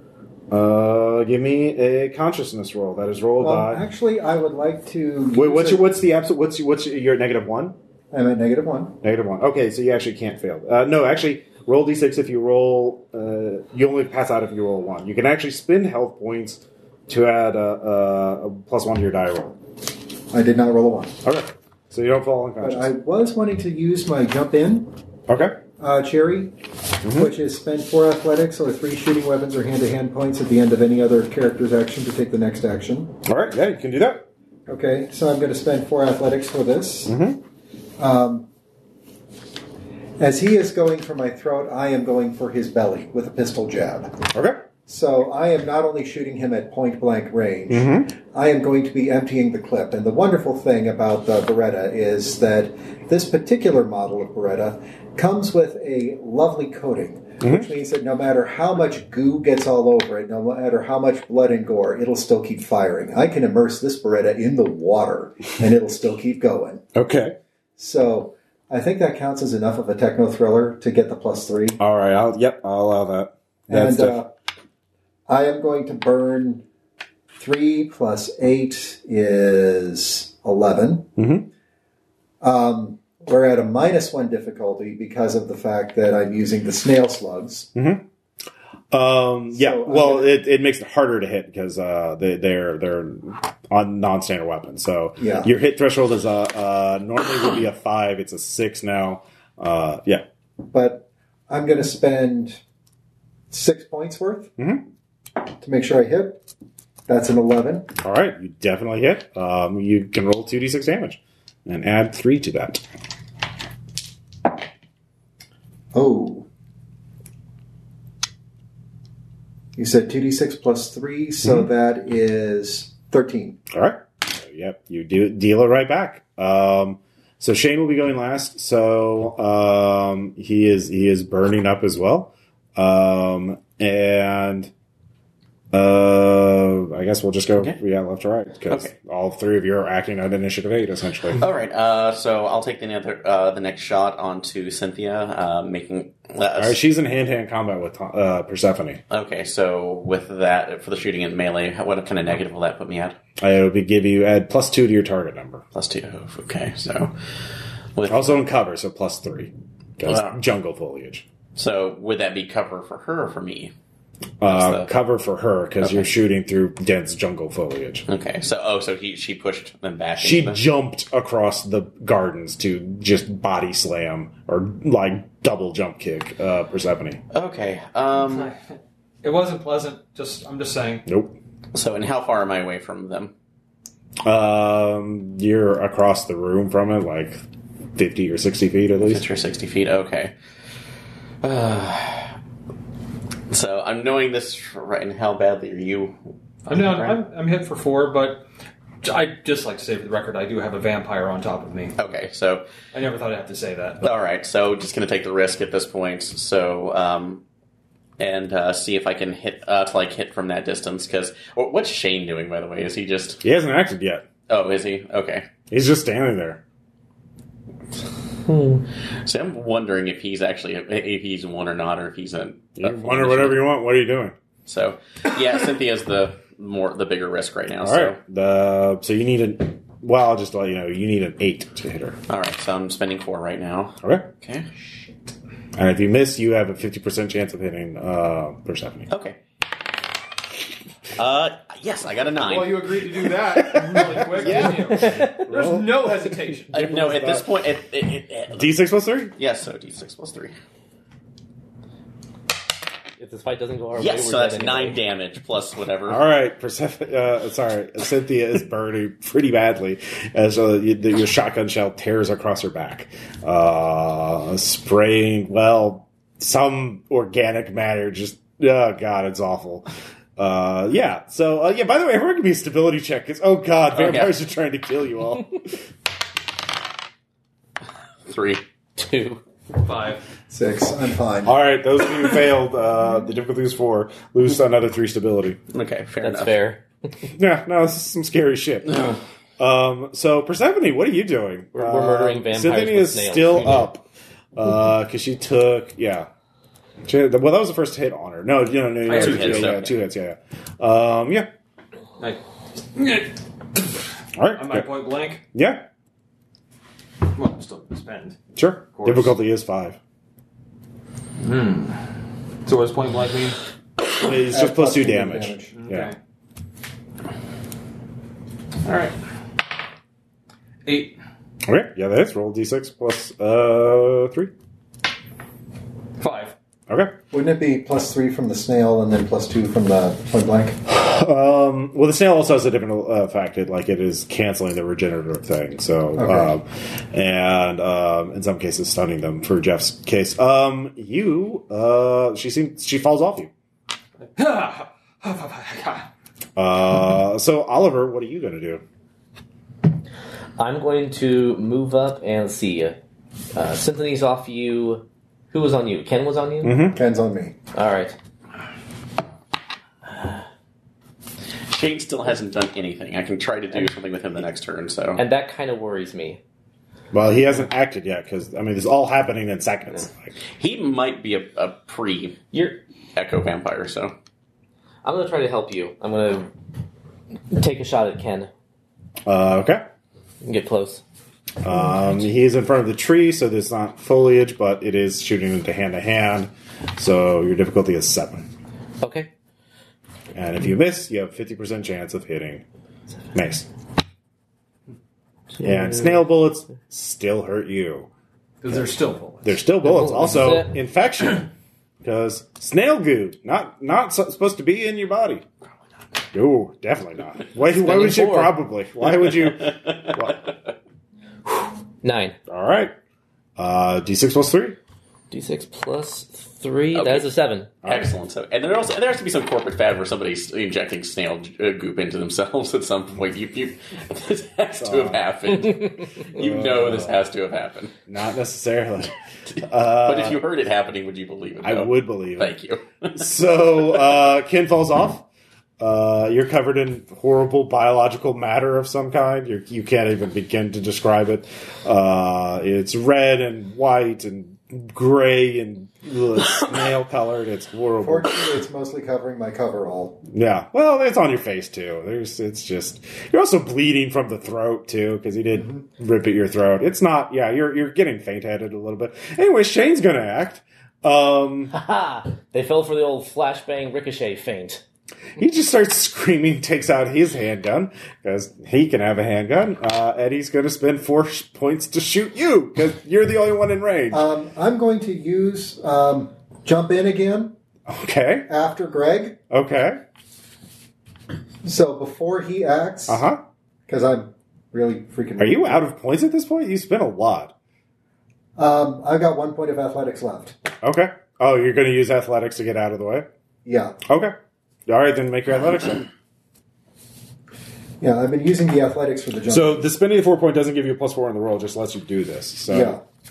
A: uh, give me a consciousness roll. That is roll
D: Well,
A: die.
D: actually, I would like to.
A: Wait,
D: use
A: what's
D: it-
A: your, what's the absolute? What's your, what's your, you're at negative one?
D: I'm at negative one.
A: Negative one. Okay, so you actually can't fail. Uh, no, actually, roll d6 if you roll. Uh, you only pass out if you roll one. You can actually spend health points to add a, a, a plus one to your die roll.
D: I did not roll a one,
A: Okay, so you don't fall
D: but
A: unconscious.
D: I was wanting to use my jump in
A: okay.
D: uh, cherry, which is spend four athletics or three shooting weapons or hand-to-hand points at the end of any other character's action to take the next action.
A: All right. Yeah, you can do that.
D: Okay, so I'm going to spend four athletics for this.
A: Mhm.
D: Um, as he is going for my throat, I am going for his belly with a pistol jab.
A: Okay.
D: So I am not only shooting him at point blank range, I am going to be emptying the clip. And the wonderful thing about the Beretta is that this particular model of Beretta comes with a lovely coating, which means that no matter how much goo gets all over it, no matter how much blood and gore, it'll still keep firing. I can immerse this Beretta in the water and it'll still keep going.
A: Okay.
D: So I think that counts as enough of a techno thriller to get the plus three.
A: All right. I'll yep. I'll allow that. That's
D: and
A: def-
D: uh, I am going to burn three plus eight is 11
A: Mhm.
D: Um, we're at a minus one difficulty because of the fact that I'm using the snail slugs.
A: Mm-hmm. Um, yeah.
D: So, I'm
A: well,
D: gonna-
A: it, it makes it harder to hit because uh, they, they're they're on non-standard weapons. So
D: Yeah.
A: your hit threshold is a uh, normally would be a five. It's a six now. Uh, yeah.
D: But I'm going to spend six points worth
A: Mhm.
D: to make sure I hit. That's an 11.
A: All right. You definitely hit. Um, you can roll two d six damage and add three to that.
D: Oh. You said 2d6 plus 3,
A: Mm-hmm.
D: so that is 13.
A: All right. So, yep. You do deal it right back. Um, so Shane will be going last. So um, he is he is burning up as well. Um, and uh, I guess we'll just go
B: Okay.
A: yeah left to right because
B: Okay.
A: all three of you are acting on initiative eight essentially.
B: All right, uh, so I'll take the other uh, the next shot onto Cynthia, uh, making.
A: All right, she's in hand to hand combat with uh, Persephone.
B: okay, so with that for the shooting and melee, how- what kind of negative will that put me at?
A: I would be- give you add plus two to your target number.
B: Plus two. Okay, so with
A: Also in cover, so plus three. 'Cause
B: Wow.
A: jungle foliage.
B: so would that be cover for her or for me?
A: uh,
B: the-
A: cover for her because you're shooting through dense jungle foliage.
B: Okay, so oh, so he she pushed them back.
A: She
B: into the-
A: jumped across the gardens to just body slam or like double jump kick uh, Persephone.
B: okay. Um,
F: It wasn't pleasant. Just I'm just saying.
A: Nope.
B: so and how far am I away from them?
A: Um, you're across the room from it, like fifty or sixty feet at least.
B: Fifty or sixty feet. Okay. Uh, so I'm knowing this right. And how badly are you?
F: I'm down. I'm, I'm hit for four, but I just like to say for the record, I do have a vampire on top of me.
B: Okay, so
F: I never thought I'd have to say that.
B: all right, so just gonna take the risk at this point. So um, and uh, see if I can hit uh, to like hit from that distance. Because what's Shane doing by the way? Is he just?
A: He hasn't acted yet.
B: Oh, is he? Okay.
A: He's just standing there.
B: So I'm wondering if he's actually if he's one or not, or if he's a
A: You wonder whatever you want. What are you doing?
B: So yeah, Cynthia's the more the bigger risk right now.
A: All
B: Oh, so
A: right. The so you need a. Well, I'll just let you know. You need an eight to hit her.
B: all right, so I'm spending four right now.
A: Okay.
B: Okay.
A: And if you miss, you have a fifty percent chance of hitting uh, Persephone.
B: Okay. Uh yes, I got a nine.
G: Well, you agreed to do that really quick, didn't you? There's no hesitation.
B: I- Uh, no, at this point, it, it, it, it-
A: D six plus three.
B: yes. So D six plus three.
E: If this fight doesn't go our way,
B: Yes,
E: we're
B: so that's
E: dead
B: nine
E: anyway.
B: damage plus whatever.
A: All right, Persephone. Uh, sorry, Cynthia is burning pretty badly as uh, you, the, your shotgun shell tears across her back, uh, spraying well some organic matter. Just oh god, it's awful. Uh, yeah. So uh, yeah. By the way, everyone can be a stability check. It's oh god,
B: Okay.
A: vampires are trying to kill you all.
B: Three.
E: Two.
F: Five.
D: Six. I'm fine.
A: all right, those of you who failed, uh, the difficulty is four. Lose another three stability.
B: Okay, fair
E: That's
B: enough.
E: fair.
A: Yeah, no, this is some scary shit. um, so Persephone, what are you doing?
E: We're- we're murdering vampires
A: Cynthia
E: with
A: is
E: nails.
A: still
E: Who knew?
A: up because she took yeah. She- well, that was the first hit on her. No, no, no, no, no,
B: had two
A: no,
B: hits,
A: yeah,
B: okay.
A: two hits, yeah, yeah. Um, yeah.
F: I,
A: All right,
F: I'm
A: yeah.
F: at point blank.
A: yeah,
F: Well, I'm still spend.
A: sure.
F: course.
A: Difficulty is five.
F: So what does point blank mean?
A: It's
D: Uh,
A: just plus two
D: two
A: damage.
D: damage.
A: Yeah.
F: All right. Eight.
A: Okay. Yeah, that hits. Roll d6 plus uh three.
F: Five.
A: Okay.
D: Wouldn't it be plus three from the snail and then plus two from the point blank?
A: Um, well, the snail also has a different uh, fact. It, like it is canceling the regenerative thing. So, um, and um, in some cases, stunning them. For Jeff's case, um, you uh, she seems she falls off you. Uh, so Oliver, what are you going to do?
E: I'm going to move up and see. Uh, Symphony's off you. Who was on you? Ken was on you?
A: Mm-hmm. Hmm?
D: Depends on me.
E: All right.
B: Shane still hasn't done anything. I can try to do something with him the next turn. So
E: And that kind of worries me.
A: Well, he hasn't acted yet because I mean, it's all happening in seconds. Like,
B: he might be a, a pre
E: You're.
B: Echo vampire. So
E: I'm going to try to help you. I'm going to take a shot at Ken
A: uh, okay.
E: and get close.
A: Um, he is in front of the tree, so there's not foliage, but it is shooting into hand to hand. So your difficulty is seven.
E: Okay.
A: And if you miss, you have fifty percent chance of hitting mace. And snail bullets still hurt you.
F: Because they're still full.
A: They're still bullets.
E: bullets,
A: Also,
E: that's it.
A: infection because snail goo not not so, supposed to be in your body. No, definitely not. Why, why would you?
E: four.
A: Probably. Why would you? why-
E: Nine.
A: all right. Uh, D6 plus three.
E: D6 plus three.
B: Okay.
E: That is a seven.
A: All right.
B: Excellent. So, and there also there has to be some corporate fad where somebody's injecting snail uh, goop into themselves at some point. You, you this has to have happened. you know this has to have happened.
A: Not necessarily.
B: but if you heard it happening, uh, would you believe it?
A: I
B: No.
A: would believe it.
B: Thank you.
A: So uh, Ken falls off. Uh, you're covered in horrible biological matter of some kind. You're, you can't even begin to describe it. Uh, it's red and white and gray and ugh, snail colored. It's horrible.
D: Fortunately, it's mostly covering my coverall.
A: Yeah. Well, it's on your face too. There's. It's just. You're also bleeding from the throat too because he did rip at your throat. It's not. Yeah. You're you're getting faint headed a little bit. Anyway, Shane's gonna act. Um,
E: Haha! They fell for the old flashbang ricochet feint.
A: he just starts screaming, takes out his handgun because he can have a handgun, uh, and he's going to spend four sh- points to shoot you because you're the only one in range.
D: Um, I'm going to use um, jump in again
A: okay,
D: after Greg.
A: okay,
D: So before he acts,
A: uh huh.
D: because I'm really freaking.
A: Are you out of points at this point? You spent a lot.
D: Um, I've got one point of athletics left.
A: Okay. Oh, you're going to use athletics to get out of the way.
D: Yeah,
A: Okay. All right, then make your athletics. check.
D: yeah. I've been using the athletics for the jump.
A: So the spending the four point doesn't give you a plus four in the roll; just lets you do this. So
D: yeah,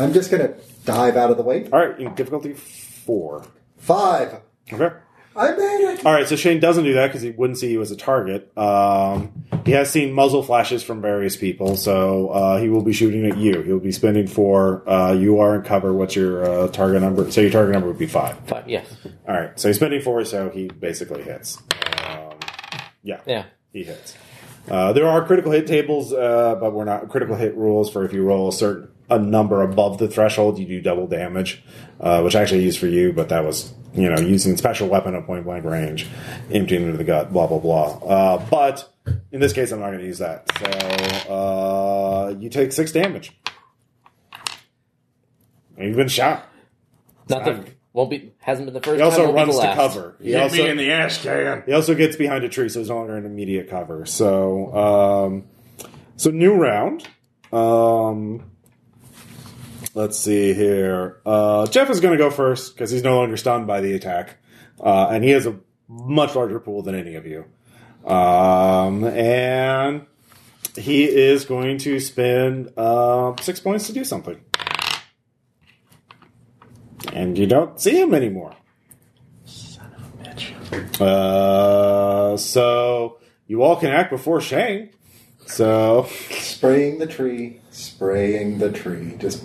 D: I'm just gonna dive out of the way.
A: all right, in difficulty four.
D: Five.
A: Okay.
D: I made it.
A: All right, so Shane doesn't do that because he wouldn't see you as a target. Um, he has seen muzzle flashes from various people, so uh, he will be shooting at you. He'll be spending four. Uh, you are in cover. What's your uh, target number? So your target number would be five.
E: Five, yeah,
A: All right, so he's spending four, so he basically hits. Um, yeah,
E: yeah.
A: he hits. Uh, there are critical hit tables, uh, but we're not critical hit rules for if you roll a certain a number above the threshold, you do double damage, uh, which I actually used for you, but that was you know using special weapon at point blank range, emptying into the gut, blah blah blah. Uh, but in this case, I'm not going to use that. So uh, you take six damage. And You've been shot.
E: Not the won't be hasn't been the first.
A: He also
E: time, won't be
A: runs
E: the
A: to
E: last.
A: cover. He
G: Hit
A: also,
G: me in the ass, can.
A: he also gets behind a tree, so he's no longer in immediate cover. So, um, so new round. Um, let's see here. Uh, Jeff is going to go first because he's no longer stunned by the attack, uh, and he has a much larger pool than any of you. Um, and he is going to spend uh, six points to do something. And you don't see him anymore. Uh, so you all can act before Shang. So
D: Spraying the tree. Spraying the tree. Just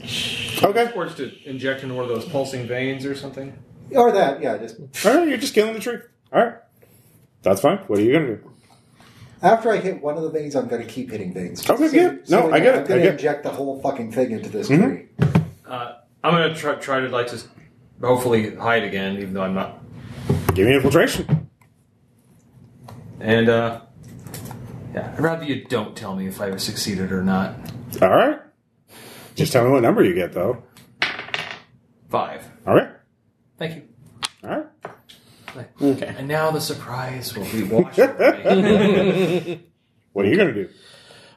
A: okay,
F: Or to inject into one of those pulsing veins or something.
D: or that. Yeah. Just
A: all right, you're just killing the tree. All right, that's fine. What are you gonna do?
D: after I hit one of the veins, I'm gonna keep hitting veins.
A: Okay, yeah. No, I get it, I
D: I'm gonna
A: get it.
D: inject the whole fucking thing into this
A: Mhm.
D: tree.
F: Uh, I'm gonna try, try to like just hopefully hide again, even though I'm not.
A: Give me infiltration.
F: And uh, yeah, I'd rather you don't tell me if I succeeded or not.
A: All right, just tell me what number you get though.
F: Five.
A: All right,
F: Thank you.
A: all right.
B: Okay.
F: And now the surprise will be watched. over me.
A: What are you gonna do?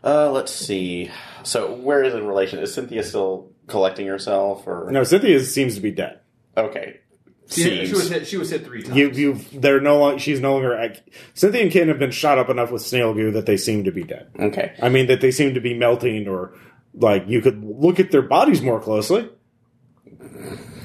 B: Uh, let's see. So, where is it in relation? Is Cynthia still collecting herself, or
A: No, Cynthia seems to be dead.
B: Okay.
F: she, hit- she was
B: Seems.
F: hit. She was hit three times.
A: You, you, they're no. lo- She's no longer. ac- Cynthia and Ken have been shot up enough with snail goo that they seem to be dead.
B: Okay.
A: I mean, that they seem to be melting, or like you could look at their bodies more closely.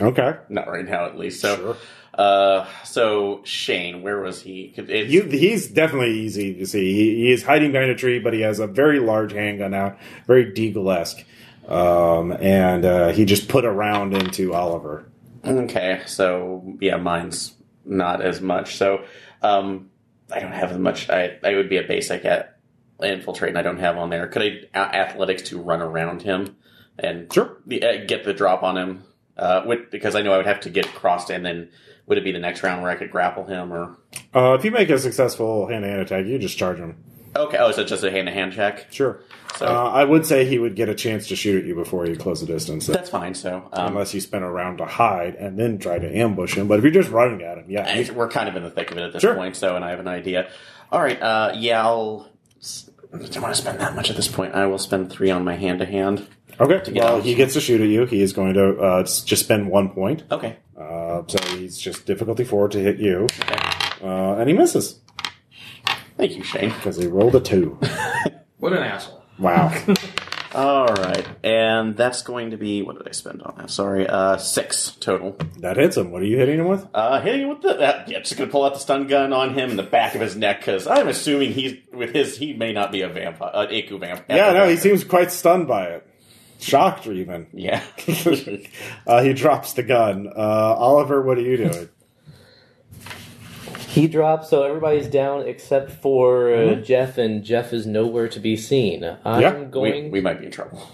A: Okay.
B: Not right now, at least. So, uh, so Shane, where was he? 'Cause It's,
A: You, he's definitely easy to see. He, he is hiding behind a tree, but he has a very large handgun out, very Deagle esque. Um, and uh, he just put a round into Oliver.
B: okay. So yeah, mine's not as much. So, um, I don't have as much. I I would be a basic at infiltrate, and I don't have on there. Could I a- athletics to run around him and
A: Sure.
B: the, uh, get the drop on him? Uh, with, because I know I would have to get crossed, and then would it be the next round where I could grapple him or?
A: Uh, if you make a successful hand to hand attack, you just charge him.
B: Okay. Oh, so it's just a hand to hand check.
A: Sure.
B: So
A: Uh, I would say he would get a chance to shoot at you before you close the distance,
B: that's fine. So um,
A: unless you spin around to hide and then try to ambush him. But if you're just running at him, yeah, you
B: I- we're kind of in the thick of it at this
A: Sure.
B: point, so and I have an idea. All right, uh, yeah, I'll. s- I don't want to spend that much at this point. I will spend three on my hand to hand.
A: Okay.
B: get
A: Well,
B: out.
A: he gets to shoot at you. He is going to uh, s- just spend one point.
B: Okay.
A: Uh, so he's just difficulty four to hit you, uh, and he misses
B: Thank you, Shane.
A: because he rolled a two.
F: What an asshole.
A: Wow.
B: All right, and that's going to be what did I spend on that? Sorry, uh, six total.
A: that hits him. What are you hitting him with?
B: Uh, hitting him with the uh, yeah, just gonna pull out the stun gun on him in the back of his neck because I'm assuming he's with his he may not be a vampire, an Iku vampire.
A: yeah, no, he seems quite stunned by it, shocked even.
B: yeah.
A: uh, he drops the gun. Uh, Oliver, what are you doing?
E: He drops, so everybody's down except for uh, Jeff, and Jeff is nowhere to be seen. I'm
A: Mm-hmm. Yeah, we-
E: going.
B: we, we might be in trouble.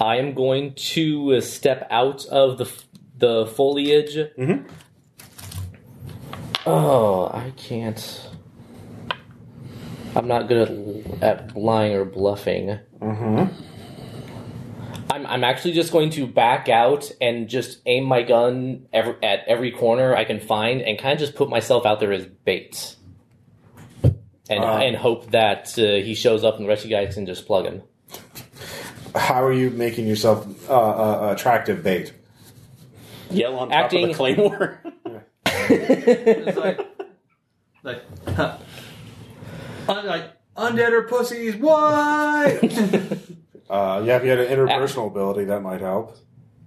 E: I am going to uh, step out of the f- the foliage.
A: Mhm.
E: Oh, I can't. I'm not good at, at lying or bluffing.
A: Mm-hmm.
E: I'm, I'm actually just going to back out and just aim my gun ev at every corner I can find and kind of just put myself out there as bait. And,
A: Uh.
E: and hope that uh, he shows up and the rest of you guys can just plug him.
A: How are you making yourself uh, uh, attractive bait?
B: Yell on top
E: Acting-
B: of the claymore.
F: It's like, like, huh. Un- like undead or pussies. Why?
A: Uh, yeah, if you had an interpersonal ability, that might help.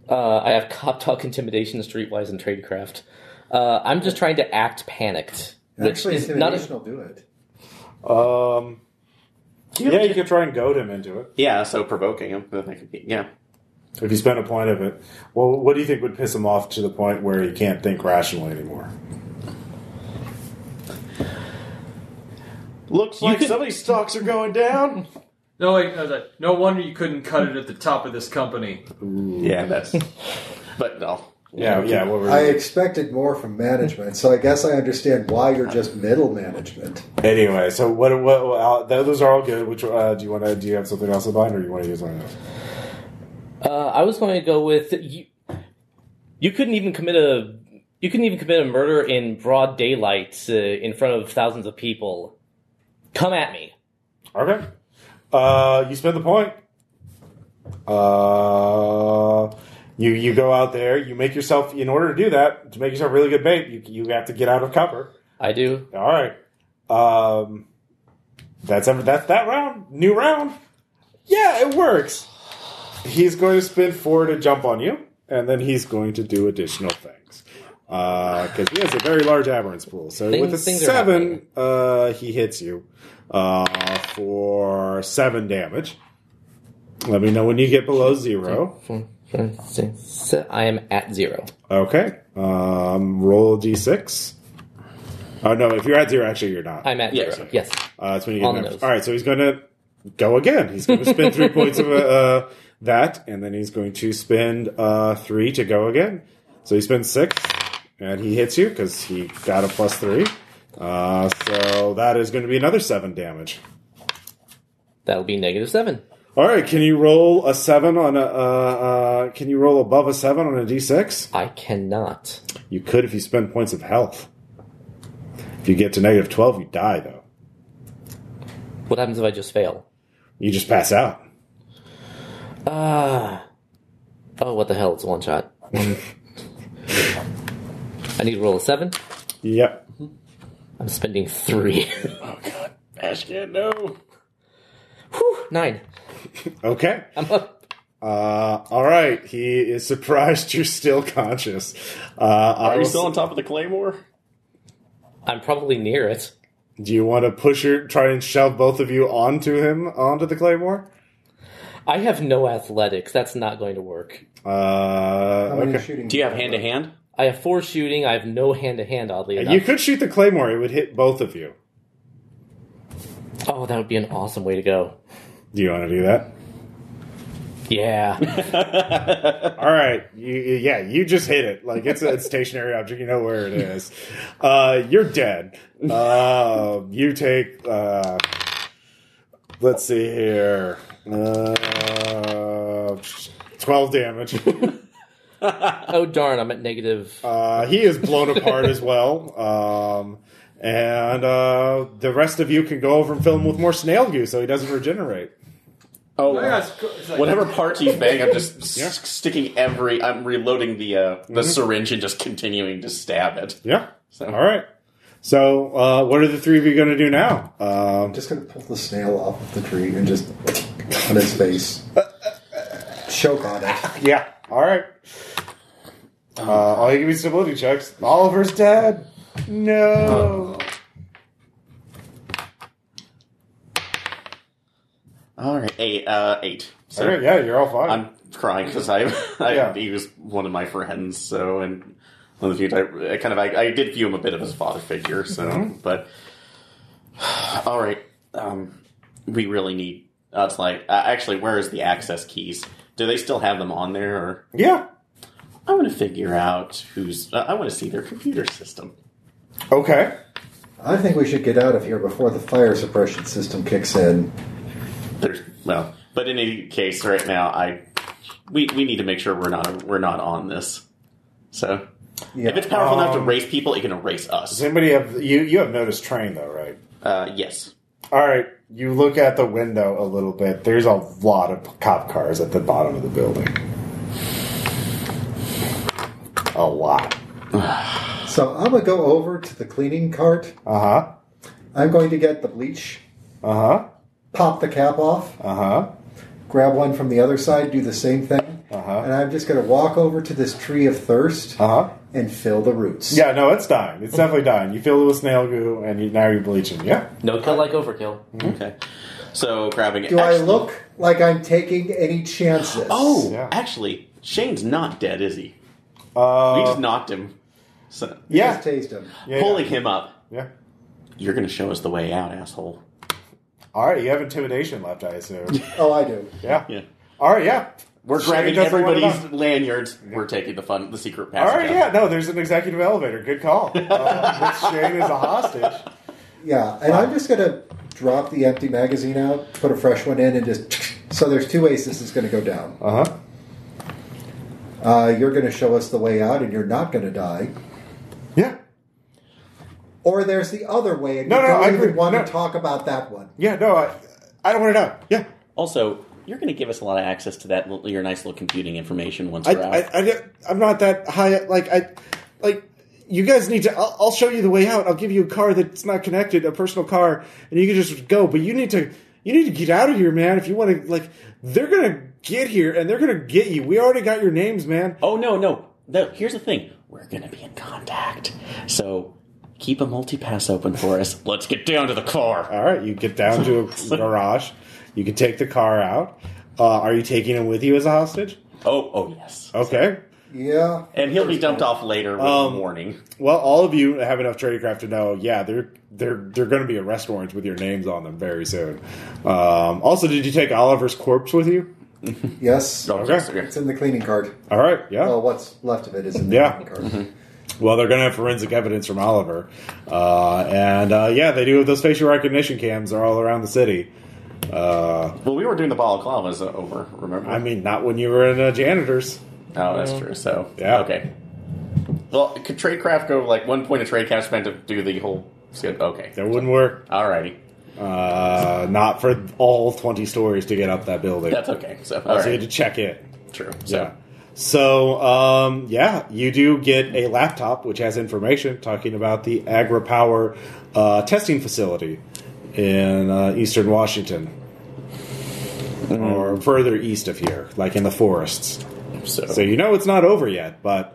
E: Uh, I have cop talk, intimidation, streetwise, and tradecraft. Uh, I'm just trying to act panicked. Which
D: Actually,
E: is not
D: intimidation
E: a,
D: will do it.
A: Um, yeah, you could try and goad him into it
B: yeah, so provoking him. I think, Yeah.
A: if you spend a point of it. Well, what do you think would piss him off to the point where he can't think rationally anymore?
B: Looks like somebody's stocks are going down.
F: no, like, I was like, no wonder you couldn't cut it at the top of this company.
B: yeah, that's. But no.
A: Yeah, yeah. What were
D: I expected more from management, so I guess I understand why you're just middle management.
A: Anyway, so what? What? what uh, those are all good. Which uh, do you want to? Do you have something else in mind, or you want to use one else?
E: uh, I was going to go with you. You couldn't even commit a you couldn't even commit a murder in broad daylight uh, in front of thousands of people. Come at me.
A: Okay. Uh, you spend the point. Uh, you you go out there. You make yourself in order to do that to make yourself really good bait. You you have to get out of cover.
E: I do.
A: All right. Um, that's ever that's that round. New round. Yeah, it works. He's going to spin four to jump on you, and then he's going to do additional things. Because he has a very large aberrance pool. So
E: Things-
A: with a
E: things are
A: seven, uh, he hits you uh, for seven damage. Let me know when you get below zero.
E: So I am at zero.
A: Okay. Um, roll a d6. Oh, no, if you're at zero, actually, you're not.
E: I'm at
B: Yes.
E: zero. Yes.
A: Uh, that's when you get
E: On
A: an
E: the
A: extra-
E: nose.
A: All right, so he's going to go again. He's going to spend three points of uh, that, and then he's going to spend uh, three to go again. So he spends six, and he hits you because he got a plus three. Uh, so that is going to be another seven damage.
E: That'll be negative seven.
A: All right, can you roll a seven on a? Uh, uh, can you roll above a seven on a d6?
E: I cannot.
A: You could if you spend points of health. If you get to negative twelve, you die though.
E: What happens if I just fail?
A: You just pass out.
E: Ah. oh, what the hell? It's one shot. I need to roll a seven.
A: Yep.
E: I'm spending three.
B: Ashcan, no.
E: Whew, nine.
A: Okay.
E: I'm up.
A: Uh, all right. He is surprised you're still conscious. Uh, I
B: Are you
A: will
B: still
A: s-
B: on top of the claymore?
E: I'm probably near it.
A: Do you want to push your try and shove both of you onto him onto the claymore?
E: I have no athletics. That's not going to work.
A: Uh,
D: How many
A: okay.
D: shooting
B: Do you have hand to hand?
E: I have four shooting. I have no hand to hand. Oddly enough.
A: You could shoot the claymore. It would hit both of you.
E: oh, that would be an awesome way to go.
A: Do you want to do that?
E: Yeah.
A: All right. You, yeah, you just hit it. Like it's a it's a stationary object. You know where it is. Uh, you're dead. Uh, you take. Uh, let's see here. Uh, Twelve damage.
E: oh darn! I'm at negative.
A: Uh, he is blown apart as well. Um, and uh, the rest of you can go over and fill him with more snail goo so he doesn't regenerate.
B: Oh,
F: Like, that's co- it's like-
B: Whatever parts he's banging, I'm just
A: Yeah.
B: s sticking every. I'm reloading the uh, the syringe and just continuing to stab it.
A: Yeah.
B: So-
A: All right. So, uh, what are the three of you going to do now? Um,
D: I'm just going to pull the snail off of the tree and just on his face. Choke on it.
A: yeah. All right. Uh, all you give me stability checks. Oliver's dead. No.
B: All right, eight. Uh, eight. So
A: All right. Yeah, you're all fine.
B: I'm crying because I, I
A: Yeah.
B: he was one of my friends. So and one of the few I, I kind of I, I did view him a bit of as a father figure. So
A: Mm-hmm.
B: but all right, um, we really need. Uh, it's like uh, actually, where is the access keys? Do they still have them on there? Or
A: yeah.
B: I want to figure out who's. uh, I want to see their computer system.
A: Okay.
D: I think we should get out of here before the fire suppression system kicks in.
B: There's well, but in any case, right now, I we we need to make sure we're not we're not on this. So
D: Yeah.
B: if it's powerful enough to
A: Um,
B: erase people, it can erase us.
A: Does anybody have you? You have noticed train though, right?
B: Uh, yes.
A: All right. You look at the window a little bit. There's a lot of cop cars at the bottom of the building. A lot.
D: So I'm gonna go over to the cleaning cart.
A: Uh huh.
D: I'm going to get the bleach,
A: Uh huh.
D: pop the cap off,
A: Uh huh.
D: grab one from the other side, do the same thing,
A: Uh-huh.
D: and I'm just gonna walk over to this tree of thirst
A: Uh huh.
D: and fill the roots.
A: Yeah, no, it's dying. It's definitely dying. You fill it with snail goo, and you, now you're bleaching. Yeah.
E: No kill like overkill.
B: Okay. So grabbing.
D: Hmm. Do I look like I'm taking any chances?
B: Oh,
A: Yeah.
B: actually, Shane's not dead, is he? we
A: Uh,
B: just knocked him. So
A: yeah.
D: Just taste them.
A: yeah.
B: pulling
A: Yeah.
B: him up.
A: yeah.
B: You're going to show us the way out, asshole.
A: All right. You have intimidation left, I assume.
D: Oh, I do.
A: Yeah.
B: Yeah.
A: All right. Yeah.
B: We're
A: Shane
B: grabbing
A: doesn't want it
B: everybody's
A: up.
B: lanyards. We're taking the fun, the secret
A: All
B: passage.
A: right. Yeah. No, there's an executive elevator. Good call. Uh, with Shane is a hostage.
D: Yeah, and I'm just gonna drop the empty magazine out, put a fresh one in, and just so there's two ways this is gonna go down.
A: Uh huh.
D: Uh, you're gonna show us the way out, and you're not gonna die.
A: Yeah.
D: Or there's the other way, and
A: No,
D: you
A: no,
D: don't
A: I
D: even
A: agree.
D: want
A: No.
D: to talk about that one.
A: Yeah. No, I, I don't want to know. Yeah.
B: Also, you're going to give us a lot of access to that little, your nice little computing information once
A: I,
B: we're out.
A: I, I, I'm not that high. Like I, like you guys need to. I'll, I'll show you the way out. I'll give you a car that's not connected, a personal car, and you can just go. But you need to, you need to get out of here, man. If you want to, like, they're gonna get here and they're gonna get you. We already got your names, man.
B: oh no, no, no! Here's the thing: we're going to be in contact. So keep a multi-pass open for us. Let's get down to the car.
A: All right, you get down to a garage. You can take the car out. Uh, are you taking him with you as a hostage?
B: Oh, oh yes.
A: Okay.
D: Yeah,
B: And he'll be dumped off later with
A: Um,
B: warning.
A: Well, all of you have enough tradecraft to know. Yeah, they're they're they're going to be arrest warrants with your names on them very soon. Um, also, did you take Oliver's corpse with you?
D: yes,
A: Okay.
D: it's in the cleaning cart.
A: All right. Yeah.
D: Well, what's left of it is in the
A: Yeah.
D: cleaning
B: Mm-hmm.
D: cart.
A: Well, they're going to have forensic evidence from Oliver, uh, and uh, yeah, they do have those facial recognition cams. They're all around the city. Uh,
B: Well, we were doing the balaclavas over. Remember?
A: I mean, not when you were in uh, janitors.
B: Oh, that's true. So
A: Yeah.
B: okay. Well, could tradecraft go like one point of tradecraft spent to do the whole? shit? Okay,
A: That wouldn't work.
B: alrighty,
A: Uh, not for all twenty stories to get up that building.
B: that's okay. So
A: so you
B: alright.
A: had to check it.
B: true. So
A: Yeah. So, um, yeah, you do get a laptop which has information talking about the Agri Power uh, testing facility in uh, eastern Washington. Or further east of here, like in the forests.
B: so,
A: So you know it's not over yet, but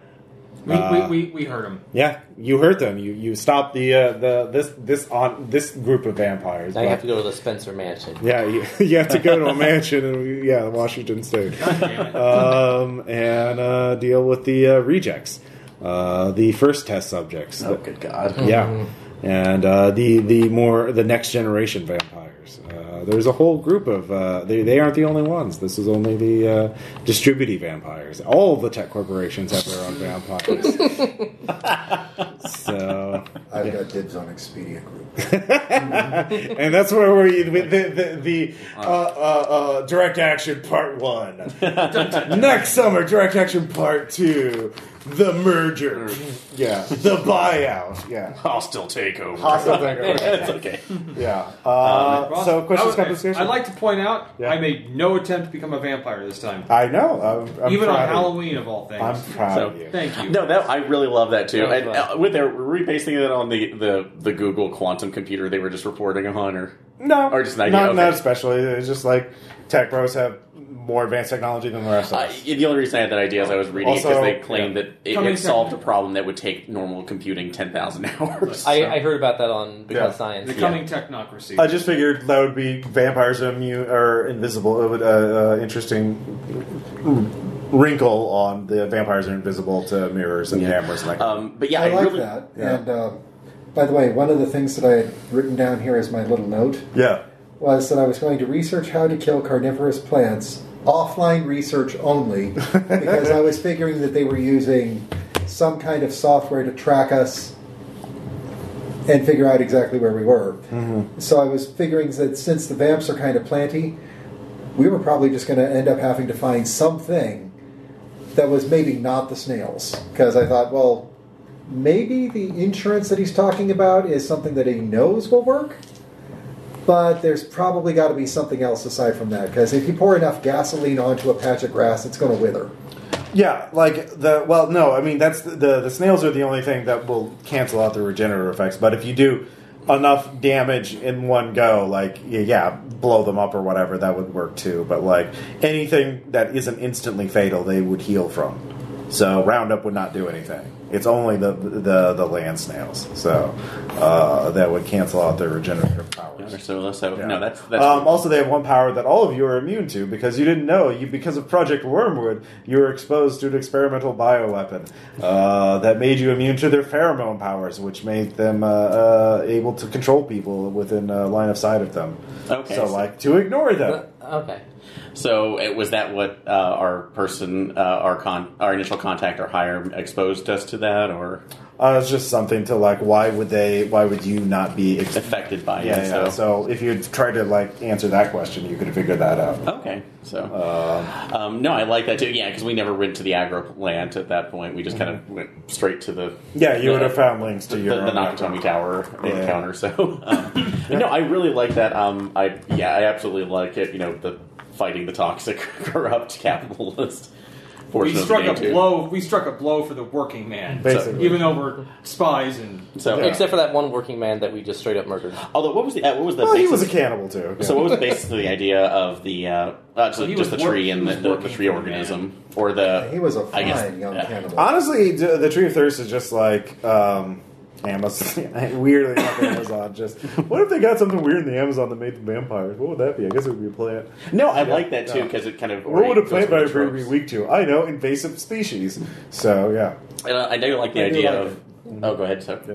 F: We,
A: Uh,
F: we, we, we heard him.
A: yeah, you hurt them. You you stopped the uh, the this this on this group of vampires.
E: Now you
A: but-
E: have to go to the Spencer Mansion.
A: yeah, you, you have to go to a mansion in yeah Washington State, um, and uh, deal with the uh, rejects, uh, the first test subjects.
B: oh good god.
A: Yeah, and uh, the the more the next generation vampires. Uh, there's a whole group of uh, they they aren't the only ones. This is only the uh, distributive vampires. All the tech corporations have their own vampires. so
D: I've got dibs on Expedia Group.
A: and that's where we the the, the uh, uh, uh, direct action part one. Next summer, direct action part two. The merger, yeah. The buyout, yeah.
B: Hostile takeover.
A: Hostile takeover.
B: That's okay.
A: yeah. Uh, so questions,
F: I- I-
A: confiscation.
F: I'd like to point out,
A: Yeah.
F: I made no attempt to become a vampire this time.
A: I know. I'm, I'm
F: Even on
A: proud of-
F: Halloween, of all things.
A: I'm proud
B: So,
A: of you.
F: Thank you.
B: No, that I really love that too.
E: Yeah,
B: And uh, with their rebasing it on the, the the Google quantum computer they were just reporting on, or
A: No,
B: Or just an idea,
A: Not,
B: okay.
A: not especially. It's just like tech bros have more advanced technology than the rest of
B: I,
A: us.
B: the only reason I had that idea is I was reading it
A: Also-
B: because they claimed that it,
F: Coming
B: it
F: soon.
B: solved a problem that would take normal computing ten thousand hours.
E: I, I heard about that on Because
A: Yeah.
E: Science.
F: the coming technocracy.
A: I just figured that would be vampires are immune or invisible. It would uh, uh, interesting wrinkle on the vampires are invisible to mirrors and cameras. Like,
B: um, but yeah,
D: I
B: I,
D: like
B: really,
D: that.
A: yeah.
D: And um, by the way, one of the things that I had written down here as my little note
A: yeah,
D: was that I was going to research how to kill carnivorous plants offline research only because I was figuring that they were using some kind of software to track us and figure out exactly where we were. So I was figuring that since the vamps are kind of planty, we were probably just going to end up having to find something that was maybe not the snails because I thought, well, maybe the insurance that he's talking about is something that he knows will work. But there's probably got to be something else aside from that because if you pour enough gasoline onto a patch of grass, it's going to wither.
A: Yeah, like the well, no, I mean that's the, the the snails are the only thing that will cancel out the regenerative effects. But if you do enough damage in one go, like y- yeah, blow them up or whatever, that would work too. But like anything that isn't instantly fatal, they would heal from. So Roundup would not do anything. It's only the the the land snails, so uh, that would cancel out their regenerative powers.
B: Or so, so
A: Yeah.
B: no, that's that's
A: um, also, they have one power that all of you are immune to because you didn't know. You because of Project Wormwood, you were exposed to an experimental bioweapon uh, that made you immune to their pheromone powers, which made them uh, uh, able to control people within uh, line of sight of them.
B: Okay,
A: so,
B: so-
A: like to ignore them.
E: Okay.
B: so. It, was that what uh, our person, uh, our con, our initial contact or hire exposed us to that, or
A: Uh, it's just something to like. Why would they? Why would you not be? Ex-
B: affected by
A: yeah,
B: it?
A: yeah.
B: so.
A: So if you tried to like answer that question, you could have figured that out.
B: Okay, so um, no, I like that too. Yeah, because we never went to the agro plant at that point. We just kind of went straight to the
A: Yeah, you would have found links to
B: the,
A: your
B: the,
A: own
B: the Nakatomi Tower
A: Yeah.
B: encounter. So um, no, I really like that. Um, I yeah, I absolutely like it. You know, the fighting the toxic, corrupt capitalist.
F: We
B: portion of the
F: struck
B: game,
F: a
B: too.
F: blow. We struck a blow for the working man,
A: Basically.
F: even though we're spies and
B: So,
A: Yeah.
E: Except for that one working man that we just straight up murdered.
B: although what was the uh, what was the
A: Well, he
B: basis-
A: was a cannibal too.
B: So what was basically the idea of the uh, uh, so
F: Well, he
B: just the
F: was
B: tree
F: work-
B: and the,
F: he was
B: the, the tree
F: working for the man.
B: organism or the
D: He was a
B: I
D: fine
B: guess,
D: young
B: yeah.
D: cannibal.
A: Honestly, d- the Tree of Thirst is just like um, Amazon. Weirdly, like Amazon. Just what if they got something weird in the Amazon that made them vampires? What would that be? I guess it would be a plant.
B: No, I like that too
A: Yeah.
B: because it kind of
A: What would a
B: already
A: plant
B: goes with the
A: vibrator be
B: tropes.
A: weak to? I know invasive species. So yeah,
B: And I, I do like the
D: I do
B: idea
D: like
B: of. Oh, go ahead. So
A: yeah.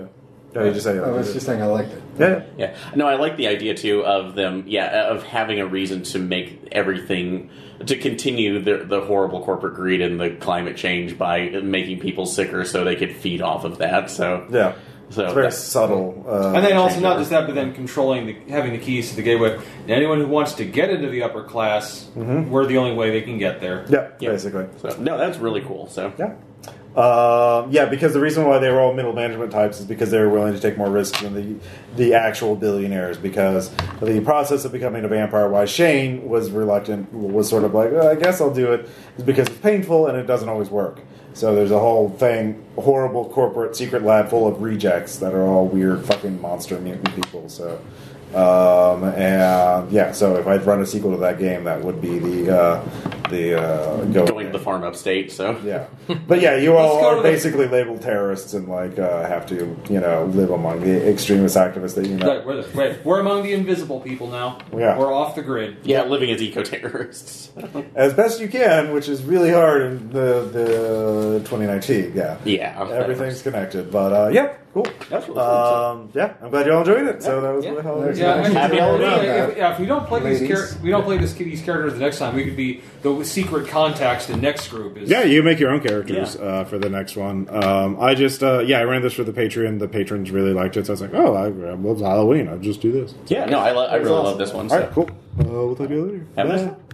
A: No, Oh, you just say
D: I was just saying I liked it.
A: yeah.
B: yeah, no, I like the idea too of them. Yeah, uh, of having a reason to make everything to continue the the horrible corporate greed and the climate change by making people sicker so they could feed off of that. So
A: Yeah,
B: So
A: it's very
B: that-
A: subtle. Uh,
F: And then also
B: change
F: not
B: over.
F: just that, but then controlling the having the keys to the gateway. And anyone who wants to get into the upper class, we're the only way they can get there.
A: Mm-hmm. yeah,
B: Yeah.
A: basically.
B: So no, that's really cool. So
A: Yeah. Um, yeah, because the reason why they were all middle management types is because they were willing to take more risks than the the actual billionaires. Because the process of becoming a vampire, why Shane was reluctant, was sort of like, "Oh, I guess I'll do it, is because it's painful and it doesn't always work. So there's a whole thing, horrible corporate secret lab full of rejects that are all weird fucking monster mutant people. So, um, and yeah, so if I'd run a sequel to that game, that would be the uh, the uh, go-
B: going to the farm upstate. So
A: yeah, but yeah, you
F: Let's
A: all
F: go
A: are
F: to the-
A: basically labeled terrorists and like uh, have to, you know, live among the extremist activists that you
F: Like,
A: know.
F: we're, the- wait, we're among the invisible people now.
A: Yeah.
F: We're off the grid.
B: yeah, living as eco terrorists.
A: as best you can, which is really hard in the the 2019. Yeah,
B: yeah,
A: everything's connected. But uh, yep, cool.
B: That's really cool.
A: Um, yeah, I'm glad you all enjoyed it. So that was
E: Yeah.
A: really how
D: Yeah,
F: I mean,
D: Happy
F: if-
D: Halloween,
F: if, yeah, if we don't play these
D: ladies.
F: char- we don't play this, these characters the next time, we could be the secret contacts. The next group is
A: Yeah, you make your own characters
B: Yeah.
A: uh, for the next one. Um, I just, uh, yeah, I ran this for the Patreon. The patrons really liked it, so I was like, oh, I, I love Halloween. I'll just do this.
B: yeah. No, I, lo- I really love this one.
A: All
B: So.
A: right, cool. Uh, we'll talk to you later.
B: Have a nice
A: Bye.
B: time.